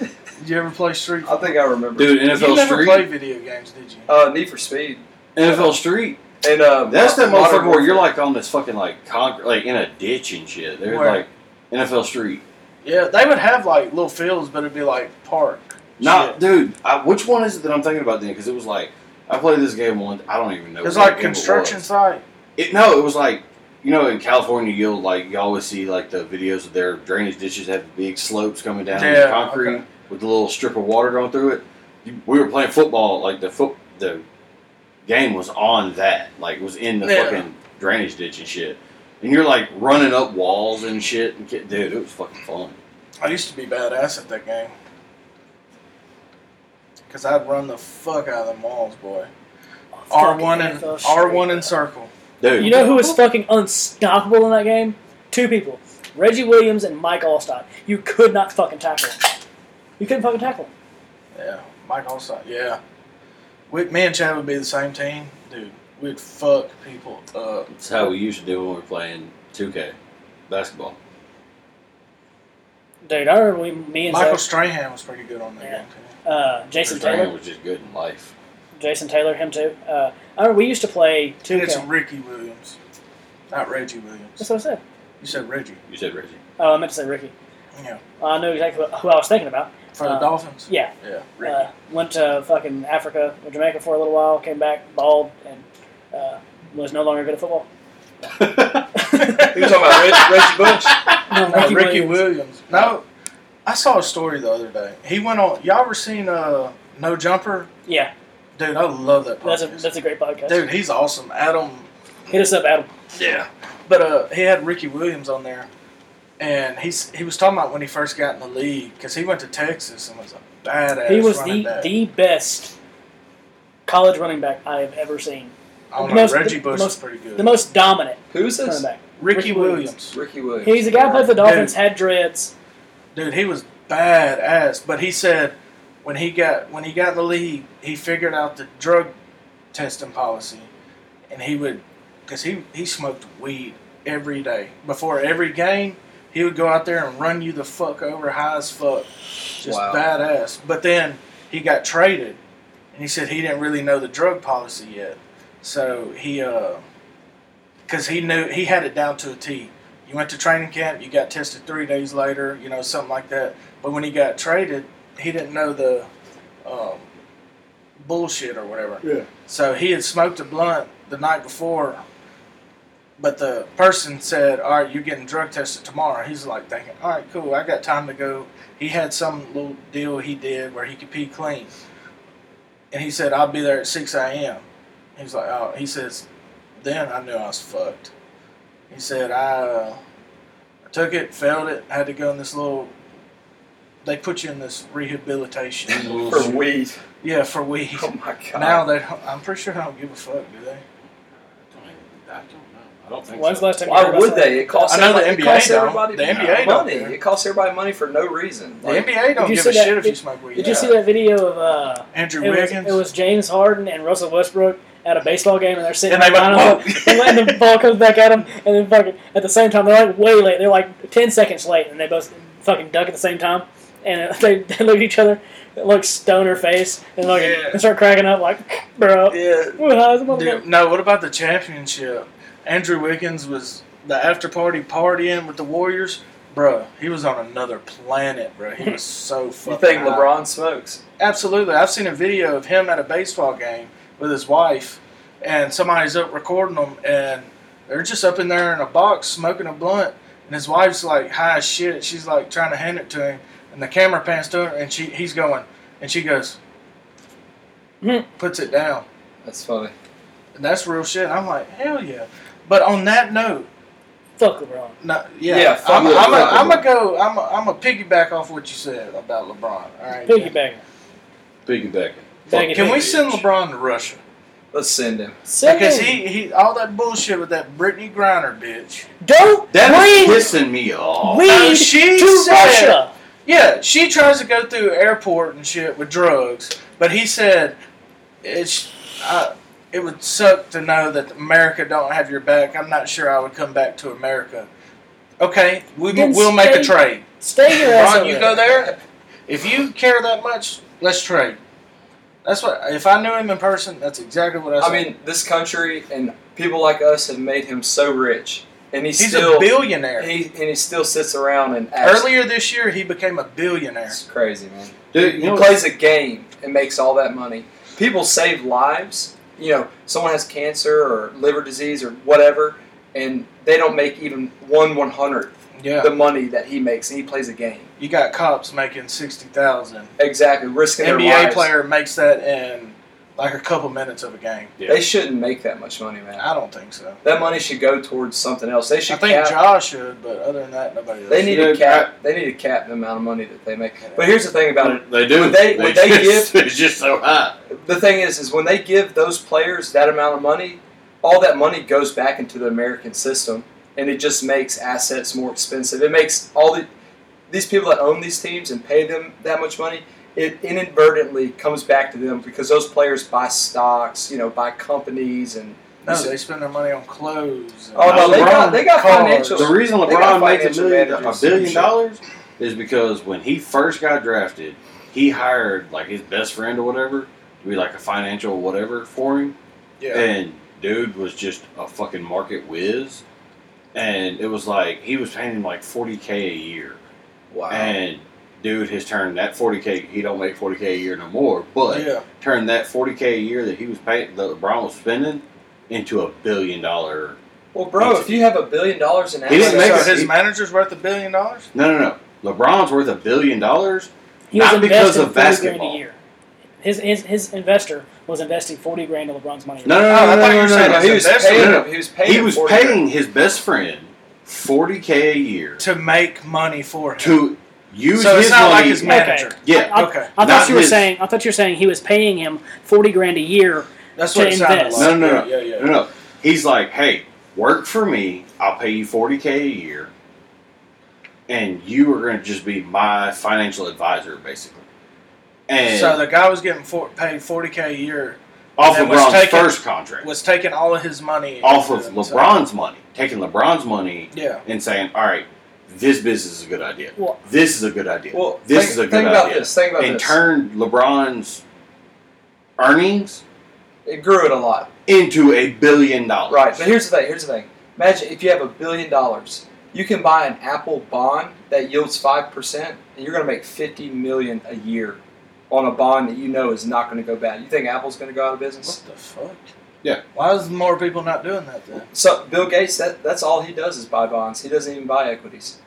[SPEAKER 2] Did you ever play street
[SPEAKER 4] I
[SPEAKER 2] football?
[SPEAKER 4] think I remember.
[SPEAKER 3] Dude,
[SPEAKER 2] you
[SPEAKER 3] NFL
[SPEAKER 2] never
[SPEAKER 3] Street.
[SPEAKER 2] played video games, did you?
[SPEAKER 4] Uh, Need for Speed.
[SPEAKER 3] NFL Street.
[SPEAKER 4] And um,
[SPEAKER 3] That's that
[SPEAKER 4] Modern
[SPEAKER 3] motherfucker where
[SPEAKER 4] Warfare.
[SPEAKER 3] you're like on this fucking like concrete, like in a ditch and shit. They're
[SPEAKER 2] Where?
[SPEAKER 3] like NFL Street.
[SPEAKER 2] Yeah, they would have like little fields, but it'd be like park.
[SPEAKER 3] Nah,
[SPEAKER 2] shit.
[SPEAKER 3] dude, I, which one is it that I'm thinking about then? Because it was like I played this game one. I don't even know.
[SPEAKER 2] It's
[SPEAKER 3] what
[SPEAKER 2] like
[SPEAKER 3] game it
[SPEAKER 2] construction
[SPEAKER 3] was.
[SPEAKER 2] site.
[SPEAKER 3] It, no, it was like you know in California you'll like you always see like the videos of their drainage ditches have the big slopes coming down
[SPEAKER 2] Yeah,
[SPEAKER 3] with concrete
[SPEAKER 2] okay.
[SPEAKER 3] with a little strip of water going through it. You, we were playing football like the foot the game was on that like was in the
[SPEAKER 2] Yeah.
[SPEAKER 3] fucking drainage ditch and shit. And you're like running up walls and shit and ki- dude, it was fucking fun.
[SPEAKER 2] I used to be badass at that game. Cause I'd run the fuck out of them walls, boy. R one
[SPEAKER 1] Fucking
[SPEAKER 2] and
[SPEAKER 1] NFL Street.
[SPEAKER 2] R one and circle.
[SPEAKER 3] Dude,
[SPEAKER 1] You know who was fucking unstoppable in that game? Two people. Reggie Williams and Mike Allstott. You could not fucking tackle him. You couldn't fucking tackle him.
[SPEAKER 2] Yeah, Mike Allstott. Yeah, we, me and Chad would be the same team, dude. We'd fuck people up.
[SPEAKER 3] That's how we used to do when we were playing 2K basketball.
[SPEAKER 1] Dude, I remember we, me and
[SPEAKER 2] Michael
[SPEAKER 1] Zach,
[SPEAKER 2] Strahan was pretty good on that
[SPEAKER 1] Yeah.
[SPEAKER 2] game. Too.
[SPEAKER 1] uh, Jason
[SPEAKER 3] Chris Ryan
[SPEAKER 1] Taylor.
[SPEAKER 3] was just good in life.
[SPEAKER 1] Jason Taylor, him too. Uh, I remember we used to play
[SPEAKER 2] Dude, it's
[SPEAKER 1] 2K.
[SPEAKER 2] Ricky Williams, not Reggie Williams.
[SPEAKER 1] That's what I said.
[SPEAKER 2] You said Reggie.
[SPEAKER 3] You said Reggie.
[SPEAKER 1] Oh, I meant to say Ricky.
[SPEAKER 2] Yeah,
[SPEAKER 1] I knew exactly who I was thinking about.
[SPEAKER 2] for the
[SPEAKER 1] Uh,
[SPEAKER 2] Dolphins.
[SPEAKER 1] Yeah.
[SPEAKER 2] Yeah, Ricky.
[SPEAKER 1] Uh, went to fucking Africa, or Jamaica for a little while, came back bald, and uh, was no longer good at football.
[SPEAKER 4] You're talking about Reg, Reggie Bush.
[SPEAKER 1] No,
[SPEAKER 2] No,
[SPEAKER 1] Ricky,
[SPEAKER 2] Oh, Uh, Ricky,
[SPEAKER 1] Williams.
[SPEAKER 2] Williams. No, I saw a story the other day. He went on. Y'all ever seen uh, No Jumper?
[SPEAKER 1] Yeah,
[SPEAKER 2] Dude, I love that
[SPEAKER 1] that's a
[SPEAKER 2] podcast.
[SPEAKER 1] that's a great podcast.
[SPEAKER 2] Oh, Dude, he's awesome. Adam.
[SPEAKER 1] Hit us up, Adam.
[SPEAKER 2] Yeah. But uh, he had Ricky Williams on there, and he's he was talking about when he first got in the league because he went to Texas and was a badass.
[SPEAKER 1] he was
[SPEAKER 2] running
[SPEAKER 1] the
[SPEAKER 2] back.
[SPEAKER 1] the best college running back I have ever seen.
[SPEAKER 2] I don't
[SPEAKER 1] the
[SPEAKER 2] know,
[SPEAKER 1] most-
[SPEAKER 2] Oh, Reggie
[SPEAKER 1] the-
[SPEAKER 2] Bush
[SPEAKER 1] the
[SPEAKER 2] is pretty good.
[SPEAKER 1] The most dominant
[SPEAKER 4] Who is
[SPEAKER 1] running
[SPEAKER 4] this?
[SPEAKER 1] back.
[SPEAKER 2] Ricky,
[SPEAKER 1] Ricky
[SPEAKER 2] Williams.
[SPEAKER 4] Ricky Williams.
[SPEAKER 1] He's the guy who played for the
[SPEAKER 2] Dude.
[SPEAKER 1] Dolphins, had dreads.
[SPEAKER 2] dude, he was badass. But he said when he got when he got in the league, he figured out the drug testing policy, and he would because he he smoked weed every day before every game. He would go out there and run you the fuck over high as fuck, just
[SPEAKER 4] Wow.
[SPEAKER 2] badass. But then he got traded, and he said he didn't really know the drug policy yet, so he uh. Because he knew he had it down to a T. You went to training camp, you got tested three days later, you know, something like that. But when he got traded, he didn't know the um, bullshit or whatever.
[SPEAKER 3] Yeah.
[SPEAKER 2] So he had smoked a blunt the night before, But the person said, "All right, you're getting drug tested tomorrow." He's like thinking, "All right, cool. I got time to go." He had some little deal he did where he could pee clean, and he said, "I'll be there at six a.m." He's like, "Oh," he says. Then I knew I was fucked. He said, "I, uh, I took it, failed it, had to go in this little. They put you in this rehabilitation.
[SPEAKER 4] For weed.
[SPEAKER 2] yeah, for weed.
[SPEAKER 4] Oh my god.
[SPEAKER 2] Now they, don't- I'm pretty sure they don't give a fuck, do they?
[SPEAKER 3] I don't know. I don't think
[SPEAKER 1] When's the
[SPEAKER 3] so.
[SPEAKER 1] last time you heard
[SPEAKER 4] Why
[SPEAKER 1] about
[SPEAKER 4] would
[SPEAKER 1] that?
[SPEAKER 4] they? It costs
[SPEAKER 2] I know the
[SPEAKER 4] everybody, it
[SPEAKER 2] NBA
[SPEAKER 4] costs
[SPEAKER 2] don't.
[SPEAKER 4] everybody
[SPEAKER 2] The NBA don't
[SPEAKER 4] money.
[SPEAKER 2] care.
[SPEAKER 4] It costs everybody money for no reason.
[SPEAKER 2] The NBA
[SPEAKER 4] Like,
[SPEAKER 1] Did
[SPEAKER 2] don't
[SPEAKER 1] you
[SPEAKER 2] give
[SPEAKER 1] see
[SPEAKER 2] a
[SPEAKER 1] that-
[SPEAKER 2] shit if
[SPEAKER 1] did-
[SPEAKER 2] you smoke weed.
[SPEAKER 1] Did you
[SPEAKER 2] Yeah.
[SPEAKER 1] see that video of uh,
[SPEAKER 2] Andrew
[SPEAKER 1] it was,
[SPEAKER 2] Wiggins?
[SPEAKER 1] it was James Harden and Russell Westbrook at a baseball game, and they're sitting
[SPEAKER 2] And they
[SPEAKER 1] on the
[SPEAKER 2] went,
[SPEAKER 1] lineup, and then the ball comes back at them, and then fucking at the same time they're like way late. They're like ten seconds late, and they both fucking duck at the same time, and they, they look at each other, like stoner face, and like
[SPEAKER 2] Yeah.
[SPEAKER 1] and start cracking up like, bro,
[SPEAKER 2] yeah.
[SPEAKER 1] we're high as a motherfucker.
[SPEAKER 2] Dude, no, what about the championship? Andrew Wiggins was the after party partying with the Warriors. Bruh, he was on another planet, bruh. He was so fucking.
[SPEAKER 4] you think
[SPEAKER 2] high.
[SPEAKER 4] LeBron smokes?
[SPEAKER 2] Absolutely. I've seen a video of him at a baseball game with his wife, and somebody's up recording them, and they're just up in there in a box smoking a blunt, and his wife's like high as shit. She's like trying to hand it to him, and the camera pans to her, and she he's going, and she goes,
[SPEAKER 1] Hmm.
[SPEAKER 2] puts it down.
[SPEAKER 4] That's funny.
[SPEAKER 2] And that's real shit. I'm like, hell yeah. But on that note,
[SPEAKER 1] Fuck LeBron.
[SPEAKER 2] no, yeah,
[SPEAKER 4] Yeah, fuck
[SPEAKER 2] I'm, I'm,
[SPEAKER 4] LeBron.
[SPEAKER 2] I'm gonna go. I'm gonna I'm a piggyback off what you said about LeBron. All right,
[SPEAKER 1] Piggyback.
[SPEAKER 3] Piggybacking.
[SPEAKER 1] Thank
[SPEAKER 2] can we send LeBron to Russia?
[SPEAKER 4] Let's send him.
[SPEAKER 1] Send
[SPEAKER 2] Because
[SPEAKER 1] him.
[SPEAKER 2] he, he all that bullshit with that Brittany Griner bitch.
[SPEAKER 1] don't
[SPEAKER 3] That is
[SPEAKER 1] bring
[SPEAKER 3] pissing me off.
[SPEAKER 1] weed
[SPEAKER 2] No, Oh, she
[SPEAKER 1] to
[SPEAKER 2] said-
[SPEAKER 1] Russia.
[SPEAKER 2] Yeah, she tries to go through airport and shit with drugs, but he said it's uh, it would suck to know that America don't have your back. I'm not sure I would come back to America. Okay, we
[SPEAKER 1] Then
[SPEAKER 2] we'll make a
[SPEAKER 1] stay-
[SPEAKER 2] trade.
[SPEAKER 1] Stay your ass
[SPEAKER 2] Ron,
[SPEAKER 1] over
[SPEAKER 2] you
[SPEAKER 1] there.
[SPEAKER 2] go there. If you care that much, let's trade. That's what. If I knew him in person, that's exactly what I.
[SPEAKER 4] I
[SPEAKER 2] Said.
[SPEAKER 4] mean, this country and people like us have made him so rich, and he
[SPEAKER 2] he's
[SPEAKER 4] still
[SPEAKER 2] a billionaire.
[SPEAKER 4] he and he still sits around and acts.
[SPEAKER 2] Earlier this year, he became a billionaire.
[SPEAKER 4] It's crazy, man.
[SPEAKER 3] Dude, you
[SPEAKER 4] He
[SPEAKER 3] know,
[SPEAKER 4] plays a game and makes all that money. People save lives. You know, someone has cancer or liver disease or whatever, and they don't make even one one hundredth
[SPEAKER 2] Yeah,
[SPEAKER 4] the money that he makes, and he plays a game.
[SPEAKER 2] you got cops making sixty thousand.
[SPEAKER 4] Exactly, risking their
[SPEAKER 2] NBA
[SPEAKER 4] lives.
[SPEAKER 2] player makes that in like a couple minutes of a game.
[SPEAKER 4] They shouldn't make that much money, man.
[SPEAKER 2] I don't think so.
[SPEAKER 4] That money should go towards something else. They
[SPEAKER 2] I
[SPEAKER 4] should
[SPEAKER 2] think
[SPEAKER 4] cap-
[SPEAKER 2] Ja should, but other than that, nobody. Else
[SPEAKER 4] They need
[SPEAKER 2] should.
[SPEAKER 4] to
[SPEAKER 3] Yeah,
[SPEAKER 4] cap. They need to cap the amount of money that they make. But here's the thing about it.
[SPEAKER 3] They do.
[SPEAKER 4] Would they- would they
[SPEAKER 3] just, It's just so high.
[SPEAKER 4] The thing is, is when they give those players that amount of money, all that money goes back into the American system, and it just makes assets more expensive. It makes all the these people that own these teams and pay them that much money. It inadvertently comes back to them because those players buy stocks, you know, buy companies, and
[SPEAKER 2] No, they spend their money on clothes. and-
[SPEAKER 4] oh no, they got
[SPEAKER 3] LeBron
[SPEAKER 4] they got
[SPEAKER 2] cars.
[SPEAKER 4] financial.
[SPEAKER 3] The reason
[SPEAKER 4] They got
[SPEAKER 3] LeBron makes a
[SPEAKER 4] financial
[SPEAKER 3] million, a
[SPEAKER 4] managers
[SPEAKER 3] billion
[SPEAKER 4] and shit.
[SPEAKER 3] dollars is because when he first got drafted, he hired like his best friend or whatever to be like a financial whatever for him,
[SPEAKER 2] yeah.
[SPEAKER 3] and dude was just a fucking market whiz, and it was like he was paying him like forty k a year,
[SPEAKER 4] wow.
[SPEAKER 3] and dude has turned that forty k he don't make forty k a year no more, but
[SPEAKER 2] yeah,
[SPEAKER 3] turned that forty k a year that he was paying that LeBron was spending into a billion dollar.
[SPEAKER 4] Well, bro, if you have a billion dollars in
[SPEAKER 3] He
[SPEAKER 4] assets,
[SPEAKER 3] didn't make
[SPEAKER 2] so
[SPEAKER 3] it.
[SPEAKER 2] his manager's worth a billion dollars.
[SPEAKER 3] No, no, no. LeBron's worth a billion dollars.
[SPEAKER 1] He was
[SPEAKER 3] Not because
[SPEAKER 1] investing 40
[SPEAKER 3] of
[SPEAKER 1] grand
[SPEAKER 3] basketball.
[SPEAKER 1] A year. His, his his investor was investing forty grand of LeBron's money.
[SPEAKER 3] No, no,
[SPEAKER 2] Oh, I
[SPEAKER 3] no, no,
[SPEAKER 2] thought you
[SPEAKER 3] no, no,
[SPEAKER 2] were saying
[SPEAKER 3] no,
[SPEAKER 2] that's
[SPEAKER 3] He
[SPEAKER 2] a
[SPEAKER 3] was
[SPEAKER 2] best
[SPEAKER 3] paying.
[SPEAKER 4] him- he was paying.
[SPEAKER 3] he
[SPEAKER 4] him
[SPEAKER 3] was
[SPEAKER 4] 40 grand.
[SPEAKER 3] paying his best friend forty k a year
[SPEAKER 2] To make money for him.
[SPEAKER 3] to use
[SPEAKER 2] so
[SPEAKER 3] his
[SPEAKER 2] it's not
[SPEAKER 3] money.
[SPEAKER 2] like his manager.
[SPEAKER 3] yeah,
[SPEAKER 1] I,
[SPEAKER 2] Okay.
[SPEAKER 1] I
[SPEAKER 3] Not
[SPEAKER 1] thought you were
[SPEAKER 3] his.
[SPEAKER 1] saying I thought you were saying he was paying him forty grand a year.
[SPEAKER 2] That's
[SPEAKER 1] To
[SPEAKER 2] what it sounded
[SPEAKER 1] invest.
[SPEAKER 2] like.
[SPEAKER 3] No, no,
[SPEAKER 2] Yeah, yeah,
[SPEAKER 3] no, no. He's like, hey, work for me. I'll pay you forty k a year, and you are going to just be my financial advisor, basically.
[SPEAKER 2] yeah.
[SPEAKER 3] And
[SPEAKER 2] So the guy was getting for, paid forty k a year,
[SPEAKER 3] off
[SPEAKER 2] that
[SPEAKER 3] of
[SPEAKER 2] was
[SPEAKER 3] LeBron's
[SPEAKER 2] taken-
[SPEAKER 3] first contract,
[SPEAKER 2] was taking all of his money
[SPEAKER 3] off of
[SPEAKER 2] into it, so-
[SPEAKER 3] LeBron's money, taking LeBron's money
[SPEAKER 2] Yeah,
[SPEAKER 3] and saying, all right, this business is a good idea.
[SPEAKER 1] Well-
[SPEAKER 3] this is a good idea.
[SPEAKER 4] Well,
[SPEAKER 3] this
[SPEAKER 4] think,
[SPEAKER 3] is a good
[SPEAKER 4] think about
[SPEAKER 3] idea.
[SPEAKER 4] this. Think about
[SPEAKER 3] and
[SPEAKER 4] this.
[SPEAKER 3] turned LeBron's earnings
[SPEAKER 4] it grew it a lot,
[SPEAKER 3] into a billion dollars.
[SPEAKER 4] right? But here's the thing. Here's the thing. Imagine if you have a billion dollars, you can buy an Apple bond that yields five percent, and you're going to make fifty million a year on a bond that you know is not going to go bad. You think Apple's going to go out of business?
[SPEAKER 2] what the fuck? Why is more people not doing that then?
[SPEAKER 4] So Bill Gates, that, that's all he does is buy bonds. He doesn't even buy equities.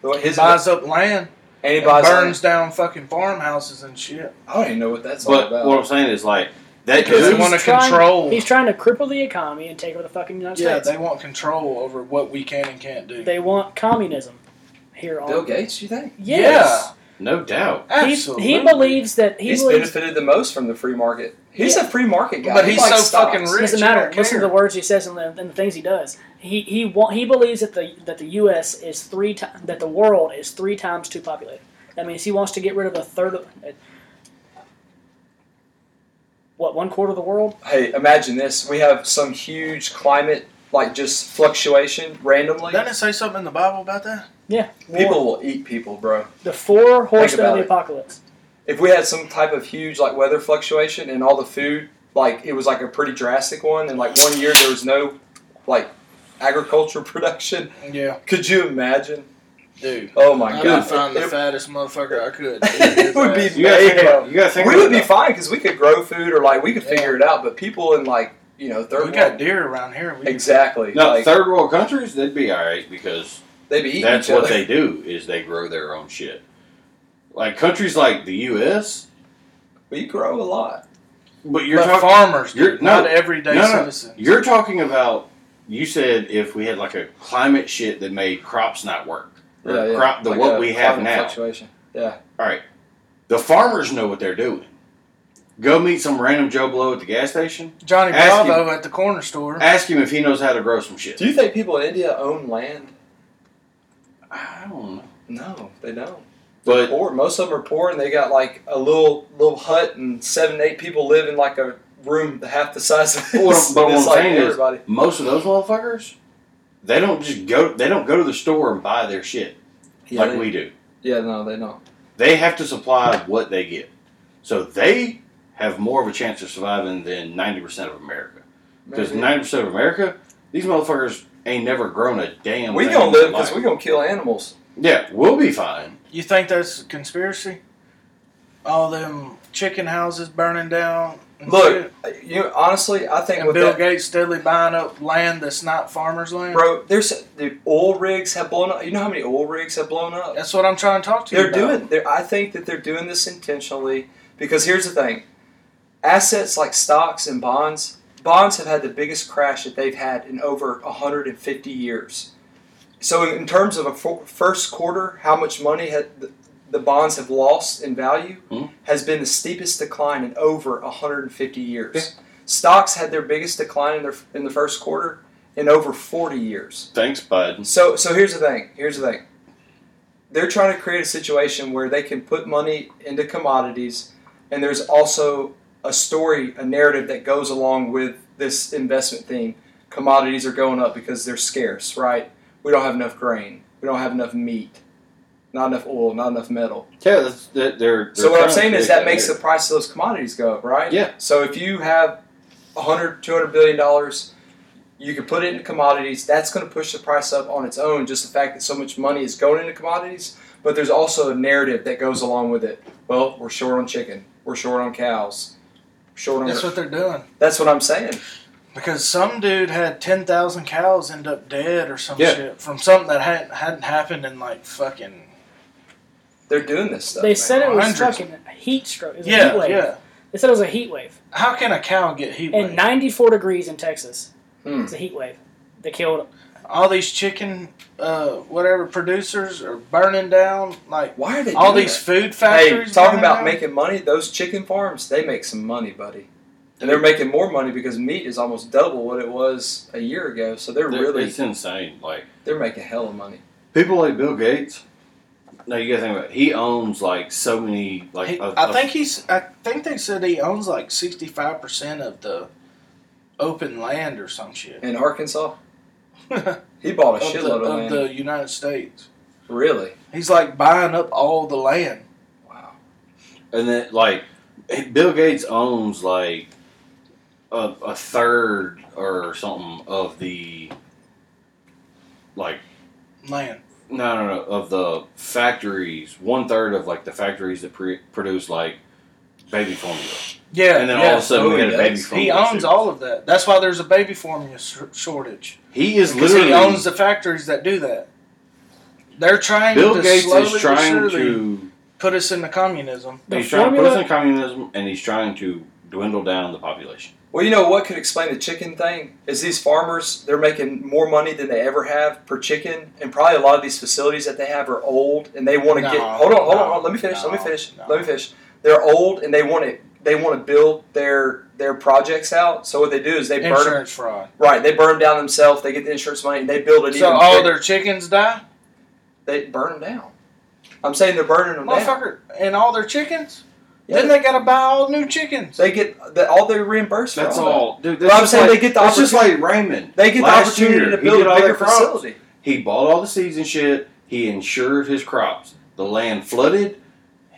[SPEAKER 4] The way His
[SPEAKER 2] buys up land,
[SPEAKER 4] and he
[SPEAKER 2] and
[SPEAKER 4] buys.
[SPEAKER 2] burns down fucking farmhouses and shit.
[SPEAKER 4] I don't even know what that's all
[SPEAKER 3] But
[SPEAKER 4] about.
[SPEAKER 3] what I'm saying is like that
[SPEAKER 2] Because they
[SPEAKER 1] He's
[SPEAKER 3] dude.
[SPEAKER 2] want to
[SPEAKER 1] trying-
[SPEAKER 2] control.
[SPEAKER 1] He's trying to cripple the economy and take over the fucking United
[SPEAKER 2] yeah,
[SPEAKER 1] States.
[SPEAKER 2] they want control over what we can and can't do.
[SPEAKER 1] They want communism here on.
[SPEAKER 4] Bill Gates, you think?
[SPEAKER 1] Yes.
[SPEAKER 3] No doubt.
[SPEAKER 2] Yeah,
[SPEAKER 1] He,
[SPEAKER 2] absolutely.
[SPEAKER 1] he believes that he
[SPEAKER 4] he's
[SPEAKER 1] believes.
[SPEAKER 4] benefited the most from the free market. He's
[SPEAKER 1] Yeah.
[SPEAKER 4] a free market guy.
[SPEAKER 2] But
[SPEAKER 4] He
[SPEAKER 2] he's
[SPEAKER 4] likes
[SPEAKER 2] so
[SPEAKER 4] stocks.
[SPEAKER 2] fucking rich.
[SPEAKER 1] Doesn't
[SPEAKER 2] he
[SPEAKER 1] matter.
[SPEAKER 2] don't
[SPEAKER 1] Listen to
[SPEAKER 2] care.
[SPEAKER 1] the words he says and the, and the things he does. He he wa- he believes that the that the U.S. is three ti- that the world is three times too populated. That means he wants to get rid of a third of uh, what one quarter of the world.
[SPEAKER 4] Hey, imagine this: we have some huge climate like just fluctuation randomly.
[SPEAKER 2] Doesn't it say something in the Bible about that?
[SPEAKER 4] People will eat people, bro.
[SPEAKER 1] The four horsemen of
[SPEAKER 4] about
[SPEAKER 1] the
[SPEAKER 4] it.
[SPEAKER 1] apocalypse.
[SPEAKER 4] If we had some type of huge like weather fluctuation and all the food like it was like a pretty drastic one, and like one year there was no like agriculture production.
[SPEAKER 2] Yeah,
[SPEAKER 4] Could you imagine?
[SPEAKER 2] dude.
[SPEAKER 4] Oh my
[SPEAKER 2] I
[SPEAKER 4] god!
[SPEAKER 2] would find the
[SPEAKER 4] It-
[SPEAKER 2] fattest motherfucker I could.
[SPEAKER 4] It would be
[SPEAKER 3] You gotta think about. You gotta think
[SPEAKER 4] we
[SPEAKER 3] about
[SPEAKER 4] would be
[SPEAKER 3] that.
[SPEAKER 4] fine because we could grow food or like we could
[SPEAKER 2] Yeah.
[SPEAKER 4] figure it out. But people in like you know third
[SPEAKER 2] We got
[SPEAKER 4] world-
[SPEAKER 2] deer around here. We
[SPEAKER 4] exactly
[SPEAKER 3] No,
[SPEAKER 4] like
[SPEAKER 3] third world countries, they'd be all right because
[SPEAKER 4] they'd be eating
[SPEAKER 3] that's
[SPEAKER 4] each other.
[SPEAKER 3] what they do is they grow their own shit. Like countries like the U.S.,
[SPEAKER 4] we grow a lot.
[SPEAKER 3] but you're
[SPEAKER 2] You're
[SPEAKER 3] talking.
[SPEAKER 2] farmers,
[SPEAKER 3] you're-
[SPEAKER 2] dude,
[SPEAKER 3] no,
[SPEAKER 2] not everyday
[SPEAKER 3] no, no.
[SPEAKER 2] citizens.
[SPEAKER 3] You're talking about. You said if we had like a climate shit that made crops not work, or
[SPEAKER 4] Yeah, yeah.
[SPEAKER 3] crop the
[SPEAKER 4] Like
[SPEAKER 3] what
[SPEAKER 4] a
[SPEAKER 3] we have
[SPEAKER 4] climate
[SPEAKER 3] now.
[SPEAKER 4] Fluctuation.
[SPEAKER 3] The farmers know what they're doing. Go meet some random Joe Blow at the gas station.
[SPEAKER 2] Johnny
[SPEAKER 3] Ask
[SPEAKER 2] Bravo at the corner store.
[SPEAKER 3] Ask him if he knows how to grow some shit.
[SPEAKER 4] Uh-huh. Do you think people in India own land?
[SPEAKER 3] I don't know.
[SPEAKER 4] No, they don't.
[SPEAKER 3] But
[SPEAKER 4] Poor. Most of them are poor, and they got like a little little hut, and seven eight people live in like a room half the size of
[SPEAKER 3] Well,
[SPEAKER 4] this.
[SPEAKER 3] but what
[SPEAKER 4] it's
[SPEAKER 3] I'm
[SPEAKER 4] like
[SPEAKER 3] saying is-
[SPEAKER 4] everybody.
[SPEAKER 3] most of those motherfuckers, they don't just go. They don't go to the store and buy their shit
[SPEAKER 4] yeah,
[SPEAKER 3] like
[SPEAKER 4] they-
[SPEAKER 3] we do.
[SPEAKER 4] yeah, no, they don't.
[SPEAKER 3] They have to supply what they get, so they have more of a chance of surviving than ninety percent of America. Because
[SPEAKER 4] Maybe.
[SPEAKER 3] ninety percent of America, these motherfuckers ain't never grown a damn.
[SPEAKER 4] we
[SPEAKER 3] thing
[SPEAKER 4] gonna
[SPEAKER 3] in their
[SPEAKER 4] live because
[SPEAKER 3] life.
[SPEAKER 4] we gonna kill animals.
[SPEAKER 3] yeah, we'll be fine.
[SPEAKER 2] You think that's a conspiracy? All them chicken houses burning down. and
[SPEAKER 4] Look,
[SPEAKER 2] shit,
[SPEAKER 4] you honestly, I think
[SPEAKER 2] and
[SPEAKER 4] with
[SPEAKER 2] Bill
[SPEAKER 4] that,
[SPEAKER 2] Gates steadily buying up land that's not farmers' land.
[SPEAKER 4] Bro, there's the oil rigs have blown up. You know how many oil rigs have blown up?
[SPEAKER 2] That's what I'm trying to talk to you
[SPEAKER 4] They're
[SPEAKER 2] about.
[SPEAKER 4] doing. They're, I think that they're doing this intentionally because here's the thing: assets like stocks and bonds. Bonds have had the biggest crash that they've had in over 150 years. So, in, in terms of a fo- first quarter, how much money had the, the bonds have lost in value
[SPEAKER 3] Mhm.
[SPEAKER 4] has been the steepest decline in over 150 years. Stocks had their biggest decline in, their, in the first quarter in over 40 years.
[SPEAKER 3] Thanks, bud.
[SPEAKER 4] So so here's the thing. Here's the thing. They're trying to create a situation where they can put money into commodities, and there's also a story, a narrative that goes along with this investment theme. Commodities are going up because they're scarce, right? We don't have enough grain. We don't have enough meat. Not enough oil. Not enough metal.
[SPEAKER 3] Yeah, that's, that they're,
[SPEAKER 4] So
[SPEAKER 3] they're
[SPEAKER 4] what I'm
[SPEAKER 3] trying to
[SPEAKER 4] saying is
[SPEAKER 3] predict
[SPEAKER 4] that makes the
[SPEAKER 3] later.
[SPEAKER 4] price of those commodities go up, right?
[SPEAKER 3] Yeah.
[SPEAKER 4] So if you have 100, 200 billion dollars, you can put it into commodities. That's going to push the price up on its own. Just the fact that so much money is going into commodities, but there's also a narrative that goes along with it. Well, we're short on chicken. We're short on cows. Short on.
[SPEAKER 2] That's what they're doing.
[SPEAKER 4] That's what I'm saying.
[SPEAKER 2] Because some dude had ten thousand cows end up dead or some
[SPEAKER 3] Yeah.
[SPEAKER 2] shit from something that hadn't hadn't happened in like fucking
[SPEAKER 4] They're doing this stuff.
[SPEAKER 1] They
[SPEAKER 4] man.
[SPEAKER 1] said it was
[SPEAKER 2] hundreds.
[SPEAKER 1] fucking heat stroke. It was a
[SPEAKER 2] yeah
[SPEAKER 1] heat wave.
[SPEAKER 2] yeah.
[SPEAKER 1] They said it was a heat wave.
[SPEAKER 2] How can a cow get heat?
[SPEAKER 1] and
[SPEAKER 2] wave?
[SPEAKER 1] 94 degrees in Texas.
[SPEAKER 4] Hmm.
[SPEAKER 1] It's a heat wave. They killed
[SPEAKER 2] all these chicken uh, whatever producers are burning down like
[SPEAKER 4] Why are they
[SPEAKER 2] all
[SPEAKER 4] doing
[SPEAKER 2] these
[SPEAKER 4] that?
[SPEAKER 2] food
[SPEAKER 4] Hey,
[SPEAKER 2] factories. burning
[SPEAKER 4] talking about
[SPEAKER 2] down?
[SPEAKER 4] making money, those chicken farms, they make some money, buddy. And they're making more money because meat is almost double what it was a year ago. So they're
[SPEAKER 3] They're-
[SPEAKER 4] really
[SPEAKER 3] it's insane. Like
[SPEAKER 4] they're making hell of money.
[SPEAKER 3] people like Bill Gates. No, you gotta think about. It. He owns like so many. Like
[SPEAKER 2] He-
[SPEAKER 3] a-
[SPEAKER 2] I
[SPEAKER 3] a-
[SPEAKER 2] think he's. I think they said he owns like sixty five percent of the open land or some shit
[SPEAKER 4] In Arkansas,
[SPEAKER 2] of,
[SPEAKER 4] he bought a
[SPEAKER 2] the,
[SPEAKER 4] shitload of,
[SPEAKER 2] of
[SPEAKER 4] land.
[SPEAKER 2] the United States.
[SPEAKER 4] Really?
[SPEAKER 2] He's like buying up all the land.
[SPEAKER 4] Wow.
[SPEAKER 3] and then like Bill Gates owns like a, a third or something of the like
[SPEAKER 2] Land.
[SPEAKER 3] no no no of the factories. One third of like the factories that pre- produce like baby formula.
[SPEAKER 2] Yeah,
[SPEAKER 3] And then
[SPEAKER 2] yeah.
[SPEAKER 3] all of a sudden we
[SPEAKER 4] Oh,
[SPEAKER 3] got a baby
[SPEAKER 4] yes.
[SPEAKER 2] he
[SPEAKER 3] formula.
[SPEAKER 2] owns
[SPEAKER 3] shortage.
[SPEAKER 2] all of that. That's why there's a baby formula sh- shortage.
[SPEAKER 3] He is
[SPEAKER 2] Because
[SPEAKER 3] literally
[SPEAKER 2] he owns the factories that do that. They're trying
[SPEAKER 3] Bill
[SPEAKER 2] to
[SPEAKER 3] Gates
[SPEAKER 2] slowly
[SPEAKER 3] is trying
[SPEAKER 2] but surely
[SPEAKER 3] to
[SPEAKER 2] put us into communism.
[SPEAKER 1] The
[SPEAKER 3] he's trying to put us
[SPEAKER 1] formula-
[SPEAKER 3] in communism and he's trying to dwindle down the population.
[SPEAKER 4] Well, you know what could explain the chicken thing is these farmers they're making more money than they ever have per chicken, and probably a lot of these facilities that they have are old, and they want to get
[SPEAKER 2] No,
[SPEAKER 4] hold on, hold
[SPEAKER 2] no,
[SPEAKER 4] on, hold on, let me finish, let me
[SPEAKER 2] no,
[SPEAKER 4] finish,
[SPEAKER 2] no.
[SPEAKER 4] let me finish. They're old, and they want to they want to build their their projects out. So what they do is they burn 'em-
[SPEAKER 2] Insurance fraud.
[SPEAKER 4] right, they burn them down themselves. They get the insurance money, and they build an
[SPEAKER 2] So oh,
[SPEAKER 4] even
[SPEAKER 2] all
[SPEAKER 4] big-
[SPEAKER 2] their chickens die,
[SPEAKER 4] they burn them down. I'm saying they're burning them down.
[SPEAKER 2] motherfucker, and all their chickens.
[SPEAKER 4] Yeah.
[SPEAKER 2] Then they gotta buy all new chickens.
[SPEAKER 4] They get the, all they reimbursed for
[SPEAKER 3] That's
[SPEAKER 4] all. that.
[SPEAKER 3] all. Dude,
[SPEAKER 4] But I'm
[SPEAKER 3] just
[SPEAKER 4] saying
[SPEAKER 3] like-
[SPEAKER 4] they get the
[SPEAKER 3] That's just
[SPEAKER 4] opportunity-
[SPEAKER 3] like Raymond.
[SPEAKER 4] They get the
[SPEAKER 3] Last
[SPEAKER 4] opportunity
[SPEAKER 3] year,
[SPEAKER 4] to
[SPEAKER 3] he
[SPEAKER 4] build
[SPEAKER 3] did
[SPEAKER 4] a
[SPEAKER 3] all
[SPEAKER 4] bigger
[SPEAKER 3] their crops.
[SPEAKER 4] facility.
[SPEAKER 3] He bought all the seeds and shit. He insured his crops. The land flooded.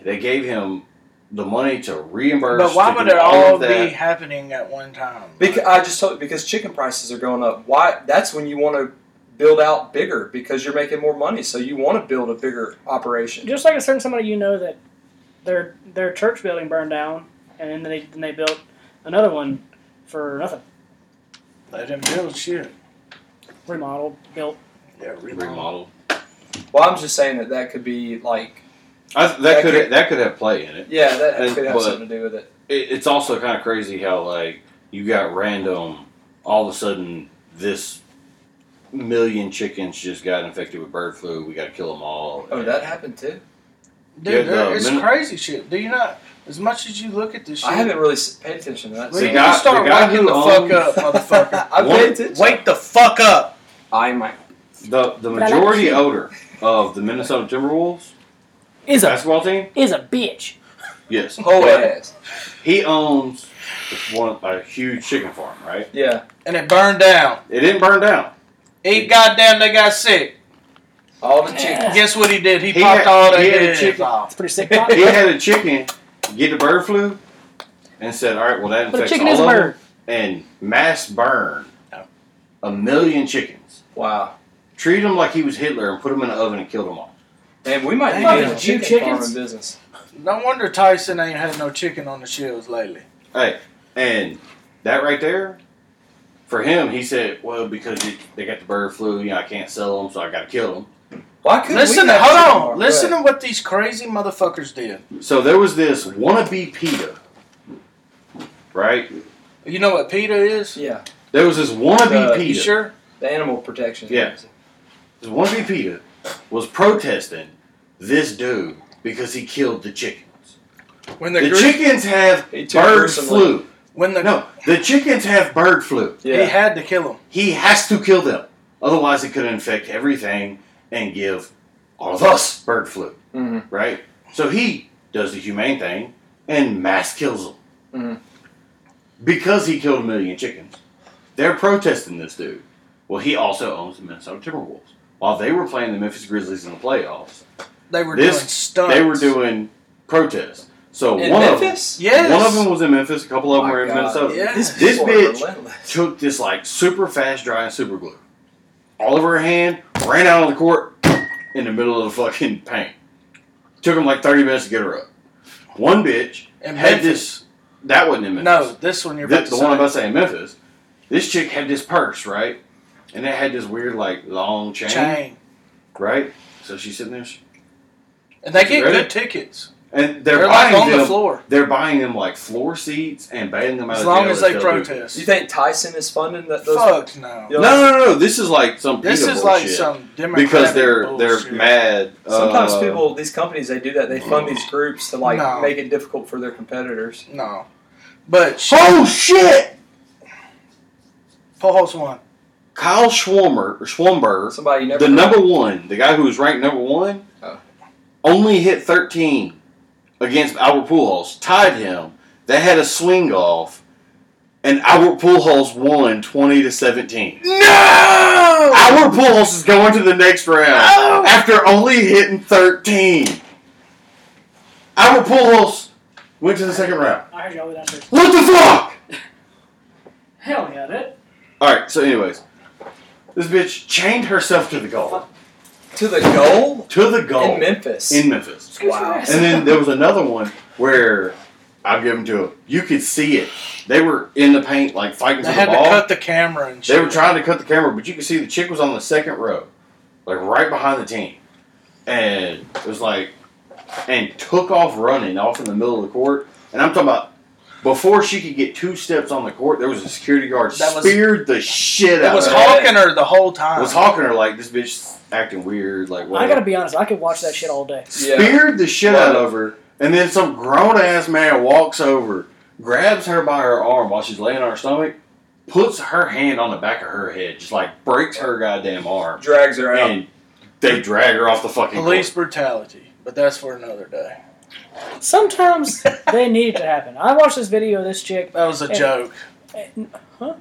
[SPEAKER 3] They gave him the money to reimburse.
[SPEAKER 2] but why
[SPEAKER 3] to
[SPEAKER 2] would
[SPEAKER 3] do
[SPEAKER 2] it all
[SPEAKER 3] of
[SPEAKER 2] be
[SPEAKER 3] that.
[SPEAKER 2] happening at one time?
[SPEAKER 4] Because I just told because chicken prices are going up. Why? That's when you want to build out bigger because you're making more money. So you want to build a bigger operation.
[SPEAKER 1] Just like a certain somebody you know that their their church building burned down, and then they then they built another one for nothing,
[SPEAKER 2] They didn't build shit.
[SPEAKER 1] remodeled, built.
[SPEAKER 2] Yeah, remodel.
[SPEAKER 3] remodel?
[SPEAKER 4] Well, I'm just saying that that could be like
[SPEAKER 3] I, that,
[SPEAKER 4] That
[SPEAKER 3] could
[SPEAKER 4] could-
[SPEAKER 3] that could have play in it.
[SPEAKER 4] yeah, that
[SPEAKER 3] And-
[SPEAKER 4] could have
[SPEAKER 3] but-
[SPEAKER 4] something to do with it.
[SPEAKER 3] it. It's also kind of crazy how like you got random. All of a sudden, this million chickens just got infected with bird flu. We got to kill them all.
[SPEAKER 4] Oh, that happened too.
[SPEAKER 2] Dude,
[SPEAKER 3] Yeah,
[SPEAKER 2] there-
[SPEAKER 3] no,
[SPEAKER 2] it's
[SPEAKER 3] minute-
[SPEAKER 2] crazy shit. Do you not? As much as you look at this shit,
[SPEAKER 4] I haven't really s- paid attention to that.
[SPEAKER 2] we
[SPEAKER 3] The
[SPEAKER 2] need
[SPEAKER 4] so-
[SPEAKER 3] guy-
[SPEAKER 2] to start
[SPEAKER 3] the guy
[SPEAKER 2] waking
[SPEAKER 3] who
[SPEAKER 2] the
[SPEAKER 3] owns-
[SPEAKER 2] fuck up, motherfucker.
[SPEAKER 4] I
[SPEAKER 3] One-
[SPEAKER 4] paid attention.
[SPEAKER 2] Wake the fuck up.
[SPEAKER 4] I might.
[SPEAKER 3] The
[SPEAKER 1] But I
[SPEAKER 3] the
[SPEAKER 1] like
[SPEAKER 3] majority
[SPEAKER 1] sheep.
[SPEAKER 3] owner of the Minnesota Timberwolves
[SPEAKER 1] Is a
[SPEAKER 3] basketball team.
[SPEAKER 1] is a bitch.
[SPEAKER 3] Yes,
[SPEAKER 4] Whole ass.
[SPEAKER 3] He owns one a huge chicken farm, right?
[SPEAKER 4] Yeah.
[SPEAKER 2] And it burned down.
[SPEAKER 3] It didn't burn down.
[SPEAKER 2] Eight goddamn, they got sick.
[SPEAKER 4] All the chicken.
[SPEAKER 2] Guess what he did? He,
[SPEAKER 3] He
[SPEAKER 2] popped
[SPEAKER 3] had-
[SPEAKER 2] all
[SPEAKER 3] he
[SPEAKER 2] their
[SPEAKER 3] had a
[SPEAKER 2] heads
[SPEAKER 3] chicken.
[SPEAKER 2] off.
[SPEAKER 1] It's pretty sick.
[SPEAKER 3] He had a chicken get the bird flu, and said, "All right, well that
[SPEAKER 1] but a
[SPEAKER 3] infects
[SPEAKER 1] chicken
[SPEAKER 3] all
[SPEAKER 1] is a
[SPEAKER 3] of
[SPEAKER 1] bird.
[SPEAKER 3] them," and mass burn
[SPEAKER 2] No.
[SPEAKER 3] a million chickens.
[SPEAKER 4] Wow.
[SPEAKER 3] Treat him like he was Hitler and put him in the oven and kill them all.
[SPEAKER 4] Man, we might be
[SPEAKER 2] Damn.
[SPEAKER 4] in the
[SPEAKER 1] Few
[SPEAKER 4] chicken
[SPEAKER 1] chickens?
[SPEAKER 4] farming business.
[SPEAKER 2] No wonder Tyson ain't had no chicken on the shelves lately.
[SPEAKER 3] Hey, and that right there, for him, he said, "Well, because it, they got the bird flu, you know, I can't sell them, so I got to kill
[SPEAKER 4] Why couldn't
[SPEAKER 2] Listen,
[SPEAKER 4] we
[SPEAKER 2] to,
[SPEAKER 4] have
[SPEAKER 2] hold
[SPEAKER 4] chicken
[SPEAKER 2] on.
[SPEAKER 4] farm?
[SPEAKER 2] Listen
[SPEAKER 4] Go
[SPEAKER 2] to what these crazy motherfuckers did.
[SPEAKER 3] them." So there was this wannabe PETA, right?
[SPEAKER 2] You know what PETA is?
[SPEAKER 4] ahead. Yeah.
[SPEAKER 3] There was this wannabe
[SPEAKER 4] Uh,
[SPEAKER 3] PETA.
[SPEAKER 2] You sure?
[SPEAKER 4] The animal protection.
[SPEAKER 3] Yeah.
[SPEAKER 4] agency.
[SPEAKER 3] This one VP was protesting this dude because he killed the chickens.
[SPEAKER 2] When
[SPEAKER 3] The,
[SPEAKER 2] the, group,
[SPEAKER 3] chickens have
[SPEAKER 4] He took
[SPEAKER 3] bird
[SPEAKER 4] personally.
[SPEAKER 3] flu.
[SPEAKER 2] when the
[SPEAKER 3] No, the chickens have bird flu.
[SPEAKER 2] he
[SPEAKER 4] Yeah.
[SPEAKER 2] had to kill him.
[SPEAKER 3] He has to kill them. Otherwise, it could infect everything and give all of us bird flu,
[SPEAKER 4] hmm
[SPEAKER 3] right? So he does the humane thing and mass kills them.
[SPEAKER 4] Mhm.
[SPEAKER 3] Because he killed a million chickens. They're protesting this dude. Well, he also owns the Minnesota Timberwolves. While they were playing the Memphis Grizzlies in the playoffs,
[SPEAKER 2] They were
[SPEAKER 3] This-
[SPEAKER 2] doing stunts.
[SPEAKER 3] they were doing protests. So
[SPEAKER 4] In
[SPEAKER 3] one
[SPEAKER 4] Memphis.
[SPEAKER 3] of them,
[SPEAKER 2] yes.
[SPEAKER 3] one of them was in Memphis. A couple of them
[SPEAKER 4] My
[SPEAKER 3] were in
[SPEAKER 4] God.
[SPEAKER 3] Minnesota.
[SPEAKER 2] Yeah.
[SPEAKER 4] These
[SPEAKER 3] This
[SPEAKER 4] people are
[SPEAKER 3] bitch
[SPEAKER 4] relentless.
[SPEAKER 3] Took this like super fast drying super glue all over her hand, ran out on the court in the middle of the fucking paint. Took him like thirty minutes to get her up. One bitch
[SPEAKER 2] In
[SPEAKER 3] had
[SPEAKER 2] Memphis.
[SPEAKER 3] this. That wasn't in Memphis.
[SPEAKER 2] No, this one you're
[SPEAKER 3] Th-
[SPEAKER 2] about
[SPEAKER 3] the one
[SPEAKER 2] to say.
[SPEAKER 3] I'm about to say in Memphis. This chick had this purse, right? And it had this weird like long chain,
[SPEAKER 2] chain.
[SPEAKER 3] right? So she's sitting there, she-
[SPEAKER 2] And they
[SPEAKER 3] Is it
[SPEAKER 2] get
[SPEAKER 3] ready?
[SPEAKER 2] good tickets.
[SPEAKER 3] and
[SPEAKER 2] They're,
[SPEAKER 3] they're,
[SPEAKER 2] like
[SPEAKER 3] buying
[SPEAKER 2] on
[SPEAKER 3] them
[SPEAKER 2] the floor
[SPEAKER 3] They're buying them like floor seats and bailing them out
[SPEAKER 2] as
[SPEAKER 3] of
[SPEAKER 2] long
[SPEAKER 3] jail
[SPEAKER 2] as they
[SPEAKER 3] until they're-
[SPEAKER 4] Do you
[SPEAKER 2] protest.
[SPEAKER 4] think Tyson is funding that? Those
[SPEAKER 2] Fuck no.
[SPEAKER 4] Yeah.
[SPEAKER 3] No, no, no, no. This is like some
[SPEAKER 2] This
[SPEAKER 3] PETA
[SPEAKER 2] is like
[SPEAKER 3] bullshit.
[SPEAKER 2] some Democratic
[SPEAKER 3] because they're
[SPEAKER 2] bullshit.
[SPEAKER 3] they're mad. uh,
[SPEAKER 4] Sometimes people, these companies, they do that. They fund these groups to like
[SPEAKER 2] No.
[SPEAKER 4] make it difficult for their competitors.
[SPEAKER 2] No, but sh-
[SPEAKER 3] Oh shit!
[SPEAKER 2] Paul's one.
[SPEAKER 3] Kyle Schwarmer or Schwamberg,
[SPEAKER 4] Somebody you never.
[SPEAKER 3] the
[SPEAKER 4] heard
[SPEAKER 3] number one, the guy who was ranked number one,
[SPEAKER 4] Oh.
[SPEAKER 3] only hit thirteen against Albert Pujols, tied him. They had a swing off, and Albert Pujols won twenty to seventeen.
[SPEAKER 2] No.
[SPEAKER 3] Our Pulse is going to the next round
[SPEAKER 2] No!
[SPEAKER 3] after only hitting 13. Our Pulse went to the second round.
[SPEAKER 1] I heard y'all go downstairs.
[SPEAKER 3] What the fuck?
[SPEAKER 1] Hell yeah, that.
[SPEAKER 3] Alright, so, anyways, this bitch chained herself to the goal.
[SPEAKER 4] to the goal
[SPEAKER 3] To the goal.
[SPEAKER 4] in Memphis.
[SPEAKER 3] In Memphis.
[SPEAKER 1] Excuse
[SPEAKER 4] Wow.
[SPEAKER 1] your ass.
[SPEAKER 3] And then there was another one where I'll give them to them. You could see it. They were in the paint, like fighting
[SPEAKER 2] They
[SPEAKER 3] for the
[SPEAKER 2] had to
[SPEAKER 3] ball.
[SPEAKER 2] cut the camera and shit.
[SPEAKER 3] They were trying to cut the camera, but you could see the chick was on the second row, like right behind the team, and it was like, and took off running off in the middle of the court. And I'm talking about before she could get two steps on the court, there was a security guard
[SPEAKER 2] That was-
[SPEAKER 3] speared the shit
[SPEAKER 2] It
[SPEAKER 3] out
[SPEAKER 2] was
[SPEAKER 3] of her.
[SPEAKER 2] hawking her the whole time.
[SPEAKER 3] Was hawking her like this bitch acting weird, like
[SPEAKER 1] I
[SPEAKER 3] whatever.
[SPEAKER 1] gotta be honest, I could watch that shit all day.
[SPEAKER 4] Yeah.
[SPEAKER 3] Speared the shit
[SPEAKER 4] Well,
[SPEAKER 3] out of her, and then some grown ass man walks over, grabs her by her arm while she's laying on her stomach, puts her hand on the back of her head, just like breaks her goddamn arm.
[SPEAKER 4] Drags her out.
[SPEAKER 3] and they drag her off the fucking
[SPEAKER 2] Police brutality, but that's for another day.
[SPEAKER 1] Sometimes they need it to happen. I watched this video of this chick.
[SPEAKER 2] That was a
[SPEAKER 1] And-
[SPEAKER 2] joke.
[SPEAKER 1] and- huh?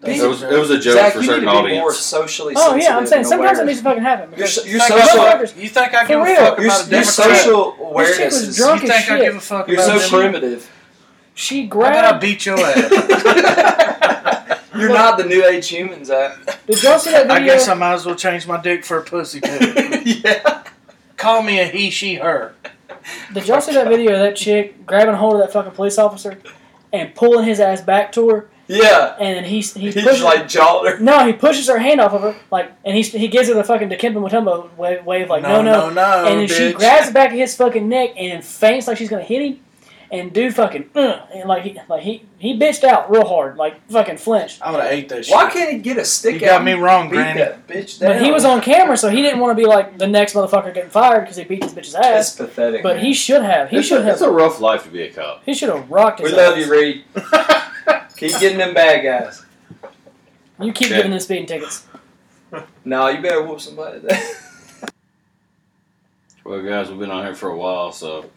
[SPEAKER 2] That
[SPEAKER 3] Court. It was,
[SPEAKER 2] a
[SPEAKER 3] it was a joke
[SPEAKER 4] Zach,
[SPEAKER 3] for
[SPEAKER 4] you need
[SPEAKER 3] certain
[SPEAKER 4] to be more
[SPEAKER 3] audience.
[SPEAKER 4] socially
[SPEAKER 1] Oh
[SPEAKER 4] sensitive.
[SPEAKER 1] yeah, I'm saying
[SPEAKER 4] and
[SPEAKER 1] sometimes it
[SPEAKER 4] aware.
[SPEAKER 1] needs to fucking happen.
[SPEAKER 4] You're,
[SPEAKER 1] Because
[SPEAKER 4] so- you're
[SPEAKER 2] Think
[SPEAKER 1] Motherfuckers-
[SPEAKER 4] social.
[SPEAKER 2] about it. You think I give
[SPEAKER 1] For
[SPEAKER 2] a
[SPEAKER 1] real.
[SPEAKER 2] fuck
[SPEAKER 4] Your,
[SPEAKER 2] about a
[SPEAKER 4] your
[SPEAKER 2] Democrat?
[SPEAKER 4] social
[SPEAKER 1] This chick
[SPEAKER 4] awareness
[SPEAKER 1] was
[SPEAKER 4] is
[SPEAKER 1] drunk
[SPEAKER 2] You
[SPEAKER 1] as
[SPEAKER 2] think I give a
[SPEAKER 1] shit.
[SPEAKER 2] fuck
[SPEAKER 4] you're
[SPEAKER 2] about
[SPEAKER 4] so
[SPEAKER 2] them?
[SPEAKER 4] primitive.
[SPEAKER 1] She
[SPEAKER 2] How about I
[SPEAKER 1] grabbed.
[SPEAKER 2] beat your ass?
[SPEAKER 4] You're not the new age humans, Zach.
[SPEAKER 1] Did y'all see that
[SPEAKER 2] I
[SPEAKER 1] video?
[SPEAKER 2] guess I might as well change my dick for a pussy too.
[SPEAKER 4] yeah.
[SPEAKER 2] Call me a he, she, her.
[SPEAKER 1] Did y'all see that video of that chick grabbing hold of that fucking police officer and pulling his ass back to her,
[SPEAKER 4] Yeah.
[SPEAKER 1] and then he he
[SPEAKER 4] He
[SPEAKER 1] pushes
[SPEAKER 4] just like jawed her.
[SPEAKER 1] no he pushes her hand off of her like, and he he gives her the fucking Dikembe Mutombo wave, wave like no no,
[SPEAKER 2] no, no,
[SPEAKER 1] and then
[SPEAKER 2] bitch.
[SPEAKER 1] she grabs the back of his fucking neck and then faints like she's gonna hit him, and dude fucking uh, and like he like he he bitched out real hard like fucking flinched.
[SPEAKER 2] I would have ate that shit.
[SPEAKER 4] Why can't he get a stick
[SPEAKER 2] you
[SPEAKER 4] out?
[SPEAKER 2] got me wrong,
[SPEAKER 4] and beat
[SPEAKER 2] Granny.
[SPEAKER 4] that bitch down.
[SPEAKER 1] But he was on camera, so he didn't want to be like the next motherfucker getting fired because he beat this bitch's
[SPEAKER 4] That's
[SPEAKER 1] ass.
[SPEAKER 4] pathetic.
[SPEAKER 1] But
[SPEAKER 4] man.
[SPEAKER 1] he should have. He
[SPEAKER 3] It's
[SPEAKER 1] should
[SPEAKER 3] a, it's
[SPEAKER 1] have.
[SPEAKER 3] a rough life to be a cop.
[SPEAKER 1] He should have rocked
[SPEAKER 4] We
[SPEAKER 1] his
[SPEAKER 4] love
[SPEAKER 1] ass.
[SPEAKER 4] you, Reed. Keep getting them bad guys.
[SPEAKER 1] You keep
[SPEAKER 3] Yeah.
[SPEAKER 1] giving them speeding tickets.
[SPEAKER 4] No, you better whoop somebody. today.
[SPEAKER 3] Well, guys, we've been on here for a while, so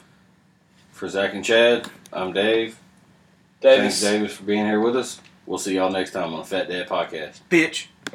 [SPEAKER 3] for Zach and Chad, I'm Dave. Thanks,
[SPEAKER 4] Davis.
[SPEAKER 3] Davis, for being here with us. We'll see y'all next time on Fat Dad Podcast.
[SPEAKER 2] Bitch.